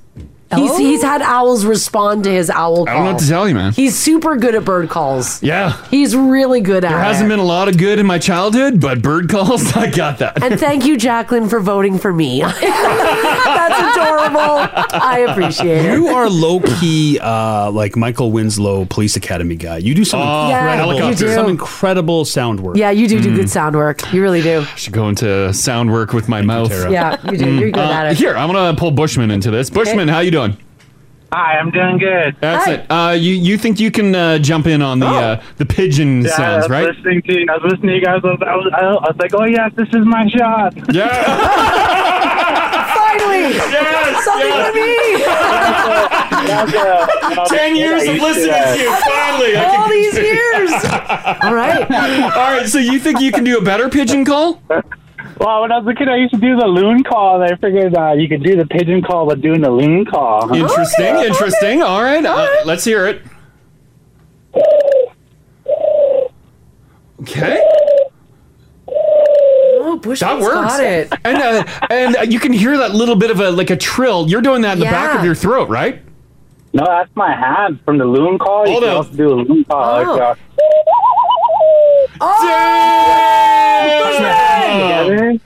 [SPEAKER 3] He's,
[SPEAKER 2] Oh.
[SPEAKER 3] he's had owls respond to his owl call.
[SPEAKER 2] I don't know what to tell you, man.
[SPEAKER 3] He's super good at bird calls.
[SPEAKER 2] Yeah.
[SPEAKER 3] He's really good at
[SPEAKER 2] There
[SPEAKER 3] it.
[SPEAKER 2] hasn't been a lot of good in my childhood, but bird calls, I got that.
[SPEAKER 3] And thank you, Jacqueline, for voting for me. That's adorable. I appreciate it.
[SPEAKER 4] You are low key, uh, like Michael Winslow, Police Academy guy. You do some,
[SPEAKER 3] Oh, Yeah,
[SPEAKER 4] incredible,
[SPEAKER 3] you do.
[SPEAKER 4] some incredible sound work.
[SPEAKER 3] Yeah, you do do good sound work. You really do.
[SPEAKER 2] Hmm. should go into sound work with my mouth. Mm. Uh,
[SPEAKER 3] Tara. Yeah, you do. You're good at it.
[SPEAKER 2] Here, I'm gonna pull Bushman into this. Bushman, how you doing?
[SPEAKER 18] Hi, I'm doing good.
[SPEAKER 2] That's it. Uh, you you think you can uh, jump in
[SPEAKER 3] Oh.
[SPEAKER 2] on the uh, the pigeon
[SPEAKER 18] Yeah, I
[SPEAKER 2] sounds,
[SPEAKER 18] was
[SPEAKER 2] right?
[SPEAKER 18] Listening to, I was listening to you guys. I was, I was, I was like, oh yes, this is my shot.
[SPEAKER 2] Yeah.
[SPEAKER 3] Finally.
[SPEAKER 18] Yes.
[SPEAKER 3] Something
[SPEAKER 18] yes.
[SPEAKER 2] Ten years of listening to you. Finally, I
[SPEAKER 3] all these years. All right.
[SPEAKER 2] All right. So you think you can do a better pigeon call?
[SPEAKER 18] Well, when I was a kid, I used to do the loon call, and I figured uh, you could do the pigeon call, but doing the loon call.
[SPEAKER 2] Interesting. interesting. All right. Uh, let's hear it. Okay.
[SPEAKER 3] Oh, Bush
[SPEAKER 2] that
[SPEAKER 3] has
[SPEAKER 2] works.
[SPEAKER 3] got it.
[SPEAKER 2] And uh, and uh, you can hear that little bit of a like a trill. You're doing that in the back
[SPEAKER 3] Yeah.
[SPEAKER 2] of your throat, right?
[SPEAKER 18] No, that's my hand from the loon call. you
[SPEAKER 2] Hold
[SPEAKER 18] can
[SPEAKER 2] up.
[SPEAKER 18] also do a loon call.
[SPEAKER 2] Oh.
[SPEAKER 18] Like, uh,
[SPEAKER 2] Damn!
[SPEAKER 18] Damn.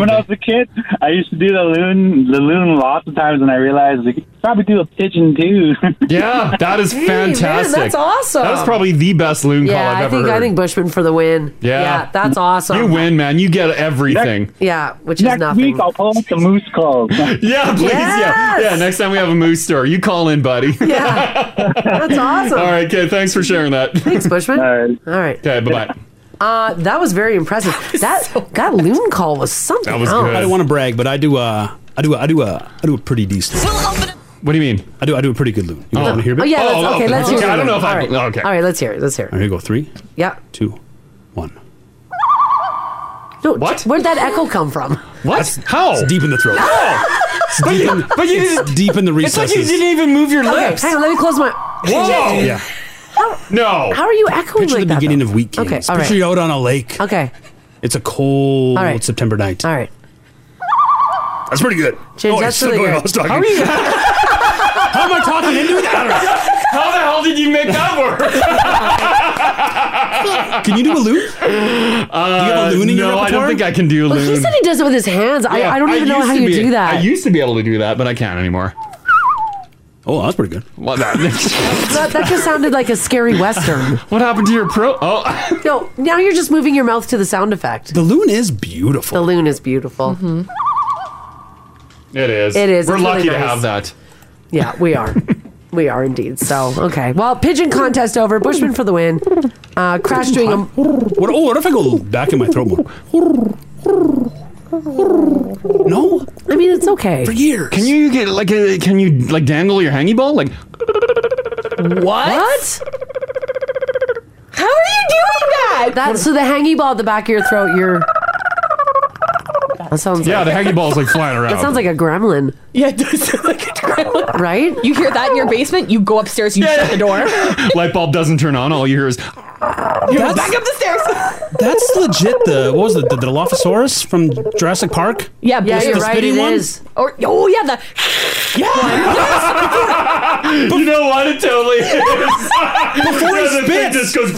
[SPEAKER 18] When I was a kid, I used to do the loon, the loon lots of times, and I realized you could probably do a pigeon too.
[SPEAKER 2] Yeah, that is
[SPEAKER 3] Hey, man,
[SPEAKER 2] fantastic.
[SPEAKER 3] that's awesome.
[SPEAKER 2] That was probably the best loon call
[SPEAKER 3] Yeah,
[SPEAKER 2] I've
[SPEAKER 3] I
[SPEAKER 2] ever
[SPEAKER 3] think
[SPEAKER 2] heard.
[SPEAKER 3] I think Bushman for the win.
[SPEAKER 2] yeah.
[SPEAKER 3] that's awesome.
[SPEAKER 2] You win, man. You get everything.
[SPEAKER 3] Yeah, which is nothing. Next week
[SPEAKER 18] I'll pull up the moose calls.
[SPEAKER 2] Yeah, please.
[SPEAKER 3] Yes!
[SPEAKER 2] Yeah. Yeah. Next time we have a moose store, you call in, buddy.
[SPEAKER 3] Yeah. That's awesome.
[SPEAKER 2] All right, kid. Thanks for sharing that.
[SPEAKER 3] Thanks, Bushman. All right. All right.
[SPEAKER 2] Okay, bye bye.
[SPEAKER 3] Uh, that was very impressive. That that loon call was something. else.
[SPEAKER 4] Oh. I don't want to brag, but I do. Uh, I do. I do. Uh, I do a pretty decent.
[SPEAKER 2] What do you mean?
[SPEAKER 4] I do. I do a pretty good loon. You
[SPEAKER 3] Oh.
[SPEAKER 4] guys want to hear me?
[SPEAKER 3] Oh, yeah, let's- Oh, okay, let's okay. hear it.
[SPEAKER 4] I don't know if
[SPEAKER 3] All
[SPEAKER 4] I.
[SPEAKER 3] right.
[SPEAKER 4] Okay.
[SPEAKER 3] All right, let's hear it. Let's hear it.
[SPEAKER 4] Here you go. Three,
[SPEAKER 3] Yeah.
[SPEAKER 4] two,
[SPEAKER 3] No, what? Where'd that echo come from?
[SPEAKER 2] What? How? It's
[SPEAKER 4] deep in the throat. Oh. It's
[SPEAKER 2] But
[SPEAKER 4] deep
[SPEAKER 2] you-
[SPEAKER 4] in,
[SPEAKER 2] but you
[SPEAKER 4] it's
[SPEAKER 2] didn't-
[SPEAKER 4] deep in the
[SPEAKER 2] it's like
[SPEAKER 4] recesses.
[SPEAKER 2] you didn't even move your
[SPEAKER 3] Okay,
[SPEAKER 2] lips.
[SPEAKER 3] hang on, let me close my.
[SPEAKER 2] Whoa!
[SPEAKER 4] Yeah.
[SPEAKER 2] no.
[SPEAKER 3] How are you echoing
[SPEAKER 4] Picture
[SPEAKER 3] like
[SPEAKER 4] the
[SPEAKER 3] that?
[SPEAKER 4] beginning of weekends.
[SPEAKER 3] Okay, all
[SPEAKER 4] Picture
[SPEAKER 3] right.
[SPEAKER 4] you out on a lake.
[SPEAKER 3] Okay.
[SPEAKER 4] It's a cold
[SPEAKER 3] All right.
[SPEAKER 4] September night.
[SPEAKER 3] All right.
[SPEAKER 4] That's pretty good.
[SPEAKER 3] James,
[SPEAKER 4] oh,
[SPEAKER 3] that's
[SPEAKER 4] still
[SPEAKER 3] really
[SPEAKER 4] going
[SPEAKER 3] good.
[SPEAKER 4] while I was talking.
[SPEAKER 3] How are you-
[SPEAKER 4] How am I talking into it? I don't know.
[SPEAKER 2] How the hell did you make that work?
[SPEAKER 4] can you do a loon? Uh, do
[SPEAKER 2] you
[SPEAKER 4] have a loon in your
[SPEAKER 2] no, I don't
[SPEAKER 4] repertoire?
[SPEAKER 2] think I can do
[SPEAKER 3] Well,
[SPEAKER 2] loon.
[SPEAKER 3] he said he does it with his hands.
[SPEAKER 2] Yeah,
[SPEAKER 3] I, I don't even know
[SPEAKER 2] used
[SPEAKER 3] how
[SPEAKER 2] to
[SPEAKER 3] you
[SPEAKER 2] be-
[SPEAKER 3] do
[SPEAKER 2] I
[SPEAKER 3] that.
[SPEAKER 2] used to be able to do that, but I can't anymore.
[SPEAKER 4] Oh, that's pretty good.
[SPEAKER 2] Well, that,
[SPEAKER 3] that, that just sounded like a scary western.
[SPEAKER 2] what happened to your pro? Oh,
[SPEAKER 3] no! Now you're just moving your mouth to the sound effect.
[SPEAKER 4] The loon is beautiful.
[SPEAKER 3] The loon is beautiful.
[SPEAKER 2] it is.
[SPEAKER 3] It is.
[SPEAKER 2] We're
[SPEAKER 3] It's really
[SPEAKER 2] lucky to
[SPEAKER 3] nice.
[SPEAKER 2] have that.
[SPEAKER 3] Yeah, we are. we are indeed. So, okay. Well, pigeon contest over. Bushman for the win. Uh, Crash doing a.
[SPEAKER 4] What, oh, what if I go back in my throat more? No,
[SPEAKER 3] I mean it's okay.
[SPEAKER 4] For years,
[SPEAKER 2] can you get like a? Can you like dangle your hangy ball? Like
[SPEAKER 5] What?
[SPEAKER 3] How are you doing that? That so the hangy ball at the back of your throat. You're. That sounds.
[SPEAKER 2] yeah,
[SPEAKER 3] like,
[SPEAKER 2] the hangy ball's like flying around.
[SPEAKER 3] That sounds like a gremlin.
[SPEAKER 5] Yeah, it does sound like a gremlin.
[SPEAKER 3] Right?
[SPEAKER 5] You hear that in your basement, you go upstairs, you shut the door.
[SPEAKER 2] light bulb doesn't turn on. All you hear is
[SPEAKER 5] You go
[SPEAKER 4] That's-
[SPEAKER 5] back up the stairs.
[SPEAKER 4] That's legit. The what was it? The Dilophosaurus from Jurassic Park.
[SPEAKER 5] Yeah,
[SPEAKER 4] Just the spitting one?
[SPEAKER 5] Or oh yeah, the
[SPEAKER 2] you know what? It totally is.
[SPEAKER 4] Before he
[SPEAKER 2] Yeah, the thing
[SPEAKER 4] spits.
[SPEAKER 2] just goes.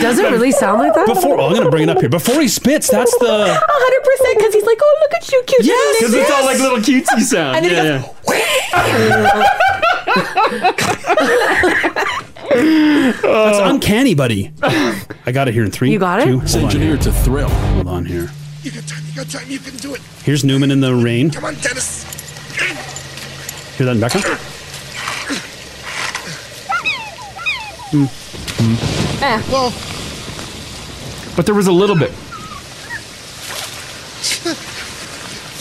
[SPEAKER 3] Does it really sound like that?
[SPEAKER 4] Before oh, I'm gonna bring it up here. Before he spits, that's the
[SPEAKER 5] hundred percent because he's like, oh look at you, cute.
[SPEAKER 4] Yes,
[SPEAKER 5] little
[SPEAKER 2] Because it's all like
[SPEAKER 5] lady."
[SPEAKER 2] little cutesy sound.
[SPEAKER 5] And then
[SPEAKER 2] yeah,
[SPEAKER 5] he
[SPEAKER 2] yeah.
[SPEAKER 4] that's
[SPEAKER 2] Oh.
[SPEAKER 4] uncanny, buddy. I got it here in three.
[SPEAKER 19] You got it?
[SPEAKER 4] two,
[SPEAKER 19] It's
[SPEAKER 4] hold on
[SPEAKER 19] engineered
[SPEAKER 4] here. to thrill. Hold on here.
[SPEAKER 19] You got time, you got time, you can do it.
[SPEAKER 4] Here's Newman in the rain.
[SPEAKER 19] Come on, Dennis.
[SPEAKER 4] Hear that in the background?
[SPEAKER 19] Well,
[SPEAKER 2] But there was a little bit.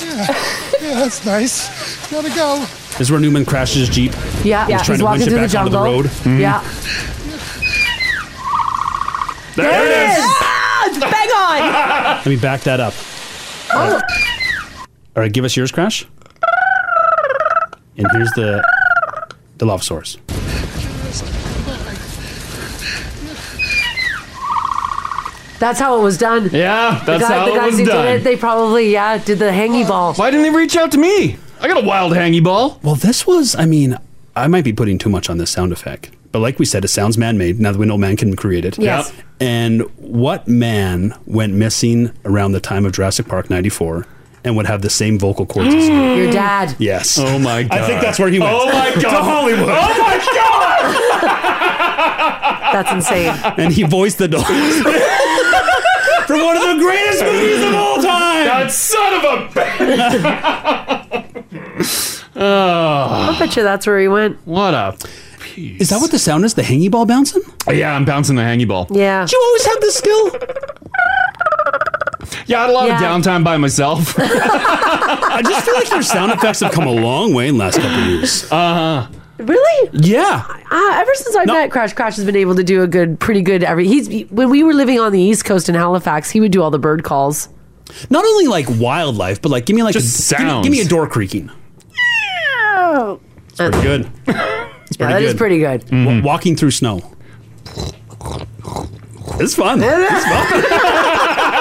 [SPEAKER 19] yeah, yeah, that's nice. Gotta go.
[SPEAKER 4] This is where Newman crashes his jeep.
[SPEAKER 19] Yeah,
[SPEAKER 4] he's
[SPEAKER 19] yeah,
[SPEAKER 4] trying
[SPEAKER 19] he's
[SPEAKER 4] to
[SPEAKER 19] walking
[SPEAKER 4] winch it
[SPEAKER 19] through the
[SPEAKER 4] back onto the
[SPEAKER 19] jungle.
[SPEAKER 4] road. Mm-hmm.
[SPEAKER 3] Yeah.
[SPEAKER 4] Mm-hmm. There, it is.
[SPEAKER 5] Ah, it's bang on.
[SPEAKER 4] Let me back that up.
[SPEAKER 5] Oh.
[SPEAKER 4] All right, give us yours, Crash. And here's the the love source.
[SPEAKER 3] That's how it was done.
[SPEAKER 2] Yeah, that's how
[SPEAKER 3] the
[SPEAKER 2] it
[SPEAKER 3] guys
[SPEAKER 2] was
[SPEAKER 3] who
[SPEAKER 2] done.
[SPEAKER 3] did it, they probably yeah did the hangy ball.
[SPEAKER 2] Why didn't they reach out to me? I got a wild hangy ball.
[SPEAKER 4] Well, this was. I mean, I might be putting too much on this sound effect, but like we said, it sounds man-made. Now that we know man can create it.
[SPEAKER 19] Yes. Yep.
[SPEAKER 4] And what man went missing around the time of Jurassic Park '94 and would have the same vocal cords? as him?
[SPEAKER 3] Your dad.
[SPEAKER 4] Yes.
[SPEAKER 2] Oh my
[SPEAKER 4] I think that's where he went.
[SPEAKER 2] Oh my god.
[SPEAKER 4] To Hollywood.
[SPEAKER 2] Oh my god.
[SPEAKER 3] That's insane.
[SPEAKER 4] and he voiced the dog from one of the greatest movies of all time.
[SPEAKER 2] That son of a.
[SPEAKER 4] Uh.
[SPEAKER 3] I bet you that's where he went.
[SPEAKER 2] What a.
[SPEAKER 4] Is that what the sound is? The hangy ball bouncing?
[SPEAKER 2] Yeah, I'm bouncing the hangy ball.
[SPEAKER 3] Yeah.
[SPEAKER 4] Do you always have this skill?
[SPEAKER 2] Yeah, I had a lot
[SPEAKER 4] Yeah.
[SPEAKER 2] of downtime by myself.
[SPEAKER 4] I just feel like your sound effects have come a long way in the last couple of years.
[SPEAKER 2] Uh huh.
[SPEAKER 3] Really?
[SPEAKER 4] Yeah.
[SPEAKER 3] Uh, ever since I met Crash, Crash has been able to do a good, pretty good. Every he's when we were living on the East Coast in Halifax, he would do all the bird calls.
[SPEAKER 4] Not only like wildlife, but like give me like
[SPEAKER 2] Just
[SPEAKER 4] a, give me-
[SPEAKER 2] sounds.
[SPEAKER 4] Give, me, a door creaking.
[SPEAKER 3] Oh,
[SPEAKER 4] It's pretty good. It's
[SPEAKER 3] Yeah, that is pretty good.
[SPEAKER 2] Mm-hmm.
[SPEAKER 4] Wa- walking through snow. It's fun. It's
[SPEAKER 3] fun.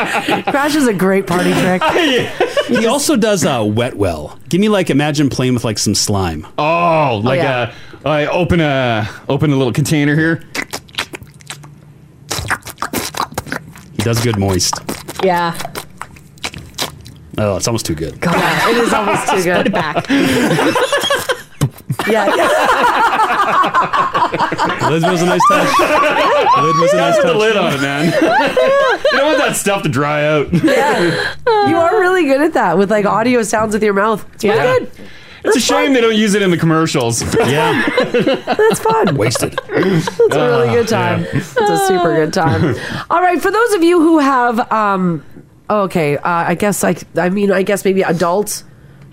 [SPEAKER 3] Crash is a great party trick.
[SPEAKER 4] he also does a uh, wet well. Give me like imagine playing with like some slime.
[SPEAKER 2] Oh, like uh I open a open a little container here.
[SPEAKER 4] He does good moist.
[SPEAKER 5] Yeah.
[SPEAKER 4] Oh, it's almost too good.
[SPEAKER 3] it is almost too good. Put it
[SPEAKER 5] back.
[SPEAKER 4] Liz was a nice touch. Lid was a nice
[SPEAKER 2] Put the
[SPEAKER 4] touch.
[SPEAKER 2] lid on it, man. you don't want that stuff to dry out.
[SPEAKER 3] You are really good at that with like audio sounds with your mouth. It's pretty
[SPEAKER 2] Yeah.
[SPEAKER 3] good.
[SPEAKER 2] It's a shame they don't use it in the commercials.
[SPEAKER 4] Yeah.
[SPEAKER 3] That's fun.
[SPEAKER 4] Wasted.
[SPEAKER 3] That's a really
[SPEAKER 2] Uh.
[SPEAKER 3] good time. It's a super good time. All right, for those of you who have, um, okay, uh, I guess I, I mean, I guess maybe adults,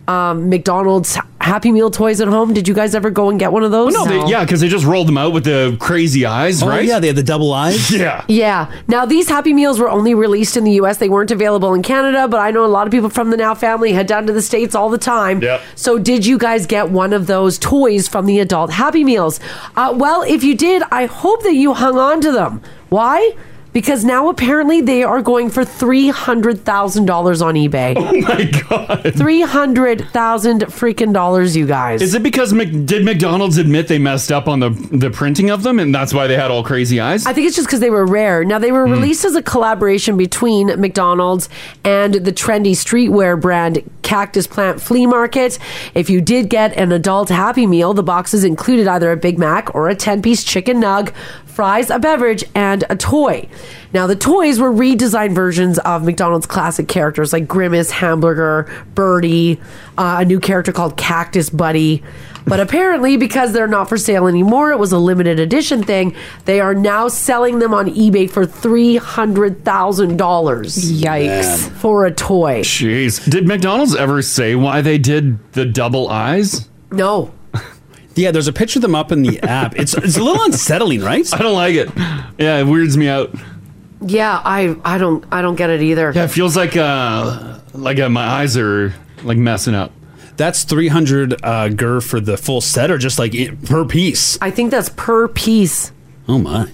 [SPEAKER 3] um, McDonald's Happy Meal toys at home. Did you guys ever go and get one of those?
[SPEAKER 2] Well, no, they, yeah, because they just rolled them out with the crazy eyes,
[SPEAKER 4] Oh,
[SPEAKER 2] right?
[SPEAKER 4] yeah, they had the double eyes.
[SPEAKER 2] yeah.
[SPEAKER 3] Yeah. Now these Happy Meals were only released in the U.S. They weren't available in Canada, but I know a lot of people from the Now family head down to the states all the time.
[SPEAKER 17] Yep.
[SPEAKER 3] So did you guys get one of those toys from the adult Happy Meals? Uh, well, if you did, I hope that you hung on to them. Why? Because now apparently they are going for three hundred thousand dollars on eBay. Oh
[SPEAKER 2] my god!
[SPEAKER 3] Three hundred thousand freaking dollars, you guys.
[SPEAKER 2] Is it because Mc, did McDonald's admit they messed up on the the printing of them, and that's why they had all crazy eyes?
[SPEAKER 3] I think it's just because they were rare. Now they were
[SPEAKER 2] Hmm.
[SPEAKER 3] released as a collaboration between McDonald's and the trendy streetwear brand Cactus Plant Flea Market. If you did get an adult Happy Meal, the boxes included either a Big Mac or a ten-piece chicken nug, fries, a beverage, and a toy. Now the toys were redesigned versions of McDonald's classic characters like Grimace, Hamburger, Birdie, uh, a new character called Cactus Buddy. But apparently, because they're not for sale anymore, it was a limited edition thing. They are now selling them on eBay for three hundred thousand dollars.
[SPEAKER 5] Yikes. Man.
[SPEAKER 3] For a toy.
[SPEAKER 2] Jeez, did McDonald's ever say why they did the double eyes?
[SPEAKER 3] No.
[SPEAKER 4] Yeah, there's a picture of them up in the app. It's it's a little unsettling, right? I
[SPEAKER 2] don't like it. Yeah, it weirds me out.
[SPEAKER 3] Yeah, I I don't I don't get it either.
[SPEAKER 2] Yeah, it feels like uh like uh, my eyes are like messing up.
[SPEAKER 4] That's three hundred uh, gur for the full set, or just like it, per piece.
[SPEAKER 3] I think that's per piece.
[SPEAKER 4] Oh my!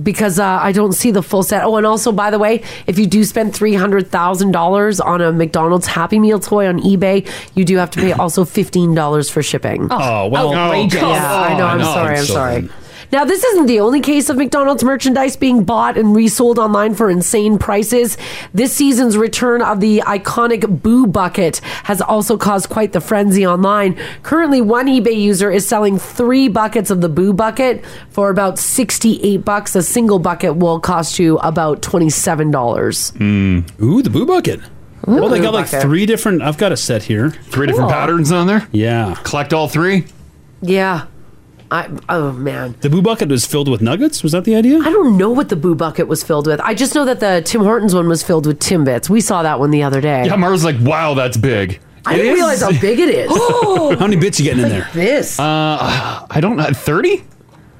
[SPEAKER 3] because uh, I don't see the full set. Oh, and also, by the way, if you do spend three hundred thousand dollars on a McDonald's Happy Meal toy on eBay, you do have to pay also fifteen dollars for shipping.
[SPEAKER 4] Oh, well- outrageous.
[SPEAKER 3] yeah, I know. I'm
[SPEAKER 4] Oh,
[SPEAKER 3] sorry. I'm
[SPEAKER 4] so
[SPEAKER 3] sorry.
[SPEAKER 4] then.
[SPEAKER 3] Now, this isn't the only case of McDonald's merchandise being bought and resold online for insane prices. This season's return of the iconic Boo Bucket has also caused quite the frenzy online. Currently, one eBay user is selling three buckets of the Boo Bucket for about 68 bucks. A single bucket will cost you about $27.
[SPEAKER 2] Hmm.
[SPEAKER 4] Ooh, the boo bucket.
[SPEAKER 3] Ooh,
[SPEAKER 4] well, they
[SPEAKER 3] boo
[SPEAKER 4] got like
[SPEAKER 3] bucket.
[SPEAKER 4] three different. I've got a set here. Three
[SPEAKER 2] different Cool. patterns on there.
[SPEAKER 4] Yeah.
[SPEAKER 2] Collect all three.
[SPEAKER 3] Yeah. I, oh man.
[SPEAKER 4] The boo bucket was filled with nuggets. Was that the idea? I
[SPEAKER 3] don't know what the boo bucket was filled with. I just know that the Tim Hortons one was filled with Timbits. We saw that one the other day.
[SPEAKER 2] Yeah, Mara's like, wow, that's big.
[SPEAKER 3] I didn't realize how big it is.
[SPEAKER 2] How
[SPEAKER 4] many bits you getting
[SPEAKER 3] in there? This.
[SPEAKER 2] Uh, I don't know. Thirty?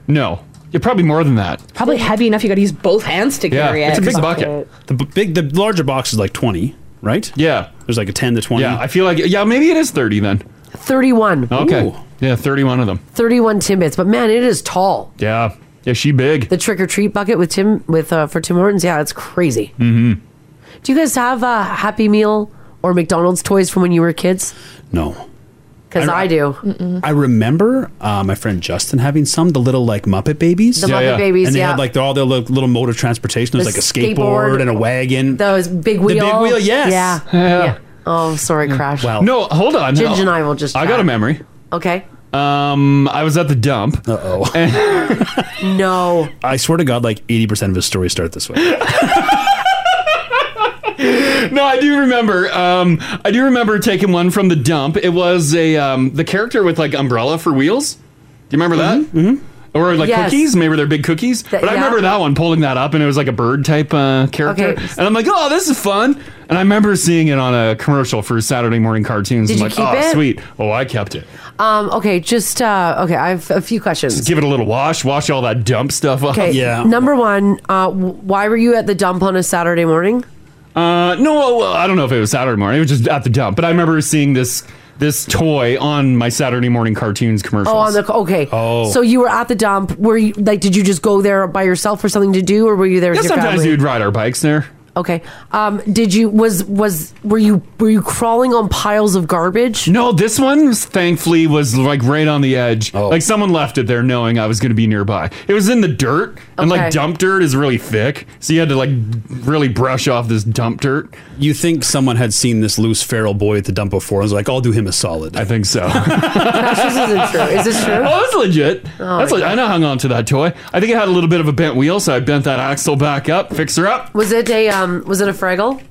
[SPEAKER 2] No. Yeah, probably more than that.
[SPEAKER 5] Probably heavy enough you got to use both hands to carry it.
[SPEAKER 4] The b- big, the larger box is like twenty, right?
[SPEAKER 2] Yeah.
[SPEAKER 4] There's like a ten to twenty.
[SPEAKER 2] Yeah, I feel like yeah, maybe it is thirty then.
[SPEAKER 3] 31.
[SPEAKER 2] Okay. Yeah, thirty-one of them.
[SPEAKER 3] 31 Timbits, but man, it is tall.
[SPEAKER 2] Yeah. Yeah, she big.
[SPEAKER 3] The trick or treat bucket with Tim with uh, for Tim Hortons, yeah, it's crazy.
[SPEAKER 2] Mm-hmm.
[SPEAKER 3] Do you guys have uh, Happy Meal or McDonald's toys from when you were kids?
[SPEAKER 4] No.
[SPEAKER 3] Because I, do.
[SPEAKER 4] I remember uh, my friend Justin having some the little like Muppet babies.
[SPEAKER 3] The Yeah, Muppet yeah. babies,
[SPEAKER 4] and they
[SPEAKER 3] yeah.
[SPEAKER 4] had like their- all their little, little mode of transportation. It was
[SPEAKER 3] The
[SPEAKER 4] like a skateboard,
[SPEAKER 3] skateboard.
[SPEAKER 4] and a wagon.
[SPEAKER 3] Those big
[SPEAKER 4] The
[SPEAKER 3] wheel.
[SPEAKER 4] big wheel, yes.
[SPEAKER 3] Yeah.
[SPEAKER 2] Yeah.
[SPEAKER 3] Oh, sorry, Crash.
[SPEAKER 4] Wow.
[SPEAKER 2] No, hold on.
[SPEAKER 3] Ginge
[SPEAKER 2] No.
[SPEAKER 3] and I will just.
[SPEAKER 2] I got a
[SPEAKER 3] chat.
[SPEAKER 2] memory.
[SPEAKER 3] Okay.
[SPEAKER 2] Um, I was at the dump.
[SPEAKER 4] Uh oh.
[SPEAKER 3] no.
[SPEAKER 4] I swear to God, like eighty percent of his stories start this way.
[SPEAKER 2] no, I do remember. Um, I do remember taking one from the dump. It was a um, the character with like umbrella for wheels. Do you remember that? Mm-hmm. Or like
[SPEAKER 3] Yes.
[SPEAKER 2] cookies, maybe they're big cookies.
[SPEAKER 3] Th-
[SPEAKER 2] but
[SPEAKER 3] yeah.
[SPEAKER 2] I remember that one pulling that up, and it was like a bird type uh, character.
[SPEAKER 3] Okay.
[SPEAKER 2] And I'm like, oh, this is fun. And I remember seeing it on a commercial for Saturday morning cartoons.
[SPEAKER 3] Did
[SPEAKER 2] I'm
[SPEAKER 3] you
[SPEAKER 2] like,
[SPEAKER 3] keep
[SPEAKER 2] oh,
[SPEAKER 3] it?
[SPEAKER 2] sweet. Oh, I kept it.
[SPEAKER 3] Um, okay, just uh, okay. I have a few questions.
[SPEAKER 2] Just give it a little wash. Wash all that dump stuff off.
[SPEAKER 3] Okay. Number one, uh, w- why were you at the dump on a Saturday morning?
[SPEAKER 2] Uh, no, well, I don't know if it was Saturday morning. It was just at the dump. But I remember seeing this this toy on my Saturday morning cartoons commercials.
[SPEAKER 3] Oh, on the okay.
[SPEAKER 2] Oh.
[SPEAKER 3] So you were at the dump. Were you like? Did you just go there by yourself for something to do, or were you there
[SPEAKER 2] yeah,
[SPEAKER 3] with your
[SPEAKER 2] sometimes
[SPEAKER 3] family?
[SPEAKER 2] you'd ride our bikes there.
[SPEAKER 3] Okay. Um, did you was was were you were you crawling on piles of garbage?
[SPEAKER 2] No, this one thankfully was like right on the edge.
[SPEAKER 3] Oh.
[SPEAKER 2] Like someone left it there knowing I was going to be nearby. It was in the dirt, and
[SPEAKER 3] Okay.
[SPEAKER 2] like dump dirt is really thick, so you had to like really brush off this dump dirt.
[SPEAKER 4] You think someone had seen this loose feral boy at the dump before and was like, I'll do him a solid. I
[SPEAKER 2] think so.
[SPEAKER 3] Gosh, this isn't true. Is this true?
[SPEAKER 2] Oh, that's legit.
[SPEAKER 3] Oh,
[SPEAKER 2] that's
[SPEAKER 3] my
[SPEAKER 2] le- I know I hung on to that toy. I think it had a little bit of a bent wheel, so I bent that axle back up, fix her up.
[SPEAKER 3] Was it a um? Was it a Fraggle?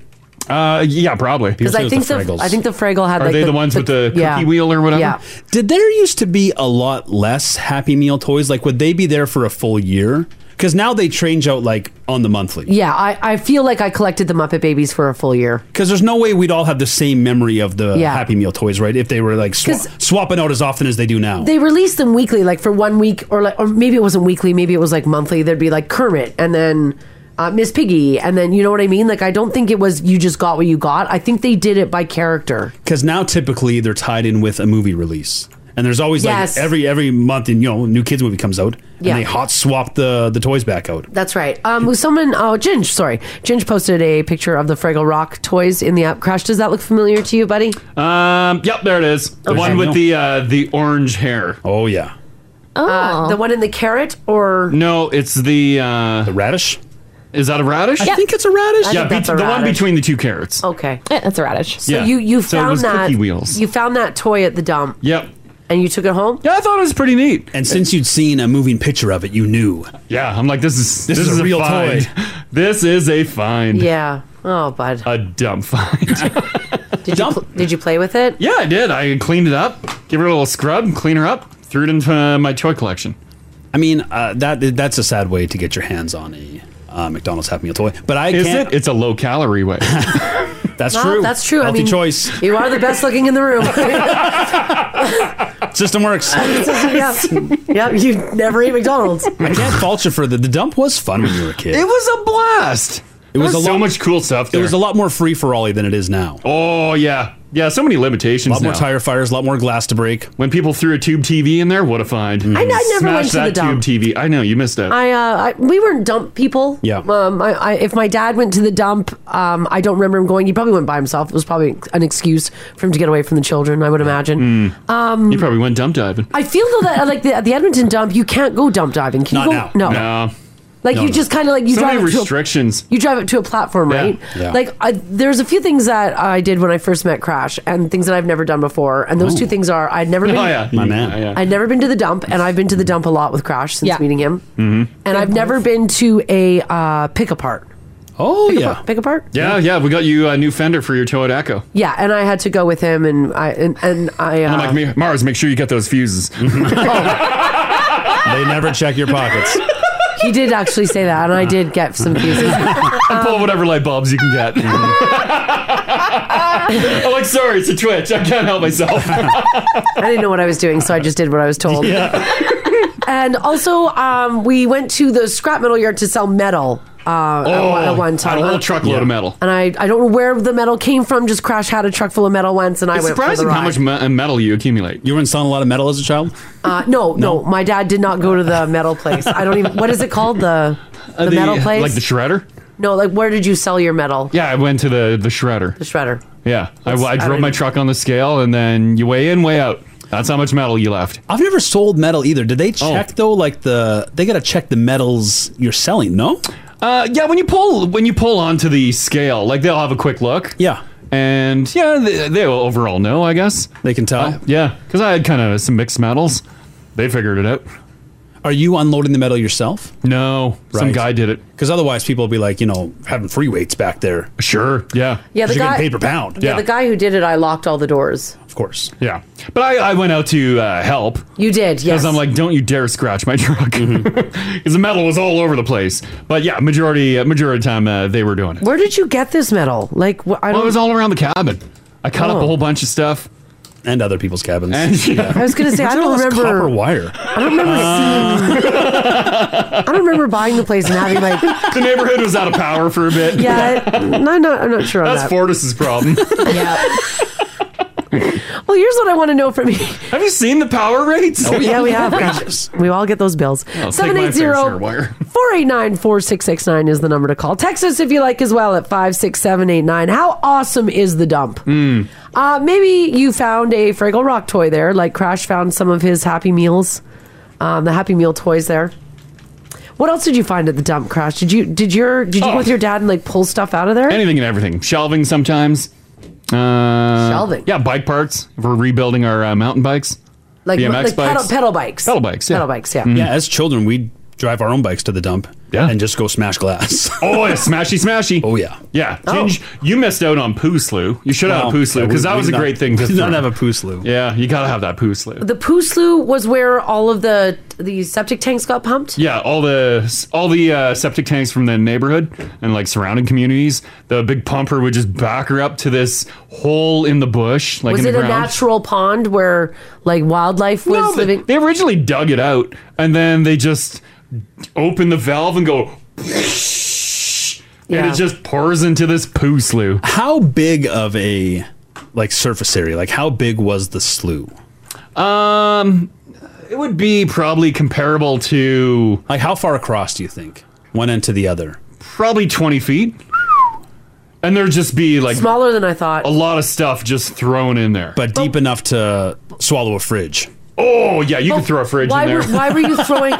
[SPEAKER 2] Uh, yeah, probably.
[SPEAKER 3] Because I think the, I think the Fraggle had
[SPEAKER 4] Are
[SPEAKER 3] like
[SPEAKER 4] they the ones
[SPEAKER 2] with the
[SPEAKER 3] yeah. Yeah.
[SPEAKER 4] Did there used to be a lot less Happy Meal toys? Like, would they be there for a full year? Because now they change out like on the monthly.
[SPEAKER 3] Yeah, I, I feel like I collected the Muppet Babies for a full year.
[SPEAKER 4] Because there's no way we'd all have the same memory of the
[SPEAKER 3] Yeah.
[SPEAKER 4] Happy Meal toys, right? If they were like swa-
[SPEAKER 3] 'Cause-
[SPEAKER 4] swapping out as often as they do now.
[SPEAKER 3] They released them weekly, like for one week, or like, or maybe it wasn't weekly, maybe it was like monthly. There'd be like Kermit, and then uh, Miss Piggy, and then you know what I mean. Like I don't think it was you just got what you got. I think they did it by character.
[SPEAKER 4] Because now typically they're tied in with a movie release, and there's always
[SPEAKER 3] Yes.
[SPEAKER 4] like every every month, and you know, new kids movie comes out,
[SPEAKER 3] Yeah.
[SPEAKER 4] and they hot swap the the toys back out.
[SPEAKER 3] That's right. Um, was someone? Oh, Ginge. Sorry, Ginge posted a picture of the Fraggle Rock toys in the app. Crash. Does that look familiar to you, buddy?
[SPEAKER 2] Um, yep, there it is. The
[SPEAKER 3] Okay.
[SPEAKER 2] one with the uh, the orange hair.
[SPEAKER 4] Oh yeah.
[SPEAKER 3] Oh, the one in the carrot, or
[SPEAKER 2] No, it's the uh, the
[SPEAKER 4] radish.
[SPEAKER 2] Is that a radish?
[SPEAKER 3] I Yeah. think it's a radish. I
[SPEAKER 2] Yeah,
[SPEAKER 3] think
[SPEAKER 2] bet-
[SPEAKER 3] that's a
[SPEAKER 2] the one
[SPEAKER 3] radish.
[SPEAKER 2] between the two carrots.
[SPEAKER 3] okay, Eh, that's a radish. So
[SPEAKER 2] Yeah.
[SPEAKER 3] you you
[SPEAKER 2] So it
[SPEAKER 3] found
[SPEAKER 2] was
[SPEAKER 3] that
[SPEAKER 2] cookie wheels.
[SPEAKER 3] you found that toy at the dump.
[SPEAKER 2] Yep.
[SPEAKER 3] And you took it home?
[SPEAKER 2] Yeah, I thought it was pretty neat.
[SPEAKER 4] And since you'd seen a moving picture of it, you knew.
[SPEAKER 2] Yeah, I'm like, this is
[SPEAKER 4] this, is, a real
[SPEAKER 2] find.
[SPEAKER 4] toy.
[SPEAKER 2] This is a find.
[SPEAKER 3] Yeah. Oh, bud.
[SPEAKER 2] A dumb find.
[SPEAKER 3] Did you pl- did you play with it?
[SPEAKER 2] yeah, I did. I cleaned it up, gave her a little scrub, clean her up, threw it into uh, my toy collection.
[SPEAKER 4] I mean, uh, that that's a sad way to get your hands on a uh, McDonald's Happy Meal toy. But I
[SPEAKER 2] Is
[SPEAKER 4] can't.
[SPEAKER 2] it? It's a low calorie way.
[SPEAKER 4] that's
[SPEAKER 3] Well,
[SPEAKER 4] true.
[SPEAKER 3] That's true.
[SPEAKER 4] Healthy
[SPEAKER 3] I mean,
[SPEAKER 4] choice.
[SPEAKER 3] You are the best looking in the room.
[SPEAKER 4] System works.
[SPEAKER 3] yep. yep. You never eat McDonald's.
[SPEAKER 4] I can't fault you for the the dump was fun when you were a kid.
[SPEAKER 2] It was a blast.
[SPEAKER 4] It was,
[SPEAKER 2] There
[SPEAKER 4] a
[SPEAKER 2] so
[SPEAKER 4] lot,
[SPEAKER 2] much cool stuff.
[SPEAKER 4] It was a lot more free for all than it is now.
[SPEAKER 2] Oh yeah, yeah. So many limitations.
[SPEAKER 4] A lot more
[SPEAKER 2] now.
[SPEAKER 4] tire fires. A lot more glass to break.
[SPEAKER 2] When people threw a tube TV in there, what a find!
[SPEAKER 3] I never
[SPEAKER 2] Smash
[SPEAKER 3] went to
[SPEAKER 2] that
[SPEAKER 3] the dump.
[SPEAKER 2] tube TV. I know you missed it.
[SPEAKER 3] I, uh, I we weren't dump people.
[SPEAKER 2] Yeah.
[SPEAKER 3] Um. I, I if my dad went to the dump, um, I don't remember him going. He probably went by himself. It was probably an excuse for him to get away from the children. I would imagine. Um.
[SPEAKER 2] Hmm. you probably went dump diving.
[SPEAKER 3] I feel though that like the, at the Edmonton dump, you can't go dump diving. Can you go? No.
[SPEAKER 2] no.
[SPEAKER 3] Like you just kind of like you
[SPEAKER 2] so
[SPEAKER 3] drive
[SPEAKER 2] many
[SPEAKER 3] it to a
[SPEAKER 2] restrictions.
[SPEAKER 3] You drive it to a platform,
[SPEAKER 2] Yeah.
[SPEAKER 3] right?
[SPEAKER 2] Yeah.
[SPEAKER 3] Like I, there's a few things that I did when I first met Crash, and things that I've never done before. And those
[SPEAKER 2] Ooh.
[SPEAKER 3] two things are I'd never been,
[SPEAKER 2] oh yeah,
[SPEAKER 4] my man.
[SPEAKER 3] I'd never been to the dump, and I've been to the dump a lot with Crash since
[SPEAKER 2] Yeah.
[SPEAKER 3] meeting him.
[SPEAKER 2] Mm-hmm.
[SPEAKER 3] And I've never been to a uh, pick apart.
[SPEAKER 4] Oh
[SPEAKER 3] pick
[SPEAKER 2] yeah.
[SPEAKER 3] apart, pick apart.
[SPEAKER 2] Yeah, yeah. We got you a new fender for your Toyota Echo.
[SPEAKER 3] Yeah, and I had to go with him, and I and, and I. Uh,
[SPEAKER 2] And I'm like, Mars, make sure you get those fuses.
[SPEAKER 4] they never check your pockets.
[SPEAKER 3] he did actually say that, and I did get some pieces.
[SPEAKER 2] and pull whatever light bulbs you can get. I'm like, sorry, it's a twitch. I can't help myself.
[SPEAKER 3] I didn't know what I was doing, so I just did what I was told. and also, um, we went to the scrap metal yard to sell metal. Uh, at
[SPEAKER 2] Oh,
[SPEAKER 3] one- at one
[SPEAKER 2] had a
[SPEAKER 3] time,
[SPEAKER 2] whole truckload of Yeah. metal.
[SPEAKER 3] and I, I don't know where the metal came from. Just Crash had a truck full of metal once, and I
[SPEAKER 2] it's
[SPEAKER 3] went for the
[SPEAKER 2] surprising
[SPEAKER 3] ride.
[SPEAKER 2] how much me- metal you accumulate.
[SPEAKER 4] You were installing a lot of metal as a child.
[SPEAKER 3] uh, no, no, my dad did not go to the metal place. I don't even. What is it called? The the, metal place?
[SPEAKER 2] like Uh, the shredder.
[SPEAKER 3] no, like where did you sell your metal?
[SPEAKER 2] Yeah, I went to the the shredder.
[SPEAKER 3] The shredder.
[SPEAKER 2] Yeah, I,
[SPEAKER 3] That's-
[SPEAKER 2] I
[SPEAKER 3] I
[SPEAKER 2] drove
[SPEAKER 3] don't
[SPEAKER 2] my
[SPEAKER 3] even-
[SPEAKER 2] truck on the scale, and then you weigh in, weigh out. That's how much metal you left. Oh.
[SPEAKER 4] I've never sold metal either. Did they check though? Like the they gotta check the metals you're selling. No.
[SPEAKER 2] Uh, yeah, when you pull when you pull onto the scale, like they'll have a quick look.
[SPEAKER 4] Yeah,
[SPEAKER 2] and yeah, they, they will overall know, I guess.
[SPEAKER 4] They can tell.
[SPEAKER 2] yeah, because I had kind of some mixed metals. They figured it out.
[SPEAKER 4] Are you unloading the metal yourself?
[SPEAKER 2] No, some guy did it.
[SPEAKER 4] Because otherwise, people will be like, you know, having free weights back there.
[SPEAKER 2] Sure. Yeah.
[SPEAKER 3] Yeah, the
[SPEAKER 4] you're
[SPEAKER 3] guy
[SPEAKER 4] getting paid per pound.
[SPEAKER 3] Yeah, the guy who did it, I locked all the doors.
[SPEAKER 4] Of course.
[SPEAKER 2] Yeah. But I, I went out to uh, help.
[SPEAKER 3] You did, yes.
[SPEAKER 2] Because I'm like, don't you dare scratch my truck. Because
[SPEAKER 4] Mm-hmm.
[SPEAKER 2] the metal was all over the place. But yeah, majority uh, majority of the time uh, they were doing it.
[SPEAKER 3] Where did you get this metal? Like, wh- I don't.
[SPEAKER 2] Well, it was all around the cabin. I cut up
[SPEAKER 3] Oh.
[SPEAKER 2] a whole bunch of stuff.
[SPEAKER 4] And other people's cabins.
[SPEAKER 3] I was gonna say, I don't remember.
[SPEAKER 4] Copper wire.
[SPEAKER 3] I don't remember
[SPEAKER 2] Ah.
[SPEAKER 3] seeing. I don't remember buying the place and having like.
[SPEAKER 2] the neighborhood was out of power for a bit.
[SPEAKER 3] Yeah, no, no, I'm not sure on that.
[SPEAKER 2] That's Fortis's problem.
[SPEAKER 3] Well, here's what I want to know from you.
[SPEAKER 2] Have you seen the power rates?
[SPEAKER 3] Oh, yeah, we have. Gosh, we all get those bills.
[SPEAKER 2] I'll take my fair share,
[SPEAKER 3] 780
[SPEAKER 2] Wire.
[SPEAKER 3] 489 4669 is the number to call. Text us if you like as well at 56789. How awesome is the dump?
[SPEAKER 2] Hmm.
[SPEAKER 3] Uh, maybe you found a Fraggle Rock toy there, like Crash found some of his Happy Meals, um, the Happy Meal toys there. What else did you find at the dump, Crash? Did you did your did you
[SPEAKER 2] Oh.
[SPEAKER 3] go with your dad and like pull stuff out of there?
[SPEAKER 2] Anything and everything. Shelving sometimes. Uh,
[SPEAKER 3] Shelving?
[SPEAKER 2] Yeah, bike parts. If we're rebuilding our uh, mountain bikes.
[SPEAKER 3] Like,
[SPEAKER 2] BMX
[SPEAKER 3] like pedal,
[SPEAKER 2] bikes.
[SPEAKER 3] pedal bikes.
[SPEAKER 2] Pedal bikes, yeah. Mm-hmm.
[SPEAKER 3] Pedal bikes, yeah.
[SPEAKER 4] Yeah, as children, we'd drive our own bikes to the dump yeah. and just go smash glass.
[SPEAKER 2] Oh, yeah, smashy, smashy.
[SPEAKER 4] Oh, yeah.
[SPEAKER 2] Yeah, Ginge, you missed out on poo slew. You should have
[SPEAKER 4] Well,
[SPEAKER 2] had poo slew
[SPEAKER 4] Oh, yeah, we-
[SPEAKER 2] because that
[SPEAKER 4] we
[SPEAKER 2] was a
[SPEAKER 4] did not-
[SPEAKER 2] great thing.
[SPEAKER 4] we
[SPEAKER 2] To
[SPEAKER 4] did not
[SPEAKER 2] throw.
[SPEAKER 4] have a poo slew.
[SPEAKER 2] Yeah, you gotta have that poo slew.
[SPEAKER 3] The poo slough was where all of the the septic tanks got pumped.
[SPEAKER 2] Yeah, all the all the uh, septic tanks from the neighborhood and like surrounding communities. The big pumper would just back her up to this hole in the bush, like
[SPEAKER 3] was
[SPEAKER 2] in
[SPEAKER 3] it
[SPEAKER 2] the
[SPEAKER 3] a
[SPEAKER 2] ground.
[SPEAKER 3] natural pond where like wildlife was
[SPEAKER 2] No, they,
[SPEAKER 3] living?
[SPEAKER 2] they originally dug it out, and then they just open the valve and go, and
[SPEAKER 4] Yeah.
[SPEAKER 2] it just pours into this poo slough.
[SPEAKER 4] How big of a like surface area? Like how big was the slough?
[SPEAKER 2] Um, it would be probably comparable to
[SPEAKER 4] like how far across do you think one end to the other?
[SPEAKER 2] Probably twenty feet. And there'd just be like
[SPEAKER 3] smaller than I thought.
[SPEAKER 2] A lot of stuff just thrown in there,
[SPEAKER 4] but deep enough to swallow a fridge.
[SPEAKER 2] Oh yeah, you could throw a fridge
[SPEAKER 3] Why
[SPEAKER 2] in there.
[SPEAKER 3] were, why were you throwing?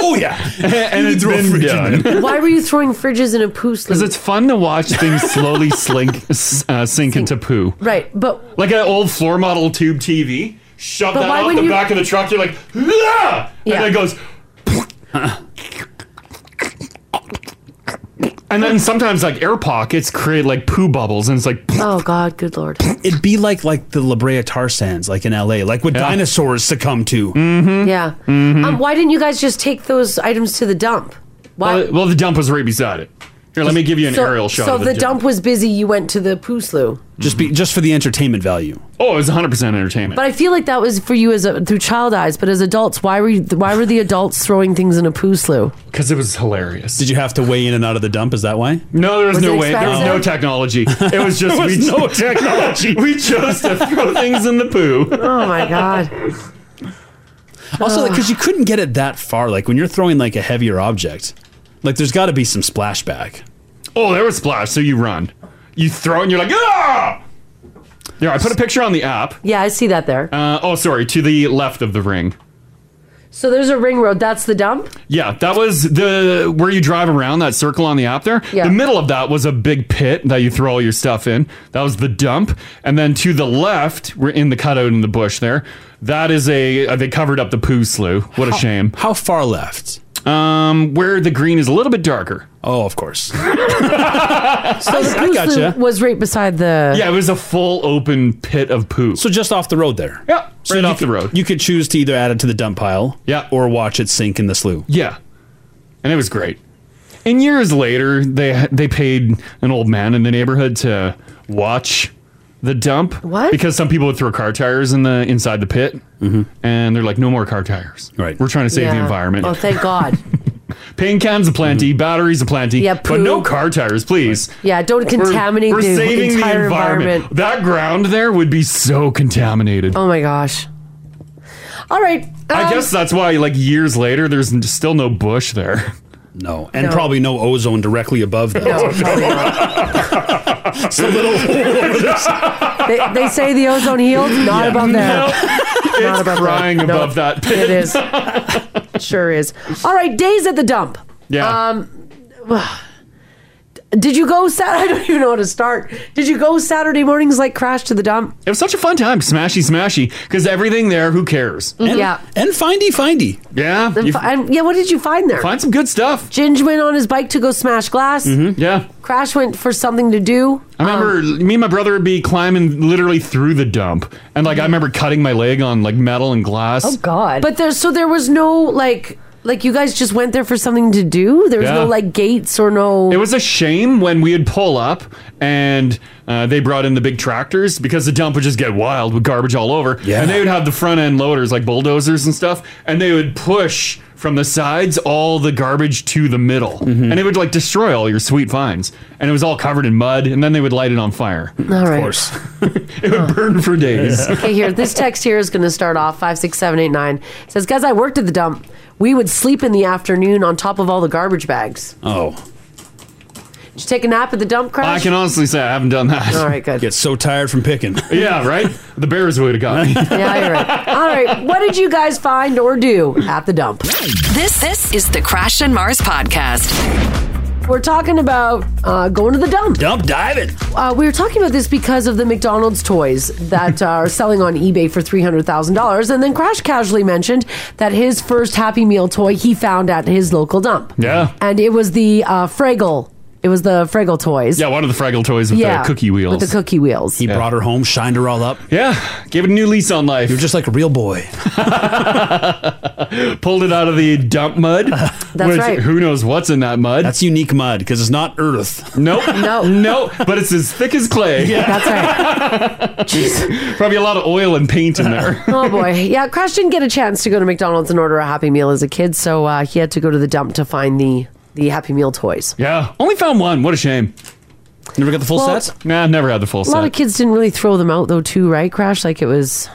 [SPEAKER 4] oh yeah,
[SPEAKER 2] and it's been done.
[SPEAKER 3] Why were you throwing fridges in a poo slough?
[SPEAKER 2] Because it's fun to watch things slowly slink, s- uh, sink into poo.
[SPEAKER 3] Right, but
[SPEAKER 2] Like an old floor model tube TV. Shove
[SPEAKER 3] But
[SPEAKER 2] that
[SPEAKER 3] why
[SPEAKER 2] off
[SPEAKER 3] would
[SPEAKER 2] the
[SPEAKER 3] you-
[SPEAKER 2] back of the truck. You're like, "Ah!"
[SPEAKER 3] Yeah.
[SPEAKER 2] and then it goes. and then sometimes like air pockets create like poo bubbles, and it's like.
[SPEAKER 3] Oh God, good lord!
[SPEAKER 4] It'd be like like the La Brea tar sands, like in L.A., like what dinosaurs succumb to. Mm-hmm.
[SPEAKER 3] yeah. Um, why didn't you guys just take those items to the dump? Why?
[SPEAKER 2] Well, well, the dump was right beside it. Here, let me give you an
[SPEAKER 3] so,
[SPEAKER 2] aerial shot.
[SPEAKER 3] So
[SPEAKER 2] of
[SPEAKER 3] the, dump was busy. You went to the poo slough.
[SPEAKER 4] Just be just for the entertainment value.
[SPEAKER 2] Oh, it was 100 percent entertainment.
[SPEAKER 3] But I feel like that was for you as a, through child eyes. But as adults, why were you, why were the adults throwing things in a poo slough?
[SPEAKER 2] Because it was hilarious.
[SPEAKER 4] Did you have to weigh in and out of the dump? Is that why?
[SPEAKER 2] No, there was,
[SPEAKER 4] Was
[SPEAKER 2] no
[SPEAKER 4] it
[SPEAKER 2] way. There was
[SPEAKER 4] expensive?
[SPEAKER 2] no technology. It was just
[SPEAKER 4] There was
[SPEAKER 2] we
[SPEAKER 4] no technology.
[SPEAKER 2] we chose to throw things in the poo.
[SPEAKER 3] Oh my god.
[SPEAKER 4] Also,
[SPEAKER 3] Ugh.
[SPEAKER 4] because you couldn't get it that far. Like when you're throwing like a heavier object, like there's got to be some splashback.
[SPEAKER 2] Oh, there was splash. So you run, you throw, and you're like, ah! Yeah, I put a picture on the app.
[SPEAKER 3] Yeah, I see that there.
[SPEAKER 2] Uh, oh, sorry, to the left of the ring.
[SPEAKER 3] So there's a ring road. That's the dump.
[SPEAKER 2] Yeah, that was the where you drive around that circle on the app there.
[SPEAKER 3] Yeah.
[SPEAKER 2] The middle of that was a big pit that you throw all your stuff in. That was the dump. And then to the left, we're in the cutout in the bush there. That is a uh, they covered up the poo slough. What a shame.
[SPEAKER 4] How far left?
[SPEAKER 2] Um, where the green is a little bit darker.
[SPEAKER 4] Oh, of course.
[SPEAKER 3] So the
[SPEAKER 2] I
[SPEAKER 3] poo
[SPEAKER 2] gotcha.
[SPEAKER 3] slough was right beside the.
[SPEAKER 2] Yeah, it was a full open pit of poo. So
[SPEAKER 4] just off the road there.
[SPEAKER 2] Yeah, right off the road.
[SPEAKER 4] You could choose to either add it to the dump pile,
[SPEAKER 2] yeah,
[SPEAKER 4] or watch it sink in the slough.
[SPEAKER 2] Yeah, and it was great. And years later, they they paid an old man in the neighborhood to watch the dump. What? Because some people would throw car tires in the inside the pit, and they're like, "No more car tires. Right? We're trying to save the
[SPEAKER 3] Yeah.
[SPEAKER 2] environment.
[SPEAKER 3] Oh, thank God.
[SPEAKER 2] Paint cans a plenty, batteries a plenty,
[SPEAKER 3] Yeah,
[SPEAKER 2] but no
[SPEAKER 3] poo.
[SPEAKER 2] car tires, please.
[SPEAKER 3] Yeah, don't
[SPEAKER 2] We're-
[SPEAKER 3] contaminate
[SPEAKER 2] we're,
[SPEAKER 3] the
[SPEAKER 2] saving
[SPEAKER 3] entire
[SPEAKER 2] the
[SPEAKER 3] environment.
[SPEAKER 2] That ground there would be so contaminated.
[SPEAKER 3] Oh my gosh. All right.
[SPEAKER 2] I
[SPEAKER 3] um,
[SPEAKER 2] guess that's why, like years later, there's n- still no bush there.
[SPEAKER 4] No, and probably no ozone directly above that. it's a little hole over the side.
[SPEAKER 3] they, they say the ozone healed. Not
[SPEAKER 4] Yeah.
[SPEAKER 3] above there.
[SPEAKER 4] No.
[SPEAKER 3] Not above
[SPEAKER 2] crying
[SPEAKER 3] there. No,
[SPEAKER 2] above that pit.
[SPEAKER 3] It is. It sure is. All right. Days at the dump.
[SPEAKER 2] Yeah.
[SPEAKER 3] Um, Did you go Saturday? I don't even know how to start. Did you go Saturday mornings like crash to the dump?
[SPEAKER 2] It was such a fun time, smashy smashy, because everything there, who cares?
[SPEAKER 3] And- Mm-hmm. Yeah.
[SPEAKER 2] And findy findy. Yeah.
[SPEAKER 3] And
[SPEAKER 2] you-
[SPEAKER 3] fi- and- yeah, what did you find there?
[SPEAKER 2] Find some good stuff.
[SPEAKER 3] Ginge went on his bike to go smash glass.
[SPEAKER 2] Mhm, Yeah.
[SPEAKER 3] Crash went for something to do.
[SPEAKER 2] I remember me and my brother would be climbing literally through the dump. And like I remember cutting my leg on like metal and glass.
[SPEAKER 3] God! But there, so there was no like, like you guys just went there for something to do. There was
[SPEAKER 2] Yeah.
[SPEAKER 3] no like gates or no.
[SPEAKER 2] It was a shame when we would pull up and uh, they brought in the big tractors because the dump would just get wild with garbage all over. Yeah. And they would have the front end loaders like bulldozers and stuff, and they would push from the sides all the garbage to the middle. And it would like destroy all your sweet finds. And it was all covered in mud, and then they would light it on fire.
[SPEAKER 3] All right. Oh.
[SPEAKER 2] it would burn for days.
[SPEAKER 3] okay, here. This text here is going to start off five, six, seven, eight, nine. It says, guys, I worked at the dump. We would sleep in the afternoon on top of all the garbage bags.
[SPEAKER 2] Oh.
[SPEAKER 3] Did you take a nap at the dump,
[SPEAKER 2] I
[SPEAKER 3] Crash?
[SPEAKER 2] can honestly say I haven't done that. All
[SPEAKER 3] right, good.
[SPEAKER 2] Get so tired from picking. yeah, right? The Bears would have got me.
[SPEAKER 3] yeah, you're right. All right. What did you guys find or do at the dump?
[SPEAKER 1] This this is the Crash and Mars podcast.
[SPEAKER 3] We're talking about uh, going to the dump.
[SPEAKER 4] Dump diving.
[SPEAKER 3] Uh, we were talking about this because of the McDonald's toys that are selling on eBay for $300,000. And then Crash casually mentioned that his first Happy Meal toy he found at his local dump.
[SPEAKER 2] Yeah.
[SPEAKER 3] And it was the uh, Fraggle. It was the Fraggle toys.
[SPEAKER 2] Yeah, one of the Fraggle toys with
[SPEAKER 3] Yeah,
[SPEAKER 2] the cookie wheels.
[SPEAKER 3] with the cookie wheels.
[SPEAKER 2] He
[SPEAKER 4] brought her home, shined her all up.
[SPEAKER 2] Yeah, gave it a new lease on life. You're
[SPEAKER 4] just like a real boy.
[SPEAKER 2] Pulled it out of the dump mud. That's
[SPEAKER 4] right.
[SPEAKER 2] Who knows what's in that mud?
[SPEAKER 4] That's unique mud because it's not earth.
[SPEAKER 2] Nope.
[SPEAKER 3] no.
[SPEAKER 2] Nope. But it's as thick as clay.
[SPEAKER 3] Yeah. That's
[SPEAKER 2] right. Probably a lot of oil and paint in there.
[SPEAKER 3] oh boy. Yeah, Crash didn't get a chance to go to McDonald's and order a Happy Meal as a kid, so uh, he had to go to the dump to find the the Happy Meal toys.
[SPEAKER 2] Yeah. Only found one. What a shame. Never got the full
[SPEAKER 3] Well-
[SPEAKER 2] set? Nah, never had the full
[SPEAKER 3] a lot of
[SPEAKER 2] set.
[SPEAKER 3] kids didn't really throw them out though, too, right? Crash, like it was.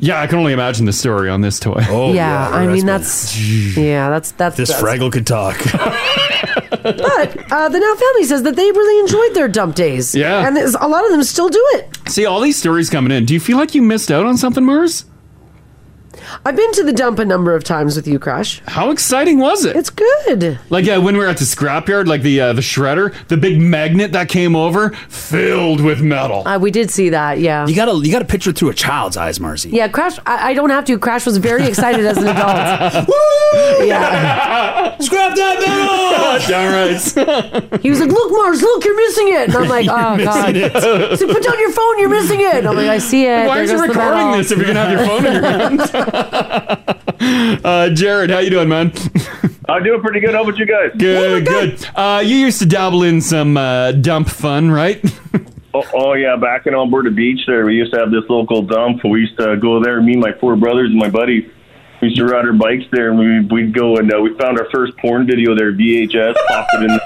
[SPEAKER 2] yeah, I can only imagine the story on this toy. Oh,
[SPEAKER 3] yeah, I mean that's yeah, that's that's
[SPEAKER 2] This
[SPEAKER 3] that's-
[SPEAKER 2] Fraggle could talk.
[SPEAKER 3] But uh, the now family says that they really enjoyed their dump days.
[SPEAKER 2] Yeah.
[SPEAKER 3] and there's- a lot of them still do it.
[SPEAKER 2] See, all these stories coming in. Do you feel like you missed out on something, Mars?
[SPEAKER 3] I've been to the dump a number of times with you, Crash.
[SPEAKER 2] How exciting was it?
[SPEAKER 3] It's good.
[SPEAKER 2] Like yeah, when we were at the scrapyard, like the uh, the shredder, the big magnet that came over filled with metal.
[SPEAKER 3] Uh, we did see that. Yeah.
[SPEAKER 4] You gotta you gotta picture through a child's eyes, Marzi.
[SPEAKER 3] yeah, Crash. I, I don't have to. Crash was very excited as an adult.
[SPEAKER 4] Yeah. Scrap that metal.
[SPEAKER 2] Darn
[SPEAKER 3] He was like, "Look, Mars, look, you're missing it." And I'm like,
[SPEAKER 4] You're
[SPEAKER 3] "Oh
[SPEAKER 4] missing
[SPEAKER 3] God!"
[SPEAKER 4] it.
[SPEAKER 3] So put down your phone. You're missing it. And I'm like, "I see it."
[SPEAKER 2] Why
[SPEAKER 3] There
[SPEAKER 2] aren't you
[SPEAKER 3] goes the
[SPEAKER 2] recording
[SPEAKER 3] metal."
[SPEAKER 2] this if you're gonna have your phone in your hand? uh, Jared, how you doing, man?
[SPEAKER 20] I'm doing pretty good. How about you guys?
[SPEAKER 2] Good, good. Uh, you used to dabble in some uh, dump fun, right?
[SPEAKER 20] Oh, oh yeah, back in Alberta Beach, there we used to have this local dump. We used to go there. Me, and my four brothers, and my buddies. We used to ride our bikes there, and we, we'd go and uh, we found our first porn video there, VHS. Popped it in.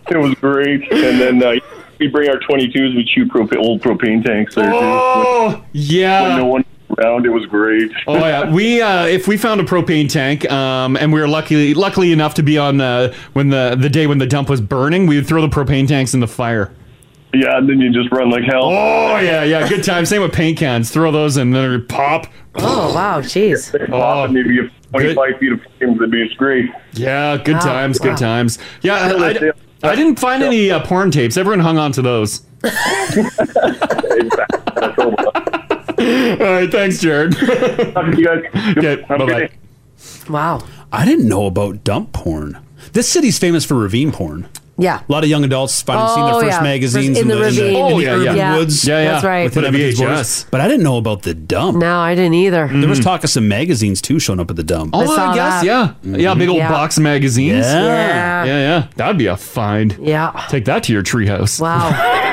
[SPEAKER 20] It was great, and then uh, we bring our 22s. We shoot propa- old propane tanks there. Oh,
[SPEAKER 2] yeah.
[SPEAKER 20] When no one was around, it was great.
[SPEAKER 2] Oh yeah, we uh, if we found a propane tank, um, and we were lucky luckily enough to be on uh, when the the day when the dump was burning, we would throw the propane tanks in the fire.
[SPEAKER 20] Yeah, and then you just run like hell.
[SPEAKER 2] Oh yeah, yeah, good time. Same with paint cans. Throw those in, then they pop. Oh,
[SPEAKER 3] Oh wow, jeez.
[SPEAKER 20] Pop, and you get 25 feet of flames. It'd be great.
[SPEAKER 2] Yeah, good
[SPEAKER 20] Wow,
[SPEAKER 2] times, good
[SPEAKER 20] wow.
[SPEAKER 2] times. Yeah, I, I- I didn't find any uh, porn tapes. Everyone hung on to those. All right, thanks, Jared.
[SPEAKER 20] okay,
[SPEAKER 4] bye bye.
[SPEAKER 3] Wow.
[SPEAKER 4] I didn't know about dump porn. This city's famous for ravine porn.
[SPEAKER 3] Yeah.
[SPEAKER 4] A lot of young adults finally seen their
[SPEAKER 3] Oh,
[SPEAKER 4] first
[SPEAKER 3] yeah.
[SPEAKER 4] magazines
[SPEAKER 3] In the ravine.
[SPEAKER 4] in
[SPEAKER 3] Oh,
[SPEAKER 4] the
[SPEAKER 3] yeah,
[SPEAKER 4] urban
[SPEAKER 3] yeah.
[SPEAKER 4] woods.
[SPEAKER 3] Yeah, yeah. That's right.
[SPEAKER 4] With
[SPEAKER 3] With
[SPEAKER 4] whatever
[SPEAKER 3] the
[SPEAKER 4] these
[SPEAKER 3] VHS.
[SPEAKER 4] boys- But I didn't know about the dump.
[SPEAKER 3] No, I didn't either.
[SPEAKER 4] There was talk of some magazines too showing up at the dump.
[SPEAKER 2] Mm-hmm. Oh, I,
[SPEAKER 3] saw
[SPEAKER 2] guess,
[SPEAKER 3] that.
[SPEAKER 2] yeah. Yeah, big old
[SPEAKER 3] Yeah.
[SPEAKER 2] box magazines.
[SPEAKER 4] Yeah.
[SPEAKER 2] yeah.
[SPEAKER 4] Yeah.
[SPEAKER 2] yeah. That'd be a find.
[SPEAKER 3] Yeah.
[SPEAKER 2] Take that to your treehouse.
[SPEAKER 3] Wow.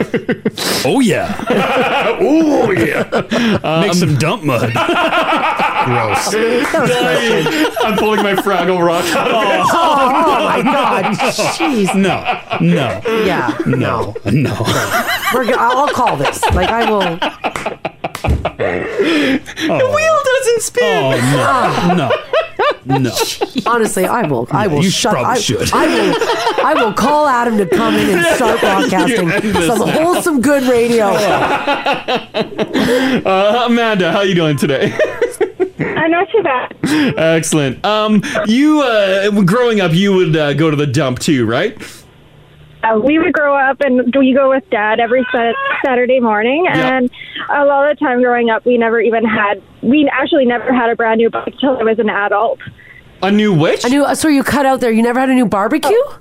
[SPEAKER 4] oh, yeah. Mm-hmm.
[SPEAKER 2] oh, yeah.
[SPEAKER 4] Make some dump mud.
[SPEAKER 2] Gross.
[SPEAKER 4] That was
[SPEAKER 2] Dying. I'm pulling my Fraggle Rock out of
[SPEAKER 3] my
[SPEAKER 2] it.
[SPEAKER 3] God. Jeez.
[SPEAKER 4] No. No.
[SPEAKER 3] Yeah.
[SPEAKER 4] No. No.
[SPEAKER 3] We're go- I'll call this. Like I will.
[SPEAKER 2] Oh. The wheel doesn't spin.
[SPEAKER 4] Oh no. No. No.
[SPEAKER 3] Honestly, I will. I
[SPEAKER 4] No,
[SPEAKER 3] will
[SPEAKER 4] you
[SPEAKER 3] shut.
[SPEAKER 4] probably
[SPEAKER 3] I,
[SPEAKER 4] should.
[SPEAKER 3] I will. I will call Adam to come in and start broadcasting
[SPEAKER 2] You end this
[SPEAKER 3] some
[SPEAKER 2] now.
[SPEAKER 3] wholesome good radio.
[SPEAKER 2] Oh. Uh, Amanda, how you doing today?
[SPEAKER 17] I'm not too bad.
[SPEAKER 2] Excellent. Um, you uh, growing up, you would uh, go to the dump too, right?
[SPEAKER 21] Uh, we would grow up and we go with dad every sat- Saturday morning. And a lot of the time growing up, we never even had, we actually never had a brand new bike till I was an adult.
[SPEAKER 2] A new which?
[SPEAKER 3] A new. uh, So you cut out there. You never had a new barbecue?
[SPEAKER 21] Oh.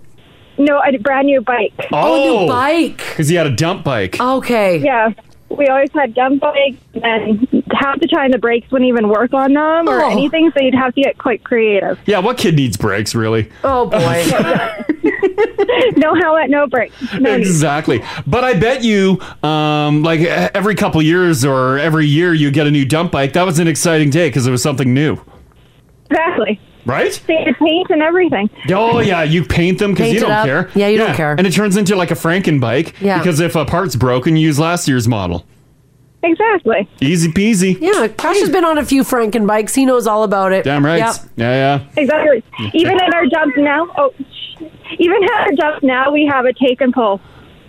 [SPEAKER 21] No, a brand new bike.
[SPEAKER 3] Oh, a new bike.
[SPEAKER 2] Because he had a dump bike.
[SPEAKER 8] Oh.
[SPEAKER 3] Okay.
[SPEAKER 21] Yeah. We always had dump bikes, and half the time the brakes wouldn't even work on them or anything, so you'd have to get quite creative.
[SPEAKER 2] Yeah, what kid needs brakes, really?
[SPEAKER 3] Oh, boy.
[SPEAKER 21] no helmet, no brakes. No need.
[SPEAKER 2] Exactly. But I bet you, um, like e- every couple years or every year, you get a new dump bike. That was an exciting day because it was something new,
[SPEAKER 21] Exactly.
[SPEAKER 2] right?
[SPEAKER 21] See the paint and everything.
[SPEAKER 2] Oh yeah, you paint them because
[SPEAKER 21] Paint
[SPEAKER 2] you
[SPEAKER 21] it
[SPEAKER 2] don't
[SPEAKER 21] up.
[SPEAKER 2] care.
[SPEAKER 21] Yeah, you don't care.
[SPEAKER 2] And it turns into like a Franken bike.
[SPEAKER 21] Yeah.
[SPEAKER 2] Because if a part's broken, you use last year's model.
[SPEAKER 21] Exactly.
[SPEAKER 2] Easy peasy.
[SPEAKER 3] Yeah, Crash has been on a few Franken bikes. He knows all about it.
[SPEAKER 2] Damn right.
[SPEAKER 3] Yep.
[SPEAKER 2] Yeah, yeah.
[SPEAKER 21] Exactly. Even in our jump now, oh, sh- even in our jump now, we have a take and pull.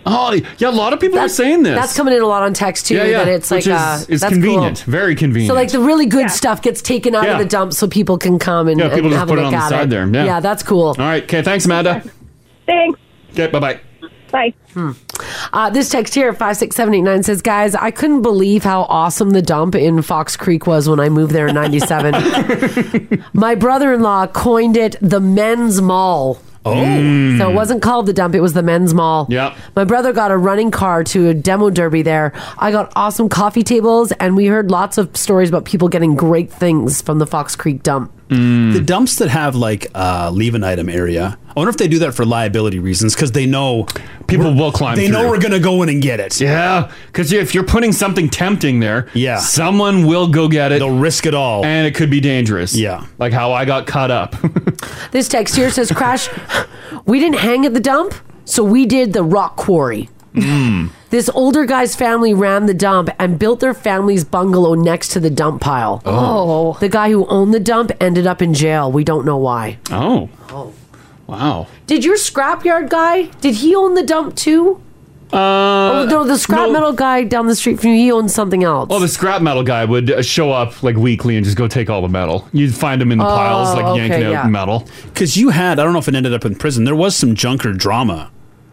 [SPEAKER 2] Oh yeah, a lot of people are saying this.
[SPEAKER 3] That's coming in a lot on text too.
[SPEAKER 2] yeah, yeah.
[SPEAKER 3] That it's
[SPEAKER 2] Which
[SPEAKER 3] like uh,
[SPEAKER 2] is, is
[SPEAKER 3] that's
[SPEAKER 2] convenient,
[SPEAKER 3] Cool.
[SPEAKER 2] very convenient.
[SPEAKER 3] So like the really good stuff gets taken out
[SPEAKER 2] Yeah.
[SPEAKER 3] of the dump so people can come and,
[SPEAKER 2] yeah, people
[SPEAKER 3] and
[SPEAKER 2] just
[SPEAKER 3] have
[SPEAKER 2] put
[SPEAKER 3] a
[SPEAKER 2] it
[SPEAKER 3] look
[SPEAKER 2] on the
[SPEAKER 3] at
[SPEAKER 2] side
[SPEAKER 3] it.
[SPEAKER 2] there. Yeah.
[SPEAKER 3] that's cool.
[SPEAKER 2] All right. Okay. Thanks, Amanda.
[SPEAKER 21] Thanks.
[SPEAKER 2] Okay. Bye bye.
[SPEAKER 21] Bye.
[SPEAKER 3] Uh, this text here, 56789, says, Guys, I couldn't believe how awesome the dump in Fox Creek was when I moved there in 97. My brother in law coined it the men's mall.
[SPEAKER 2] Oh. Mm.
[SPEAKER 3] So it wasn't called the dump, it was the men's mall.
[SPEAKER 2] Yeah.
[SPEAKER 3] My brother got a running car to a demo derby there. I got awesome coffee tables, and we heard lots of stories about people getting great things from the Fox Creek dump.
[SPEAKER 2] Mm.
[SPEAKER 4] The dumps that have like uh, leave an item area. I wonder if they do that for liability reasons because they know
[SPEAKER 2] people will climb.
[SPEAKER 4] They know
[SPEAKER 2] through.
[SPEAKER 4] we're gonna go in and get it.
[SPEAKER 2] Yeah, because if you're putting something tempting there, yeah, someone will go get it. They'll
[SPEAKER 4] risk it all,
[SPEAKER 2] and it could be dangerous. Yeah, like how I got caught up.
[SPEAKER 3] This text here says, Crash, we didn't hang at the dump, so we did the rock quarry. This older guy's family ran the dump and built their family's bungalow next to the dump pile.
[SPEAKER 5] Oh.
[SPEAKER 3] The guy who owned the dump ended up in jail. We don't know why.
[SPEAKER 2] Oh. Oh. Wow.
[SPEAKER 3] Did your scrapyard guy, did he own the dump too?
[SPEAKER 2] Uh,
[SPEAKER 3] oh, no, the scrap metal guy down the street from you, he owned something else.
[SPEAKER 2] Well, Oh, the scrap metal guy would uh, show up like weekly and just go take all the metal. You'd find him in the piles,
[SPEAKER 3] Oh,
[SPEAKER 2] like yanking out metal.
[SPEAKER 4] Because you had, I don't know if it ended up in prison. There was some junker drama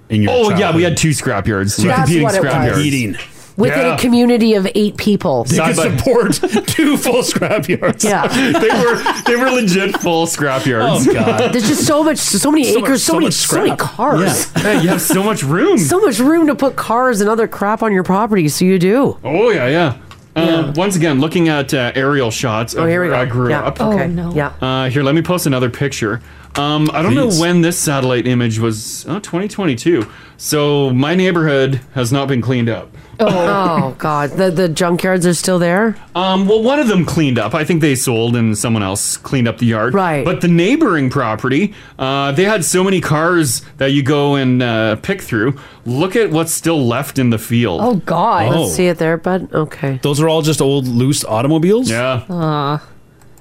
[SPEAKER 4] in your.
[SPEAKER 2] Oh, yeah,
[SPEAKER 4] childhood.
[SPEAKER 2] we had two scrapyards, two
[SPEAKER 3] That's competing what it scrapyards. was.
[SPEAKER 4] Competing.
[SPEAKER 3] Within
[SPEAKER 4] Yeah.
[SPEAKER 3] a community of eight people.
[SPEAKER 4] They could support two full scrapyards.
[SPEAKER 3] Yeah.
[SPEAKER 2] they were they were legit full scrapyards.
[SPEAKER 4] Oh, God.
[SPEAKER 3] There's just so much, so many
[SPEAKER 2] So much-
[SPEAKER 3] acres, so,
[SPEAKER 2] so
[SPEAKER 3] many,
[SPEAKER 2] much
[SPEAKER 3] so many
[SPEAKER 2] scrap.
[SPEAKER 3] cars.
[SPEAKER 2] Yeah. Hey, you have so much room.
[SPEAKER 3] so much room to put cars and other crap on your property. So you do.
[SPEAKER 2] Oh yeah, yeah. Uh, Once again, looking at uh, aerial shots.
[SPEAKER 3] Oh,
[SPEAKER 2] of
[SPEAKER 3] here we
[SPEAKER 2] where
[SPEAKER 3] go.
[SPEAKER 2] I grew
[SPEAKER 3] Yeah.
[SPEAKER 2] up.
[SPEAKER 3] Oh, Okay. no. Yeah.
[SPEAKER 2] Uh, here, let me post another picture. Um, I don't
[SPEAKER 3] Please.
[SPEAKER 2] know when this satellite image was. Oh, 2022. So my neighborhood has not been cleaned up.
[SPEAKER 3] Oh, God, the the junkyards are still there.
[SPEAKER 2] Um, well, one of them cleaned up. I think they sold, and someone else cleaned up the yard. Right. But the neighboring property, uh, they had so many cars that you go and uh, pick through. Look at what's still left in the field.
[SPEAKER 5] Oh God.
[SPEAKER 2] Oh.
[SPEAKER 3] Let's see it there, bud. Okay.
[SPEAKER 4] Those are all just old loose automobiles.
[SPEAKER 2] Yeah.
[SPEAKER 5] Uh,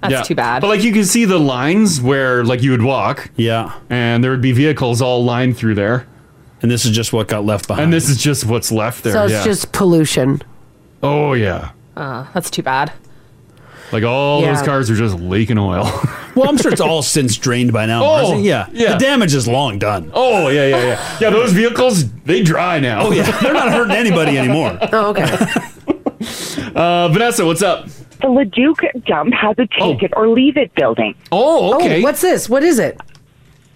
[SPEAKER 5] that's
[SPEAKER 2] Yeah.
[SPEAKER 5] too bad.
[SPEAKER 2] But like you can see the lines where like you would walk.
[SPEAKER 4] Yeah.
[SPEAKER 2] And there would be vehicles all lined through there.
[SPEAKER 4] And this is just what got left behind.
[SPEAKER 2] And this is just what's left there.
[SPEAKER 3] so it's
[SPEAKER 2] yeah.
[SPEAKER 3] just pollution.
[SPEAKER 2] Oh yeah.
[SPEAKER 5] Uh, that's too bad.
[SPEAKER 2] Like all
[SPEAKER 3] Yeah.
[SPEAKER 2] those cars are just leaking oil.
[SPEAKER 4] well, I'm sure it's all since drained by now.
[SPEAKER 2] Oh,
[SPEAKER 4] isn't it? yeah.
[SPEAKER 2] yeah.
[SPEAKER 4] The damage is long done.
[SPEAKER 2] Oh yeah, yeah, yeah. Yeah, those vehicles they dry now.
[SPEAKER 4] Oh yeah, they're not hurting anybody anymore.
[SPEAKER 3] Oh, okay.
[SPEAKER 2] Uh, Vanessa, what's up?
[SPEAKER 22] The Leduc dump has a take it or leave it building.
[SPEAKER 2] Oh,
[SPEAKER 22] okay.
[SPEAKER 3] what's this? What is it?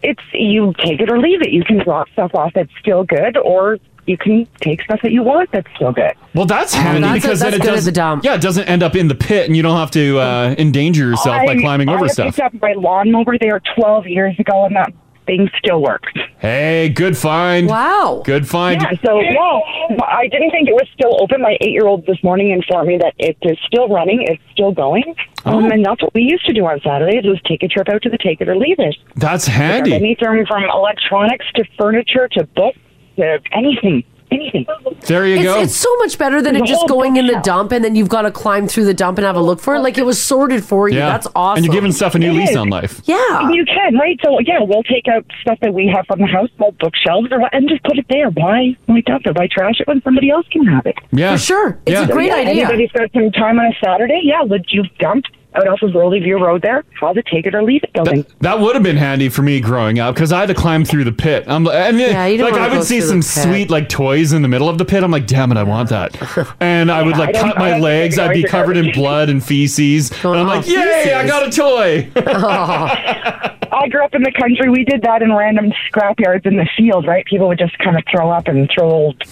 [SPEAKER 22] It's you take it or leave it. You can drop stuff off that's still good, or you can take stuff that you want that's still good.
[SPEAKER 2] Well, that's handy
[SPEAKER 22] that's-
[SPEAKER 2] because
[SPEAKER 22] that's
[SPEAKER 2] then it
[SPEAKER 22] good
[SPEAKER 2] does.
[SPEAKER 22] at the
[SPEAKER 2] not Yeah, it doesn't end up in the pit, and you don't have to uh, endanger yourself by
[SPEAKER 22] I-
[SPEAKER 2] climbing over
[SPEAKER 22] I
[SPEAKER 2] stuff.
[SPEAKER 22] picked up my lawnmower there 12 years ago, and that thing still works.
[SPEAKER 2] Hey, good find.
[SPEAKER 22] Wow.
[SPEAKER 2] Good find.
[SPEAKER 22] Yeah, so no, I didn't think it was still open. My eight-year-old this morning informed me that it is still running, it's still going,
[SPEAKER 2] Oh.
[SPEAKER 22] um, and that's what we used to do on Saturdays: was take a trip out to the take it or leave it.
[SPEAKER 2] That's
[SPEAKER 22] Pick up
[SPEAKER 2] handy.
[SPEAKER 22] Anything from electronics to furniture to books to anything, anything.
[SPEAKER 2] There you
[SPEAKER 3] it's,
[SPEAKER 2] go.
[SPEAKER 3] It's so much better than it
[SPEAKER 22] There's a
[SPEAKER 3] just
[SPEAKER 22] whole
[SPEAKER 3] going in the dump and then you've got to climb through the dump and have a look for it. Like it was sorted for you. That's awesome.
[SPEAKER 2] And you're giving stuff a new
[SPEAKER 22] It
[SPEAKER 2] lease
[SPEAKER 22] is.
[SPEAKER 2] on life.
[SPEAKER 3] Yeah.
[SPEAKER 22] You can, right? So, yeah, we'll take out stuff that we have from the house, old bookshelves, or what, and just put it there. Why, why dump it? Why trash it when somebody else can have it?
[SPEAKER 2] Yeah.
[SPEAKER 22] For sure.
[SPEAKER 2] It's a Yeah. great idea.
[SPEAKER 22] Anybody's got some time on a Saturday? Yeah, would you dump out off of Rolly View Road there, how the Take It or Leave It building.
[SPEAKER 2] That would have been handy for me growing up because I had to climb through the pit. I'm like, and then,
[SPEAKER 22] Yeah, you don't
[SPEAKER 2] like
[SPEAKER 22] wanna
[SPEAKER 2] I
[SPEAKER 22] go
[SPEAKER 2] would see
[SPEAKER 22] through
[SPEAKER 2] some
[SPEAKER 22] the pit.
[SPEAKER 2] sweet like toys in the middle of the pit. I'm like, damn it, I want that. And I would
[SPEAKER 22] Yeah,
[SPEAKER 2] like
[SPEAKER 22] I don't-
[SPEAKER 2] cut
[SPEAKER 22] I
[SPEAKER 2] my
[SPEAKER 22] don't
[SPEAKER 2] legs.
[SPEAKER 22] think
[SPEAKER 2] I'd be
[SPEAKER 22] you're
[SPEAKER 2] covered in blood and feces. And I'm like,
[SPEAKER 22] "Oh,
[SPEAKER 2] yay, I
[SPEAKER 22] feces."
[SPEAKER 2] got a toy.
[SPEAKER 22] I grew up in the country. We did that in random scrap yards in the field, right? People would just kind of throw up and throw old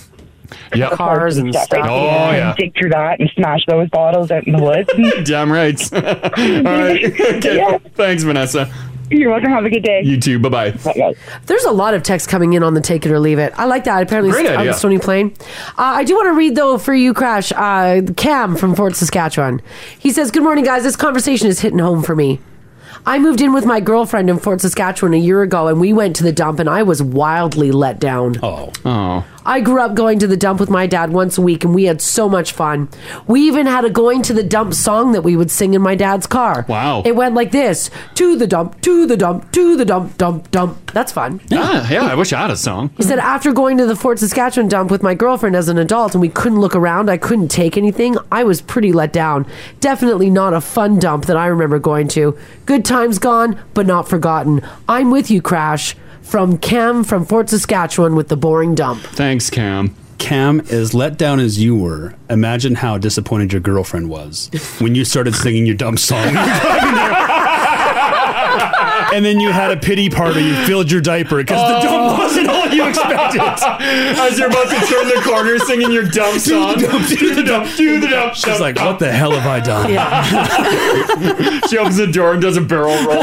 [SPEAKER 2] Yep.
[SPEAKER 22] parts right?
[SPEAKER 2] Oh
[SPEAKER 22] And
[SPEAKER 2] yeah.
[SPEAKER 22] dig through that and smash those bottles out in the woods.
[SPEAKER 2] Damn right. All right. Okay. Thanks, Vanessa.
[SPEAKER 22] You're welcome. Have a good day.
[SPEAKER 2] You too. Bye
[SPEAKER 22] bye.
[SPEAKER 3] There's a lot of text coming in on the take it or leave it. I like that. Apparently,
[SPEAKER 2] Great
[SPEAKER 3] it's on
[SPEAKER 2] idea.
[SPEAKER 3] the Stony Plain. Uh, I do want to read though for you, Crash. Uh, Cam from Fort Saskatchewan. He says, "Good morning, guys. This conversation is hitting home for me." I moved in with my girlfriend in Fort Saskatchewan a year ago and we went to the dump and I was wildly let down.
[SPEAKER 4] Oh.
[SPEAKER 2] Oh.
[SPEAKER 3] I grew up going to the dump with my dad once a week and we had so much fun. We even had a going to the dump song that we would sing in my dad's car. Wow. It went like this To the dump, to the dump, to the dump, dump, dump. That's fun.
[SPEAKER 2] Ah, yeah, I wish I had a song.
[SPEAKER 3] He said, after going to the Fort Saskatchewan dump with my girlfriend as an adult and we couldn't look around, I couldn't take anything, I was pretty let down. Definitely not a fun dump that I remember going to. Good times gone, but not forgotten. I'm with you, Crash. From Cam from Fort Saskatchewan with the boring dump.
[SPEAKER 2] Thanks, Cam.
[SPEAKER 4] Cam, as let down as you were, imagine how disappointed your girlfriend was when you started singing your dumb song. and then you had a pity party. You filled your diaper because the
[SPEAKER 2] Oh.
[SPEAKER 4] dump wasn't all you expected.
[SPEAKER 2] As you're about to turn the corner singing your dumb song. Do the dump, do the dump.
[SPEAKER 4] She's like, what the hell have I done?
[SPEAKER 2] she opens the door and does a barrel roll.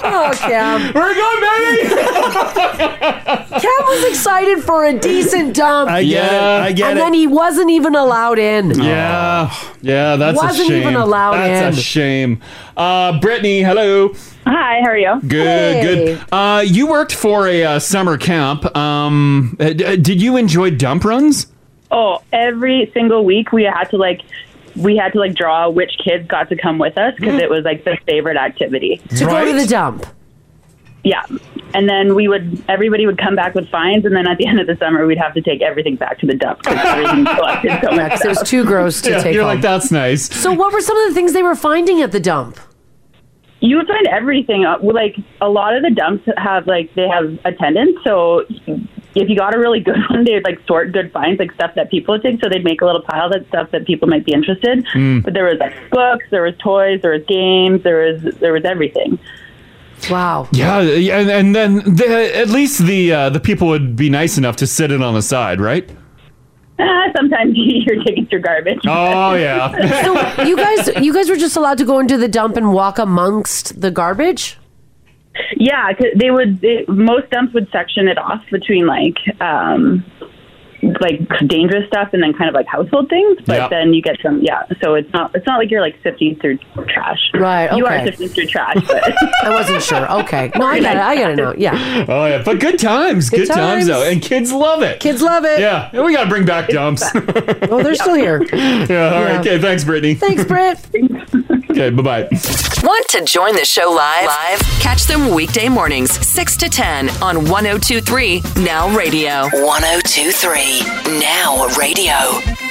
[SPEAKER 3] oh, Cam.
[SPEAKER 2] We're going, baby!
[SPEAKER 3] Cam was excited for a decent dump.
[SPEAKER 2] I get it, I get
[SPEAKER 3] And
[SPEAKER 2] it.
[SPEAKER 3] then he wasn't even allowed in.
[SPEAKER 2] Yeah, Oh. yeah, that's
[SPEAKER 3] Wasn't
[SPEAKER 2] a shame.
[SPEAKER 3] even allowed
[SPEAKER 2] that's
[SPEAKER 3] in.
[SPEAKER 2] a shame. Uh, Brittany, hello.
[SPEAKER 19] Hi, how are you?
[SPEAKER 2] Good,
[SPEAKER 19] Hey.
[SPEAKER 2] good. Uh, you worked for a uh, summer camp. Um, uh, d- uh, did you enjoy dump runs?
[SPEAKER 19] Oh, every single week we had to like we had to like draw which kids got to come with us because it was like their favorite activity
[SPEAKER 3] Mm. To go to the dump.
[SPEAKER 19] Yeah, and then we would everybody would come back with fines, and then at the end of the summer we'd have to take everything back to the dump because everything collected so much.
[SPEAKER 3] Rex, it was too gross to
[SPEAKER 19] Yeah,
[SPEAKER 3] take
[SPEAKER 19] you're
[SPEAKER 3] home.
[SPEAKER 19] like,
[SPEAKER 2] that's nice.
[SPEAKER 3] So, what were some of the things they were finding at the dump?
[SPEAKER 19] You would find everything. Uh, well, Like a lot of the dumps have like they have attendance, so if you got a really good one, they'd like sort good finds, like stuff that people would take. So they'd make a little pile of stuff that people might be interested.
[SPEAKER 2] Mm.
[SPEAKER 19] But there was like books, there was toys, there was games, there was there was everything.
[SPEAKER 3] Wow.
[SPEAKER 2] Yeah, yeah, and, and then the, at least the uh, the people would be nice enough to sit in on the side, right?
[SPEAKER 19] Ah, sometimes you're taking through garbage.
[SPEAKER 2] Oh yeah.
[SPEAKER 3] so you guys, you guys were just allowed to go into the dump and walk amongst the garbage.
[SPEAKER 19] Yeah, 'cause they would. They, most dumps would section it off between like um, like dangerous stuff and then kind of like household things. But
[SPEAKER 2] Yeah.
[SPEAKER 19] then you get some. Yeah, so it's not. It's not like you're like sifting through trash.
[SPEAKER 3] Right.
[SPEAKER 19] You are
[SPEAKER 3] okay.
[SPEAKER 19] sifting through trash. But
[SPEAKER 3] I wasn't sure. Okay. No, I got it. I got it now. Yeah.
[SPEAKER 2] Oh yeah, but good times, good,
[SPEAKER 3] Good
[SPEAKER 2] times.
[SPEAKER 3] times.
[SPEAKER 2] though, and kids love it.
[SPEAKER 3] Kids love it.
[SPEAKER 2] Yeah, and we gotta bring back dumps.
[SPEAKER 3] Oh, they're still here.
[SPEAKER 2] yeah, all right.
[SPEAKER 1] Yeah.
[SPEAKER 2] Okay, thanks, Brittany.
[SPEAKER 3] Thanks, Britt.
[SPEAKER 2] okay, bye bye.
[SPEAKER 1] Want to join the show live? Live? Catch them weekday mornings, 6 to 10 on 1023 Now Radio. 1023 Now Radio.